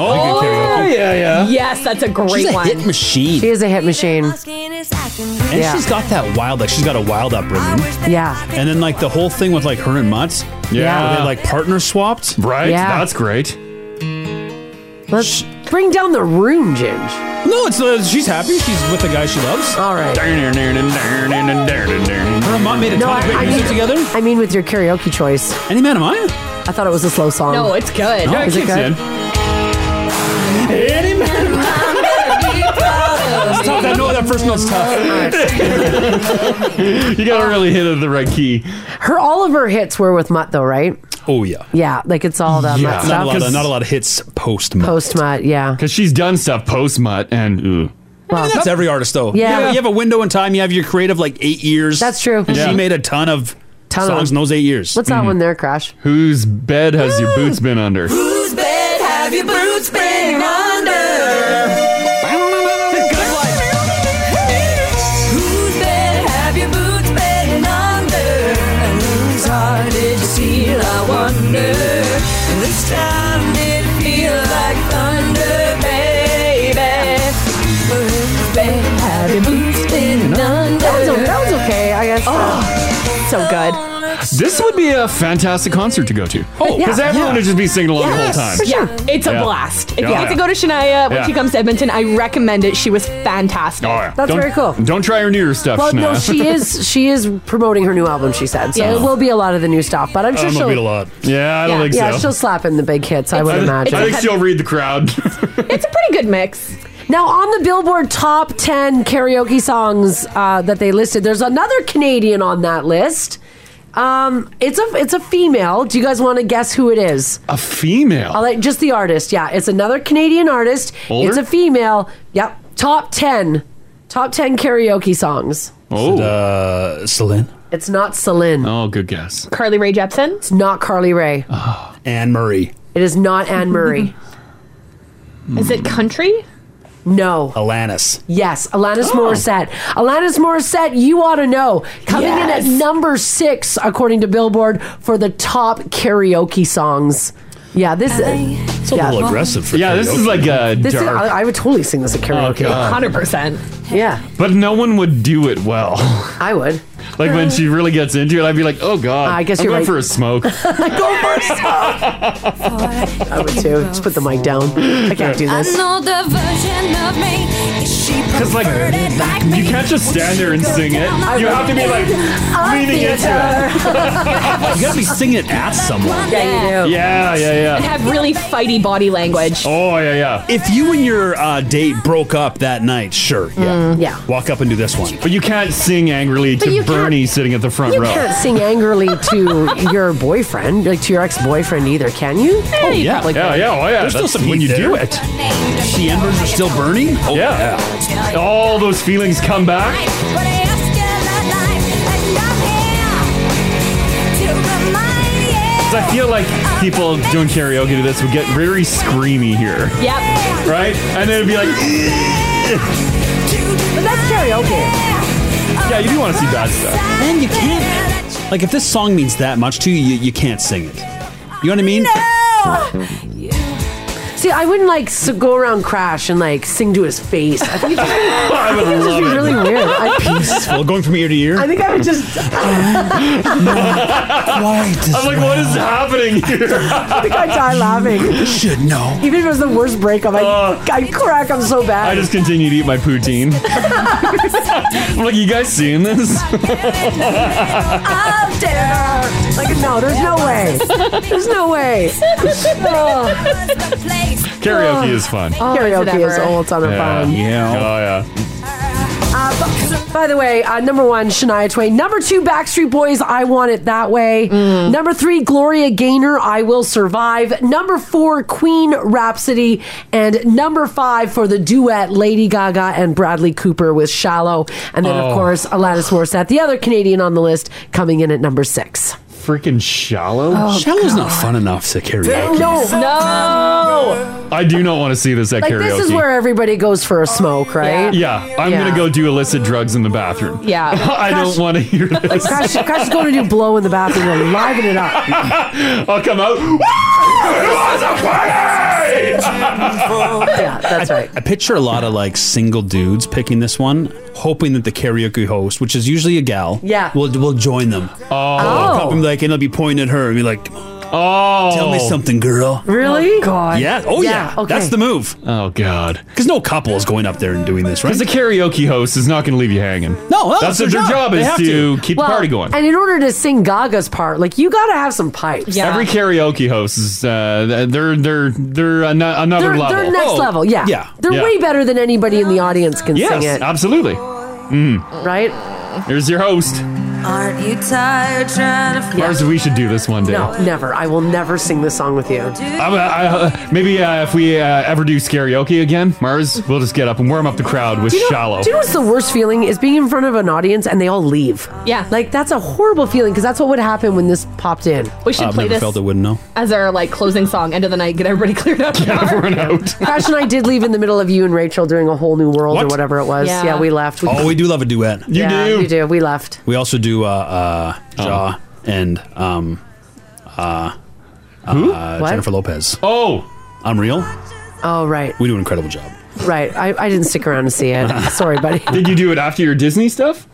[SPEAKER 2] Oh, yeah, yeah.
[SPEAKER 5] Yes, that's a great
[SPEAKER 4] She's a
[SPEAKER 5] one.
[SPEAKER 4] hit machine.
[SPEAKER 3] She is a hit machine.
[SPEAKER 4] And
[SPEAKER 3] Yeah.
[SPEAKER 4] she's got that wild, like she's got a wild upbringing.
[SPEAKER 3] Yeah.
[SPEAKER 4] And then like the whole thing with like her and Mutz.
[SPEAKER 2] Yeah.
[SPEAKER 4] They like partner swapped.
[SPEAKER 2] Right?
[SPEAKER 3] Yeah.
[SPEAKER 2] That's great.
[SPEAKER 3] Let's bring down the room, Ginge.
[SPEAKER 4] No, it's uh, she's happy. She's with the guy she loves.
[SPEAKER 3] All right.
[SPEAKER 4] Her and Mutt made a
[SPEAKER 3] No,
[SPEAKER 4] ton of
[SPEAKER 3] I-
[SPEAKER 4] great
[SPEAKER 3] I
[SPEAKER 4] music
[SPEAKER 3] mean-
[SPEAKER 4] together.
[SPEAKER 3] I mean, with your karaoke choice.
[SPEAKER 4] Any man of mine?
[SPEAKER 3] I thought it was a slow song.
[SPEAKER 5] No, it's good.
[SPEAKER 3] Yeah, it Is it kicks good? in.
[SPEAKER 4] Any man of mine. It's tough. That note, that first note's tough.
[SPEAKER 2] you gotta really hit it at the right key.
[SPEAKER 3] Her all of her hits were with Mutt though, right?
[SPEAKER 4] Oh yeah.
[SPEAKER 3] Yeah, like it's all that Mutt
[SPEAKER 4] Not a lot of,
[SPEAKER 3] stuff.
[SPEAKER 4] not a lot of hits post Mutt.
[SPEAKER 3] Post Mutt, yeah.
[SPEAKER 2] Because she's done stuff post mutt and ooh.
[SPEAKER 4] I mean, that's every artist though.
[SPEAKER 3] Yeah.
[SPEAKER 4] You have, you have a window in time. You have your creative like eight years. That's
[SPEAKER 3] true.
[SPEAKER 4] And
[SPEAKER 2] Yeah.
[SPEAKER 4] She made a ton of
[SPEAKER 3] Ton of
[SPEAKER 4] songs
[SPEAKER 3] them.
[SPEAKER 4] in those eight years.
[SPEAKER 3] What's that one there, Crash?
[SPEAKER 2] Mm-hmm. Whose bed has your boots been under?
[SPEAKER 9] Whose bed have your boots been under? Good one. Whose bed have your boots been under? And whose heart did you steal? I wonder. And this time did it feel like thunder, baby? Whose bed have your boots been under?
[SPEAKER 3] That was, that was okay, I guess.
[SPEAKER 5] Oh, so good.
[SPEAKER 2] This would be a fantastic concert to go to.
[SPEAKER 5] Oh,
[SPEAKER 2] because
[SPEAKER 5] yeah.
[SPEAKER 2] everyone
[SPEAKER 5] Yeah.
[SPEAKER 2] would just be singing along
[SPEAKER 5] Yes,
[SPEAKER 2] the whole time.
[SPEAKER 5] for sure. It's a
[SPEAKER 2] Yeah.
[SPEAKER 5] blast. If you
[SPEAKER 2] Yeah.
[SPEAKER 5] get to go to Shania when
[SPEAKER 2] Yeah.
[SPEAKER 5] she comes to Edmonton, I recommend it. She was fantastic.
[SPEAKER 2] Oh, yeah.
[SPEAKER 3] That's
[SPEAKER 2] Don't-
[SPEAKER 3] very cool.
[SPEAKER 2] Don't try her newer stuff.
[SPEAKER 3] Well, no,
[SPEAKER 2] Shania.
[SPEAKER 3] she is she is promoting her new album. She said so.
[SPEAKER 2] Yeah.
[SPEAKER 3] It will be a lot of the new stuff, but I'm
[SPEAKER 2] I
[SPEAKER 3] sure
[SPEAKER 2] don't know
[SPEAKER 3] she'll
[SPEAKER 2] if it'll be a lot. Yeah, I don't think
[SPEAKER 3] yeah,
[SPEAKER 2] so.
[SPEAKER 3] she'll slap in the big hits. I would
[SPEAKER 2] I,
[SPEAKER 3] imagine.
[SPEAKER 2] I think she'll read the crowd.
[SPEAKER 5] It's a pretty good mix.
[SPEAKER 3] Now, on the Billboard top 10 karaoke songs uh, that they listed, there's another Canadian on that list. Um, it's a it's a female. Do you guys want to guess who it is?
[SPEAKER 2] A female.
[SPEAKER 3] I'll let, just the artist. Yeah, it's another Canadian artist.
[SPEAKER 2] Older?
[SPEAKER 3] It's a female. Yep. Top 10. Top 10 karaoke songs.
[SPEAKER 2] Oh,
[SPEAKER 4] uh, Celine,
[SPEAKER 3] It's not Celine.
[SPEAKER 2] Oh, good guess.
[SPEAKER 5] Carly Rae Jepsen. It's
[SPEAKER 3] not Carly Rae.
[SPEAKER 2] Ah.
[SPEAKER 4] Anne Murray,
[SPEAKER 3] It is not Anne Murray.
[SPEAKER 5] Is it country?
[SPEAKER 3] No.
[SPEAKER 4] Alanis.
[SPEAKER 3] Yes, Alanis
[SPEAKER 4] Oh.
[SPEAKER 3] Morissette. Alanis Morissette, you ought to know. Coming in at number six, according to Billboard, for the top karaoke songs. Yeah, this is.
[SPEAKER 4] It's a little aggressive for
[SPEAKER 2] Yeah, this is
[SPEAKER 4] karaoke.
[SPEAKER 2] like a
[SPEAKER 3] Oh, This is,
[SPEAKER 2] dark- Oh,
[SPEAKER 3] I, I would totally sing this at karaoke.
[SPEAKER 2] God.
[SPEAKER 5] 100%.
[SPEAKER 3] Yeah.
[SPEAKER 2] But no one would do it well.
[SPEAKER 3] I would.
[SPEAKER 2] Like when she really gets into it, I'd be like, "Oh God,
[SPEAKER 3] I guess
[SPEAKER 2] I'm
[SPEAKER 3] you're
[SPEAKER 2] going
[SPEAKER 3] right.
[SPEAKER 2] for a smoke."
[SPEAKER 3] I would too. Just put the mic down. I can't do
[SPEAKER 9] I
[SPEAKER 3] this.
[SPEAKER 9] know the version of me. Is she
[SPEAKER 2] Because like
[SPEAKER 9] preferred like
[SPEAKER 2] you
[SPEAKER 9] me?
[SPEAKER 2] can't just stand there and sing it.
[SPEAKER 9] I
[SPEAKER 2] You have to be like
[SPEAKER 9] I
[SPEAKER 2] leaning
[SPEAKER 9] feel
[SPEAKER 2] into it.
[SPEAKER 4] You gotta be singing it at someone.
[SPEAKER 5] Yeah,
[SPEAKER 2] you do. Yeah, yeah, yeah.
[SPEAKER 5] And have really fighty body language.
[SPEAKER 2] Oh yeah, yeah.
[SPEAKER 4] If you and your uh, date broke up that night, sure, yeah,
[SPEAKER 3] Mm. Yeah.
[SPEAKER 4] walk up and do this one.
[SPEAKER 2] But you can't sing angrily
[SPEAKER 3] But you
[SPEAKER 2] to
[SPEAKER 3] can't-
[SPEAKER 2] Bernie sitting at the front
[SPEAKER 3] You
[SPEAKER 2] row.
[SPEAKER 3] can't sing angrily to your boyfriend, like to your ex-boyfriend either, can you?
[SPEAKER 2] Oh, yeah. yeah, yeah, oh, yeah.
[SPEAKER 4] There's still
[SPEAKER 2] That's
[SPEAKER 4] some
[SPEAKER 2] when
[SPEAKER 4] heat
[SPEAKER 2] you do
[SPEAKER 4] there.
[SPEAKER 2] it.
[SPEAKER 4] The embers are still burning. Oh,
[SPEAKER 2] yeah. All those feelings come back. So I feel like people doing karaoke to this would get very screamy here.
[SPEAKER 5] Yep.
[SPEAKER 2] Right? And then it'd be like,
[SPEAKER 3] But that's karaoke.
[SPEAKER 2] yeah, you do want to see bad stuff.
[SPEAKER 4] Man, you can't. Like, if this song means that much to you, you, you can't sing it. You know what I mean?
[SPEAKER 3] See, I wouldn't like s go around crash and like sing to his face. I think it'd just be, I think it'd just be really weird. I,
[SPEAKER 4] Peaceful, going from ear to ear.
[SPEAKER 3] I think I would just.
[SPEAKER 2] I'm like, what is happening here?
[SPEAKER 3] I think I'd die laughing.
[SPEAKER 4] should know.
[SPEAKER 3] Even if it was the worst breakup, I, I crack up so bad.
[SPEAKER 2] I just continue to eat my poutine. I'm like, you guys seeing this?
[SPEAKER 3] Up there. Like, no, there's no way. There's no way. Oh,
[SPEAKER 2] Karaoke is fun.
[SPEAKER 3] Oh, is it Karaoke is ever. all ton of
[SPEAKER 2] yeah.
[SPEAKER 3] fun.
[SPEAKER 2] Yeah. Oh, yeah.
[SPEAKER 3] Uh, b- by the way, uh, number one, Shania Twain. Number two, Backstreet Boys, I Want It That Way. Number three, Gloria Gaynor, I Will Survive. Number four, Queen Rhapsody. And number five for the duet, Lady Gaga and Bradley Cooper with Shallow. And then,
[SPEAKER 2] Oh.
[SPEAKER 3] of course, Alanis Morissette, the other Canadian on the list, coming in at number six.
[SPEAKER 2] Freaking shallow.
[SPEAKER 3] Oh,
[SPEAKER 4] Shallow's not fun enough to karaoke.
[SPEAKER 3] No, no.
[SPEAKER 2] I do not want to see this at
[SPEAKER 3] Like,
[SPEAKER 2] karaoke.
[SPEAKER 3] this is where everybody goes for a smoke, right?
[SPEAKER 2] yeah, I'm
[SPEAKER 3] Yeah.
[SPEAKER 2] gonna go do illicit drugs in the bathroom.
[SPEAKER 3] Yeah.
[SPEAKER 2] I
[SPEAKER 3] Crash-
[SPEAKER 2] don't want to hear
[SPEAKER 3] Like,
[SPEAKER 2] this.
[SPEAKER 3] Crash, Crash is going to do blow in the bathroom and liven it up.
[SPEAKER 2] I'll come out.
[SPEAKER 3] yeah, that's right.
[SPEAKER 4] I picture a lot of like single dudes picking this one, hoping that the karaoke host, which is usually a gal,
[SPEAKER 3] Yeah.
[SPEAKER 4] will will join them. Oh,
[SPEAKER 3] Oh.
[SPEAKER 4] like and they'll be pointing at her and be like,
[SPEAKER 2] "Oh,
[SPEAKER 4] tell me something, girl."
[SPEAKER 3] Really? God.
[SPEAKER 4] Yeah. Oh yeah. That's the move.
[SPEAKER 2] Oh God.
[SPEAKER 4] Because no couple is going up there and doing this, right?
[SPEAKER 2] Because the karaoke host is not going to leave you hanging.
[SPEAKER 4] No, no, it's
[SPEAKER 2] that's what
[SPEAKER 4] their job.
[SPEAKER 2] their job,
[SPEAKER 4] They
[SPEAKER 2] is
[SPEAKER 4] have
[SPEAKER 2] to,
[SPEAKER 4] to.
[SPEAKER 2] keep the
[SPEAKER 3] Well,
[SPEAKER 2] party going.
[SPEAKER 3] And in order to sing Gaga's part, like you got to have some pipes.
[SPEAKER 2] Every karaoke host is uh, they're they're they're an- another
[SPEAKER 3] they're,
[SPEAKER 2] level. Oh,
[SPEAKER 3] they're
[SPEAKER 4] Oh,
[SPEAKER 3] next level. Yeah. They're
[SPEAKER 2] Yeah.
[SPEAKER 3] way better than anybody in the audience can
[SPEAKER 2] Yes,
[SPEAKER 3] sing it.
[SPEAKER 2] absolutely. Mm.
[SPEAKER 3] Right?
[SPEAKER 2] Here's your host.
[SPEAKER 3] Aren't you tired trying to
[SPEAKER 2] Mars, we should do this one day.
[SPEAKER 3] No, never. I will never sing this song with you.
[SPEAKER 2] I'm, uh, I, uh, maybe uh, if we uh, ever do karaoke again, Mars, we'll just get up and warm up the crowd with
[SPEAKER 3] Do you, know,
[SPEAKER 2] shallow.
[SPEAKER 3] do you know what's the worst feeling is being in front of an audience and they all leave. Yeah, like that's a horrible feeling because that's what would happen when this popped in.
[SPEAKER 5] We
[SPEAKER 4] uh,
[SPEAKER 5] should play this
[SPEAKER 4] wouldn't know.
[SPEAKER 5] as our like closing song, end of the night, get everybody cleared up.
[SPEAKER 3] Crash and I did leave in the middle of you and Rachel doing a whole new world or
[SPEAKER 4] What?
[SPEAKER 3] whatever it was. Yeah,
[SPEAKER 5] Yeah.
[SPEAKER 3] we left.
[SPEAKER 4] Oh, we do love a duet.
[SPEAKER 3] Yeah, We do. We left.
[SPEAKER 4] We also do uh, uh, Jaw and um, uh,
[SPEAKER 3] Who?
[SPEAKER 4] uh,
[SPEAKER 3] What?
[SPEAKER 4] Jennifer Lopez.
[SPEAKER 2] Oh,
[SPEAKER 4] I'm real.
[SPEAKER 3] Oh, right.
[SPEAKER 4] We do an incredible job.
[SPEAKER 3] Right. I, I didn't stick around to see it. Sorry, buddy.
[SPEAKER 2] Did you do it after your Disney stuff?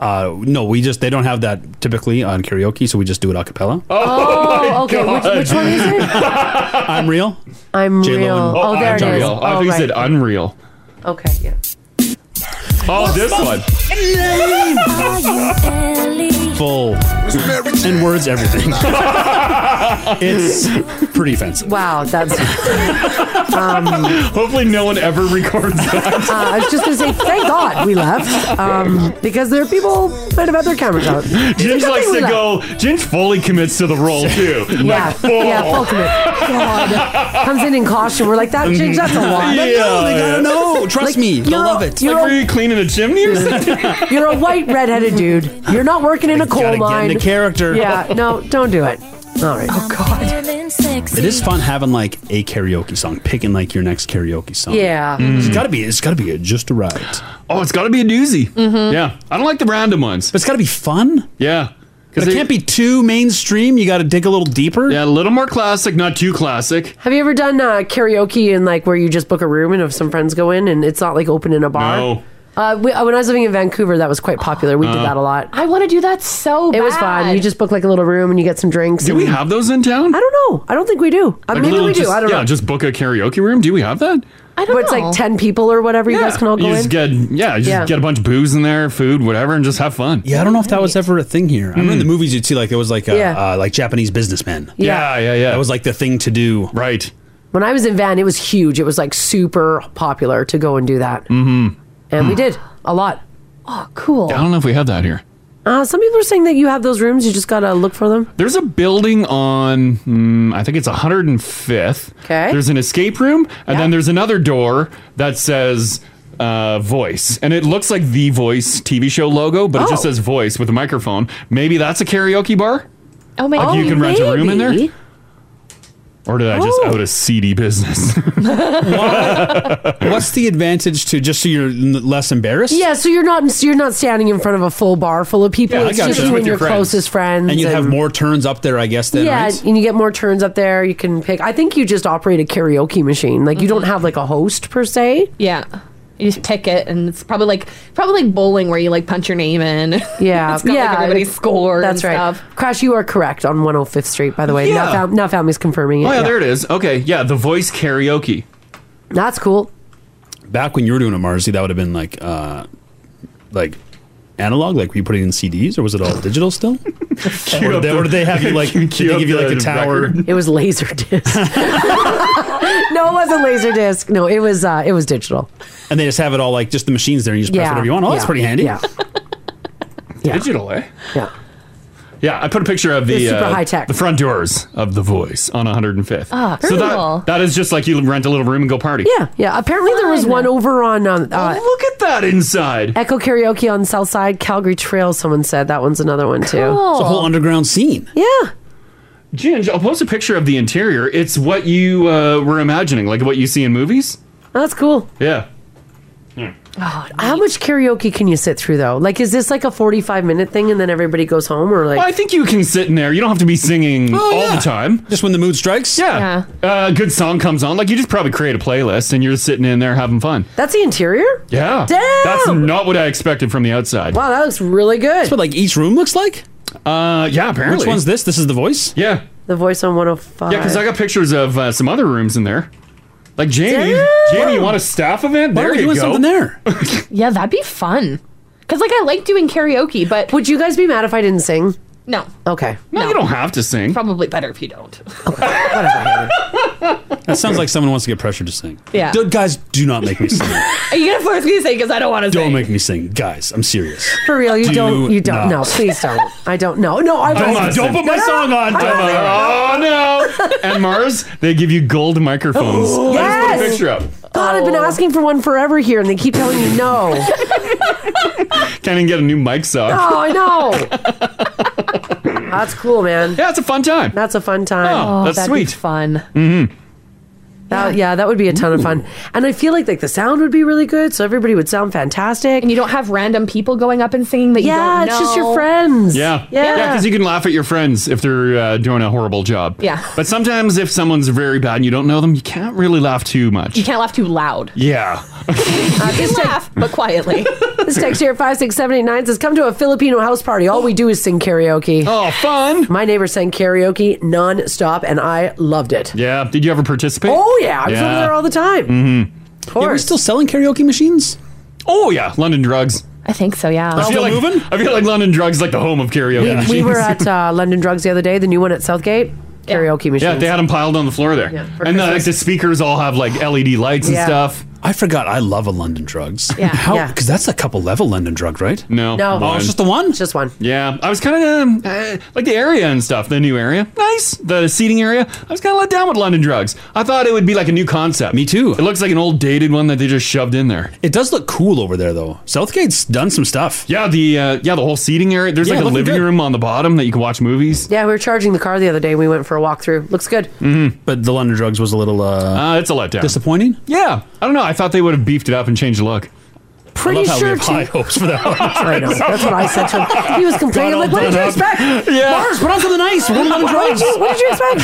[SPEAKER 4] Uh, no, we just they don't have that typically on karaoke, so we just do it a cappella.
[SPEAKER 3] Oh, okay. Which, which one is it?
[SPEAKER 4] I'm real.
[SPEAKER 3] I'm
[SPEAKER 4] J-Lo
[SPEAKER 3] real.
[SPEAKER 4] and-
[SPEAKER 3] Oh, there it is.
[SPEAKER 2] Unreal. I
[SPEAKER 3] Oh,
[SPEAKER 2] think you said
[SPEAKER 3] right.
[SPEAKER 2] unreal.
[SPEAKER 3] Okay. Yeah.
[SPEAKER 2] Oh, this one.
[SPEAKER 4] Full. And words everything. it's pretty offensive.
[SPEAKER 3] Wow, that's. um,
[SPEAKER 2] Hopefully, no one ever records that.
[SPEAKER 3] uh, I was just gonna say, thank God we left um, because there are people that have had their cameras out.
[SPEAKER 2] Ginge
[SPEAKER 3] Good
[SPEAKER 2] likes
[SPEAKER 3] thing we
[SPEAKER 2] to
[SPEAKER 3] left.
[SPEAKER 2] go. Ginge fully commits to the role too.
[SPEAKER 3] Yeah,
[SPEAKER 2] Like oh. full.
[SPEAKER 3] yeah, full commit. God, comes in in costume. We're like that. Change that's a lot.
[SPEAKER 2] Um, Yeah, No, they gotta yeah. know. Trust
[SPEAKER 3] Like,
[SPEAKER 2] me, they'll
[SPEAKER 3] you're a-
[SPEAKER 2] love it.
[SPEAKER 3] You're,
[SPEAKER 2] Like, were you cleaning a chimney or
[SPEAKER 3] something? you're a white redheaded dude. You're not working in a coal
[SPEAKER 4] gotta get
[SPEAKER 3] mine.
[SPEAKER 4] into character.
[SPEAKER 3] Yeah, no, don't do it. All right. Oh God.
[SPEAKER 4] It is fun having like a karaoke song, picking like your next karaoke song.
[SPEAKER 3] Yeah. Mm.
[SPEAKER 4] it's gotta be. It's gotta be a just a right.
[SPEAKER 2] Oh, it's got to be a doozy.
[SPEAKER 4] Mhm.
[SPEAKER 3] Mm-hmm.
[SPEAKER 2] Yeah, I don't like the random ones.
[SPEAKER 4] But it's got to be fun.
[SPEAKER 2] Yeah,
[SPEAKER 4] But it can't be too mainstream. You got to dig a little deeper.
[SPEAKER 2] Yeah, a little more classic, not too classic.
[SPEAKER 3] Have you ever done uh, karaoke and like where you just book a room and if some friends go in and it's not like open in a bar?
[SPEAKER 2] No.
[SPEAKER 3] Uh, we, uh, when I was living in Vancouver, that was quite popular. We did
[SPEAKER 2] Uh.
[SPEAKER 3] that a lot.
[SPEAKER 5] I want to do that so bad.
[SPEAKER 3] It was fun. You just book like a little room and you get some drinks.
[SPEAKER 2] Do we
[SPEAKER 3] and-
[SPEAKER 2] have those in town?
[SPEAKER 3] I don't know. I don't think we do. Uh,
[SPEAKER 2] Like
[SPEAKER 3] maybe
[SPEAKER 2] little
[SPEAKER 3] we do.
[SPEAKER 2] just-
[SPEAKER 3] I don't
[SPEAKER 2] yeah,
[SPEAKER 3] know.
[SPEAKER 2] just book a karaoke room. Do we have that?
[SPEAKER 5] I don't
[SPEAKER 3] Where it's like ten people or whatever. You guys can all go
[SPEAKER 2] you
[SPEAKER 3] in.
[SPEAKER 2] just get yeah, you just
[SPEAKER 3] Yeah.
[SPEAKER 2] get a bunch of booze in there, food, whatever, and just have fun. Hmm.
[SPEAKER 4] Yeah, I don't know if that was ever a thing here. I remember in the movies you'd see like there was like a,
[SPEAKER 3] Yeah.
[SPEAKER 4] uh, like Japanese businessmen.
[SPEAKER 2] Yeah, yeah, yeah.
[SPEAKER 4] That was like the thing to do.
[SPEAKER 2] Right.
[SPEAKER 3] when I was in Van, it was huge. It was like super popular to go and do that,
[SPEAKER 2] Mm-hmm.
[SPEAKER 3] and we did a lot. Oh, cool.
[SPEAKER 2] I don't know if we have that here.
[SPEAKER 3] Uh, some people are saying that you have those rooms. You just gotta look for them.
[SPEAKER 2] There's a building on, mm, I think it's 105th.
[SPEAKER 3] Okay.
[SPEAKER 2] There's an escape room, and then there's another door that says uh, voice. And it looks like the voice TV show logo, but it just
[SPEAKER 5] Oh.
[SPEAKER 2] says voice with a microphone. Maybe that's a karaoke bar?
[SPEAKER 5] Oh, maybe.
[SPEAKER 2] Like you can rent a room in there?
[SPEAKER 5] maybe.
[SPEAKER 2] Or did I just
[SPEAKER 5] Oh.
[SPEAKER 2] out a seedy business?
[SPEAKER 4] What's the advantage to just so you're n- less embarrassed?
[SPEAKER 3] Yeah, so you're not so you're not standing in front of a full bar full of people. it's just you and your, closest friends.
[SPEAKER 4] And you'd have more turns up there, I guess, then,
[SPEAKER 3] yeah,
[SPEAKER 4] right?
[SPEAKER 3] and you get more turns up there. You can pick. I think you just operate a karaoke machine. Like you don't have like a host per se.
[SPEAKER 5] Mm-hmm. Yeah. You just pick it, and it's probably like probably like bowling where you like punch your name in.
[SPEAKER 3] Yeah,
[SPEAKER 5] It's got, like,
[SPEAKER 3] Uh, yeah,
[SPEAKER 5] everybody's score
[SPEAKER 3] That's
[SPEAKER 5] and
[SPEAKER 3] right. Crash, you are correct on 105th Street. By the way, now,
[SPEAKER 2] Yeah.
[SPEAKER 3] fam- now family's confirming it.
[SPEAKER 2] Oh yeah, there it is. Okay, yeah, the voice karaoke.
[SPEAKER 3] That's cool.
[SPEAKER 4] Back when you were doing it, Marcy, that would have been like, uh, like analog. Like, were you putting in CDs or was it all digital still? or, did they, or did they have you like? Did they give you like a tower?
[SPEAKER 3] It was Laserdisc. no, it wasn't Laserdisc. No, it was uh, it was digital.
[SPEAKER 4] And they just have it all like just the machines there, and you just press
[SPEAKER 3] Yeah,
[SPEAKER 4] whatever you want. Oh, that's
[SPEAKER 3] yeah,
[SPEAKER 4] pretty handy.
[SPEAKER 3] yeah.
[SPEAKER 2] Digital, eh?
[SPEAKER 3] Yeah.
[SPEAKER 2] Yeah, I put a picture of the uh,
[SPEAKER 3] It's super high tech.
[SPEAKER 2] the front doors of the Voice on 105th.
[SPEAKER 3] Ah,
[SPEAKER 2] so
[SPEAKER 3] cool.
[SPEAKER 2] that, that is just like you rent a little room and go party.
[SPEAKER 3] Yeah, yeah. Apparently there was one over on um, uh,
[SPEAKER 2] look at that inside.
[SPEAKER 3] Echo Karaoke on South Side Calgary Trail. Someone said that one's another one too.
[SPEAKER 2] It's a whole
[SPEAKER 4] underground scene.
[SPEAKER 3] Yeah.
[SPEAKER 2] Ginge, I'll post a picture of the interior. It's what you uh, were imagining, like what you see in movies.
[SPEAKER 3] Oh, That's cool.
[SPEAKER 2] Yeah.
[SPEAKER 5] Oh,
[SPEAKER 3] How much karaoke can you sit through though? Like, is this like a forty-five minute thing, and then everybody goes home, or like?
[SPEAKER 2] Well, I think you can sit in there. You don't have to be singing
[SPEAKER 3] Oh,
[SPEAKER 2] all
[SPEAKER 3] yeah.
[SPEAKER 2] the time.
[SPEAKER 4] Just when the mood strikes?
[SPEAKER 2] Yeah. Uh, a good song comes on. Like, you just probably create a playlist and you're just sitting in there having fun.
[SPEAKER 3] That's the interior.
[SPEAKER 2] Yeah.
[SPEAKER 3] Damn!
[SPEAKER 2] That's not what I expected from the outside.
[SPEAKER 3] Wow, that looks really good. That's
[SPEAKER 4] what like each room looks like.
[SPEAKER 2] Uh, yeah, apparently.
[SPEAKER 4] Which one's this? This is the voice?
[SPEAKER 2] Yeah.
[SPEAKER 3] The voice on one hundred five.
[SPEAKER 2] Yeah, because I got pictures of uh, some other rooms in there. Like Jamie, Jamie, you want a staff event?
[SPEAKER 5] Why
[SPEAKER 2] There
[SPEAKER 5] don't we
[SPEAKER 2] you
[SPEAKER 5] do
[SPEAKER 2] go.
[SPEAKER 5] something
[SPEAKER 4] there.
[SPEAKER 5] stuff. Yeah, that'd be fun. Cause like I like doing karaoke, but
[SPEAKER 3] would you guys be mad if I didn't sing?
[SPEAKER 5] No,
[SPEAKER 3] Okay.
[SPEAKER 2] No, you don't have to sing.
[SPEAKER 5] probably better if you don't.
[SPEAKER 4] That sounds like someone wants to get pressured to sing.
[SPEAKER 5] Yeah.
[SPEAKER 4] D- guys, do not make me sing.
[SPEAKER 5] Are you gonna force me to say because I don't want to
[SPEAKER 4] don't make me sing, guys. I'm serious.
[SPEAKER 3] For real, you
[SPEAKER 4] Do
[SPEAKER 3] don't. You don't.
[SPEAKER 4] not.
[SPEAKER 3] No, please don't. I don't. No, no, I
[SPEAKER 2] Don't-
[SPEAKER 3] won't.
[SPEAKER 2] don't put my
[SPEAKER 3] No,
[SPEAKER 2] song on,
[SPEAKER 3] I
[SPEAKER 2] Donna.
[SPEAKER 3] won't.
[SPEAKER 2] Oh, no. And Mars, they give you gold microphones. I just put a
[SPEAKER 3] Yes!
[SPEAKER 2] picture up.
[SPEAKER 3] God, I've been
[SPEAKER 5] Oh.
[SPEAKER 3] asking for one forever here, and they keep telling you no.
[SPEAKER 2] Can't even get a new mic sock.
[SPEAKER 3] oh, I know. That's cool, man.
[SPEAKER 2] Yeah, it's a fun time.
[SPEAKER 3] That's a fun time.
[SPEAKER 2] Oh, that's
[SPEAKER 3] that'd be
[SPEAKER 2] sweet.
[SPEAKER 5] fun.
[SPEAKER 2] Mm-hmm.
[SPEAKER 3] That, yeah, that would be a ton of fun. And I feel like like the sound would be really good, so everybody would sound fantastic. And
[SPEAKER 5] you don't have random people going up and singing that you
[SPEAKER 3] yeah,
[SPEAKER 5] don't
[SPEAKER 3] it's just your
[SPEAKER 5] know.
[SPEAKER 3] friends.
[SPEAKER 2] Yeah.
[SPEAKER 3] Yeah.
[SPEAKER 2] Yeah, because you can laugh at your friends if they're uh, doing a horrible job.
[SPEAKER 5] Yeah.
[SPEAKER 2] But sometimes if someone's very bad and you don't know them, you can't really laugh too much.
[SPEAKER 5] You can't laugh too loud.
[SPEAKER 2] Yeah.
[SPEAKER 5] You can laugh, but quietly.
[SPEAKER 3] This text here, 56789 says, Come to a Filipino house party. All we do is sing karaoke.
[SPEAKER 2] Oh, fun.
[SPEAKER 3] My neighbor sang karaoke nonstop, and I loved it.
[SPEAKER 2] Yeah. Did you ever participate?
[SPEAKER 3] Oh, yeah. I was over there all the time.
[SPEAKER 2] Mm-hmm.
[SPEAKER 3] Are we
[SPEAKER 4] still selling karaoke machines?
[SPEAKER 2] Oh, yeah. London Drugs.
[SPEAKER 5] I think so. Yeah.
[SPEAKER 2] I feel, like, I feel like London Drugs is like the home of karaoke.
[SPEAKER 3] Oh, We, we
[SPEAKER 2] machines.
[SPEAKER 3] were at uh, London Drugs the other day, the new one at Southgate. Karaoke machines.
[SPEAKER 2] Yeah, they had them piled on the floor there.
[SPEAKER 3] Yeah, for
[SPEAKER 2] and the, like,
[SPEAKER 3] Christmas.
[SPEAKER 2] the speakers all have like LED lights and
[SPEAKER 3] Yeah.
[SPEAKER 2] stuff.
[SPEAKER 4] I forgot I love a London Drugs.
[SPEAKER 3] Yeah.
[SPEAKER 4] How?
[SPEAKER 3] Yeah.
[SPEAKER 4] Because that's a couple level London drug, right?
[SPEAKER 2] No.
[SPEAKER 3] No.
[SPEAKER 4] Oh, it's just the one?
[SPEAKER 3] Just one.
[SPEAKER 2] Yeah, I was kind of um, uh, like the area and stuff, the new area. Nice, the seating area. I was kind of let down with London Drugs. I thought it would be like a new concept. Me too. It looks like an old dated one that they just shoved in there.
[SPEAKER 4] It does look cool over there though. Southgate's done some stuff.
[SPEAKER 2] Yeah, the uh, yeah the whole seating area. There's
[SPEAKER 3] Yeah,
[SPEAKER 2] like a
[SPEAKER 3] looking
[SPEAKER 2] living
[SPEAKER 3] good.
[SPEAKER 2] room on the bottom that you can watch movies.
[SPEAKER 3] Yeah, we were charging the car the other day. We went for a walkthrough. Looks good.
[SPEAKER 4] Mm-hmm. But the London Drugs was a little. Uh,
[SPEAKER 2] it's a letdown.
[SPEAKER 4] Disappointing.
[SPEAKER 2] Yeah, I don't know. I thought they would have beefed it up and changed the look.
[SPEAKER 3] pretty
[SPEAKER 4] I love
[SPEAKER 3] sure
[SPEAKER 4] how we have high
[SPEAKER 3] she.
[SPEAKER 4] hopes for that.
[SPEAKER 3] I know. That's what I said to him. He was complaining,
[SPEAKER 4] Got
[SPEAKER 3] like,
[SPEAKER 4] all
[SPEAKER 3] "What did
[SPEAKER 4] done
[SPEAKER 3] you
[SPEAKER 4] up.
[SPEAKER 3] expect?
[SPEAKER 4] Yeah.
[SPEAKER 3] Mars, put on
[SPEAKER 4] Oh,
[SPEAKER 3] something nice. We're on drugs. What did you expect?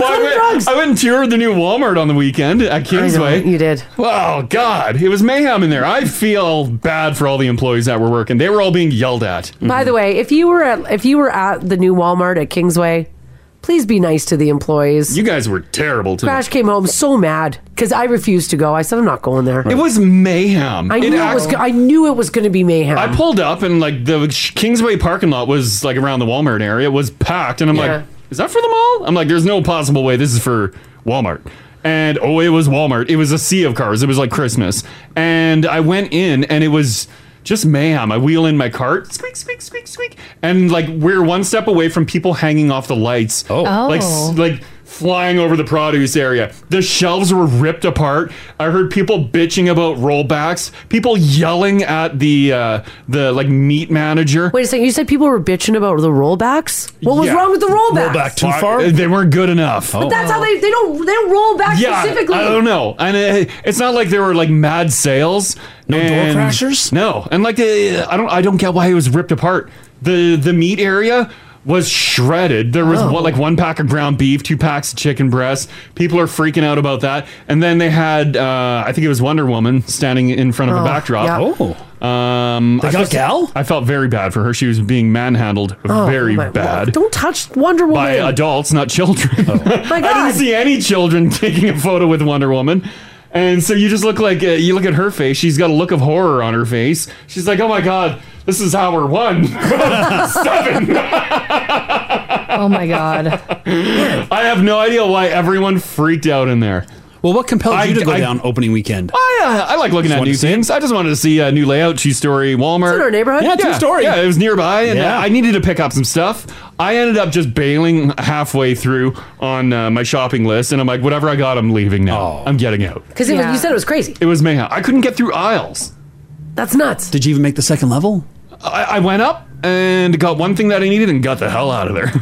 [SPEAKER 2] Well, I, went, I went and toured the new Walmart on the weekend at Kingsway.
[SPEAKER 3] you did.
[SPEAKER 2] Wow, God, it was mayhem in there. I feel bad for all the employees that were working. They were all being yelled at.
[SPEAKER 3] By the way, if you were at if you were at the new Walmart at Kingsway, please be nice to the employees.
[SPEAKER 2] Mm-hmm. You guys were terrible to
[SPEAKER 3] Crash came home so mad because I refused to go. I said I'm not going there.
[SPEAKER 2] It was mayhem.
[SPEAKER 3] I
[SPEAKER 2] It
[SPEAKER 3] knew it,
[SPEAKER 2] act-
[SPEAKER 3] was. go- I knew it was going to be mayhem.
[SPEAKER 2] I pulled up and like the Sh- Kingsway parking lot was like around the Walmart area It was packed, and I'm
[SPEAKER 3] Yeah.
[SPEAKER 2] like, "Is that for the mall?" I'm like, "There's no possible way this is for Walmart." And oh, it was Walmart. It was a sea of cars. It was like Christmas. And I went in, and it was just mayhem. I wheel in my cart, squeak, squeak, squeak, squeak, and like we're one step away from people hanging off the lights. Oh, like s-
[SPEAKER 17] Oh.
[SPEAKER 2] like flying over the produce area. The shelves were ripped apart. I heard people bitching about rollbacks. People yelling at the uh, the like meat manager.
[SPEAKER 3] Wait a second. You said people were bitching about the rollbacks. What was
[SPEAKER 2] Yeah.
[SPEAKER 3] wrong with the rollbacks?
[SPEAKER 2] Why- They weren't good enough.
[SPEAKER 3] But that's how they they don't they don't roll back
[SPEAKER 2] yeah,
[SPEAKER 3] specifically.
[SPEAKER 2] I don't know, and it, it's not like there were like mad sales. No
[SPEAKER 4] door crashers?
[SPEAKER 2] No, and like uh, I don't, I don't get why it was ripped apart. the The meat area was shredded. There was
[SPEAKER 4] Oh.
[SPEAKER 2] what, like one pack of ground beef, two packs of chicken breast. People are freaking out about that. And then they had, uh, I think it was Wonder Woman standing in front of
[SPEAKER 4] Oh,
[SPEAKER 2] a backdrop.
[SPEAKER 4] yeah. Oh.
[SPEAKER 2] Um,
[SPEAKER 4] They
[SPEAKER 2] I
[SPEAKER 4] got
[SPEAKER 2] felt-
[SPEAKER 4] Gal?
[SPEAKER 2] I felt very bad for her. She was being manhandled
[SPEAKER 3] Oh,
[SPEAKER 2] very
[SPEAKER 3] my-
[SPEAKER 2] bad
[SPEAKER 3] Don't touch Wonder Woman.
[SPEAKER 2] by adults, not children.
[SPEAKER 3] My
[SPEAKER 2] I didn't see any children taking a photo with Wonder Woman. And so you just look like uh, you look at her face. She's got a look of horror on her face. She's like, "Oh my god, this is hour one, seven.
[SPEAKER 5] oh my god!
[SPEAKER 2] I have no idea why everyone freaked out in there.
[SPEAKER 4] Well, what compelled
[SPEAKER 2] I-
[SPEAKER 4] you to go
[SPEAKER 2] I-
[SPEAKER 4] down opening weekend?
[SPEAKER 2] I, uh, I like looking
[SPEAKER 4] Just
[SPEAKER 2] at
[SPEAKER 4] wanted
[SPEAKER 2] new
[SPEAKER 4] to see
[SPEAKER 2] things. I just wanted to see a new layout, two story Walmart.
[SPEAKER 4] It's in our neighborhood. Yeah, two-story.
[SPEAKER 2] Yeah, it was nearby, and uh,
[SPEAKER 4] Yeah.
[SPEAKER 2] I needed to pick up some stuff. I ended up just bailing halfway through on uh, my shopping list, and I'm like, whatever I got, I'm leaving
[SPEAKER 4] Oh.
[SPEAKER 2] now. I'm getting out.
[SPEAKER 3] Because you said it was crazy.
[SPEAKER 2] It was mayhem. I couldn't get through aisles.
[SPEAKER 3] That's nuts.
[SPEAKER 2] Did you even make the second level? I, I went up and got one thing that I needed and got the hell out of there.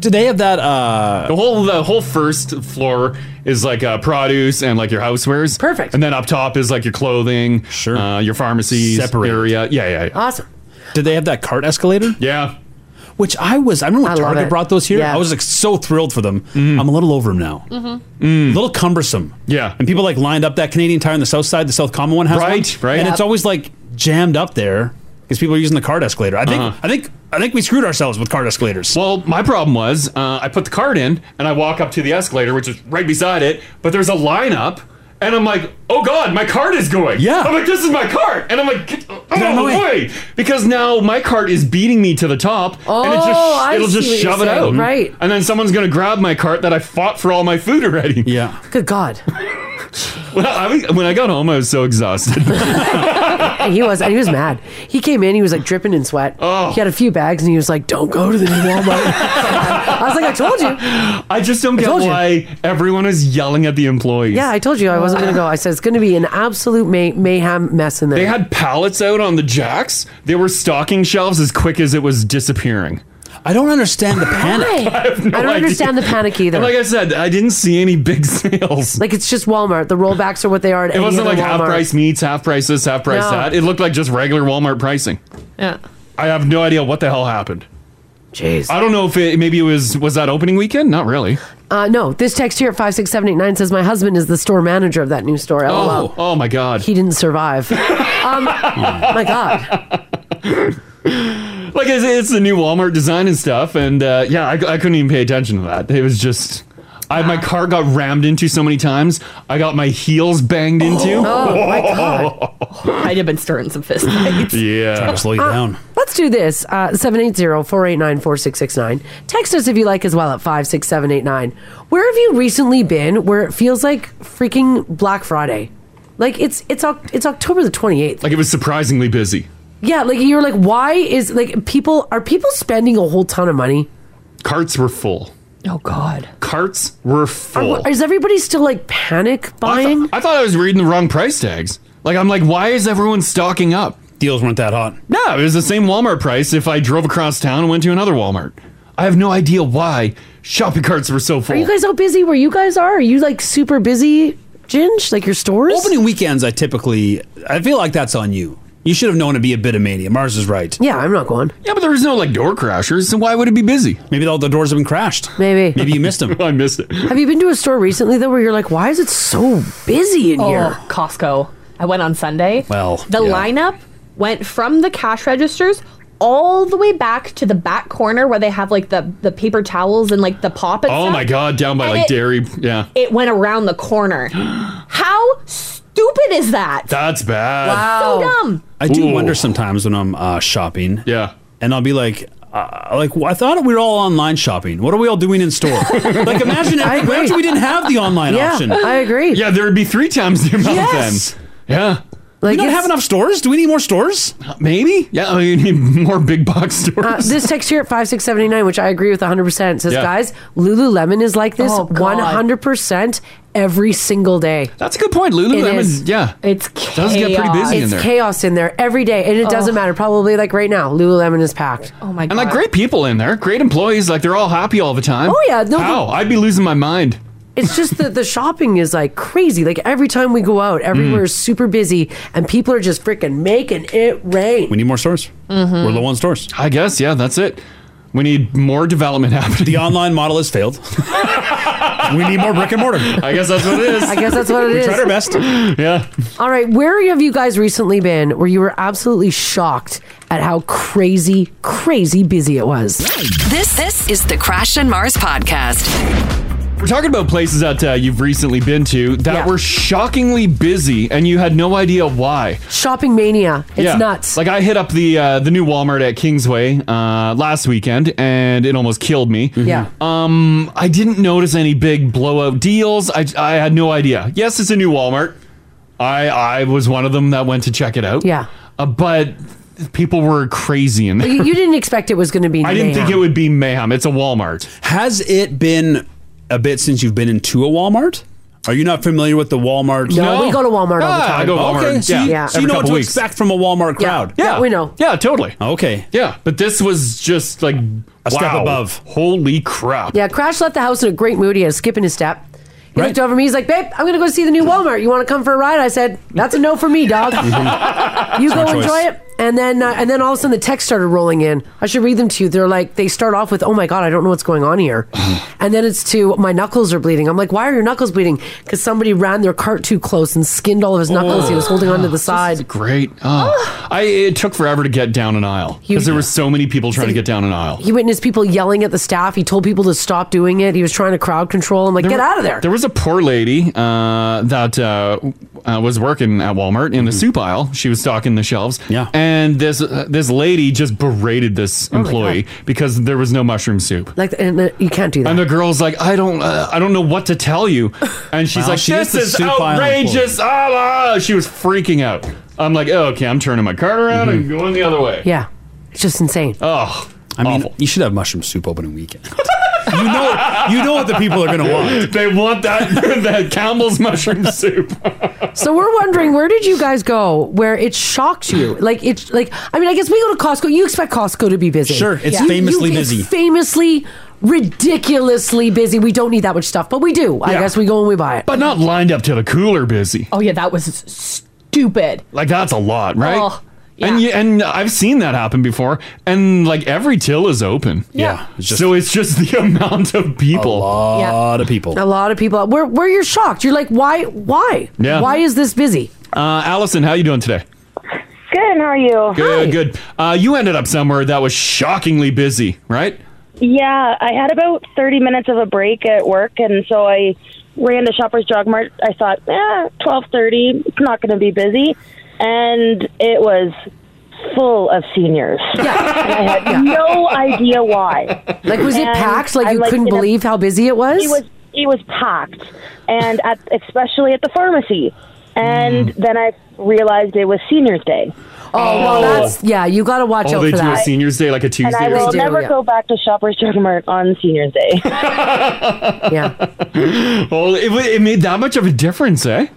[SPEAKER 4] Do they have that? Uh...
[SPEAKER 2] The whole the whole first floor is like uh, produce and like your housewares. Perfect. And then up top is like your clothing, sure, uh, your pharmacy
[SPEAKER 4] Separated.
[SPEAKER 2] area. Yeah, yeah, yeah.
[SPEAKER 3] Awesome.
[SPEAKER 4] Did they have that cart escalator?
[SPEAKER 2] Yeah.
[SPEAKER 4] Which I was, I remember when Target
[SPEAKER 2] it.
[SPEAKER 4] brought those here.
[SPEAKER 2] Yeah.
[SPEAKER 4] I was like so thrilled for them.
[SPEAKER 2] Mm-hmm.
[SPEAKER 4] I'm a little over them now. A little cumbersome.
[SPEAKER 2] Mm. Yeah.
[SPEAKER 4] And people like lined up that Canadian Tire on the south side, the South Common one has
[SPEAKER 2] Right,
[SPEAKER 4] one.
[SPEAKER 2] right.
[SPEAKER 4] And
[SPEAKER 2] Yeah.
[SPEAKER 4] it's always like jammed up there because people are using the cart escalator. I think,
[SPEAKER 2] Uh-huh.
[SPEAKER 4] I think, I think we screwed ourselves with cart escalators.
[SPEAKER 2] Well, my problem was uh, I put the card in and I walk up to the escalator, which is right beside it, but there's a lineup. And I'm like, oh god, my card is going. Yeah. I'm like, this is my card, and I'm like, get out of the way, because now my card is beating me to the top, and it just
[SPEAKER 3] Oh, I
[SPEAKER 2] it'll
[SPEAKER 3] see
[SPEAKER 2] just
[SPEAKER 3] what you're
[SPEAKER 2] shove it
[SPEAKER 3] saying.
[SPEAKER 2] out,
[SPEAKER 3] Right.
[SPEAKER 2] And then someone's gonna grab my cart that I fought for all my food already.
[SPEAKER 4] Yeah.
[SPEAKER 3] Good God.
[SPEAKER 2] Well, I was- when I got home, I was so exhausted.
[SPEAKER 3] And he was and he was mad. He came in, he was like dripping in sweat. Oh. He had a few bags and he was like, Don't go to the new Walmart. I was like, I told you.
[SPEAKER 2] I just don't
[SPEAKER 3] I
[SPEAKER 2] get
[SPEAKER 3] told you.
[SPEAKER 2] why everyone is yelling at the employees.
[SPEAKER 3] Yeah, I told you I wasn't gonna go. I said it's gonna be an absolute may- mayhem mess in there.
[SPEAKER 2] They had pallets out on the jacks. They were stocking shelves as quick as it was disappearing.
[SPEAKER 4] I don't understand the panic.
[SPEAKER 3] I,
[SPEAKER 2] have no
[SPEAKER 3] don't
[SPEAKER 2] idea.
[SPEAKER 3] understand the panic either.
[SPEAKER 2] And like I said, I didn't see any big sales.
[SPEAKER 3] Like it's just Walmart. The rollbacks are what they are. At
[SPEAKER 2] it
[SPEAKER 3] any
[SPEAKER 2] wasn't
[SPEAKER 3] other
[SPEAKER 2] like half
[SPEAKER 3] Walmart.
[SPEAKER 2] price meats, half price this, half price
[SPEAKER 3] No.
[SPEAKER 2] that. It looked like just regular Walmart pricing.
[SPEAKER 5] Yeah.
[SPEAKER 2] I have no idea what the hell happened.
[SPEAKER 3] Jeez.
[SPEAKER 2] I don't know if it maybe it was was that opening weekend? Not really.
[SPEAKER 3] Uh, no, this text here at five six seven eight nine says my husband is the store manager of that new store. LOL.
[SPEAKER 2] Oh, oh my god.
[SPEAKER 3] He didn't survive. um, my God.
[SPEAKER 2] Like it's, it's the new Walmart design and stuff, and uh, yeah, I, I couldn't even pay attention to that. It was just. I, my car got rammed into so many times. I got my heels banged into.
[SPEAKER 5] Oh, my God. I'd have been stirring some fist fights.
[SPEAKER 2] Yeah.
[SPEAKER 5] Trying to slow you
[SPEAKER 3] Uh,
[SPEAKER 5] down.
[SPEAKER 3] Let's do this. Uh, 780-489-4669. Text us if you like as well at 56789. Where have you recently been where it feels like freaking Black Friday? Like it's it's Oc- it's October the 28th.
[SPEAKER 2] Like it was surprisingly busy.
[SPEAKER 3] Yeah, like you're like why is like people are people spending a whole ton of money?
[SPEAKER 2] Carts were full.
[SPEAKER 3] Oh god.
[SPEAKER 2] Carts were full.
[SPEAKER 3] Is everybody still like panic buying?
[SPEAKER 2] I thought I was reading the wrong price tags. Like I'm like, why is everyone stocking up?
[SPEAKER 4] Deals weren't that hot.
[SPEAKER 2] No, it was the same Walmart price if I drove across town and went to another Walmart. I have no idea why shopping carts were so full.
[SPEAKER 3] Are you guys all busy where you guys are? Are you like super busy, Ginge? Like your stores?
[SPEAKER 4] Opening weekends, I typically, I feel like that's on you. You should have known it'd be a bit of mania. Mars is right.
[SPEAKER 3] Yeah, I'm not going.
[SPEAKER 2] Yeah, but there was no like door crashers, so why would it be busy?
[SPEAKER 4] Maybe all the doors have been crashed.
[SPEAKER 3] Maybe.
[SPEAKER 4] Maybe you missed them.
[SPEAKER 2] I missed it.
[SPEAKER 3] Have you been to a store recently though where you're like, why is it so busy in
[SPEAKER 5] Oh,
[SPEAKER 3] here?
[SPEAKER 5] Costco. I went on Sunday.
[SPEAKER 4] Well,
[SPEAKER 5] the
[SPEAKER 3] yeah.
[SPEAKER 5] lineup went from the cash registers all the way back to the back corner where they have like the the paper towels and like the pop and
[SPEAKER 2] Oh
[SPEAKER 5] stuff.
[SPEAKER 2] my god, down by
[SPEAKER 5] And
[SPEAKER 2] like
[SPEAKER 5] it-
[SPEAKER 2] dairy. Yeah.
[SPEAKER 5] It went around the corner. How stupid is that?
[SPEAKER 2] That's bad.
[SPEAKER 5] So dumb.
[SPEAKER 4] I do wonder sometimes when I'm uh, shopping.
[SPEAKER 2] Yeah.
[SPEAKER 4] And I'll be like, uh, like well, I thought we were all online shopping. What are we all doing in store? like imagine,
[SPEAKER 2] I agree.
[SPEAKER 4] imagine we didn't have the online option.
[SPEAKER 3] agree.
[SPEAKER 2] Yeah, there would be three times the amount
[SPEAKER 4] Yes.
[SPEAKER 2] then. Yeah.
[SPEAKER 3] Like,
[SPEAKER 4] we don't
[SPEAKER 3] it's-
[SPEAKER 4] have enough stores. Do we need more stores?
[SPEAKER 2] Maybe. Yeah, I mean, you need more big box stores.
[SPEAKER 3] Uh, this text here at 5679, which I agree with 100%, says,
[SPEAKER 2] Yeah.
[SPEAKER 3] guys, Lululemon is like this
[SPEAKER 2] Oh, God.
[SPEAKER 3] 100% every single day.
[SPEAKER 2] That's a good point.
[SPEAKER 3] It
[SPEAKER 2] Lululemon,
[SPEAKER 3] is.
[SPEAKER 2] yeah.
[SPEAKER 5] It's
[SPEAKER 2] does get pretty busy
[SPEAKER 3] it's
[SPEAKER 2] in there.
[SPEAKER 3] chaos in there every day, and it doesn't matter. Probably like right now, Lululemon is packed.
[SPEAKER 5] Oh my
[SPEAKER 2] And like great people in there, great employees. Like they're all happy all the time.
[SPEAKER 3] Oh, yeah, no,
[SPEAKER 2] How?
[SPEAKER 3] the-
[SPEAKER 2] I'd be losing my mind.
[SPEAKER 3] It's just that the shopping is like crazy. Like every time we go out, everywhere is super busy, and people are just freaking making it rain.
[SPEAKER 4] We need more stores.
[SPEAKER 3] Mhm.
[SPEAKER 4] We're low on stores.
[SPEAKER 2] I guess. Yeah, that's it. We need more development happening.
[SPEAKER 4] The online model has failed. we need more brick and mortar.
[SPEAKER 2] I guess that's what it is.
[SPEAKER 3] I guess that's what it
[SPEAKER 4] we
[SPEAKER 3] is.
[SPEAKER 4] tried our best.
[SPEAKER 2] Yeah.
[SPEAKER 3] All right, where have you guys recently been where you were absolutely shocked at how crazy, crazy busy it was?
[SPEAKER 1] This this is the Crash and Mars podcast.
[SPEAKER 2] We're talking about places that uh, you've recently been to that were shockingly busy, and you had no idea why.
[SPEAKER 3] Shopping mania. It's
[SPEAKER 2] Yeah.
[SPEAKER 3] nuts.
[SPEAKER 2] Like I hit up the uh, the new Walmart at Kingsway uh, last weekend, and it almost killed me.
[SPEAKER 3] Yeah.
[SPEAKER 4] Mm-hmm.
[SPEAKER 2] Um, I didn't notice any big blowout deals. I I had no idea. Yes, it's a new Walmart. I I was one of them that went to check it out.
[SPEAKER 3] Yeah.
[SPEAKER 2] Uh, but people were crazy in
[SPEAKER 3] But
[SPEAKER 2] there.
[SPEAKER 3] You, you didn't expect it was going to be.
[SPEAKER 2] I didn't
[SPEAKER 3] mayhem.
[SPEAKER 2] think it would be mayhem. It's a Walmart.
[SPEAKER 4] Has it been a bit since you've been into a Walmart? Are you not familiar with the Walmart?
[SPEAKER 3] No, we go to Walmart all the
[SPEAKER 4] Ah,
[SPEAKER 3] time.
[SPEAKER 4] I go to Walmart.
[SPEAKER 2] Okay,
[SPEAKER 4] so you,
[SPEAKER 2] yeah.
[SPEAKER 4] so you
[SPEAKER 2] Every
[SPEAKER 4] know what
[SPEAKER 2] couple
[SPEAKER 4] to
[SPEAKER 2] weeks.
[SPEAKER 4] expect from a Walmart crowd.
[SPEAKER 2] Yeah,
[SPEAKER 3] we know.
[SPEAKER 2] Yeah, totally.
[SPEAKER 4] Okay.
[SPEAKER 2] Yeah, but this was just like
[SPEAKER 4] A step
[SPEAKER 2] wow.
[SPEAKER 4] above.
[SPEAKER 2] Holy crap!
[SPEAKER 3] Yeah, Crash left the house in a great mood. He had a skip in his step. He looked over at me. He's like, "Babe, I'm gonna go see the new Walmart. You want to come for a ride?" I said, "That's a no for me, dog. you go
[SPEAKER 9] Smart choice.
[SPEAKER 3] enjoy it." And then, uh, and then all of a sudden, the text started rolling in. I should read them to you. They're like, they start off with, "Oh my god, I don't know what's going on here," and then it's to, "My knuckles are bleeding." I'm like, "Why are your knuckles bleeding?" Because somebody ran their cart too close and skinned all of his knuckles. He was holding onto the side.
[SPEAKER 2] Great. Oh. I it took forever to get down an aisle because there were so many people trying to get down an aisle.
[SPEAKER 3] He witnessed people yelling at the staff. He told people to stop doing it. He was trying to crowd control. I'm like, "Get out of there!"
[SPEAKER 2] There was a poor lady uh, that uh, uh, was working at Walmart in the soup aisle. She was stocking the shelves. Mm-hmm. Yeah. And this uh, this lady just berated this
[SPEAKER 3] Oh my
[SPEAKER 2] employee because there was no mushroom soup.
[SPEAKER 3] Like, and the, you can't do that.
[SPEAKER 2] And the girl's like, I don't, uh, I don't know what to tell you. And she's
[SPEAKER 4] Wow,
[SPEAKER 2] like,
[SPEAKER 4] she is
[SPEAKER 2] this
[SPEAKER 4] the
[SPEAKER 2] is
[SPEAKER 4] soup aisle
[SPEAKER 2] outrageous. Ah, ah." She was freaking out. I'm like, oh, okay, I'm turning my cart around and going the other way.
[SPEAKER 3] Yeah, it's just insane.
[SPEAKER 2] Oh,
[SPEAKER 4] I mean, you should have mushroom soup opening weekend. you know, you know what the people are going to want.
[SPEAKER 2] They want that that Campbell's mushroom soup.
[SPEAKER 3] So we're wondering, where did you guys go where it shocked you? Like it's like I mean, I guess we go to Costco. You expect Costco to be busy.
[SPEAKER 4] Sure, it's
[SPEAKER 3] You-
[SPEAKER 4] famously
[SPEAKER 3] you- it's
[SPEAKER 4] busy.
[SPEAKER 3] famously ridiculously busy. We don't need that much stuff, but we do. I guess we go and we buy it.
[SPEAKER 2] But not lined up to the cooler busy.
[SPEAKER 5] Oh yeah, that was stupid.
[SPEAKER 2] Like that's a lot, right?
[SPEAKER 5] Oh,
[SPEAKER 2] And you, and I've seen that happen before. And like every till is open.
[SPEAKER 5] Yeah.
[SPEAKER 2] so it's just the amount of people. A
[SPEAKER 4] lot of people.
[SPEAKER 3] A lot of people where where you're shocked. You're like, why? Why?
[SPEAKER 2] Yeah.
[SPEAKER 3] Why is this busy?
[SPEAKER 2] Uh, Allison, how you doing today?
[SPEAKER 17] Good. How are
[SPEAKER 3] Oh,
[SPEAKER 17] you?
[SPEAKER 2] Good, good. Uh, you ended up somewhere that was shockingly busy, right?
[SPEAKER 17] Yeah, I had about 30 minutes of a break at work, and so I ran to Shoppers Drug Mart. I thought, yeah, 12:30, it's not going to be busy, and it was full of seniors. Yeah. And I had no idea why.
[SPEAKER 3] Like, was it
[SPEAKER 17] And
[SPEAKER 3] packed? Like,
[SPEAKER 17] I'm,
[SPEAKER 3] you couldn't
[SPEAKER 17] in a-
[SPEAKER 3] believe how busy it was?
[SPEAKER 17] It was it was packed, and at especially at the pharmacy. And then I realized it was Seniors Day.
[SPEAKER 3] Mm. Oh, well, that's yeah. You got to watch
[SPEAKER 2] oh,
[SPEAKER 3] out
[SPEAKER 2] they
[SPEAKER 3] for
[SPEAKER 2] do a
[SPEAKER 3] that.
[SPEAKER 2] seniors day like a
[SPEAKER 17] And
[SPEAKER 2] Tuesday.
[SPEAKER 17] I
[SPEAKER 2] or
[SPEAKER 17] will
[SPEAKER 2] something?
[SPEAKER 17] never go back to Shoppers Drug Mart on Seniors Day.
[SPEAKER 3] yeah.
[SPEAKER 2] well, it, wa- it made that much of a difference, eh?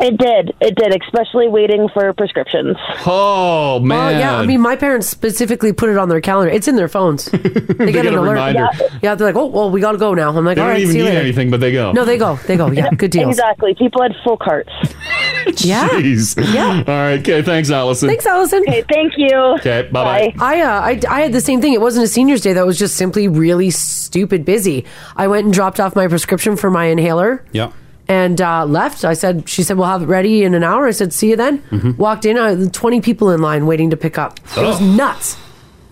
[SPEAKER 17] It did. It did, especially waiting for prescriptions.
[SPEAKER 2] Oh
[SPEAKER 3] Well, yeah, I mean, my parents specifically put it on their calendar. It's in their phones. They, get,
[SPEAKER 2] get
[SPEAKER 3] an
[SPEAKER 2] a
[SPEAKER 3] alert.
[SPEAKER 2] reminder.
[SPEAKER 3] Yeah. yeah, they're like, oh, well, we got to go now. I'm like,
[SPEAKER 2] they
[SPEAKER 3] all
[SPEAKER 2] don't
[SPEAKER 3] right,
[SPEAKER 2] even
[SPEAKER 3] see
[SPEAKER 2] need
[SPEAKER 3] you later.
[SPEAKER 2] anything, but they go.
[SPEAKER 3] No, they go. They go. Yeah, good deal.
[SPEAKER 17] Exactly. People had full carts.
[SPEAKER 3] yeah.
[SPEAKER 2] Jeez.
[SPEAKER 3] Yeah.
[SPEAKER 2] All right. Okay. Thanks, Allison.
[SPEAKER 3] Thanks, Allison. Okay,
[SPEAKER 17] thank you.
[SPEAKER 2] Okay. Bye-bye.
[SPEAKER 3] I, uh, I I had the same thing. It wasn't a seniors day. That was just simply really stupid busy. I went and dropped off my prescription for my inhaler
[SPEAKER 4] Yeah.
[SPEAKER 3] and uh, left. I said, she said, we'll have it ready in an hour. I said, see you then.
[SPEAKER 2] Mhm.
[SPEAKER 3] Walked in, I, 20 people in line waiting to pick up. It was
[SPEAKER 2] Oh.
[SPEAKER 3] nuts.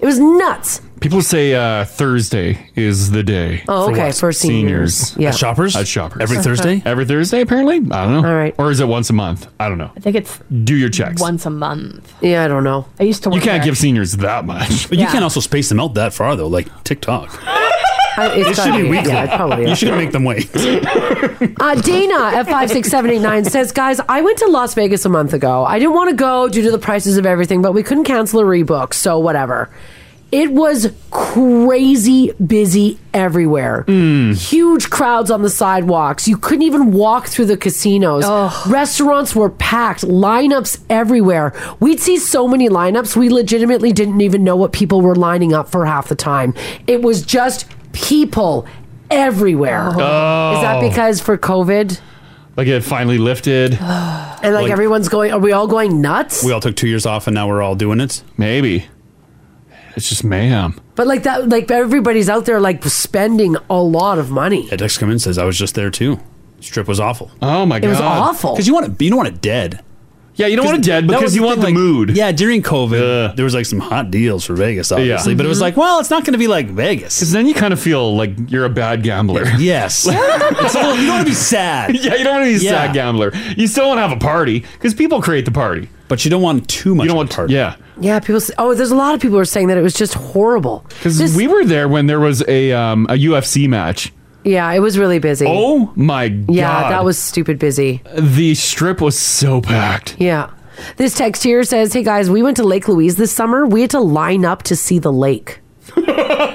[SPEAKER 3] It was nuts.
[SPEAKER 2] People say uh, Thursday is the day.
[SPEAKER 3] Oh, okay,
[SPEAKER 2] what?
[SPEAKER 3] for seniors. Yeah. At Shoppers?
[SPEAKER 2] At shoppers.
[SPEAKER 3] Every Thursday?
[SPEAKER 2] Every Thursday, apparently. I don't know. All
[SPEAKER 3] right.
[SPEAKER 2] Or is it once a month? I don't know.
[SPEAKER 5] I think it's
[SPEAKER 2] Do your checks.
[SPEAKER 5] once a month.
[SPEAKER 3] Yeah, I don't know.
[SPEAKER 5] I used to. Work
[SPEAKER 4] You can't
[SPEAKER 5] there.
[SPEAKER 4] give
[SPEAKER 2] seniors that much.
[SPEAKER 4] But
[SPEAKER 5] Yeah.
[SPEAKER 4] you can't also space them out that far though, like TikTok.
[SPEAKER 3] I, it's
[SPEAKER 4] it should
[SPEAKER 3] gotta
[SPEAKER 4] be
[SPEAKER 3] be-
[SPEAKER 4] weekly.
[SPEAKER 3] yeah, it probably
[SPEAKER 4] you
[SPEAKER 3] is.
[SPEAKER 4] should make them wait.
[SPEAKER 3] Uh, Dana at 56789 says, Guys, I went to Las Vegas a month ago. I didn't want to go due to the prices of everything, but we couldn't cancel a rebook, so whatever. It was crazy busy everywhere. Huge crowds on the sidewalks. You couldn't even walk through the casinos. Restaurants were packed, lineups everywhere. We'd see so many lineups, we legitimately didn't even know what people were lining up for half the time. It was just people everywhere.
[SPEAKER 2] Oh.
[SPEAKER 3] Is that because for COVID
[SPEAKER 2] Like it finally lifted.
[SPEAKER 3] and like,
[SPEAKER 4] Like-
[SPEAKER 3] everyone's going? Are we all going nuts?
[SPEAKER 4] we all took two years off and now we're all doing it.
[SPEAKER 2] Maybe. It's just mayhem.
[SPEAKER 3] But like that, like everybody's out there like spending a lot of money.
[SPEAKER 4] That text come in and says I was just there too. This trip was awful.
[SPEAKER 2] Oh my
[SPEAKER 3] It was God. awful.
[SPEAKER 4] Because you want to, you don't want it dead.
[SPEAKER 2] Yeah, you don't want it dead
[SPEAKER 4] that
[SPEAKER 2] because
[SPEAKER 4] was
[SPEAKER 2] you want
[SPEAKER 4] thing,
[SPEAKER 2] the
[SPEAKER 4] like-
[SPEAKER 2] mood.
[SPEAKER 4] Yeah, during COVID, there was like some hot deals for Vegas, obviously, but it
[SPEAKER 3] Mm-hmm.
[SPEAKER 4] was like, well, it's not going to be like Vegas.
[SPEAKER 2] Because then you kind of feel like you're a bad gambler.
[SPEAKER 4] Yes. It's a little- you don't want to be sad.
[SPEAKER 2] Yeah, you don't want to be a
[SPEAKER 4] Yeah.
[SPEAKER 2] sad gambler. You still want to have a party because people create the party.
[SPEAKER 4] But you don't want too much
[SPEAKER 2] you don't want, party. Yeah.
[SPEAKER 3] Yeah, people. s- Oh, there's a lot of people who are saying that it was just horrible.
[SPEAKER 2] Because we were there when there was a um, a UFC match.
[SPEAKER 3] Yeah, it was really busy.
[SPEAKER 2] Oh my god!
[SPEAKER 3] yeah, that was stupid busy.
[SPEAKER 2] the strip was so packed.
[SPEAKER 3] Yeah. This text here says, "Hey guys, we went to Lake Louise this summer. We had to line up to see the lake.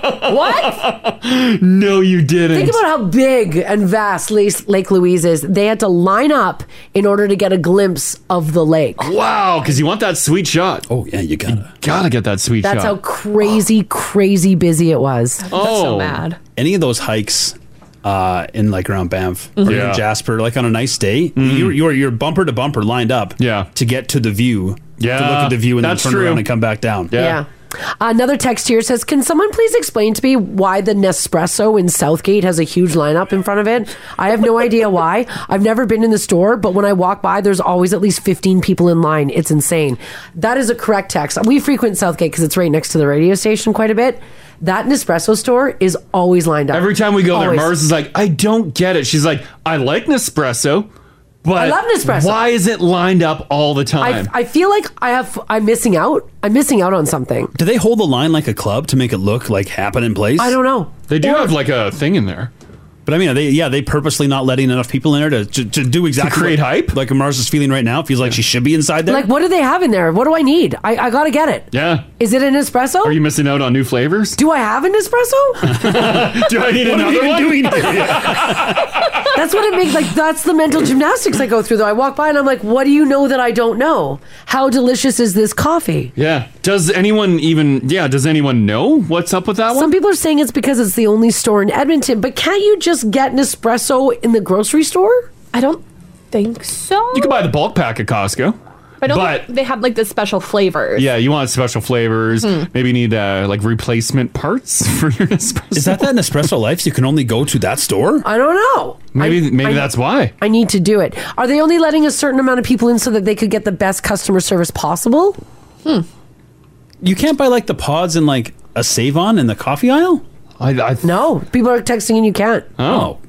[SPEAKER 2] No, you didn't.
[SPEAKER 3] Think about how big and vast Lake Lake Louise is. They had to line up in order to get a glimpse of the lake.
[SPEAKER 2] wow, because you want that sweet shot.
[SPEAKER 4] Oh yeah, you gotta
[SPEAKER 2] gotta get that sweet
[SPEAKER 3] That's how
[SPEAKER 2] shot.
[SPEAKER 3] crazy, crazy busy it was.
[SPEAKER 4] Oh.
[SPEAKER 2] Oh.
[SPEAKER 4] Any of those hikes uh, in like around Banff
[SPEAKER 2] Mm-hmm.
[SPEAKER 3] Mhm.
[SPEAKER 4] or
[SPEAKER 3] Yeah.
[SPEAKER 4] even Jasper, like on a nice day,
[SPEAKER 2] Mm.
[SPEAKER 4] you're, you're you're bumper to bumper lined up. Yeah. To get to the view. To look
[SPEAKER 2] Yeah,
[SPEAKER 4] at the view and then
[SPEAKER 2] that's
[SPEAKER 4] turn
[SPEAKER 2] true.
[SPEAKER 4] around and come back down.
[SPEAKER 3] Yeah. Another text here says, "Can someone please explain to me why the Nespresso in Southgate has a huge lineup in front of it? I have no idea why. I've never been in the store, but when I walk by, there's always at least 15 people in line. It's insane." That is a correct text. We frequent Southgate because it's right next to the radio station quite a bit. That Nespresso store is always lined up.
[SPEAKER 2] Every time we go there,
[SPEAKER 3] Always.
[SPEAKER 2] Mars is like, I don't get it. She's like, I like Nespresso, but
[SPEAKER 3] I love Nespresso."
[SPEAKER 2] Why is it lined up all the
[SPEAKER 3] I,
[SPEAKER 2] time?
[SPEAKER 3] I feel like I have I'm missing out. I'm missing out on something.
[SPEAKER 4] Do they hold the line like a club to make it look like happen in place?
[SPEAKER 3] I don't know.
[SPEAKER 2] They do have like a thing in there.
[SPEAKER 4] But I mean, are they yeah, they purposely not letting enough people in there to to, to do exactly create hype. Like Mars is feeling right now, feels like she should be inside there.
[SPEAKER 3] Like, what do they have in there? What do I need? I, I gotta get it.
[SPEAKER 2] yeah.
[SPEAKER 3] Is it an espresso?
[SPEAKER 2] Are you missing out on new flavors?
[SPEAKER 3] Do I have an espresso?
[SPEAKER 2] do I need
[SPEAKER 9] What are
[SPEAKER 2] another
[SPEAKER 9] you
[SPEAKER 2] one?
[SPEAKER 9] doing
[SPEAKER 3] that's what it makes. Like that's the mental gymnastics I go through. Though I walk by and I'm like, what do you know that I don't know? How delicious is this coffee?
[SPEAKER 2] yeah. Does anyone even? Yeah. Does anyone know what's up with that one?
[SPEAKER 3] Some people are saying it's because it's the only store in Edmonton, but can't you just get an espresso in the grocery store?
[SPEAKER 5] I don't think so.
[SPEAKER 2] You can buy the bulk pack at Costco.
[SPEAKER 5] But I don't
[SPEAKER 2] But-
[SPEAKER 5] think they have like the special flavors.
[SPEAKER 2] Yeah, you want special flavors.
[SPEAKER 5] Hmm.
[SPEAKER 2] Maybe you need uh, like replacement parts for your Nespresso.
[SPEAKER 4] Is that that Nespresso Life? You can only go to that store.
[SPEAKER 3] I don't know.
[SPEAKER 2] Maybe maybe
[SPEAKER 3] I-
[SPEAKER 2] that's why.
[SPEAKER 3] I need to do it. Are they only letting a certain amount of people in so that they could get the best customer service possible? Hmm.
[SPEAKER 4] You can't buy like the pods and like a save on in the coffee aisle.
[SPEAKER 2] I, I
[SPEAKER 3] No, people are texting and you can't.
[SPEAKER 4] Oh.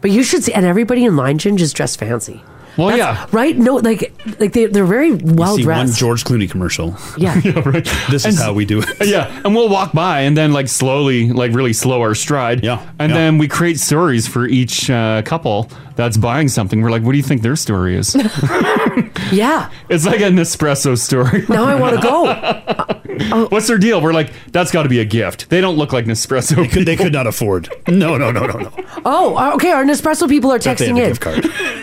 [SPEAKER 3] But you should see, and everybody in line Ginger's dressed fancy.
[SPEAKER 2] Well,
[SPEAKER 3] yeah, right. No, like like they they're very well
[SPEAKER 4] See one
[SPEAKER 3] dressed.
[SPEAKER 4] George Clooney commercial.
[SPEAKER 3] Yeah.
[SPEAKER 2] yeah, right.
[SPEAKER 4] This is how we do it.
[SPEAKER 2] Yeah, and we'll walk by and then like slowly, like really slow our stride. Yeah, and then we create stories for each uh, couple that's buying something. We're like, what do you think their story is?
[SPEAKER 3] yeah,
[SPEAKER 2] it's like an espresso story.
[SPEAKER 3] Now I want to go. Uh, oh.
[SPEAKER 2] What's their deal? We're like, that's got to be a gift. They don't look like Nespresso. They could,
[SPEAKER 4] they could not afford. No, no, no, no, no.
[SPEAKER 3] Oh, okay. Our Nespresso people are
[SPEAKER 2] That they
[SPEAKER 3] texting
[SPEAKER 2] have a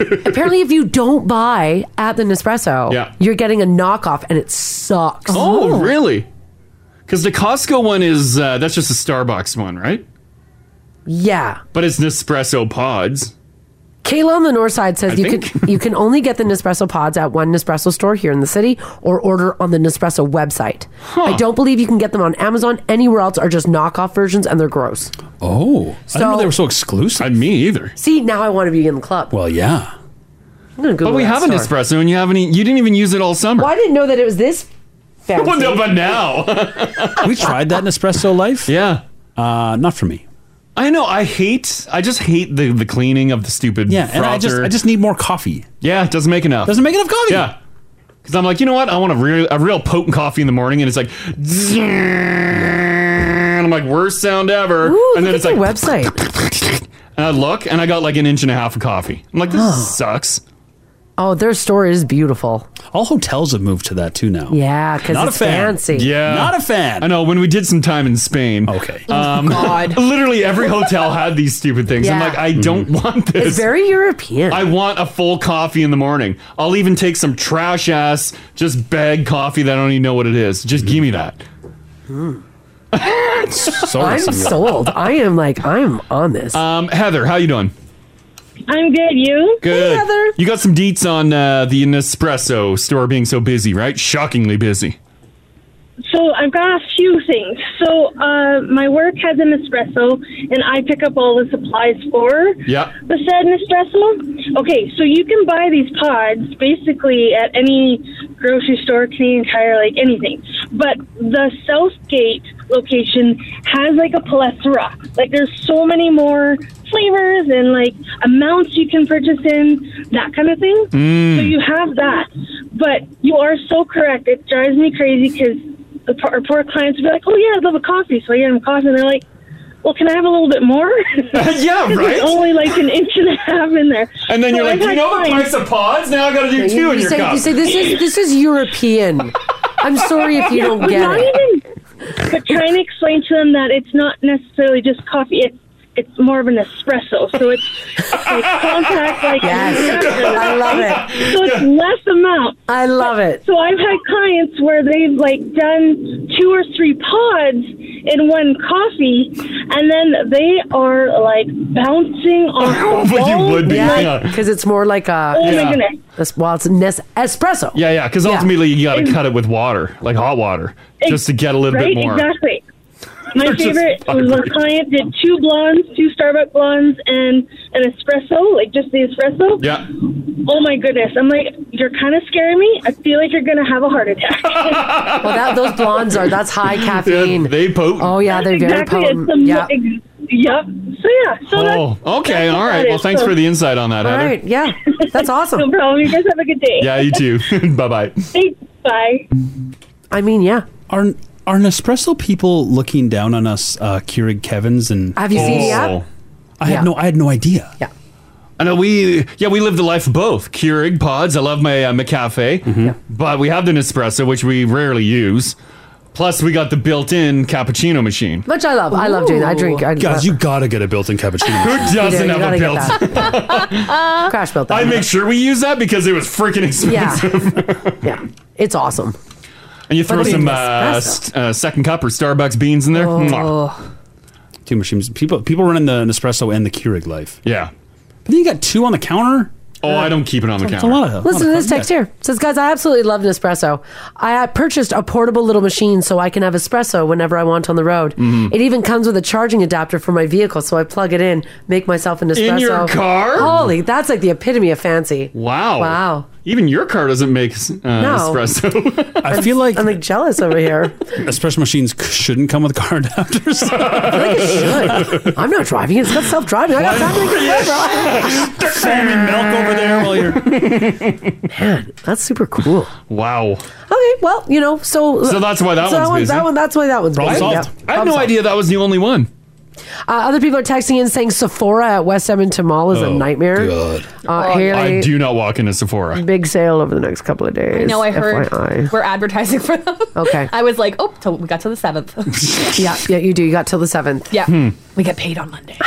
[SPEAKER 3] in.
[SPEAKER 2] gift
[SPEAKER 3] Apparently, if you don't buy at the Nespresso,
[SPEAKER 2] Yeah.
[SPEAKER 3] you're getting a knockoff, and it sucks.
[SPEAKER 2] Oh, really? Because the Costco one is uh, that's just a Starbucks one, right?
[SPEAKER 3] Yeah.
[SPEAKER 2] But it's Nespresso pods.
[SPEAKER 3] Kayla on the north side says
[SPEAKER 2] I
[SPEAKER 3] you can you can only get the Nespresso pods at one Nespresso store here in the city or order on the Nespresso website. I don't believe you can get them on Amazon anywhere else are just knockoff versions and they're gross.
[SPEAKER 4] Oh, I didn't know they were so exclusive.
[SPEAKER 2] And me either.
[SPEAKER 3] See, now I want to be in the club.
[SPEAKER 4] Well, yeah.
[SPEAKER 3] I'm gonna Google
[SPEAKER 2] but we
[SPEAKER 3] that
[SPEAKER 2] have an
[SPEAKER 3] store.
[SPEAKER 2] espresso, and you haven't. e- You didn't even use it all summer.
[SPEAKER 3] Well, I didn't know that it was this fancy.
[SPEAKER 2] Well, no, but now
[SPEAKER 4] we tried that in espresso life.
[SPEAKER 2] Yeah,
[SPEAKER 4] uh, not for me.
[SPEAKER 2] I know. I hate. I just hate the the cleaning of the stupid.
[SPEAKER 4] Yeah, and I just- I just need more coffee.
[SPEAKER 2] Yeah, it doesn't make enough.
[SPEAKER 4] Doesn't make enough coffee.
[SPEAKER 2] Yeah, because I'm like, you know what? I want a real a real potent coffee in the morning, and it's like. And I'm like, worst sound ever. and then it's like
[SPEAKER 3] website.
[SPEAKER 2] And I look, and I got like an inch and a half of coffee. I'm like, this
[SPEAKER 3] Huh.
[SPEAKER 2] sucks.
[SPEAKER 3] Oh, their store is beautiful.
[SPEAKER 4] All hotels have moved to that too now.
[SPEAKER 3] Yeah, because
[SPEAKER 2] Not
[SPEAKER 3] it's
[SPEAKER 2] a fan.
[SPEAKER 3] fancy.
[SPEAKER 2] Yeah. Not
[SPEAKER 4] a fan.
[SPEAKER 2] I know. When we did some time in Spain. Okay. Um,
[SPEAKER 3] Oh, God.
[SPEAKER 2] Literally every hotel had these stupid things. I'm
[SPEAKER 3] Yeah.
[SPEAKER 2] like, I don't want this. It's
[SPEAKER 3] very European.
[SPEAKER 2] I want a full coffee in the morning. I'll even take some trash ass, just bag coffee that I don't even know what it is. Just give me that.
[SPEAKER 3] I'm sold. I am like I'm on this.
[SPEAKER 2] Um, Heather, how you doing?
[SPEAKER 18] I'm good. You?
[SPEAKER 2] Good. You got some deets on uh, the Nespresso store being so busy, right? Shockingly busy.
[SPEAKER 18] So I've got a few things. So uh, my work has an espresso, and I pick up all the supplies for
[SPEAKER 2] Yeah.
[SPEAKER 18] the said Nespresso. Okay, so you can buy these pods basically at any grocery store, Canadian Tire, like anything. But the Southgate location has like a plethora. Like there's so many more flavors and like amounts you can purchase in, that kind of thing.
[SPEAKER 9] Mm.
[SPEAKER 18] So you have that. But you are so correct. It drives me crazy because the poor, our poor clients will be like, oh, yeah, I'd love a coffee. So I get them coffee, and they're like, well, can I have a little bit more?
[SPEAKER 2] yeah,
[SPEAKER 18] 'Cause
[SPEAKER 2] right?
[SPEAKER 18] There's only like an inch and a half in there.
[SPEAKER 2] And then
[SPEAKER 18] So
[SPEAKER 2] you're like,
[SPEAKER 18] I've
[SPEAKER 2] "Do you
[SPEAKER 18] had
[SPEAKER 2] know the
[SPEAKER 18] clients-
[SPEAKER 2] price of pods? Now I gotta do two
[SPEAKER 3] you,
[SPEAKER 2] in
[SPEAKER 3] you
[SPEAKER 2] your
[SPEAKER 3] say,
[SPEAKER 2] cup."
[SPEAKER 3] You say this is this is European. I'm sorry if you
[SPEAKER 18] Yeah,
[SPEAKER 3] don't
[SPEAKER 18] but
[SPEAKER 3] get
[SPEAKER 18] not
[SPEAKER 3] it.
[SPEAKER 18] Even, but trying to explain to them that it's not necessarily just coffee. It's it's more of an espresso, so it's like contact, like
[SPEAKER 9] Yes. I love it.
[SPEAKER 18] So it's less amount.
[SPEAKER 3] I love it.
[SPEAKER 18] So I've had clients where they've like done two or three pods in one coffee, and then they are like bouncing off. the walls, like,
[SPEAKER 3] because it's more like a.
[SPEAKER 18] Oh my Yeah. goodness.
[SPEAKER 3] That's- well, it's nes- espresso.
[SPEAKER 2] Yeah, yeah, because ultimately you got to cut it with water, like hot water, just to get a little
[SPEAKER 18] right,
[SPEAKER 2] bit more.
[SPEAKER 18] Exactly. My
[SPEAKER 2] They're just
[SPEAKER 18] favorite was a
[SPEAKER 2] vibrating.
[SPEAKER 18] client did two blondes, two Starbucks blondes, and an espresso, like just the espresso.
[SPEAKER 2] Yeah.
[SPEAKER 18] Oh my goodness! I'm like, you're kind of scaring me. I feel like you're gonna have a heart attack.
[SPEAKER 3] well, that, those blondes are. That's high caffeine.
[SPEAKER 2] they potent.
[SPEAKER 3] Oh yeah, they're very
[SPEAKER 18] exactly.
[SPEAKER 3] potent.
[SPEAKER 18] It's the,
[SPEAKER 3] yeah.
[SPEAKER 18] ex- yep. So yeah. So
[SPEAKER 2] Oh, okay, all right. Well, thanks for the insight on that, Heather.
[SPEAKER 3] Yeah. That's awesome.
[SPEAKER 18] no problem. You guys have a good day.
[SPEAKER 2] Yeah, you too. bye bye.
[SPEAKER 18] Thanks. Bye.
[SPEAKER 3] I mean, yeah.
[SPEAKER 4] Are are Nespresso people looking down on us, uh, Keurig Kevin's and?
[SPEAKER 3] Have you seen
[SPEAKER 2] Oh.
[SPEAKER 3] the app?
[SPEAKER 4] I had no, I had no idea.
[SPEAKER 3] Yeah.
[SPEAKER 2] I know we, yeah, we live the life of both. Keurig pods. I love my uh, McCafe,
[SPEAKER 3] Mm-hmm.
[SPEAKER 2] but we have the Nespresso, which we rarely use. Plus, we got the built-in cappuccino machine.
[SPEAKER 3] Which I love. I love doing that. I drink. I,
[SPEAKER 2] Guys,
[SPEAKER 4] You gotta get a built-in cappuccino.
[SPEAKER 2] Who
[SPEAKER 4] machine.
[SPEAKER 2] doesn't
[SPEAKER 3] You do, you
[SPEAKER 2] have a
[SPEAKER 3] gotta
[SPEAKER 2] built?
[SPEAKER 3] get Crash built that.
[SPEAKER 2] I make sure we use that because it was freaking expensive.
[SPEAKER 3] yeah, it's awesome.
[SPEAKER 2] And you
[SPEAKER 3] But
[SPEAKER 2] throw
[SPEAKER 3] it's
[SPEAKER 2] some
[SPEAKER 3] an
[SPEAKER 2] uh,
[SPEAKER 3] espresso.
[SPEAKER 2] st- uh, second cup or Starbucks beans in there.
[SPEAKER 3] Oh.
[SPEAKER 2] Mwah.
[SPEAKER 4] Two machines. People people running the Nespresso and the Keurig life.
[SPEAKER 2] Yeah.
[SPEAKER 4] But then you got two on the counter.
[SPEAKER 2] Oh, I don't keep it on the
[SPEAKER 4] That's a
[SPEAKER 2] counter.
[SPEAKER 4] lot of-
[SPEAKER 3] Listen to
[SPEAKER 4] lot of
[SPEAKER 3] this text here. It says, guys, I absolutely love Nespresso. I uh, purchased a portable little machine so I can have espresso whenever I want on the road.
[SPEAKER 2] Mm-hmm.
[SPEAKER 3] It even comes with a charging adapter for my vehicle, so I plug it in, make myself an
[SPEAKER 2] In
[SPEAKER 3] espresso.
[SPEAKER 2] your car?
[SPEAKER 3] Holy, that's like the epitome of fancy.
[SPEAKER 2] Wow.
[SPEAKER 3] Wow.
[SPEAKER 2] Even your car doesn't make uh,
[SPEAKER 3] No.
[SPEAKER 2] espresso.
[SPEAKER 4] I feel like
[SPEAKER 3] I'm like jealous over here.
[SPEAKER 4] espresso machines c- shouldn't come with car adapters.
[SPEAKER 3] I'm not driving. It's got self-driving. I got time to get
[SPEAKER 4] over. Foaming milk over there while you're.
[SPEAKER 3] Man, that's super cool.
[SPEAKER 2] wow.
[SPEAKER 3] Okay, well, you know, so
[SPEAKER 2] So that's why that
[SPEAKER 3] so
[SPEAKER 2] one's
[SPEAKER 3] that, one,
[SPEAKER 2] busy.
[SPEAKER 3] that one. That's why that one's
[SPEAKER 2] Problem
[SPEAKER 3] busy.
[SPEAKER 2] solved.
[SPEAKER 3] yeah.
[SPEAKER 2] I had no idea that was the only one.
[SPEAKER 3] Uh, other people are texting in saying Sephora at West Edmonton Mall is a
[SPEAKER 2] Oh,
[SPEAKER 3] nightmare.
[SPEAKER 2] God.
[SPEAKER 3] Uh,
[SPEAKER 19] Oh,
[SPEAKER 3] Haley,
[SPEAKER 2] I do not walk into Sephora.
[SPEAKER 3] big sale over the next couple of
[SPEAKER 5] I
[SPEAKER 3] days.
[SPEAKER 5] know I heard
[SPEAKER 3] FYI.
[SPEAKER 5] we're advertising for them.
[SPEAKER 3] Okay.
[SPEAKER 5] I was like, oh, till we got to the seventh.
[SPEAKER 3] yeah, yeah, you do. You got till the seventh.
[SPEAKER 5] Yeah.
[SPEAKER 2] Hmm.
[SPEAKER 5] We get paid on Monday.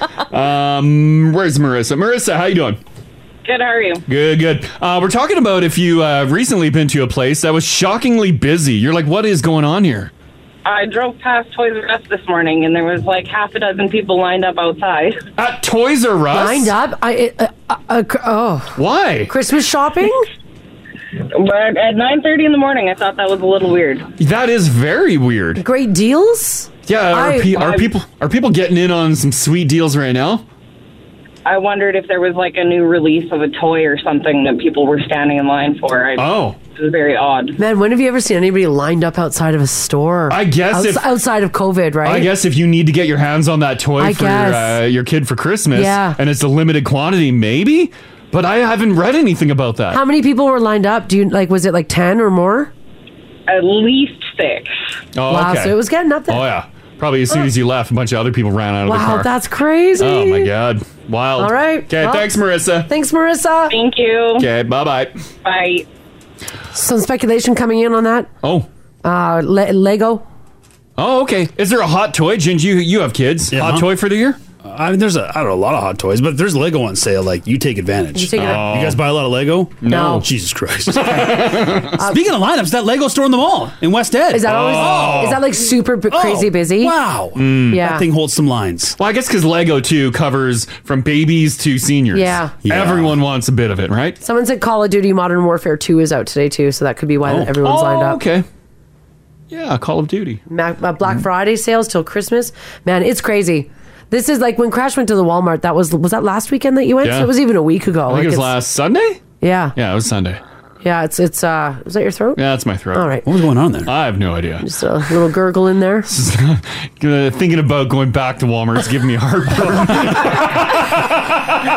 [SPEAKER 2] Um, where's Marissa? Marissa, how you doing?
[SPEAKER 19] Good, how are you?
[SPEAKER 2] Good, good. Uh, we're talking about if you uh, recently been to a place that was shockingly busy. You're like, what is going on here?
[SPEAKER 19] I drove past Toys R Us this morning, and there was like half a dozen people lined up outside.
[SPEAKER 2] At Toys R Us?
[SPEAKER 3] Lined up. I uh, uh, uh, cr- oh.
[SPEAKER 2] Why?
[SPEAKER 3] Christmas shopping.
[SPEAKER 19] But at 9:30 in the morning, I thought that was a little weird.
[SPEAKER 2] That is very weird.
[SPEAKER 3] Great deals.
[SPEAKER 2] Yeah, are,
[SPEAKER 19] I-
[SPEAKER 2] pe- are people are people getting in on some sweet deals right now?
[SPEAKER 19] I wondered if there was like a new release of a toy or something that people were standing in line for. I,
[SPEAKER 2] oh,
[SPEAKER 19] it was very odd.
[SPEAKER 3] Man, when have you ever seen anybody lined up outside of a store? I
[SPEAKER 2] guess if-
[SPEAKER 3] outside of COVID, right?
[SPEAKER 2] I guess if you need to get your hands on that toy
[SPEAKER 3] I
[SPEAKER 2] for
[SPEAKER 3] guess.
[SPEAKER 2] Uh, your kid for Christmas,
[SPEAKER 3] Yeah.
[SPEAKER 2] and it's a limited quantity, maybe. But I haven't read anything about that.
[SPEAKER 3] How many people were lined up? Do you like? Was it like ten or more?
[SPEAKER 19] At least six.
[SPEAKER 2] Oh,
[SPEAKER 3] wow,
[SPEAKER 2] okay.
[SPEAKER 3] so it was getting up there.
[SPEAKER 2] Oh yeah, probably as soon as you left, a bunch of other people ran out of the
[SPEAKER 3] wow,
[SPEAKER 2] car.
[SPEAKER 3] that's crazy.
[SPEAKER 2] Oh my god, wild.
[SPEAKER 3] All right.
[SPEAKER 2] Okay,
[SPEAKER 3] Well,
[SPEAKER 2] thanks, Marissa.
[SPEAKER 3] Thanks, Marissa.
[SPEAKER 19] Thank you.
[SPEAKER 2] Oh. Okay, bye bye.
[SPEAKER 19] Bye.
[SPEAKER 3] Some speculation coming in on that.
[SPEAKER 2] Oh.
[SPEAKER 3] Uh, Le- Lego.
[SPEAKER 2] Oh, okay. Is there a hot toy, Gingy? You, you have kids. Hot toy for the year?
[SPEAKER 4] I mean, there's a I don't know a lot of hot toys, but there's Lego on sale. Like you take advantage.
[SPEAKER 3] You take it up.
[SPEAKER 4] You guys buy a lot of Lego?
[SPEAKER 2] No.
[SPEAKER 4] Jesus Christ. Speaking of lineups, that Lego store in the mall in West Ed.
[SPEAKER 3] Uh, Is that
[SPEAKER 2] Oh.
[SPEAKER 3] always? Is that like super b-
[SPEAKER 4] Oh,
[SPEAKER 3] crazy busy? Mm.
[SPEAKER 4] wow.
[SPEAKER 3] Yeah. That thing
[SPEAKER 2] holds some lines. Hmm. Well, I guess because Lego too covers from babies to seniors.
[SPEAKER 3] Yeah. Yeah.
[SPEAKER 2] Everyone wants a bit of it, right?
[SPEAKER 3] Someone said Call of Duty Modern Warfare 2 is out today too, so that could be why
[SPEAKER 2] Oh.
[SPEAKER 3] everyone's
[SPEAKER 2] Oh,
[SPEAKER 3] lined up.
[SPEAKER 2] Okay. Mm. Yeah, Call of Duty.
[SPEAKER 3] Ma- uh, Black Friday sales till Christmas. Man, it's crazy. This is like when Crash went to the Walmart. That was was that last weekend that you went?
[SPEAKER 2] Yeah.
[SPEAKER 3] So it was even a week ago.
[SPEAKER 2] I think
[SPEAKER 3] Like,
[SPEAKER 2] it was
[SPEAKER 3] it's-
[SPEAKER 2] last Sunday?
[SPEAKER 3] Yeah.
[SPEAKER 2] Yeah, it was Sunday.
[SPEAKER 3] Yeah, it's it's uh is that your throat?
[SPEAKER 2] Yeah, that's my throat.
[SPEAKER 3] All right.
[SPEAKER 2] What was going on there? I have no idea.
[SPEAKER 3] Just a little gurgle in there.
[SPEAKER 2] Uh, Thinking about going back to Walmart is giving me a heartburn.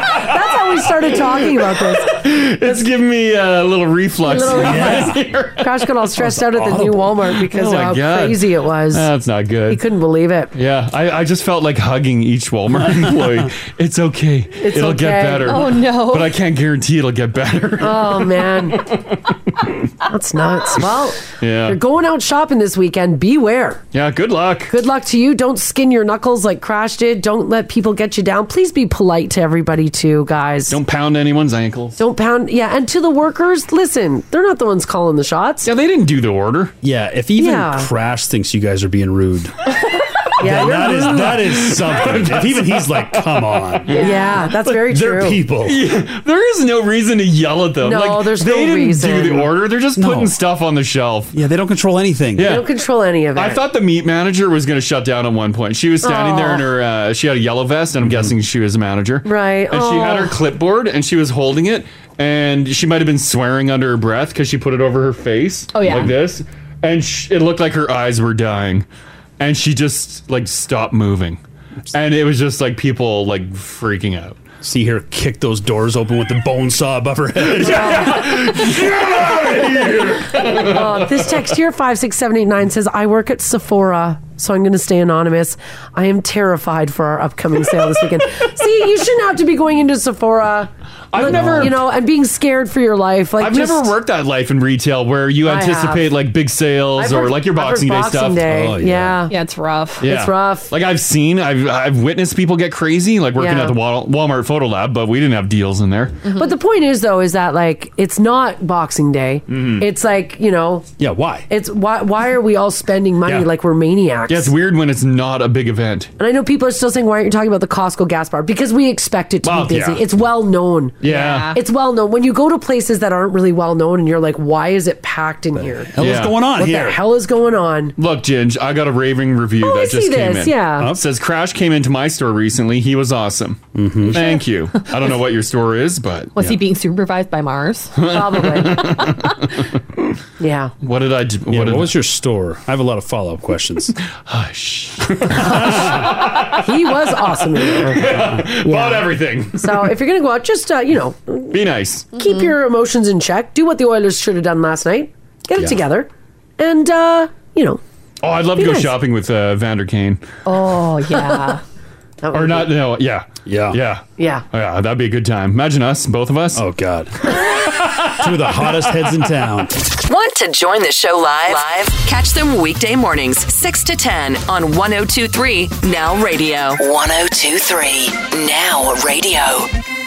[SPEAKER 3] That's how we started talking about this.
[SPEAKER 2] it's giving me uh, a little reflux.
[SPEAKER 3] Little reflex. Crash got all stressed out at the new Walmart because
[SPEAKER 2] Oh
[SPEAKER 3] of
[SPEAKER 2] my
[SPEAKER 3] how
[SPEAKER 2] God.
[SPEAKER 3] crazy it was.
[SPEAKER 2] That's not good.
[SPEAKER 3] He couldn't believe it.
[SPEAKER 2] Yeah, I, I just felt like hugging each Walmart employee. it's okay.
[SPEAKER 3] It's
[SPEAKER 2] it'll get
[SPEAKER 3] okay.
[SPEAKER 2] better.
[SPEAKER 3] Oh, no.
[SPEAKER 2] But I can't guarantee it'll get better.
[SPEAKER 3] Oh man, that's nuts. Well,
[SPEAKER 2] Yeah.
[SPEAKER 3] you're going out shopping this weekend. Beware.
[SPEAKER 2] Yeah, good luck.
[SPEAKER 3] Good luck to you. Don't skin your knuckles like Crash did. Don't let people get you down. Please be polite to everybody too, guys.
[SPEAKER 2] Don't pound anyone's ankles.
[SPEAKER 3] Don't pound. Yeah, and to the workers, listen, they're not the ones calling the shots.
[SPEAKER 2] Yeah, they didn't do the order.
[SPEAKER 4] Yeah, if even
[SPEAKER 3] Yeah.
[SPEAKER 4] Crash thinks you guys are being rude,
[SPEAKER 3] Yeah,
[SPEAKER 4] then
[SPEAKER 3] you're
[SPEAKER 4] that is
[SPEAKER 3] rude.
[SPEAKER 4] that is something. if even he's like, come on.
[SPEAKER 3] Yeah, that's
[SPEAKER 4] Like,
[SPEAKER 3] very
[SPEAKER 4] they're
[SPEAKER 3] true.
[SPEAKER 4] people.
[SPEAKER 2] Yeah, there is no reason to yell at them.
[SPEAKER 3] No,
[SPEAKER 2] like,
[SPEAKER 3] there's
[SPEAKER 2] they
[SPEAKER 3] no
[SPEAKER 2] didn't
[SPEAKER 3] reason.
[SPEAKER 2] do the order. They're just putting stuff on the shelf.
[SPEAKER 4] Yeah, they don't control anything.
[SPEAKER 3] They don't control any of it.
[SPEAKER 2] I thought the meat manager was going to shut down at one point. She was standing there in
[SPEAKER 3] Aw. Mm-hmm.
[SPEAKER 2] her, uh, she had a yellow vest, and I'm guessing she was a manager.
[SPEAKER 3] Right. Oh.
[SPEAKER 2] And she had
[SPEAKER 3] Aw.
[SPEAKER 2] her clipboard and she was holding it, and she might have been swearing under her breath because she put it over her face.
[SPEAKER 3] Oh, yeah.
[SPEAKER 2] Like this. And sh- it looked like her eyes were dying. And she just, like, stopped moving. And it was just, like, people, like, freaking out.
[SPEAKER 4] See her kick those doors open with the bone saw above her head.
[SPEAKER 3] Uh, this text here, 56789, says, I work at Sephora, so I'm going to stay anonymous. I am terrified for our upcoming sale this weekend. See, you shouldn't have to be going into Sephora.
[SPEAKER 2] I've
[SPEAKER 3] look,
[SPEAKER 2] never-
[SPEAKER 3] You know, and being scared for your life. Like,
[SPEAKER 2] I've
[SPEAKER 3] just-
[SPEAKER 2] never worked that life in retail where you
[SPEAKER 3] I have.
[SPEAKER 2] anticipate like big sales
[SPEAKER 3] I've
[SPEAKER 2] or
[SPEAKER 3] worked-
[SPEAKER 2] like your
[SPEAKER 3] I've worked
[SPEAKER 2] Boxing Day stuff.
[SPEAKER 4] Oh,
[SPEAKER 2] Oh,
[SPEAKER 3] Day. yeah.
[SPEAKER 5] Yeah, it's rough.
[SPEAKER 2] Yeah. Like I've seen, I've I've witnessed people get crazy, like working
[SPEAKER 3] Yeah.
[SPEAKER 2] at the Wal- Walmart photo lab, but we didn't have deals in there.
[SPEAKER 5] Mm-hmm.
[SPEAKER 3] But the point is, though, is that like it's not Boxing Day.
[SPEAKER 2] Mhm.
[SPEAKER 3] It's like you know,
[SPEAKER 4] Yeah, why?
[SPEAKER 3] it's why why are we all spending money
[SPEAKER 2] Yeah.
[SPEAKER 3] like we're maniacs? bucks.
[SPEAKER 2] Yeah, it's weird when it's not a big event.
[SPEAKER 3] And I know people are still saying, why aren't you talking about the Costco gas bar? Because we expect it to
[SPEAKER 2] Well,
[SPEAKER 3] be busy.
[SPEAKER 2] yeah.
[SPEAKER 3] It's well known.
[SPEAKER 2] Yeah.
[SPEAKER 3] It's well known. When you go to places that aren't really well known and you're like, why is it packed in here?
[SPEAKER 2] hell is Yeah. going on
[SPEAKER 3] what
[SPEAKER 2] here?
[SPEAKER 3] the hell is going on?
[SPEAKER 2] Look, Ginge, I got a raving review
[SPEAKER 3] Oh,
[SPEAKER 2] that
[SPEAKER 3] I
[SPEAKER 2] just
[SPEAKER 3] see
[SPEAKER 2] came
[SPEAKER 3] this,
[SPEAKER 2] in.
[SPEAKER 3] yeah.
[SPEAKER 2] It says Crash came into my store recently. He was awesome. Thank you. I don't know what your store is, but
[SPEAKER 20] Was he being supervised by Mars?
[SPEAKER 3] yeah.
[SPEAKER 2] What did I? do?
[SPEAKER 4] what, was your store? I have a lot of follow up questions.
[SPEAKER 2] Hush.
[SPEAKER 3] He was awesome.
[SPEAKER 2] yeah, bought everything.
[SPEAKER 3] So if you're going to go out, just, uh, you know,
[SPEAKER 2] Be nice.
[SPEAKER 3] keep your emotions in check. Do what the Oilers should have done last night. Get it
[SPEAKER 2] Yeah.
[SPEAKER 3] together. And, uh, you know.
[SPEAKER 2] Oh, I'd love
[SPEAKER 3] Be
[SPEAKER 2] to go
[SPEAKER 3] nice.
[SPEAKER 2] shopping with uh, Vander Kane.
[SPEAKER 3] Oh,
[SPEAKER 20] yeah.
[SPEAKER 2] Or not? No. Yeah. Yeah. Yeah.
[SPEAKER 3] Yeah.
[SPEAKER 2] Oh, yeah. That'd be a good time. Imagine us, both of us. Oh God. Two of the hottest heads in town.
[SPEAKER 1] Want to join the show live? Live? Catch them weekday mornings, 6 to 10 on 1023 Now Radio. 1023 Now Radio.